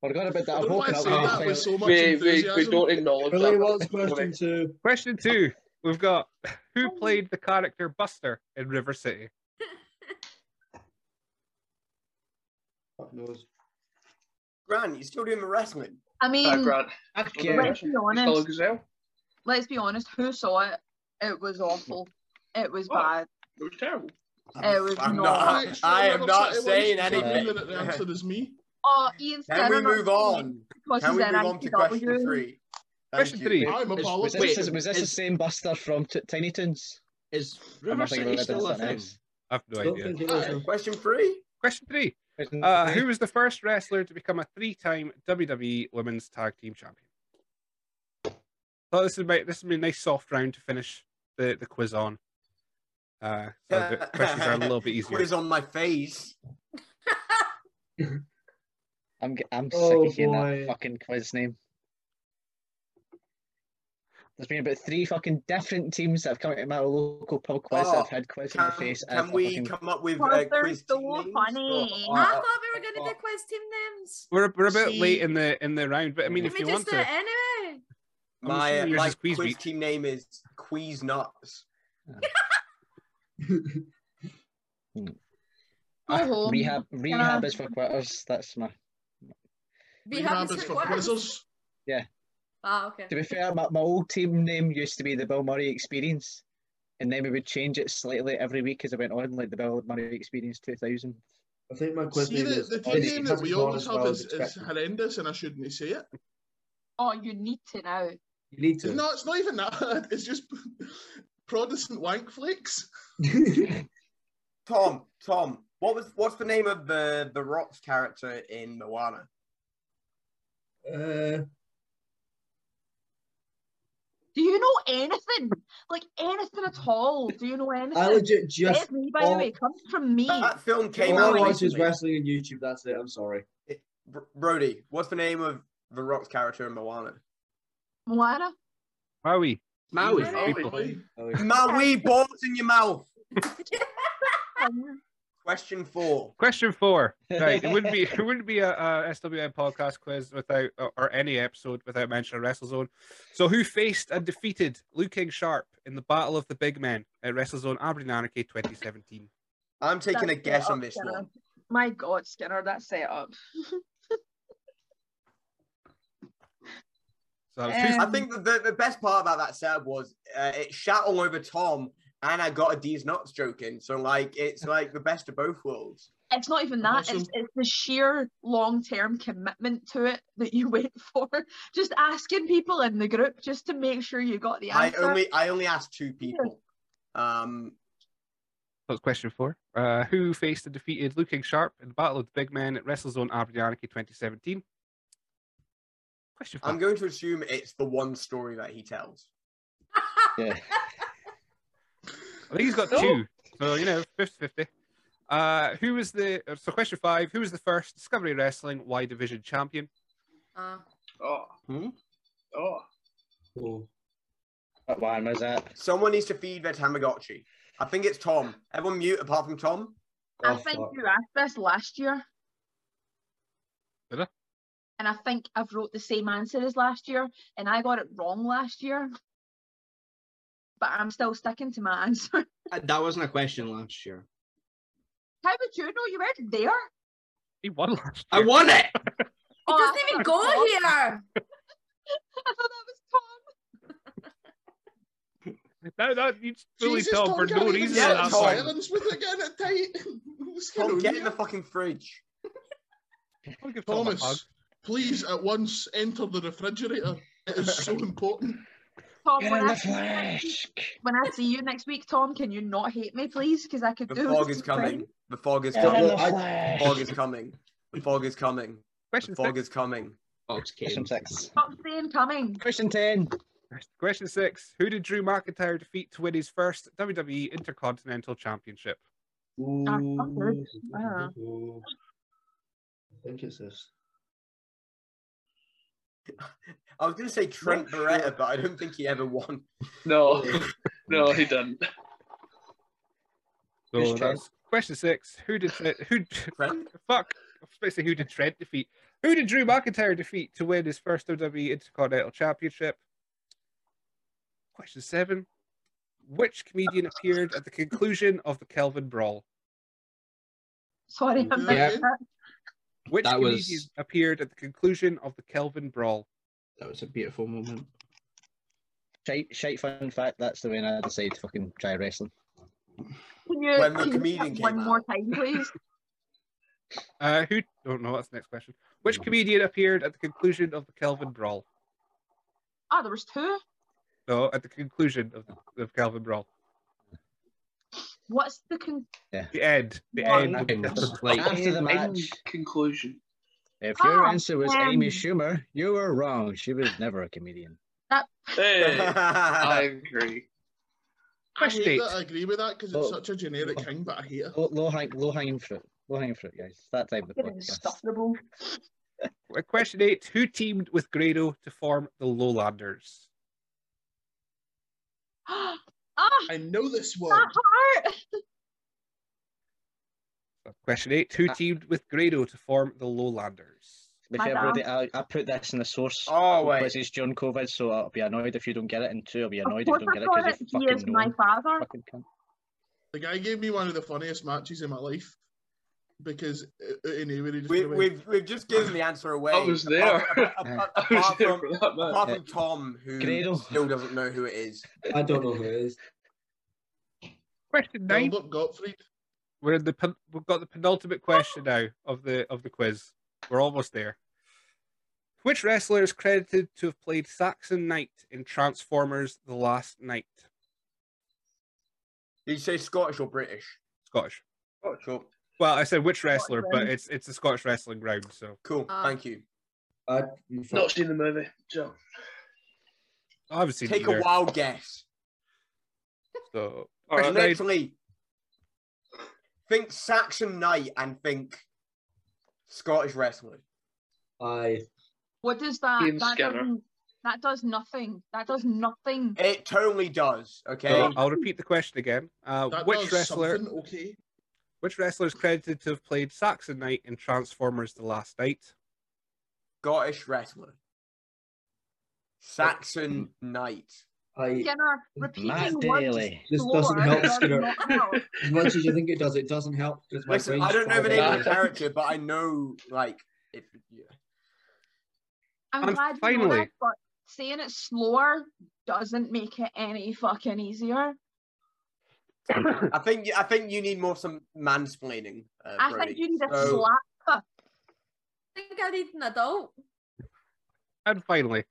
[SPEAKER 3] Forgot about that.
[SPEAKER 2] I
[SPEAKER 3] I've
[SPEAKER 2] don't know why
[SPEAKER 3] woken
[SPEAKER 2] I
[SPEAKER 3] up
[SPEAKER 2] say
[SPEAKER 3] with
[SPEAKER 2] that with
[SPEAKER 3] a pile-
[SPEAKER 2] so much
[SPEAKER 7] We, we,
[SPEAKER 2] enthusiasm.
[SPEAKER 7] we don't acknowledge
[SPEAKER 8] Billy,
[SPEAKER 7] that.
[SPEAKER 8] what's question two?
[SPEAKER 5] Question two. We've got who played the character Buster in River City?
[SPEAKER 8] Fuck knows.
[SPEAKER 1] Grant, you still doing the wrestling?
[SPEAKER 4] I
[SPEAKER 7] Ah,
[SPEAKER 4] mean,
[SPEAKER 7] Grant.
[SPEAKER 3] I
[SPEAKER 7] Right.
[SPEAKER 3] care.
[SPEAKER 4] let's be
[SPEAKER 7] Still a
[SPEAKER 4] honest.
[SPEAKER 7] gazelle.
[SPEAKER 4] Let's be honest. Who saw it? It was awful. It was
[SPEAKER 7] Oh.
[SPEAKER 4] bad.
[SPEAKER 7] It was terrible.
[SPEAKER 4] It was
[SPEAKER 1] I'm
[SPEAKER 4] not.
[SPEAKER 1] not.
[SPEAKER 2] Make sure
[SPEAKER 1] I am
[SPEAKER 2] another
[SPEAKER 1] not
[SPEAKER 2] Saturday
[SPEAKER 1] saying
[SPEAKER 2] one's
[SPEAKER 1] anything.
[SPEAKER 2] Saturday that The answer is me.
[SPEAKER 4] Oh, Ian Skinner.
[SPEAKER 1] Can we
[SPEAKER 4] not
[SPEAKER 1] move
[SPEAKER 4] saying
[SPEAKER 1] on?
[SPEAKER 4] it because
[SPEAKER 1] Can we
[SPEAKER 4] he's
[SPEAKER 1] move
[SPEAKER 4] in
[SPEAKER 1] on to
[SPEAKER 4] NCW.
[SPEAKER 1] question three?
[SPEAKER 5] Question three.
[SPEAKER 2] I'm a
[SPEAKER 3] Was,
[SPEAKER 2] Paul.
[SPEAKER 3] was this,
[SPEAKER 9] Wait,
[SPEAKER 3] the- was this the
[SPEAKER 9] is-
[SPEAKER 3] same Buster from T- Tiny Toons?
[SPEAKER 9] Is
[SPEAKER 3] Am I
[SPEAKER 9] River
[SPEAKER 3] thinking
[SPEAKER 9] City
[SPEAKER 3] about
[SPEAKER 9] still a
[SPEAKER 3] something
[SPEAKER 9] thing?
[SPEAKER 3] else?
[SPEAKER 5] I have no
[SPEAKER 8] Don't
[SPEAKER 5] idea.
[SPEAKER 8] think it is.
[SPEAKER 1] Question three?
[SPEAKER 5] Question three.
[SPEAKER 3] Mm-hmm.
[SPEAKER 5] Uh, who was the first wrestler to become a three-time WWE Women's Tag Team Champion? Thought this would be this would be a nice soft round to finish the, the quiz on. Uh, so the questions are a little bit easier.
[SPEAKER 1] Quiz on my face.
[SPEAKER 3] I'm ge- I'm sick
[SPEAKER 8] Oh,
[SPEAKER 3] of hearing
[SPEAKER 8] boy.
[SPEAKER 3] that fucking quiz name. There's been about three fucking different teams that have come out of my local pub quiz that
[SPEAKER 1] Oh,
[SPEAKER 3] have had quiz in the face. and
[SPEAKER 1] Can
[SPEAKER 3] a
[SPEAKER 1] we
[SPEAKER 3] fucking-
[SPEAKER 1] come up with
[SPEAKER 4] Because
[SPEAKER 1] uh,
[SPEAKER 4] they're
[SPEAKER 1] quiz Oh,
[SPEAKER 4] so funny.
[SPEAKER 1] Uh,
[SPEAKER 6] I thought we were going to do quiz team names.
[SPEAKER 5] We're we're a bit
[SPEAKER 2] See-
[SPEAKER 5] late in the in the round, but I mean,
[SPEAKER 6] Can
[SPEAKER 5] if
[SPEAKER 6] we
[SPEAKER 5] you want
[SPEAKER 6] just do
[SPEAKER 5] to,
[SPEAKER 6] it anyway?
[SPEAKER 5] I'm
[SPEAKER 1] My uh,
[SPEAKER 5] assuming yours
[SPEAKER 1] my
[SPEAKER 5] is Queez
[SPEAKER 1] quiz
[SPEAKER 5] Week.
[SPEAKER 1] team name is Queez Nuts.
[SPEAKER 4] Go home.
[SPEAKER 3] ah, Rehab rehab is for quitters. That's my.
[SPEAKER 6] We have
[SPEAKER 2] Rehabbers
[SPEAKER 6] this
[SPEAKER 2] for quizzes.
[SPEAKER 6] Ah, okay.
[SPEAKER 3] To be fair, my, my old team name used to be the Bill Murray Experience, and then we would change it slightly every week as it went on, like the Bill Murray Experience 2000.
[SPEAKER 8] I think my quiz
[SPEAKER 2] See,
[SPEAKER 8] name
[SPEAKER 2] the,
[SPEAKER 8] is
[SPEAKER 2] the
[SPEAKER 8] Oh,
[SPEAKER 2] team name that
[SPEAKER 8] hasn't
[SPEAKER 2] we
[SPEAKER 8] gone
[SPEAKER 2] always
[SPEAKER 8] as
[SPEAKER 2] have
[SPEAKER 8] well as
[SPEAKER 2] is, is
[SPEAKER 8] expected.
[SPEAKER 2] horrendous, and I shouldn't say it.
[SPEAKER 4] Oh, you need to now.
[SPEAKER 8] You need to.
[SPEAKER 2] No, it's not even that. It's just Protestant wank flakes.
[SPEAKER 1] Tom, Tom, what was what's the name of the the Rock's character in Moana?
[SPEAKER 8] uh,
[SPEAKER 4] Do you know anything? Like anything at all? Do you know anything?
[SPEAKER 8] I legit
[SPEAKER 4] It
[SPEAKER 8] just
[SPEAKER 4] is me, by
[SPEAKER 8] all-
[SPEAKER 4] the way. It comes from me.
[SPEAKER 1] That film came
[SPEAKER 8] all
[SPEAKER 1] out
[SPEAKER 8] I watch is
[SPEAKER 1] recently.
[SPEAKER 8] wrestling on YouTube. That's it. I'm sorry.
[SPEAKER 1] Br- Brody, what's the name of the Rock's character in Moana?
[SPEAKER 4] Moana.
[SPEAKER 5] Maui.
[SPEAKER 9] Maui.
[SPEAKER 5] Maui.
[SPEAKER 2] Aye, aye.
[SPEAKER 8] Oh,
[SPEAKER 1] Maui balls in your mouth. Question four.
[SPEAKER 5] Question four. Right, it wouldn't be it wouldn't be a, a SWM podcast quiz without or- or any episode without mention of WrestleZone. So, who faced and defeated Liu King Sharp in the Battle of the Big Men at WrestleZone Aberdeen Anarchy 2017?
[SPEAKER 1] I'm taking a
[SPEAKER 4] That's
[SPEAKER 1] guess
[SPEAKER 4] set
[SPEAKER 1] on
[SPEAKER 4] up,
[SPEAKER 1] this
[SPEAKER 4] Skinner.
[SPEAKER 1] one.
[SPEAKER 4] My God, Skinner, that's set up.
[SPEAKER 5] So, that was
[SPEAKER 1] I
[SPEAKER 4] Um,
[SPEAKER 1] think the, the, the best part about that setup was uh, it shat all over Tom, and I got a D's nuts joke in. So like it's like the best of both worlds.
[SPEAKER 4] It's not even that. It's,
[SPEAKER 2] Awesome.
[SPEAKER 4] it's the sheer long-term commitment to it that you went for. Just asking people in the group just to make sure you got the
[SPEAKER 1] I
[SPEAKER 4] answer.
[SPEAKER 1] only I only asked two people. Um,
[SPEAKER 5] that was question four. Uh, who faced and defeated Liu King Sharp in the Battle of the Big Men at WrestleZone Aberdeen Anarchy 2017? Question 5
[SPEAKER 1] I'm going to assume it's the one story that he tells.
[SPEAKER 3] Yeah.
[SPEAKER 5] I think he's got two. So, you know, 50 50. Uh, who was the. uh, So, question five Who was the first Discovery Wrestling Y Division champion?
[SPEAKER 6] Ah.
[SPEAKER 7] Oh.
[SPEAKER 1] Hmm?
[SPEAKER 7] Oh.
[SPEAKER 9] Oh.
[SPEAKER 3] What one was that?
[SPEAKER 1] Someone needs to feed their Tamagotchi. I think it's Tom. Everyone mute apart from Tom.
[SPEAKER 4] I
[SPEAKER 8] oh,
[SPEAKER 4] think
[SPEAKER 8] fuck.
[SPEAKER 4] you asked this last year.
[SPEAKER 5] Did I?
[SPEAKER 4] And I think I've wrote the same answer as last year, and I got it wrong last year. But I'm still sticking to my answer.
[SPEAKER 9] Uh, That wasn't a question last year.
[SPEAKER 4] How would you know you weren't there?
[SPEAKER 5] He won last
[SPEAKER 9] I
[SPEAKER 5] year.
[SPEAKER 9] won it.
[SPEAKER 3] Oh,
[SPEAKER 6] He doesn't
[SPEAKER 3] uh,
[SPEAKER 6] even go here.
[SPEAKER 4] I thought that was Tom.
[SPEAKER 5] No, no, you just bully
[SPEAKER 2] Jesus,
[SPEAKER 5] Tom for
[SPEAKER 2] can't
[SPEAKER 5] no
[SPEAKER 2] even
[SPEAKER 5] reason.
[SPEAKER 2] sit
[SPEAKER 1] Yeah,
[SPEAKER 2] in
[SPEAKER 5] at that
[SPEAKER 1] Tom.
[SPEAKER 5] point.
[SPEAKER 2] silence with it getting it tight. What's
[SPEAKER 1] Tom,
[SPEAKER 2] going
[SPEAKER 1] get
[SPEAKER 2] on
[SPEAKER 1] in the
[SPEAKER 2] here?
[SPEAKER 1] fucking fridge.
[SPEAKER 5] I'll give Tom a hug.
[SPEAKER 2] Thomas, please at once enter the refrigerator. It is so important.
[SPEAKER 4] Tom,
[SPEAKER 3] Get
[SPEAKER 4] when
[SPEAKER 3] in
[SPEAKER 4] I,
[SPEAKER 3] the
[SPEAKER 4] see you next week-
[SPEAKER 3] flask.
[SPEAKER 4] when I see you next week, Tom, can you not hate me, please? Because I could
[SPEAKER 1] The
[SPEAKER 4] do.
[SPEAKER 1] fog
[SPEAKER 4] with
[SPEAKER 1] is
[SPEAKER 4] some friends.
[SPEAKER 1] coming. The fog is
[SPEAKER 3] Get in
[SPEAKER 1] coming.
[SPEAKER 3] the
[SPEAKER 1] The fog
[SPEAKER 3] flask.
[SPEAKER 1] is coming. The fog is coming. The
[SPEAKER 5] Question
[SPEAKER 1] fog
[SPEAKER 5] six.
[SPEAKER 1] is coming.
[SPEAKER 9] Fox
[SPEAKER 3] Question
[SPEAKER 9] came.
[SPEAKER 3] six.
[SPEAKER 4] Stop saying coming.
[SPEAKER 3] Question ten.
[SPEAKER 5] Question six. Who did Drew McIntyre defeat to win his first WWE Intercontinental Championship?
[SPEAKER 4] I'm good. Uh,
[SPEAKER 8] I think it's this.
[SPEAKER 1] I was going to say Trent Beretta, but I don't think he ever won.
[SPEAKER 7] No, no, he didn't.
[SPEAKER 5] So
[SPEAKER 3] Who's Trent?
[SPEAKER 5] that's question six. Who did Trent, who?
[SPEAKER 1] Trent?
[SPEAKER 5] Fuck. I was about to say who did Trent defeat? Who did Drew McIntyre defeat to win his first WWE Intercontinental Championship? Question seven. Which comedian appeared at the conclusion of the Kelvin Brawl?
[SPEAKER 4] sorry, I missed
[SPEAKER 2] Yeah.
[SPEAKER 4] it.
[SPEAKER 5] Which
[SPEAKER 9] That
[SPEAKER 5] comedian
[SPEAKER 9] was-
[SPEAKER 5] appeared at the conclusion of the Kelvin Brawl?
[SPEAKER 9] That was a beautiful moment.
[SPEAKER 3] Shite, shite fun fact. That's the way I decided to fucking try wrestling.
[SPEAKER 4] Can you,
[SPEAKER 1] When the
[SPEAKER 4] can you
[SPEAKER 1] comedian
[SPEAKER 4] check
[SPEAKER 1] came
[SPEAKER 4] one more
[SPEAKER 1] out.
[SPEAKER 4] time, please?
[SPEAKER 5] Uh, who? Oh no, that's the next question. Which comedian appeared at the conclusion of the Kelvin Brawl?
[SPEAKER 4] Ah, there was two.
[SPEAKER 5] No, at the conclusion of the of Kelvin Brawl.
[SPEAKER 4] What's the con-
[SPEAKER 5] The end. The
[SPEAKER 4] Well,
[SPEAKER 5] end.
[SPEAKER 9] Fucking just like-
[SPEAKER 3] After the
[SPEAKER 7] End- end
[SPEAKER 3] match.
[SPEAKER 7] conclusion.
[SPEAKER 3] If your
[SPEAKER 4] Ah,
[SPEAKER 3] answer was Amy
[SPEAKER 4] um,
[SPEAKER 3] Schumer, you were wrong. She was never a comedian.
[SPEAKER 7] Hey,
[SPEAKER 1] I
[SPEAKER 7] I agree.
[SPEAKER 2] I
[SPEAKER 5] Question
[SPEAKER 2] hate
[SPEAKER 5] eight.
[SPEAKER 2] that I agree with that because it's
[SPEAKER 3] Oh.
[SPEAKER 2] such a generic thing, but I hate it.
[SPEAKER 3] Low, low, hang, low hanging fruit. Low hanging fruit, guys. It's That type of
[SPEAKER 4] It is
[SPEAKER 3] podcast.
[SPEAKER 4] insufferable.
[SPEAKER 5] Question eight. Who teamed with Grado to form the Lowlanders?
[SPEAKER 4] ah,
[SPEAKER 2] I know this
[SPEAKER 4] that
[SPEAKER 2] one.
[SPEAKER 4] heart.
[SPEAKER 5] Question eight. Who
[SPEAKER 3] Ah.
[SPEAKER 5] teamed with Grado to form the Lowlanders?
[SPEAKER 3] To be
[SPEAKER 4] My
[SPEAKER 3] fair,
[SPEAKER 4] bad.
[SPEAKER 3] Brody, I, I put this in the source.
[SPEAKER 1] Oh, wait.
[SPEAKER 3] This is during COVID, so I'll be annoyed if you don't get it, and two, I'll be
[SPEAKER 4] Of
[SPEAKER 3] annoyed if you
[SPEAKER 4] course
[SPEAKER 3] don't
[SPEAKER 4] I
[SPEAKER 3] get it
[SPEAKER 4] got
[SPEAKER 3] because
[SPEAKER 4] it.
[SPEAKER 3] you
[SPEAKER 4] He is
[SPEAKER 3] fucking know.
[SPEAKER 4] my
[SPEAKER 3] him.
[SPEAKER 4] father.
[SPEAKER 3] Fucking cunt.
[SPEAKER 2] The guy gave me one of the funniest matches in my life because uh, uh, anyway, he just
[SPEAKER 1] we,
[SPEAKER 2] kinda went,
[SPEAKER 1] we've we've just given the answer away.
[SPEAKER 7] I was there.
[SPEAKER 1] Apart,
[SPEAKER 7] I was
[SPEAKER 1] apart
[SPEAKER 7] there
[SPEAKER 1] from,
[SPEAKER 7] for that match.
[SPEAKER 1] apart from Tom, who
[SPEAKER 3] Grado.
[SPEAKER 1] still doesn't know who it is.
[SPEAKER 8] I don't know who it is.
[SPEAKER 5] Question nine.
[SPEAKER 2] Albert Gottfried.
[SPEAKER 5] We're in the pen- we've got the penultimate question now of the of the quiz. We're almost there. Which wrestler is credited to have played Saxon Knight in Transformers: The Last Knight?
[SPEAKER 1] Did you say Scottish or British?
[SPEAKER 5] Scottish.
[SPEAKER 1] Scottish. Cool.
[SPEAKER 5] Well, I said which wrestler, but
[SPEAKER 4] round.
[SPEAKER 5] it's it's a Scottish wrestling round. So,
[SPEAKER 1] Cool.
[SPEAKER 6] Ah.
[SPEAKER 1] Thank you.
[SPEAKER 8] I,
[SPEAKER 7] Not seen the movie, so
[SPEAKER 5] I haven't seen
[SPEAKER 1] Take
[SPEAKER 5] it.
[SPEAKER 1] a
[SPEAKER 5] There,
[SPEAKER 1] wild guess.
[SPEAKER 5] so,
[SPEAKER 1] Just
[SPEAKER 5] question nine.
[SPEAKER 1] Literally, think Saxon Knight and think Scottish wrestling.
[SPEAKER 8] I
[SPEAKER 4] What does that?
[SPEAKER 7] Ian
[SPEAKER 4] That,
[SPEAKER 7] Skinner.
[SPEAKER 4] doesn't- that does nothing. That does nothing.
[SPEAKER 1] It totally does. Okay.
[SPEAKER 5] So I'll repeat the question again. Uh,
[SPEAKER 2] That
[SPEAKER 5] which
[SPEAKER 2] does
[SPEAKER 5] wrestler?
[SPEAKER 2] something, okay.
[SPEAKER 5] Which wrestler is credited to have played Saxon Knight in Transformers: The Last Knight?
[SPEAKER 1] Scottish wrestler. Saxon Knight.
[SPEAKER 8] I
[SPEAKER 4] Skinner repeating
[SPEAKER 3] Matt
[SPEAKER 4] words
[SPEAKER 3] Daly.
[SPEAKER 8] This
[SPEAKER 4] slower
[SPEAKER 8] doesn't help,
[SPEAKER 4] does
[SPEAKER 8] Skinner.
[SPEAKER 4] not help.
[SPEAKER 8] as much as you think it does, it doesn't help. 'cause my
[SPEAKER 1] Listen,
[SPEAKER 8] brain's
[SPEAKER 1] I don't know the
[SPEAKER 8] fried
[SPEAKER 1] name of
[SPEAKER 8] out.
[SPEAKER 1] the character, but I know like if yeah.
[SPEAKER 4] I'm
[SPEAKER 5] And
[SPEAKER 4] glad you know
[SPEAKER 5] finally-
[SPEAKER 4] that, but saying it slower doesn't make it any fucking easier.
[SPEAKER 1] I think I think you need more some mansplaining. Uh,
[SPEAKER 4] I
[SPEAKER 1] Brody.
[SPEAKER 4] think you need a
[SPEAKER 1] So-
[SPEAKER 4] slap.
[SPEAKER 6] I think I need an adult.
[SPEAKER 5] And finally,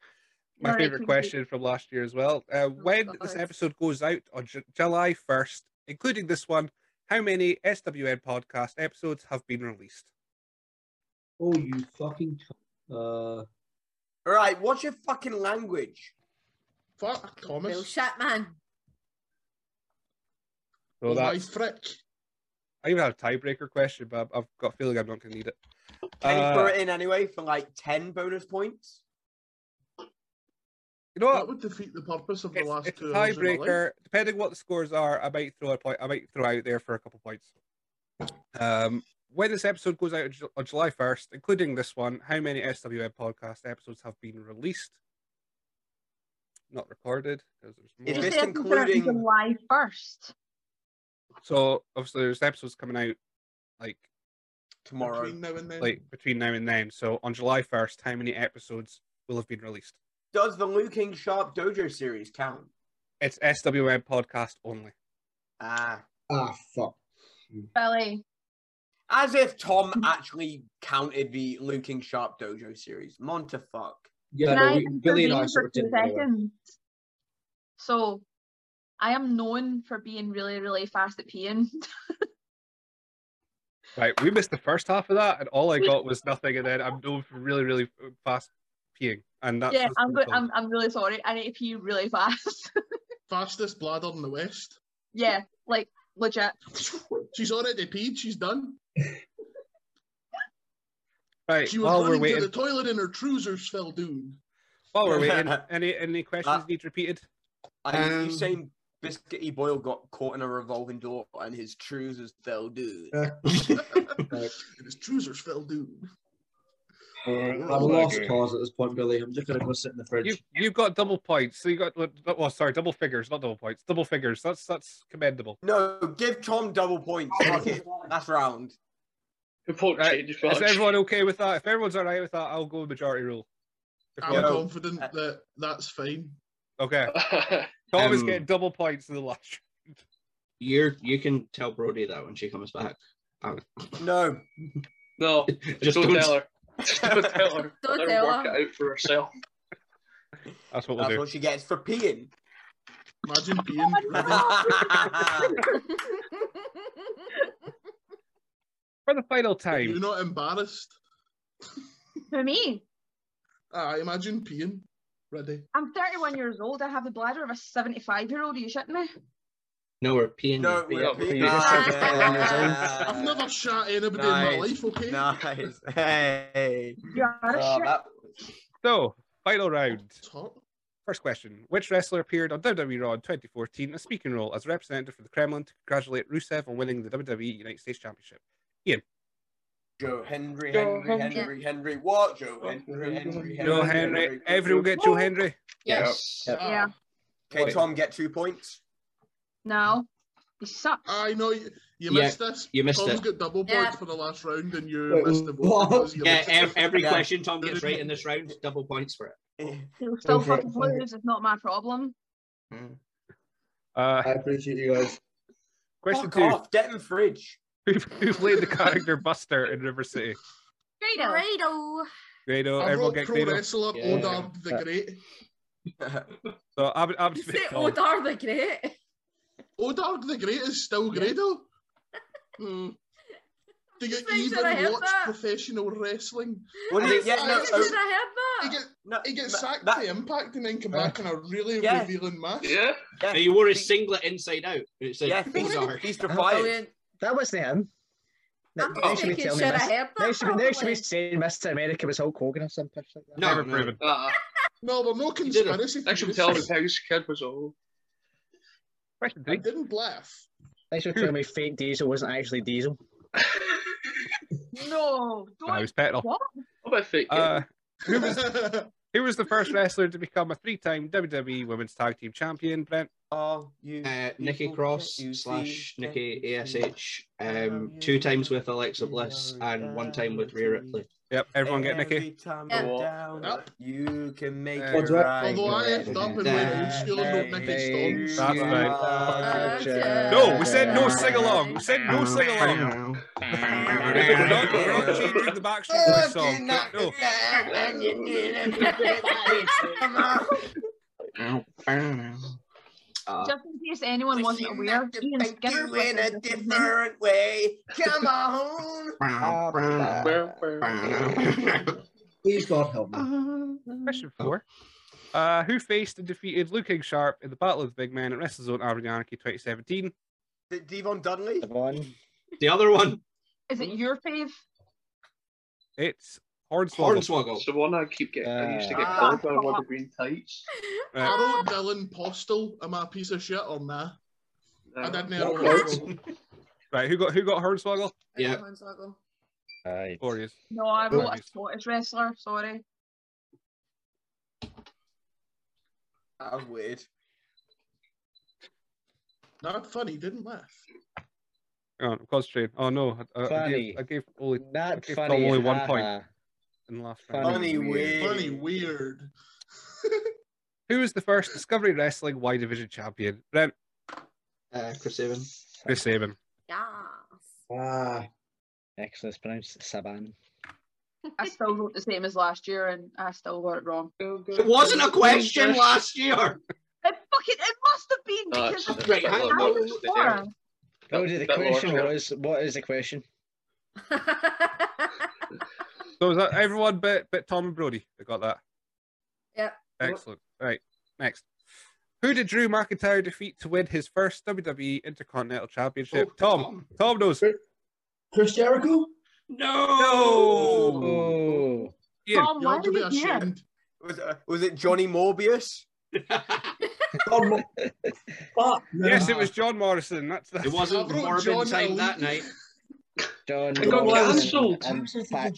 [SPEAKER 5] my
[SPEAKER 4] Alright,
[SPEAKER 5] favorite
[SPEAKER 4] Queen
[SPEAKER 5] question from last year as well. Uh, when this
[SPEAKER 6] God.
[SPEAKER 5] episode goes out on Ju- July 1st, including this one, how many SWN podcast episodes have been released?
[SPEAKER 8] Oh, you fucking. c- Uh,
[SPEAKER 1] All right, what's your fucking language?
[SPEAKER 2] Fuck
[SPEAKER 6] Bill
[SPEAKER 2] Thomas.
[SPEAKER 6] Shatman.
[SPEAKER 5] So
[SPEAKER 2] oh my
[SPEAKER 5] that's,
[SPEAKER 2] frick.
[SPEAKER 5] I even had a tiebreaker question, but I've got a feeling I'm not going to need it.
[SPEAKER 1] Can you
[SPEAKER 5] Uh,
[SPEAKER 1] throw it in anyway for like ten bonus points?
[SPEAKER 5] you know what?
[SPEAKER 2] That would defeat the purpose of the
[SPEAKER 5] It's,
[SPEAKER 2] last
[SPEAKER 5] it's a
[SPEAKER 2] two hours of my life.
[SPEAKER 5] tiebreaker. Depending what the scores are, I might throw a point. I might throw out there for a couple points. Um, when this episode goes out on Ju- on July 1st, including this one, how many SWN podcast episodes have been released? Not recorded because there's
[SPEAKER 1] Is
[SPEAKER 5] more.
[SPEAKER 1] this
[SPEAKER 4] Just
[SPEAKER 1] including-
[SPEAKER 4] July first?
[SPEAKER 5] So obviously, there's episodes coming out like
[SPEAKER 1] Tomorrow.
[SPEAKER 2] Between now and then.
[SPEAKER 5] like between now and then. So on July 1st, how many episodes will have been released?
[SPEAKER 1] Does the Liu King Sharp Dojo series count?
[SPEAKER 5] It's SWM podcast only.
[SPEAKER 1] Ah.
[SPEAKER 8] ah, fuck.
[SPEAKER 4] Billy,
[SPEAKER 1] As if Tom actually counted the Liu King Sharp Dojo series. Montefuck.
[SPEAKER 8] Yeah,
[SPEAKER 4] can
[SPEAKER 8] no,
[SPEAKER 4] I
[SPEAKER 8] we, Billy and I
[SPEAKER 4] intervene
[SPEAKER 8] sort
[SPEAKER 4] for
[SPEAKER 8] of
[SPEAKER 4] two
[SPEAKER 8] didn't. know that.
[SPEAKER 4] seconds? So, I am known for being really, really fast at peeing.
[SPEAKER 5] Right, we missed the first half of that, and all I got was nothing. And then I'm known for really, really fast peeing, and that's
[SPEAKER 4] yeah,
[SPEAKER 5] that's the
[SPEAKER 4] I'm, go-
[SPEAKER 5] result.
[SPEAKER 4] I'm. I'm really sorry. I need to pee really fast.
[SPEAKER 2] Fastest bladder in the West.
[SPEAKER 4] yeah, like legit.
[SPEAKER 2] She's already peed, she's done.
[SPEAKER 5] right.
[SPEAKER 2] She was
[SPEAKER 5] While we're
[SPEAKER 2] running to
[SPEAKER 5] waiting,
[SPEAKER 2] the toilet and her trousers fell down.
[SPEAKER 5] while we're waiting, any any questions need repeated?
[SPEAKER 1] I
[SPEAKER 8] Um,
[SPEAKER 1] Usain Biscuity Boyle got caught in a revolving door and his trousers fell dude.
[SPEAKER 2] and his trousers fell down.
[SPEAKER 8] I'm lost cause at this point, Billy. I'm just gonna go sit in the fridge.
[SPEAKER 5] You you've got double points, so you got well, sorry, double figures, not double points, double figures. That's that's commendable.
[SPEAKER 1] No, give Tom double points. Fuck it. That's round.
[SPEAKER 7] important
[SPEAKER 5] Right,
[SPEAKER 7] change.
[SPEAKER 5] Is
[SPEAKER 7] but-
[SPEAKER 5] everyone okay with that? If everyone's all right with that, I'll go with majority rule. If
[SPEAKER 2] I'm
[SPEAKER 5] not-
[SPEAKER 1] Yo.
[SPEAKER 2] confident that that's fine.
[SPEAKER 5] okay. Tom is
[SPEAKER 9] Um,
[SPEAKER 5] getting double points in the last.
[SPEAKER 9] You're you can tell Brody that when she comes back.
[SPEAKER 1] No.
[SPEAKER 7] no,
[SPEAKER 9] Just
[SPEAKER 7] just don't
[SPEAKER 9] don't-
[SPEAKER 7] tell her. Just don't tell her.
[SPEAKER 6] Don't
[SPEAKER 7] Let her
[SPEAKER 6] tell
[SPEAKER 7] work
[SPEAKER 6] her.
[SPEAKER 7] it out for herself.
[SPEAKER 5] That's what we'll
[SPEAKER 1] That's
[SPEAKER 5] do.
[SPEAKER 1] what she gets for peeing.
[SPEAKER 2] Imagine being.
[SPEAKER 1] That's
[SPEAKER 5] for the final
[SPEAKER 2] You're
[SPEAKER 5] time.
[SPEAKER 2] not embarrassed.
[SPEAKER 4] For me,
[SPEAKER 2] I Ah, imagine peeing. Ready.
[SPEAKER 4] I'm 31 years old. I have the bladder of a 75 year old. Are you shitting me?
[SPEAKER 9] No, we're peeing.
[SPEAKER 1] No, we're
[SPEAKER 3] Yeah,
[SPEAKER 1] not
[SPEAKER 3] please.
[SPEAKER 1] peeing. Ah,
[SPEAKER 2] I've never shot anybody in my
[SPEAKER 1] Nice.
[SPEAKER 2] life, okay?
[SPEAKER 1] Nice. Hey.
[SPEAKER 4] You are a
[SPEAKER 1] Oh,
[SPEAKER 4] shit.
[SPEAKER 1] that-
[SPEAKER 5] So, final round.
[SPEAKER 2] Top.
[SPEAKER 5] First question. Which wrestler appeared on WWE Raw in 2014 in a speaking role as a representative for the Kremlin to congratulate Rusev on winning the WWE United States Championship?
[SPEAKER 1] Joe Henry,
[SPEAKER 4] Joe
[SPEAKER 1] Henry, Henry, Henry, What? Joe Henry, Henry, Henry.
[SPEAKER 5] Joe Henry. Everyone get Joe Henry.
[SPEAKER 9] Yes.
[SPEAKER 3] Yep.
[SPEAKER 4] Yeah.
[SPEAKER 1] Okay, Tom, get two points.
[SPEAKER 4] No. You suck.
[SPEAKER 2] I know you, you
[SPEAKER 9] Yeah,
[SPEAKER 2] missed this.
[SPEAKER 9] you missed
[SPEAKER 2] Tom's
[SPEAKER 9] it.
[SPEAKER 2] got double points
[SPEAKER 6] Yeah.
[SPEAKER 2] for the last round, and you
[SPEAKER 8] Wait,
[SPEAKER 2] missed the
[SPEAKER 8] what?
[SPEAKER 2] vote. because you
[SPEAKER 9] Yeah,
[SPEAKER 2] missed
[SPEAKER 9] ev-
[SPEAKER 2] it.
[SPEAKER 9] every
[SPEAKER 1] Yeah.
[SPEAKER 9] question Tom gets right in this round, double points for it.
[SPEAKER 1] Eh,
[SPEAKER 4] You'll still
[SPEAKER 8] for it,
[SPEAKER 4] fucking
[SPEAKER 8] go for it.
[SPEAKER 4] lose. It's not my problem.
[SPEAKER 5] Uh,
[SPEAKER 8] I appreciate you guys.
[SPEAKER 5] question
[SPEAKER 1] Fuck
[SPEAKER 5] two.
[SPEAKER 1] off. Get in the fridge.
[SPEAKER 5] Who, who played the character Buster in River City?
[SPEAKER 4] Fredo.
[SPEAKER 6] Grado.
[SPEAKER 5] Grado,
[SPEAKER 2] I
[SPEAKER 5] everyone
[SPEAKER 2] wrote
[SPEAKER 5] get
[SPEAKER 2] pro
[SPEAKER 5] Grado.
[SPEAKER 2] wrestler
[SPEAKER 9] Yeah.
[SPEAKER 2] Oda the Great.
[SPEAKER 5] So I'm, I'm
[SPEAKER 6] You
[SPEAKER 5] just
[SPEAKER 6] say
[SPEAKER 5] Tom.
[SPEAKER 6] Odar the Great.
[SPEAKER 2] Oda the Great is still Grado. Hmm. Do you
[SPEAKER 6] Just make
[SPEAKER 2] even
[SPEAKER 6] sure I have
[SPEAKER 2] watch
[SPEAKER 6] that.
[SPEAKER 2] professional wrestling?
[SPEAKER 1] Well,
[SPEAKER 2] I
[SPEAKER 1] yeah,
[SPEAKER 2] think
[SPEAKER 1] yeah, no,
[SPEAKER 2] it's
[SPEAKER 6] Did
[SPEAKER 1] oh,
[SPEAKER 2] just-
[SPEAKER 6] I
[SPEAKER 2] He,
[SPEAKER 6] have that?
[SPEAKER 2] get,
[SPEAKER 1] no,
[SPEAKER 2] he gets
[SPEAKER 1] that-
[SPEAKER 2] sacked
[SPEAKER 1] that-
[SPEAKER 2] to Impact and then come back in a really
[SPEAKER 1] Yeah.
[SPEAKER 2] revealing match.
[SPEAKER 7] Yeah.
[SPEAKER 1] yeah,
[SPEAKER 9] And he wore his singlet inside out. It's like,
[SPEAKER 1] yeah,
[SPEAKER 9] these are.
[SPEAKER 1] he's, he's defiant.
[SPEAKER 6] Brilliant.
[SPEAKER 3] That wasn't him. Now,
[SPEAKER 6] Oh, I'm
[SPEAKER 3] now you
[SPEAKER 6] just
[SPEAKER 3] should be
[SPEAKER 6] thinking,
[SPEAKER 3] telling
[SPEAKER 6] should
[SPEAKER 3] me
[SPEAKER 6] I
[SPEAKER 3] Mr.
[SPEAKER 6] have that?
[SPEAKER 3] Now you should be, now you should be
[SPEAKER 6] probably?
[SPEAKER 3] saying Mr. America was Hulk Hogan or some pish like that.
[SPEAKER 9] No,
[SPEAKER 5] Never
[SPEAKER 9] no.
[SPEAKER 5] proven.
[SPEAKER 7] Uh,
[SPEAKER 2] No, but no
[SPEAKER 9] did it.
[SPEAKER 2] conspiracy
[SPEAKER 7] next from
[SPEAKER 2] theories.
[SPEAKER 7] Television House, kid was all.
[SPEAKER 5] Question
[SPEAKER 2] I
[SPEAKER 5] three.
[SPEAKER 2] didn't laugh.
[SPEAKER 3] Thanks for telling me fake Diesel wasn't actually Diesel.
[SPEAKER 4] No.
[SPEAKER 5] No, it
[SPEAKER 4] Don't.
[SPEAKER 5] was Petal.
[SPEAKER 4] What?
[SPEAKER 7] What about fake?
[SPEAKER 5] Uh, who was
[SPEAKER 2] That's
[SPEAKER 5] who was the first wrestler to become a three-time WWE Women's Tag Team Champion? Brent.
[SPEAKER 1] Are you
[SPEAKER 9] Uh, Nikki
[SPEAKER 1] people
[SPEAKER 9] Cross
[SPEAKER 1] that you
[SPEAKER 9] slash
[SPEAKER 1] see, that
[SPEAKER 9] Nikki
[SPEAKER 1] you see?
[SPEAKER 9] ASH, um, two times with Alexa Bliss and one time with Rhea Ripley.
[SPEAKER 5] Yep, everyone get Nikki.
[SPEAKER 1] Every time
[SPEAKER 6] Yeah.
[SPEAKER 1] you're down,
[SPEAKER 2] Yep.
[SPEAKER 1] you can make
[SPEAKER 5] Uh,
[SPEAKER 1] it
[SPEAKER 8] Although-
[SPEAKER 1] right.
[SPEAKER 2] although I effed up and went old school and wrote Nicky Storm.
[SPEAKER 5] That's right.
[SPEAKER 6] No,
[SPEAKER 5] No, we said no sing along. We said no sing along. We're not, we're not changing the Backstreet Boys song. No,
[SPEAKER 9] Uh,
[SPEAKER 4] Just in case anyone wasn't aware, Ian Skinner was in this movement.
[SPEAKER 1] way. Come on.
[SPEAKER 7] Ah,
[SPEAKER 3] Uh,
[SPEAKER 8] Please God help me.
[SPEAKER 5] question four. Uh, who faced and defeated Luke King Sharp in the Battle of the Big Men at WrestleZone Avenue Anarchy 2017?
[SPEAKER 1] D- Devon Dudley.
[SPEAKER 3] Devon.
[SPEAKER 9] the other one,
[SPEAKER 4] Is it your fave?
[SPEAKER 5] It's Hornswoggle.
[SPEAKER 9] Hornswoggle.
[SPEAKER 7] It's the one I keep getting. I used to get
[SPEAKER 4] Ah.
[SPEAKER 7] called when I wore the green tights.
[SPEAKER 5] Right.
[SPEAKER 2] I wrote Dylan Postel. Am I a piece of shit or nah? I
[SPEAKER 7] Uh,
[SPEAKER 2] didn't know.
[SPEAKER 7] that works.
[SPEAKER 5] Right, who got who got Hornswoggle?
[SPEAKER 9] Yeah.
[SPEAKER 3] Aye.
[SPEAKER 5] Glorious.
[SPEAKER 4] No, I
[SPEAKER 5] Who?
[SPEAKER 4] wrote a Scottish wrestler. Sorry.
[SPEAKER 1] That was weird.
[SPEAKER 2] Not funny. Didn't laugh.
[SPEAKER 5] Hang on, I'm concentrating. Oh no, I, I, I
[SPEAKER 3] Funny.
[SPEAKER 5] gave, I gave only
[SPEAKER 3] Not
[SPEAKER 5] Give
[SPEAKER 3] funny.
[SPEAKER 5] Tom only one
[SPEAKER 3] ha-ha.
[SPEAKER 5] point. in last round.
[SPEAKER 3] Funny,
[SPEAKER 1] Funny, weird.
[SPEAKER 3] weird.
[SPEAKER 2] Funny, weird.
[SPEAKER 5] Who was the first Discovery Wrestling Y Division champion? Brent,
[SPEAKER 9] Uh, Chris Evan.
[SPEAKER 5] Chris Saban.
[SPEAKER 6] Yes.
[SPEAKER 8] Ah,
[SPEAKER 3] Excellent. It's pronounced Saban.
[SPEAKER 4] I still wrote the same as last year, and I still got it wrong.
[SPEAKER 9] It wasn't a question last year.
[SPEAKER 4] It fucking it must have been
[SPEAKER 7] Oh,
[SPEAKER 4] because
[SPEAKER 7] it's-
[SPEAKER 9] Right, hang
[SPEAKER 4] I
[SPEAKER 9] on.
[SPEAKER 4] was four.
[SPEAKER 3] Oh, the
[SPEAKER 7] that works,
[SPEAKER 3] question
[SPEAKER 7] yeah.
[SPEAKER 3] was, what is the question?
[SPEAKER 5] So was that everyone but but Tom and Brody that got that?
[SPEAKER 6] Yeah.
[SPEAKER 5] Excellent. Right. Next. Who did Drew McIntyre defeat to win his first WWE Intercontinental Championship?
[SPEAKER 9] Oh,
[SPEAKER 5] Tom. Tom knows.
[SPEAKER 8] Chris Jericho?
[SPEAKER 9] No.
[SPEAKER 3] Oh,
[SPEAKER 5] Ian.
[SPEAKER 4] Tom,
[SPEAKER 2] You
[SPEAKER 4] Um, why
[SPEAKER 2] ought to
[SPEAKER 4] did
[SPEAKER 2] be
[SPEAKER 4] you care?
[SPEAKER 2] ashamed.
[SPEAKER 1] Was, uh, was it Johnny Morbius?
[SPEAKER 8] God, my... Fuck, no.
[SPEAKER 5] Yes, it was John Morrison. That's that's
[SPEAKER 9] It wasn't
[SPEAKER 2] I wrote
[SPEAKER 9] Morbin
[SPEAKER 2] John
[SPEAKER 9] time that
[SPEAKER 2] Elite.
[SPEAKER 9] night.
[SPEAKER 3] John. Um,
[SPEAKER 7] It got
[SPEAKER 3] Morrison
[SPEAKER 7] cancelled.
[SPEAKER 3] and Pat-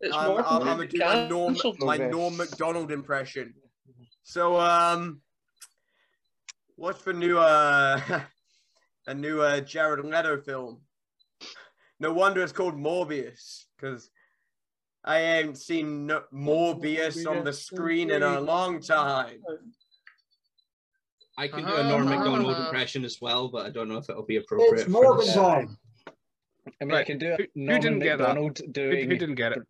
[SPEAKER 7] It's
[SPEAKER 1] Um,
[SPEAKER 7] more
[SPEAKER 1] I'm, I'm gonna do my Norm, my
[SPEAKER 7] Okay.
[SPEAKER 1] Norm Macdonald impression. So, um, what's the new uh, a new uh, Jared Leto film? No wonder it's called Morbius because I haven't seen no- Morbius on the screen in a long time.
[SPEAKER 9] I can do a Norm Macdonald impression as well, but I don't know if it'll be appropriate.
[SPEAKER 8] It's
[SPEAKER 9] for
[SPEAKER 8] Morgan
[SPEAKER 9] this.
[SPEAKER 8] time.
[SPEAKER 3] I mean, I
[SPEAKER 5] Right.
[SPEAKER 3] can do it.
[SPEAKER 5] Who- who
[SPEAKER 3] Norman
[SPEAKER 5] didn't get that?
[SPEAKER 3] MacDonald
[SPEAKER 5] Who,
[SPEAKER 3] doing.
[SPEAKER 5] who didn't get it?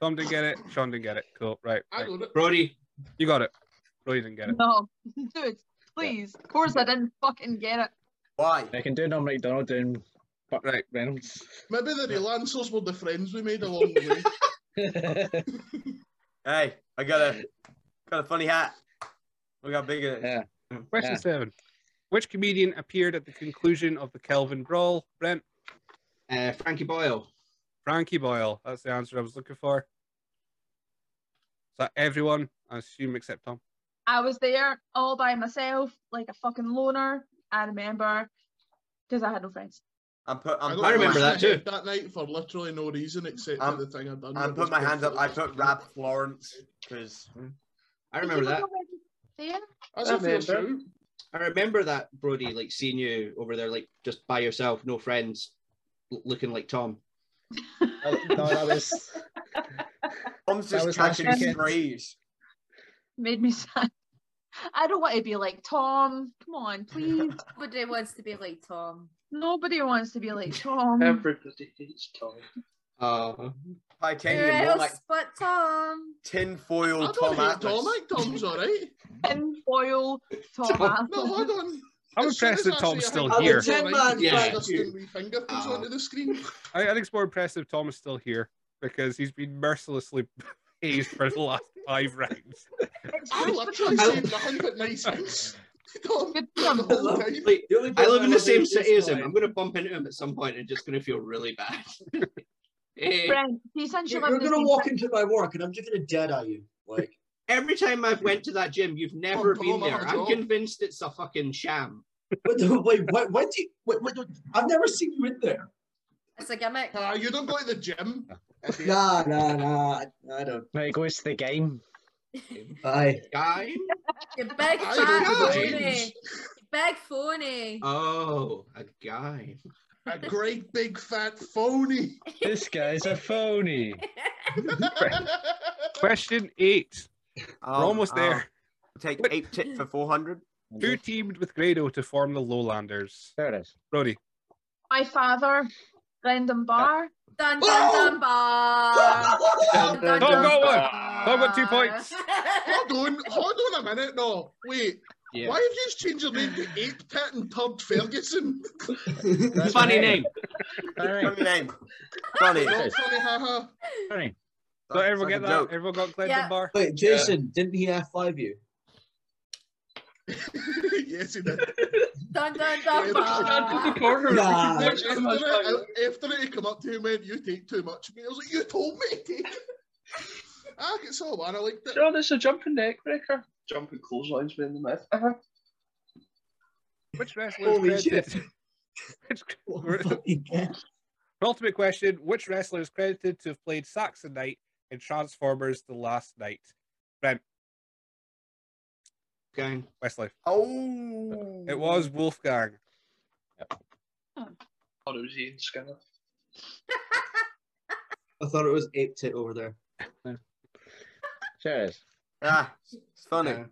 [SPEAKER 5] Tom didn't get it. Sean didn't get it. Cool. Right.
[SPEAKER 2] I
[SPEAKER 5] right.
[SPEAKER 2] got it.
[SPEAKER 9] Brody,
[SPEAKER 5] You got it. Brody didn't get it.
[SPEAKER 4] No, dude, please. Of course, I didn't fucking get it.
[SPEAKER 1] Why?
[SPEAKER 3] I can do Norm MacDonald doing But right. Reynolds.
[SPEAKER 2] Maybe the real answers were the friends we made along the way.
[SPEAKER 1] Hey, I got a got a funny hat. Look how big it is.
[SPEAKER 3] Yeah.
[SPEAKER 5] Question
[SPEAKER 3] Yeah.
[SPEAKER 5] seven. Which comedian appeared at the conclusion of the Kelvin brawl? Brent,
[SPEAKER 9] Uh, Frankie Boyle.
[SPEAKER 5] Frankie Boyle. That's the answer I was looking for. Is that everyone? I assume except Tom.
[SPEAKER 4] I was there all by myself, like a fucking loner. I remember because I had no friends.
[SPEAKER 1] I'm put. I'm
[SPEAKER 2] got
[SPEAKER 1] putting
[SPEAKER 9] remember
[SPEAKER 1] my-
[SPEAKER 9] that
[SPEAKER 2] bashed
[SPEAKER 9] too.
[SPEAKER 2] ahead That night for literally no reason except
[SPEAKER 1] I'm-
[SPEAKER 2] for the thing I'd done.
[SPEAKER 1] I'm
[SPEAKER 2] that
[SPEAKER 1] putting
[SPEAKER 2] was
[SPEAKER 1] my hands up. I
[SPEAKER 2] basically-
[SPEAKER 1] put Rab Florence because
[SPEAKER 9] I remember that.
[SPEAKER 4] There.
[SPEAKER 2] That's a fair shout.
[SPEAKER 9] I remember that Brody, like seeing you over there, like just by yourself, no friends, l- looking like Tom.
[SPEAKER 3] No, that was
[SPEAKER 1] Tom's
[SPEAKER 3] That
[SPEAKER 1] just
[SPEAKER 3] was last
[SPEAKER 1] catching his
[SPEAKER 3] weekend.
[SPEAKER 1] sprays.
[SPEAKER 4] Made me sad. I don't want to be like Tom. Come on, please.
[SPEAKER 6] Nobody wants to be like Tom.
[SPEAKER 4] Nobody wants to be like Tom.
[SPEAKER 7] Everybody hates Tom.
[SPEAKER 9] Uh,
[SPEAKER 6] Who
[SPEAKER 1] Titanium, more
[SPEAKER 6] else
[SPEAKER 1] like
[SPEAKER 6] but Tom?
[SPEAKER 1] tinfoil
[SPEAKER 2] I
[SPEAKER 1] Tom
[SPEAKER 2] don't hate
[SPEAKER 1] Atlas.
[SPEAKER 2] Tom. I think Tom's all right.
[SPEAKER 4] Tinfoil
[SPEAKER 9] Tom.
[SPEAKER 4] Tom. Atlas.
[SPEAKER 2] No, hold on.
[SPEAKER 5] I'm
[SPEAKER 2] As soon
[SPEAKER 5] impressed
[SPEAKER 2] as
[SPEAKER 5] that
[SPEAKER 2] I
[SPEAKER 5] Tom's
[SPEAKER 2] say I
[SPEAKER 5] still
[SPEAKER 2] think
[SPEAKER 5] here.
[SPEAKER 2] Tom's all right,
[SPEAKER 7] Tin Man,
[SPEAKER 2] he
[SPEAKER 9] yeah.
[SPEAKER 2] just didn't wee finger comes
[SPEAKER 9] Ah.
[SPEAKER 2] onto the screen.
[SPEAKER 5] I, I think it's more impressive Tom is still here because he's been mercilessly hazed for the last five rounds.
[SPEAKER 4] It's
[SPEAKER 2] I
[SPEAKER 4] just
[SPEAKER 2] literally
[SPEAKER 9] I-
[SPEAKER 2] said nothing but nice things. Tom,
[SPEAKER 4] Good
[SPEAKER 2] the
[SPEAKER 4] Tom.
[SPEAKER 2] whole time.
[SPEAKER 9] like,
[SPEAKER 7] The only
[SPEAKER 9] I live
[SPEAKER 7] problem
[SPEAKER 9] in the
[SPEAKER 7] with
[SPEAKER 9] same
[SPEAKER 7] it is
[SPEAKER 9] city as him.
[SPEAKER 7] like-
[SPEAKER 9] I'm gonna bump into him at some point and just gonna feel really bad. Eh,
[SPEAKER 4] Brent, see, since you
[SPEAKER 7] You're
[SPEAKER 4] live in the
[SPEAKER 7] gonna
[SPEAKER 4] same
[SPEAKER 7] walk
[SPEAKER 4] town-
[SPEAKER 7] into my work and I'm just gonna dead at you. Like
[SPEAKER 9] Every time I've went to that gym, you've never
[SPEAKER 2] Tom,
[SPEAKER 9] been
[SPEAKER 2] I'm
[SPEAKER 9] there.
[SPEAKER 2] a
[SPEAKER 9] I'm
[SPEAKER 2] dog.
[SPEAKER 9] convinced it's a fucking sham.
[SPEAKER 7] what the wait, what what do you what, what, I've never seen you in there.
[SPEAKER 6] It's a gimmick.
[SPEAKER 2] Ah, you don't go to the gym.
[SPEAKER 8] Nah, nah, nah. I- I don't.
[SPEAKER 3] now he goes to the game.
[SPEAKER 8] Aye.
[SPEAKER 9] Guy?
[SPEAKER 6] You big fat
[SPEAKER 9] don't
[SPEAKER 2] I
[SPEAKER 9] know.
[SPEAKER 6] phony. You Big phony.
[SPEAKER 9] Oh, a guy.
[SPEAKER 2] A great big fat phony.
[SPEAKER 3] This guy's a phony.
[SPEAKER 5] Question eight. We're
[SPEAKER 1] Um,
[SPEAKER 5] almost
[SPEAKER 1] I'll
[SPEAKER 5] there.
[SPEAKER 1] Take
[SPEAKER 5] But-
[SPEAKER 1] eight tit for four hundred.
[SPEAKER 5] Who teamed with Grado to form the Lowlanders?
[SPEAKER 3] There it is.
[SPEAKER 5] Brody.
[SPEAKER 4] my father, Brendan Barr.
[SPEAKER 6] Dun
[SPEAKER 9] Oh!
[SPEAKER 6] dun
[SPEAKER 7] Whoa!
[SPEAKER 6] dun bar. Dun, dun, dun,
[SPEAKER 5] Tom got one.
[SPEAKER 6] bar.
[SPEAKER 5] Tom got two points.
[SPEAKER 2] hold on, hold on a minute. No, wait.
[SPEAKER 9] Yeah.
[SPEAKER 2] Why have you changed your name to Ape Tit and Turd Ferguson?
[SPEAKER 3] That's
[SPEAKER 9] Funny
[SPEAKER 3] right.
[SPEAKER 9] name.
[SPEAKER 3] All
[SPEAKER 1] Tell
[SPEAKER 3] right.
[SPEAKER 1] me your name. Funny.
[SPEAKER 3] Yes.
[SPEAKER 2] Not funny, haha.
[SPEAKER 3] All right.
[SPEAKER 5] So everyone get that?
[SPEAKER 1] Joke.
[SPEAKER 5] Everyone got Glenn
[SPEAKER 6] Yeah.
[SPEAKER 5] Dunbar?
[SPEAKER 7] Wait, Jason, didn't he F five you?
[SPEAKER 2] yes, he did.
[SPEAKER 6] Dun dun dun bar.
[SPEAKER 7] Nah.
[SPEAKER 2] Then after, it, after it, he come up to me and went, "You take too much." I was like, "You told me." to take it." Ah, it's all man. I liked it.
[SPEAKER 7] John, it's a jumping neck breaker. Uh-huh. Jumping clotheslines man the myth.
[SPEAKER 5] Which wrestler
[SPEAKER 7] Holy
[SPEAKER 5] is
[SPEAKER 7] shit.
[SPEAKER 5] credited? Which-
[SPEAKER 7] What fucking heck?
[SPEAKER 5] Ultimate question Which wrestler is credited to have played Saxon Knight in Transformers The Last Night?
[SPEAKER 9] Gang.
[SPEAKER 5] Westlife.
[SPEAKER 1] Oh.
[SPEAKER 2] Mm.
[SPEAKER 5] It was Wolfgang.
[SPEAKER 7] thought it was Ian Skinner.
[SPEAKER 9] I thought it was ape tit over there.
[SPEAKER 3] There it is.
[SPEAKER 1] Ah, it's funny.
[SPEAKER 9] Yeah.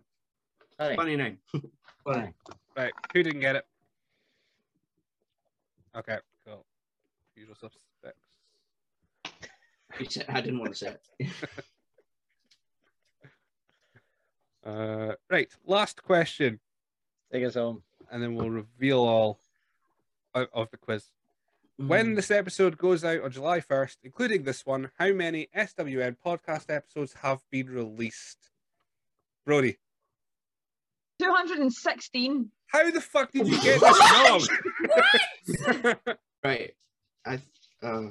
[SPEAKER 3] All right.
[SPEAKER 9] Funny name.
[SPEAKER 3] All right.
[SPEAKER 5] Right. Who didn't get it? Okay, cool. Usual suspects.
[SPEAKER 9] You said- I didn't want to say it.
[SPEAKER 5] Uh, right. Last question.
[SPEAKER 3] Take us home.
[SPEAKER 5] and then we'll reveal all o- of the quiz.
[SPEAKER 9] Mm,
[SPEAKER 4] Mm.
[SPEAKER 5] When this episode goes out on July 1st, including this one, how many SWN podcast episodes have been released? Brody,
[SPEAKER 4] 216.
[SPEAKER 5] how the fuck did you get this wrong?
[SPEAKER 9] Right. I th- uh,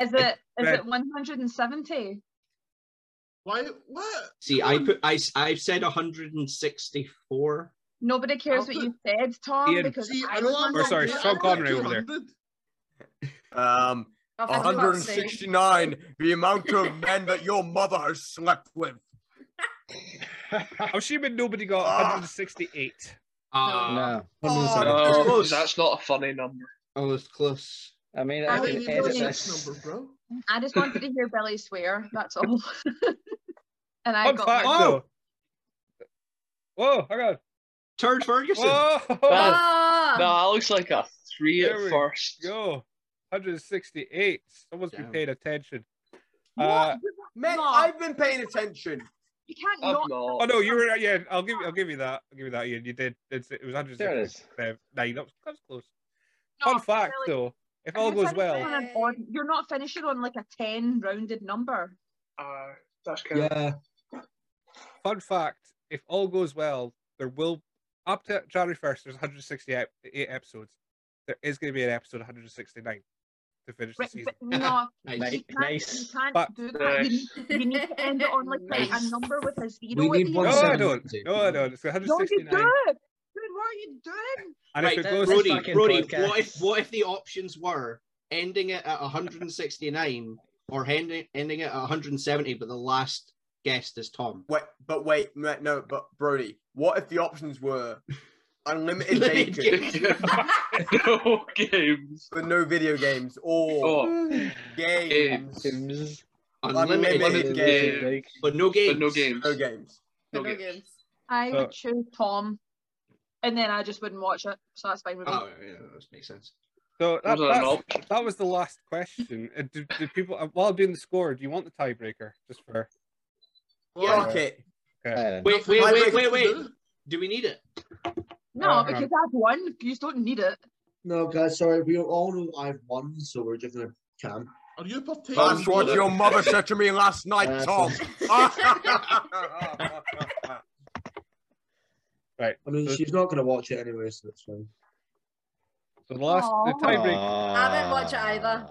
[SPEAKER 4] Is it is
[SPEAKER 5] Brent.
[SPEAKER 4] it 170?
[SPEAKER 2] Why? What?
[SPEAKER 9] see. I put. I. s- I said 164.
[SPEAKER 4] Nobody cares what
[SPEAKER 2] I'll
[SPEAKER 4] you said, Tom,
[SPEAKER 5] Ian.
[SPEAKER 4] because
[SPEAKER 2] See, I
[SPEAKER 4] I
[SPEAKER 2] know
[SPEAKER 4] was
[SPEAKER 2] I'm
[SPEAKER 4] on
[SPEAKER 5] Or
[SPEAKER 2] not
[SPEAKER 4] that
[SPEAKER 5] sorry,
[SPEAKER 2] good.
[SPEAKER 4] list.
[SPEAKER 5] Sean
[SPEAKER 2] I'm not
[SPEAKER 5] Connery over there.
[SPEAKER 2] 200.
[SPEAKER 1] Um,
[SPEAKER 6] Oh, for fuck's sake.
[SPEAKER 1] 169. The amount of men that your mother has slept with.
[SPEAKER 9] Uh,
[SPEAKER 5] I'm assuming nobody got
[SPEAKER 1] Ah.
[SPEAKER 5] 168. Uh,
[SPEAKER 9] Ah,
[SPEAKER 3] No.
[SPEAKER 9] Oh.
[SPEAKER 7] That's
[SPEAKER 9] Of
[SPEAKER 7] close.
[SPEAKER 9] course.
[SPEAKER 7] That's not a funny number.
[SPEAKER 9] I was close.
[SPEAKER 3] I mean,
[SPEAKER 2] I
[SPEAKER 3] I
[SPEAKER 2] didn't
[SPEAKER 3] can
[SPEAKER 2] even know
[SPEAKER 3] edit
[SPEAKER 4] really-
[SPEAKER 2] this
[SPEAKER 3] this.
[SPEAKER 2] number, bro.
[SPEAKER 4] I just wanted to hear Billy swear, that's all. and I
[SPEAKER 5] Fun
[SPEAKER 4] got
[SPEAKER 5] fact,
[SPEAKER 4] my-
[SPEAKER 5] though. Whoa, hang on.
[SPEAKER 9] Turd Ferguson.
[SPEAKER 5] Whoa,
[SPEAKER 7] Bad.
[SPEAKER 6] Ah.
[SPEAKER 7] No, that looks like a three
[SPEAKER 5] There
[SPEAKER 7] at
[SPEAKER 5] we
[SPEAKER 7] first.
[SPEAKER 5] go. 168. Someone's been
[SPEAKER 9] Damn.
[SPEAKER 5] paying attention.
[SPEAKER 1] What?
[SPEAKER 5] Uh,
[SPEAKER 1] Man,
[SPEAKER 4] No.
[SPEAKER 1] I've been paying attention.
[SPEAKER 4] You can't
[SPEAKER 7] I've
[SPEAKER 4] not.
[SPEAKER 5] Oh
[SPEAKER 7] not.
[SPEAKER 5] no, you were right, yeah. I'll give I'll give you that. I'll give you that. Ian. you did. It's, it was
[SPEAKER 3] There it
[SPEAKER 5] 169.
[SPEAKER 3] is.
[SPEAKER 5] Nine. That was, that was close. Fun fact though, if all goes well,
[SPEAKER 4] on an odd, you're not finishing on like a 10 rounded number.
[SPEAKER 7] Uh, that's kind of.
[SPEAKER 8] Yeah.
[SPEAKER 5] fun fact, if all goes well, there will up to January first. There's 168 eight episodes. There is going to be an episode 169 to finish the
[SPEAKER 4] Right,
[SPEAKER 5] season.
[SPEAKER 4] but no,
[SPEAKER 9] Nice.
[SPEAKER 4] you can't, you can't
[SPEAKER 5] But-
[SPEAKER 4] do that. You need, you need to end it on like a
[SPEAKER 9] Nice.
[SPEAKER 4] number with a zero.
[SPEAKER 9] We
[SPEAKER 4] at
[SPEAKER 9] need
[SPEAKER 4] the
[SPEAKER 9] one
[SPEAKER 5] No,
[SPEAKER 4] end.
[SPEAKER 5] I
[SPEAKER 9] seven.
[SPEAKER 5] don't. No, I don't. It's
[SPEAKER 4] No, you
[SPEAKER 5] 169.
[SPEAKER 4] do. Dude, what are you doing?
[SPEAKER 5] and
[SPEAKER 9] right,
[SPEAKER 5] if it goes,
[SPEAKER 3] this
[SPEAKER 9] Brody,
[SPEAKER 3] fucking
[SPEAKER 9] Brody,
[SPEAKER 3] podcast.
[SPEAKER 9] what if what if the options were ending it at 169 or ending ending it at 170, but the last guest is Tom?
[SPEAKER 1] Wait, but wait, no, no, but Brody, what if the options were unlimited bacon
[SPEAKER 7] no games.
[SPEAKER 1] but no video games or
[SPEAKER 7] Oh,
[SPEAKER 1] games,
[SPEAKER 3] Games.
[SPEAKER 9] Unlimited,
[SPEAKER 1] Unlimited
[SPEAKER 7] game.
[SPEAKER 9] but no games.
[SPEAKER 7] but no games.
[SPEAKER 1] no games?
[SPEAKER 7] No
[SPEAKER 6] No
[SPEAKER 7] games.
[SPEAKER 6] games.
[SPEAKER 4] I
[SPEAKER 5] So-
[SPEAKER 4] would choose Tom, and then I just wouldn't watch it. So that's fine with me.
[SPEAKER 9] Oh, yeah, that makes sense.
[SPEAKER 5] so that,
[SPEAKER 7] Was that an
[SPEAKER 5] that's,
[SPEAKER 7] option?
[SPEAKER 5] that was the last question. Uh, Do, do people, uh, while doing the score, do you want the tiebreaker? Just for
[SPEAKER 1] Fuck
[SPEAKER 5] Yeah.
[SPEAKER 1] it.
[SPEAKER 3] Uh,
[SPEAKER 9] Wait, wait,
[SPEAKER 1] Tiebreaker
[SPEAKER 9] wait,
[SPEAKER 1] to
[SPEAKER 9] wait, wait.
[SPEAKER 1] do.
[SPEAKER 9] Do we need it?
[SPEAKER 4] no,
[SPEAKER 5] uh, hang
[SPEAKER 4] because I've won. You don't need it.
[SPEAKER 8] No, guys, sorry. We all know I've won, so we're just gonna cam.
[SPEAKER 2] Are you partaking?
[SPEAKER 1] That's what
[SPEAKER 2] in-
[SPEAKER 1] your mother said to me last night,
[SPEAKER 8] That's
[SPEAKER 1] Tom.
[SPEAKER 5] right.
[SPEAKER 8] I mean,
[SPEAKER 7] Uh,
[SPEAKER 5] So-
[SPEAKER 8] she's not gonna watch it anyway, so it's fine.
[SPEAKER 5] So the last the
[SPEAKER 4] Aw.
[SPEAKER 5] tiebreaker.
[SPEAKER 6] I didn't watch it either.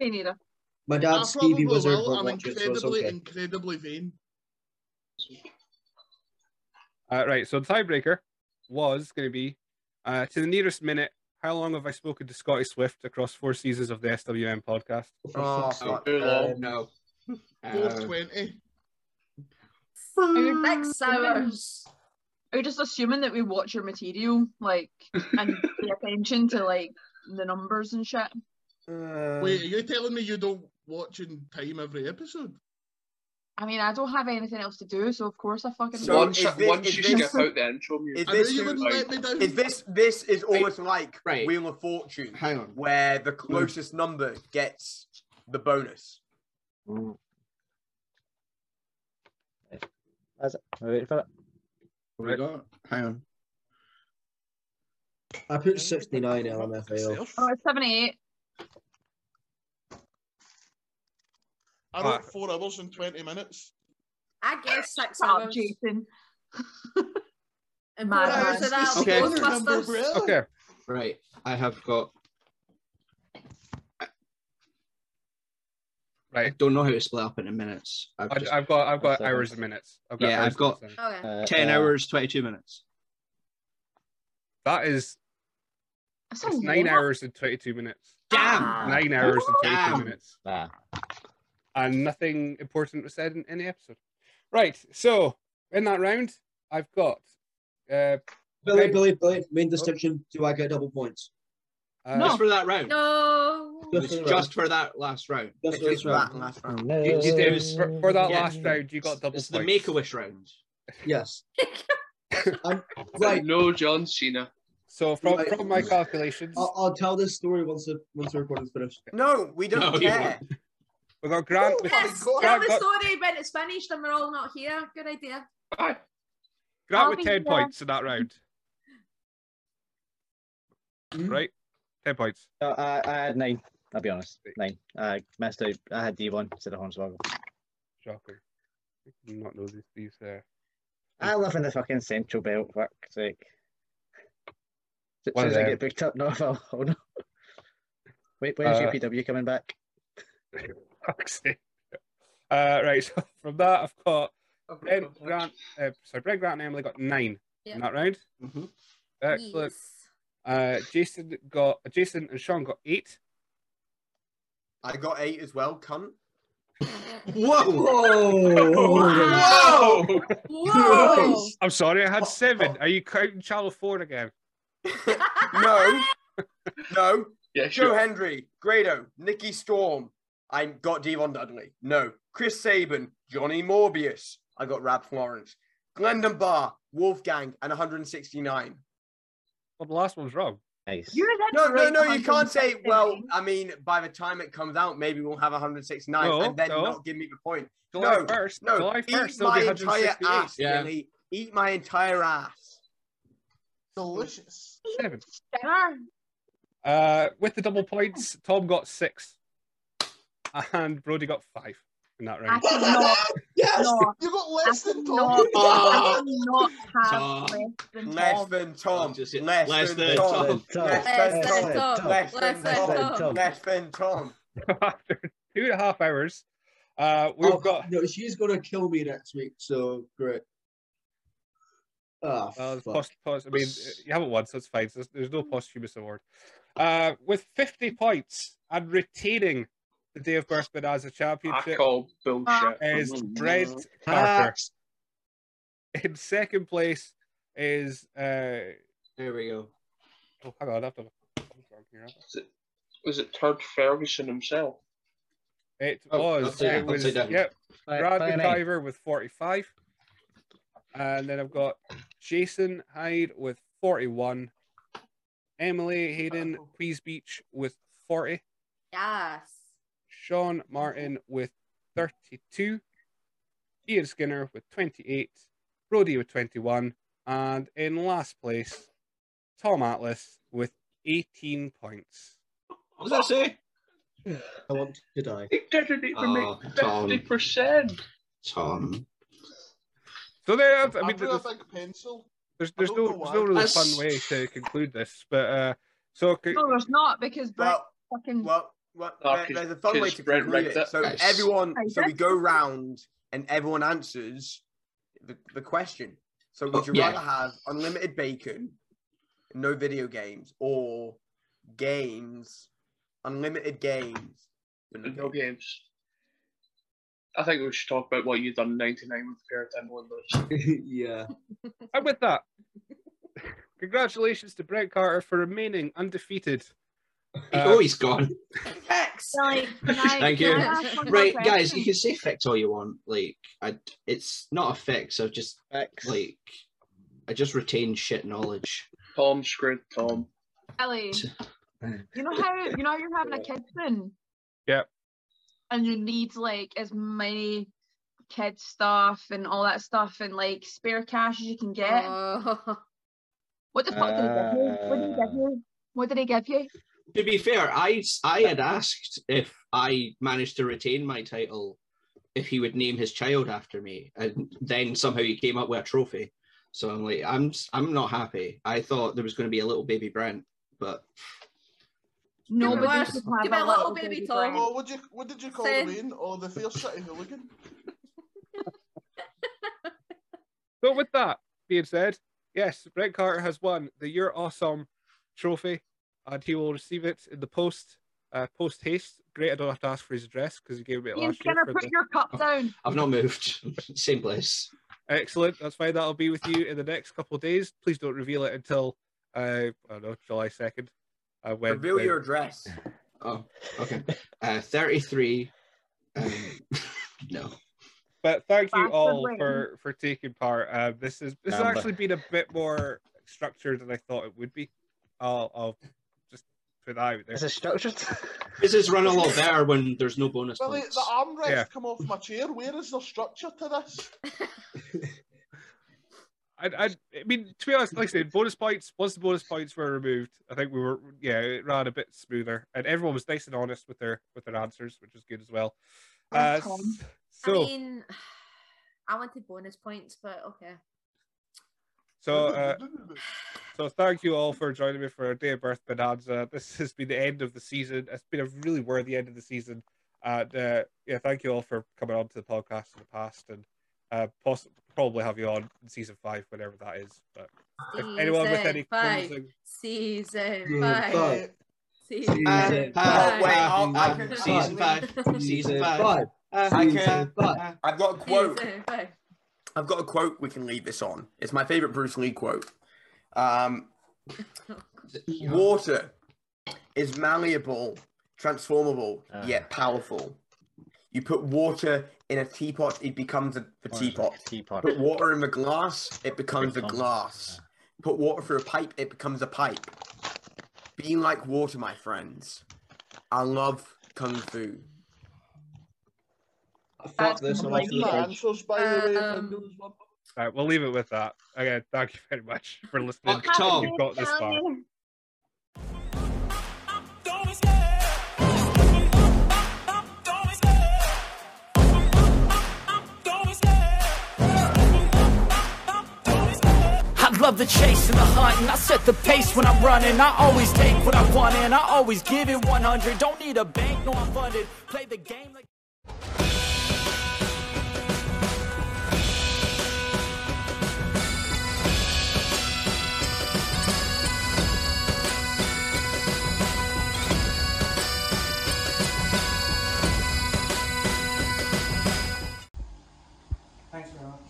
[SPEAKER 4] Me neither.
[SPEAKER 8] My
[SPEAKER 2] I
[SPEAKER 8] dad,
[SPEAKER 2] probably
[SPEAKER 8] Stevie Wizard,
[SPEAKER 2] will.
[SPEAKER 8] will
[SPEAKER 2] I'm
[SPEAKER 8] watch it, so it's
[SPEAKER 2] incredibly,
[SPEAKER 8] okay.
[SPEAKER 2] incredibly vain.
[SPEAKER 5] Uh, right. So the tiebreaker was going to be uh, to the nearest minute. How long have I spoken to Scotty Swift across four seasons of the SWM podcast?
[SPEAKER 1] Oh,
[SPEAKER 9] fuck.
[SPEAKER 7] Too long.
[SPEAKER 9] No. Uh,
[SPEAKER 2] 420.
[SPEAKER 6] Six hours.
[SPEAKER 4] Are you just assuming that we watch your material, like, and pay attention to like the numbers and shit?
[SPEAKER 2] Wait, are you telling me you don't watch in time every episode?
[SPEAKER 4] I mean, I don't have anything else to do, so of course I fucking.
[SPEAKER 1] So
[SPEAKER 4] watch.
[SPEAKER 7] once
[SPEAKER 1] is this-
[SPEAKER 7] once
[SPEAKER 1] is
[SPEAKER 7] you
[SPEAKER 1] this-
[SPEAKER 7] skip out the intro
[SPEAKER 1] is
[SPEAKER 7] music,
[SPEAKER 2] I knew
[SPEAKER 1] This
[SPEAKER 2] you
[SPEAKER 1] is
[SPEAKER 2] wouldn't
[SPEAKER 7] like-
[SPEAKER 2] let me down.
[SPEAKER 1] Is this this is almost like
[SPEAKER 9] Right.
[SPEAKER 1] Wheel of Fortune,
[SPEAKER 9] hang on.
[SPEAKER 1] where the closest number gets the bonus.
[SPEAKER 3] wait for it.
[SPEAKER 9] What we got? Hang on.
[SPEAKER 8] I put 69 LMFAO.
[SPEAKER 4] Oh, it's seventy-eight.
[SPEAKER 2] I wrote four hours and 20 minutes.
[SPEAKER 6] I guess six
[SPEAKER 4] Shut up,
[SPEAKER 6] hours. And
[SPEAKER 4] Jason.
[SPEAKER 6] four
[SPEAKER 4] Mad
[SPEAKER 6] hours
[SPEAKER 4] man.
[SPEAKER 6] of that was
[SPEAKER 9] Okay.
[SPEAKER 6] Ghostbusters.
[SPEAKER 5] Okay.
[SPEAKER 9] Right. I have got. I
[SPEAKER 5] Right.
[SPEAKER 9] don't know how to split up into minutes. I've
[SPEAKER 5] I,
[SPEAKER 9] just,
[SPEAKER 5] have got I've got
[SPEAKER 3] Seconds.
[SPEAKER 5] hours and minutes. I've
[SPEAKER 9] Yeah,
[SPEAKER 5] hours
[SPEAKER 9] I've
[SPEAKER 5] and
[SPEAKER 9] got-
[SPEAKER 5] seconds.
[SPEAKER 6] Okay.
[SPEAKER 3] Uh,
[SPEAKER 9] 10
[SPEAKER 3] uh,
[SPEAKER 9] hours, 22 minutes.
[SPEAKER 5] That is
[SPEAKER 4] That's a
[SPEAKER 5] it's nine
[SPEAKER 4] lot.
[SPEAKER 5] hours and twenty two minutes.
[SPEAKER 9] Damn!
[SPEAKER 6] Ah.
[SPEAKER 5] Nine hours and twenty
[SPEAKER 9] Damn.
[SPEAKER 5] two minutes.
[SPEAKER 3] Nah.
[SPEAKER 5] and nothing important was said in any episode. Right, so in that round, I've got uh,
[SPEAKER 8] Billy,
[SPEAKER 5] Okay.
[SPEAKER 8] Billy, Billy, main distinction. Do I get double points?
[SPEAKER 5] uh
[SPEAKER 9] Just for that round.
[SPEAKER 6] No.
[SPEAKER 9] It was
[SPEAKER 8] Just for the
[SPEAKER 9] just for that last round.
[SPEAKER 8] That's
[SPEAKER 1] It's just that last round.
[SPEAKER 9] You- you- it was
[SPEAKER 5] for, for that
[SPEAKER 9] Yeah.
[SPEAKER 5] last round, you got double
[SPEAKER 9] It's the
[SPEAKER 5] points.
[SPEAKER 9] Make a Wish round.
[SPEAKER 8] Yes. I'm, right.
[SPEAKER 7] No John Cena.
[SPEAKER 5] So from,
[SPEAKER 8] Right.
[SPEAKER 5] from my calculations,
[SPEAKER 8] I'll, I'll tell this story once the once the recording's finished.
[SPEAKER 1] No, we don't
[SPEAKER 9] No, you
[SPEAKER 1] care.
[SPEAKER 5] we got Grant. with-
[SPEAKER 6] Yes,
[SPEAKER 5] Grant
[SPEAKER 6] tell the
[SPEAKER 5] got-
[SPEAKER 6] story when it's finished and we're all not here. Good idea.
[SPEAKER 7] Aye.
[SPEAKER 5] Grant
[SPEAKER 4] I'll
[SPEAKER 5] with
[SPEAKER 4] be
[SPEAKER 5] 10
[SPEAKER 4] here.
[SPEAKER 5] points in that round. Right? 10 points.
[SPEAKER 3] No, I, I had nine. I'll be honest, nine. I missed out. I had D one instead of Hornswoggle.
[SPEAKER 5] Shocker. I do not know these. these uh...
[SPEAKER 3] I live in the fucking central belt. Fuck sake. As soon
[SPEAKER 5] One of
[SPEAKER 3] as I
[SPEAKER 5] them.
[SPEAKER 3] get picked up, no, I'll, oh no. Wait, when's
[SPEAKER 5] Uh,
[SPEAKER 3] UPW coming back?
[SPEAKER 5] fuck's sake. Uh, right, so from that, I've got Brent, Grant, uh, sorry, Brent, Grant, and Emily got nine
[SPEAKER 6] Yeah.
[SPEAKER 5] in that round.
[SPEAKER 1] Mm-hmm.
[SPEAKER 9] Mhm.
[SPEAKER 5] Excellent.
[SPEAKER 6] Yes.
[SPEAKER 5] Uh, Jason got Jason and Sean got eight.
[SPEAKER 1] I got eight as well, cunt.
[SPEAKER 9] Whoa!
[SPEAKER 8] Whoa!
[SPEAKER 9] Whoa!
[SPEAKER 6] Whoa.
[SPEAKER 5] I'm sorry, I had
[SPEAKER 1] Oh,
[SPEAKER 5] seven. Are you counting Channel Four again?
[SPEAKER 1] No, no.
[SPEAKER 7] Yeah,
[SPEAKER 1] Joe
[SPEAKER 7] sure.
[SPEAKER 1] Hendry, Grado, Nikki Storm. I got Devon Dudley. No. Chris Sabin, Johnny Morbius. I got Rab Florence. Glendon Barr, Wolfgang, and 169.
[SPEAKER 5] Well, the last one's wrong.
[SPEAKER 3] Nice.
[SPEAKER 4] You then
[SPEAKER 1] No, no,
[SPEAKER 4] write
[SPEAKER 1] no, you can't say, well,
[SPEAKER 4] 169.
[SPEAKER 1] I mean, by the time it comes out, maybe we'll have 169
[SPEAKER 5] No,
[SPEAKER 1] and then
[SPEAKER 5] no.
[SPEAKER 1] not give me the point.
[SPEAKER 5] July
[SPEAKER 1] No,
[SPEAKER 5] first.
[SPEAKER 1] No,
[SPEAKER 5] July
[SPEAKER 1] eat
[SPEAKER 5] first. There'll
[SPEAKER 1] my
[SPEAKER 5] be
[SPEAKER 1] entire
[SPEAKER 5] 168.
[SPEAKER 1] ass,
[SPEAKER 9] Yeah.
[SPEAKER 1] Billy. Eat my entire ass.
[SPEAKER 2] Delicious.
[SPEAKER 5] Seven.
[SPEAKER 4] Dinner.
[SPEAKER 5] Uh, with the double points, Tom got six, and Brody got five in that
[SPEAKER 4] I
[SPEAKER 5] round.
[SPEAKER 4] cannot,
[SPEAKER 2] Yes!
[SPEAKER 4] no,
[SPEAKER 2] You got
[SPEAKER 4] I
[SPEAKER 2] less than
[SPEAKER 4] cannot,
[SPEAKER 2] Tom.
[SPEAKER 4] I cannot
[SPEAKER 9] Tom.
[SPEAKER 4] have less than
[SPEAKER 1] Less
[SPEAKER 4] Tom.
[SPEAKER 1] than Tom.
[SPEAKER 9] Just-
[SPEAKER 1] Less,
[SPEAKER 9] less
[SPEAKER 1] than,
[SPEAKER 9] than
[SPEAKER 1] Tom.
[SPEAKER 9] Tom.
[SPEAKER 1] Less than
[SPEAKER 6] Less than
[SPEAKER 1] Tom.
[SPEAKER 6] Tom.
[SPEAKER 1] Less than
[SPEAKER 6] Less than Tom.
[SPEAKER 1] Tom. Less than Tom.
[SPEAKER 5] After two and a half hours, uh, we've
[SPEAKER 8] Oh,
[SPEAKER 5] got.
[SPEAKER 8] No, she's gonna kill me next week. So great. Ah,
[SPEAKER 5] Well, there's
[SPEAKER 8] fuck.
[SPEAKER 5] pos- pos- I mean, uh, you haven't won, so it's fine. There's, there's no posthumous award. Uh, with 50 points and retaining the Day of Birth Bonanza
[SPEAKER 7] I
[SPEAKER 5] Championship
[SPEAKER 7] call
[SPEAKER 1] Ah.
[SPEAKER 7] bullshit.
[SPEAKER 5] is Brett Carter. In second place is. Uh,
[SPEAKER 9] There we go.
[SPEAKER 5] oh, hang on, I've done a- I've done here.
[SPEAKER 7] Was it Todd Ferguson himself?
[SPEAKER 5] It
[SPEAKER 9] Oh,
[SPEAKER 5] was.
[SPEAKER 9] upside
[SPEAKER 5] It
[SPEAKER 9] down,
[SPEAKER 5] was.
[SPEAKER 9] upside down.
[SPEAKER 5] Yep.
[SPEAKER 3] By-
[SPEAKER 5] Brad
[SPEAKER 3] by an eight.
[SPEAKER 5] McIver with 45. And then I've got Jason Hyde with 41. Emily Hayden Quees Beach with 40.
[SPEAKER 6] Yes.
[SPEAKER 5] Sean Martin with 32. Ian Skinner with 28. Brody with 21. And in last place, Tom Atlas with 18 points.
[SPEAKER 9] What does that say?
[SPEAKER 8] I want to die.
[SPEAKER 7] He didn't even
[SPEAKER 8] Ah,
[SPEAKER 9] Oh,
[SPEAKER 7] make
[SPEAKER 9] Tom.
[SPEAKER 7] fifty percent.
[SPEAKER 9] Tom.
[SPEAKER 5] So there, I
[SPEAKER 2] I have
[SPEAKER 5] mean,
[SPEAKER 2] got
[SPEAKER 5] there's,
[SPEAKER 2] a big pencil.
[SPEAKER 5] there's, there's
[SPEAKER 2] I
[SPEAKER 5] no
[SPEAKER 2] don't know
[SPEAKER 5] there's no
[SPEAKER 2] why.
[SPEAKER 5] really
[SPEAKER 9] That's-
[SPEAKER 5] fun way to conclude this, but uh, so c-
[SPEAKER 4] No, there's not because Brett
[SPEAKER 1] Well,
[SPEAKER 4] fucking.
[SPEAKER 1] well, well
[SPEAKER 7] Oh,
[SPEAKER 1] there-
[SPEAKER 7] 'cause-
[SPEAKER 1] there's a fun way
[SPEAKER 7] 'cause
[SPEAKER 1] to
[SPEAKER 7] Brett
[SPEAKER 1] conclude
[SPEAKER 7] wrecked
[SPEAKER 1] it.
[SPEAKER 7] that.
[SPEAKER 1] So
[SPEAKER 9] Nice.
[SPEAKER 1] everyone,
[SPEAKER 4] I
[SPEAKER 1] so we
[SPEAKER 4] did.
[SPEAKER 1] go round and everyone answers the, the question. So would
[SPEAKER 9] Oh,
[SPEAKER 1] you
[SPEAKER 9] yeah.
[SPEAKER 1] rather have unlimited bacon, no video games, or games, unlimited games? but
[SPEAKER 7] No games. I think we should talk about what you done in '99 with Gareth England.
[SPEAKER 8] yeah.
[SPEAKER 5] And with that, congratulations to Brett Carter for remaining undefeated. Uh,
[SPEAKER 9] oh, he's gone.
[SPEAKER 6] Thanks.
[SPEAKER 4] Like, can I,
[SPEAKER 9] Thank
[SPEAKER 4] can
[SPEAKER 9] you.
[SPEAKER 4] I ask one more
[SPEAKER 9] Right, guys,
[SPEAKER 4] question?
[SPEAKER 9] you can say fix all you want. Like, I, it's not a fix. I've just
[SPEAKER 3] Six.
[SPEAKER 9] like, I just retain shit knowledge.
[SPEAKER 7] Tom screwed Tom.
[SPEAKER 4] Ellie, you know how you know how you're having a kid soon.
[SPEAKER 5] Yep.
[SPEAKER 4] And you need like as many kid stuff and all that stuff and like spare cash as you can get.
[SPEAKER 6] Oh.
[SPEAKER 4] what the fuck did he give you? What did he give you? What did
[SPEAKER 9] Uh.
[SPEAKER 4] he give you?
[SPEAKER 9] to be fair, I I had asked if I managed to retain my title, if he would name his child after me, and then somehow he came up with a trophy. So I'm like, I'm I'm not happy. I thought there was going to be a little baby Brent, but
[SPEAKER 4] Nobody
[SPEAKER 9] us-
[SPEAKER 4] should
[SPEAKER 6] give
[SPEAKER 4] have
[SPEAKER 6] it a little baby Tom.
[SPEAKER 4] brain.
[SPEAKER 2] Well, what did you, what did you call
[SPEAKER 6] Say-
[SPEAKER 2] the rain or the fair city hooligan?
[SPEAKER 5] So with that being said, yes, Brett Carter has won the You're Awesome trophy, and he will receive it in the post uh, post haste. Great, I don't have to ask for his address because he gave me it
[SPEAKER 4] Ian's
[SPEAKER 5] last year.
[SPEAKER 4] gonna
[SPEAKER 5] for
[SPEAKER 4] put
[SPEAKER 5] the-
[SPEAKER 4] your cup down.
[SPEAKER 9] I've not moved. Same place.
[SPEAKER 5] Excellent, that's fine. That'll be with you in the next couple of days. Please don't reveal it until uh, I don't know July second. Uh, when,
[SPEAKER 1] Reveal
[SPEAKER 5] when-
[SPEAKER 1] your address.
[SPEAKER 9] Oh, okay. Uh, Thirty-three. Um, no.
[SPEAKER 5] But thank you
[SPEAKER 4] Bastard
[SPEAKER 5] all
[SPEAKER 4] wing.
[SPEAKER 5] for for taking part. Uh, this is this has
[SPEAKER 9] Amber.
[SPEAKER 5] actually been a bit more structured than I thought it would be. I'll I'll just put that out there.
[SPEAKER 3] Is it structured?
[SPEAKER 9] This has run a lot better when there's no bonus
[SPEAKER 2] Well,
[SPEAKER 9] points.
[SPEAKER 2] the armrest
[SPEAKER 5] Yeah.
[SPEAKER 2] come off my chair. Where is the structure to this?
[SPEAKER 5] I, I I mean to be honest, like I said, bonus points. Once the bonus points were removed, I think we were yeah it ran a bit smoother, and everyone was nice and honest with their with their answers, which is good as well. Uh,
[SPEAKER 4] That's fun.
[SPEAKER 5] s- so
[SPEAKER 6] I mean, I wanted bonus points, but okay.
[SPEAKER 5] so uh, So thank you all for joining me for our day of birth bonanza. This has been the end of the season. It's been a really worthy end of the season. And uh, yeah, thank you all for coming on to the podcast in the past, and uh, poss- probably have you on in season five, whenever that is. But if anyone with
[SPEAKER 6] Season
[SPEAKER 5] any
[SPEAKER 6] five.
[SPEAKER 5] closing,
[SPEAKER 6] Season
[SPEAKER 8] Yeah,
[SPEAKER 6] five.
[SPEAKER 8] five.
[SPEAKER 2] Uh,
[SPEAKER 6] Season
[SPEAKER 8] Uh,
[SPEAKER 6] five.
[SPEAKER 9] uh,
[SPEAKER 1] Oh wait, I'll, I
[SPEAKER 9] uh,
[SPEAKER 1] can,
[SPEAKER 9] season five. Season five.
[SPEAKER 8] Five.
[SPEAKER 9] Uh,
[SPEAKER 1] I
[SPEAKER 8] Season
[SPEAKER 1] can-
[SPEAKER 8] five.
[SPEAKER 9] uh,
[SPEAKER 1] I've got a quote.
[SPEAKER 6] Season five.
[SPEAKER 1] I've got a quote we can leave this on. It's my favorite Bruce Lee quote. Um, water is malleable, transformable,
[SPEAKER 3] Ah.
[SPEAKER 1] yet powerful. You put water in a teapot, it becomes a, a teapot.
[SPEAKER 3] Teapot.
[SPEAKER 1] Put water in the glass, it becomes a
[SPEAKER 3] Becomes-
[SPEAKER 1] glass. Put water through a pipe, it becomes a pipe. Being like water, my friends. I love kung fu.
[SPEAKER 8] I fuck this. I'm off to the
[SPEAKER 2] my
[SPEAKER 8] fridge.
[SPEAKER 2] answers, by the way. if I
[SPEAKER 6] Um,
[SPEAKER 2] knew there was one.
[SPEAKER 5] all right, uh, we'll leave it with that. Again, thank you very much for listening.
[SPEAKER 9] Fuck Tom.
[SPEAKER 5] You've got this far.
[SPEAKER 9] love the chase and the hunt, and I set the pace when I'm running. I always take what I want, and I always give it 100. Don't need a bank, no, I'm funded. Play the game like.
[SPEAKER 12] Thanks very much.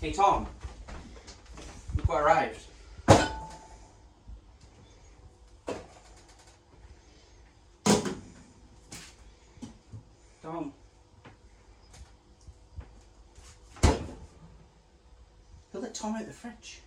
[SPEAKER 13] Hey Tom, look what arrived. Tom. Who let Tom out the fridge?